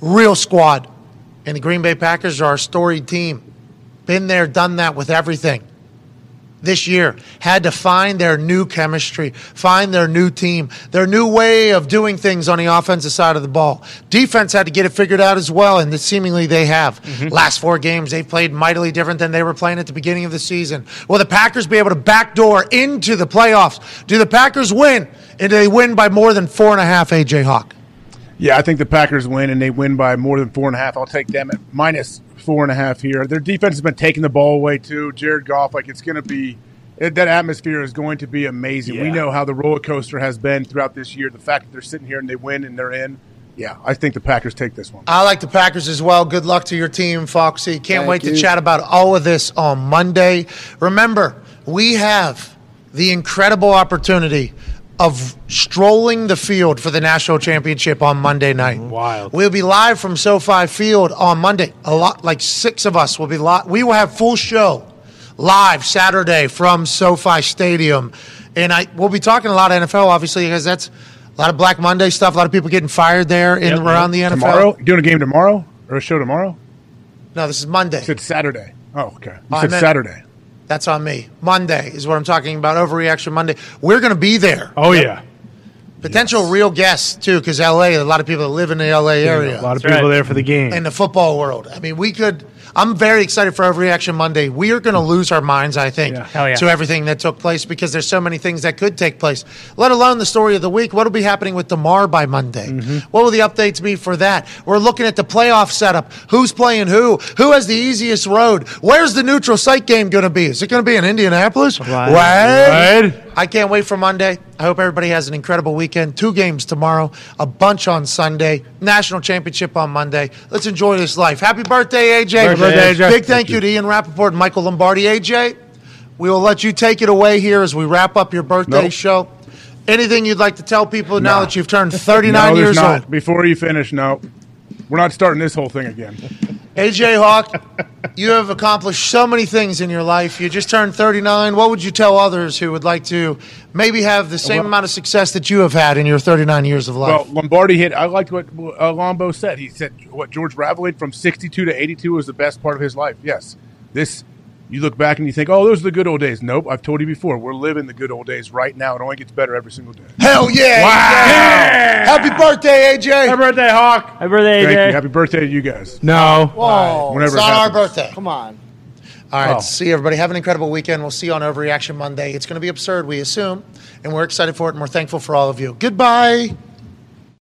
[SPEAKER 1] real squad, and the Green Bay Packers are a storied team. Been there, done that with everything this year had to find their new chemistry, find their new team, their new way of doing things on the offensive side of the ball. Defense had to get it figured out as well, and seemingly they have. Last four games, they've played mightily different than they were playing at the beginning of the season. Will the Packers be able to backdoor into the playoffs? Do the Packers win? And do they win by more than four and a half, AJ Hawk?
[SPEAKER 11] Yeah, I think the Packers win, and they win by more than four and a half. I'll take them at minus four and a half here. Their defense has been taking the ball away too. Jared Goff, like it's going to be it, that atmosphere is going to be amazing. We
[SPEAKER 2] Yeah.
[SPEAKER 11] know how the roller coaster has been throughout this year. The fact that they're sitting here and they win and they're in. Yeah, I think the Packers take this one.
[SPEAKER 1] I like the Packers as well. Good luck to your team, Foxy. Can't
[SPEAKER 11] Thank
[SPEAKER 1] wait to
[SPEAKER 11] you.
[SPEAKER 1] chat about all of this on Monday. Remember, we have the incredible opportunity of strolling the field for the national championship on Monday night.
[SPEAKER 11] Mm-hmm.
[SPEAKER 1] Wild. We'll be live from SoFi Field on Monday. A lot, like six of us will be live. We will have full show live Saturday from SoFi Stadium, and I we'll be talking a lot of NFL, obviously, because that's. A lot of Black Monday stuff. A lot of people getting fired there in around the NFL.
[SPEAKER 11] Tomorrow, You doing a game tomorrow or a show tomorrow?
[SPEAKER 1] No, this is Monday.
[SPEAKER 11] It's Saturday. Oh, okay. You
[SPEAKER 1] I
[SPEAKER 11] said
[SPEAKER 1] meant-
[SPEAKER 11] Saturday.
[SPEAKER 1] That's on me. Monday is what I'm talking about. Overreaction Monday. We're going to be there.
[SPEAKER 2] Oh yeah.
[SPEAKER 1] Potential real guests too, because LA. A lot of people that live in the LA area.
[SPEAKER 2] a lot of people there for the game.
[SPEAKER 4] Mm.
[SPEAKER 1] in the football world. I mean, we could. I'm very excited for Overreaction Monday. We are going to lose our minds, I think,
[SPEAKER 4] Hell yeah.
[SPEAKER 1] to everything that took place because there's so many things that could take place. Let alone the story of the week. What will be happening with Demar by Monday?
[SPEAKER 4] Mm-hmm.
[SPEAKER 1] What will the updates be for that? We're looking at the playoff setup. Who's playing who? Who has the easiest road? Where's the neutral site game going to be? Is it going to be in Indianapolis? Right. I can't wait for Monday. I hope everybody has an incredible weekend. Two games tomorrow, a bunch on Sunday, national championship on Monday. Let's enjoy this life. Happy birthday, AJ.
[SPEAKER 2] Happy birthday, AJ.
[SPEAKER 1] Big thank you to Ian Rappaport and Michael Lombardi. AJ, we will let you take it away here as we wrap up your birthday
[SPEAKER 11] Nope.
[SPEAKER 1] show. Anything you'd like to tell people now that you've turned
[SPEAKER 11] No,
[SPEAKER 1] 39
[SPEAKER 11] there's
[SPEAKER 1] years
[SPEAKER 11] not.
[SPEAKER 1] old?
[SPEAKER 11] Before you finish, no, we're not starting this whole thing again.
[SPEAKER 1] AJ Hawk, you have accomplished so many things in your life. You just turned 39. What would you tell others who would like to maybe have the same
[SPEAKER 11] Well-
[SPEAKER 1] amount of success that you have had in your 39 years of life?
[SPEAKER 11] Well, Lombardi hit. I liked what uh, Lombo said. He said what George Raveling from 62 to 82 was the best part of his life. Yes, this. You look back and you think, oh, those are the good old days. Nope, I've told you before. We're living the good old days right now. It only gets better every single day.
[SPEAKER 1] Hell yeah! Yeah. Happy birthday, AJ! Happy
[SPEAKER 2] birthday, Hawk! Happy
[SPEAKER 11] Thank
[SPEAKER 2] birthday,
[SPEAKER 11] you. Happy birthday to you guys.
[SPEAKER 2] No.
[SPEAKER 1] Whoa! it's
[SPEAKER 11] Whenever it
[SPEAKER 1] not our
[SPEAKER 11] happens.
[SPEAKER 1] birthday. Come on. All right.
[SPEAKER 11] Oh.
[SPEAKER 1] See you, everybody. Have an incredible weekend. We'll see you on Overreaction Monday. It's going to be absurd, we assume, and we're excited for it, and we're thankful for all of you. Goodbye.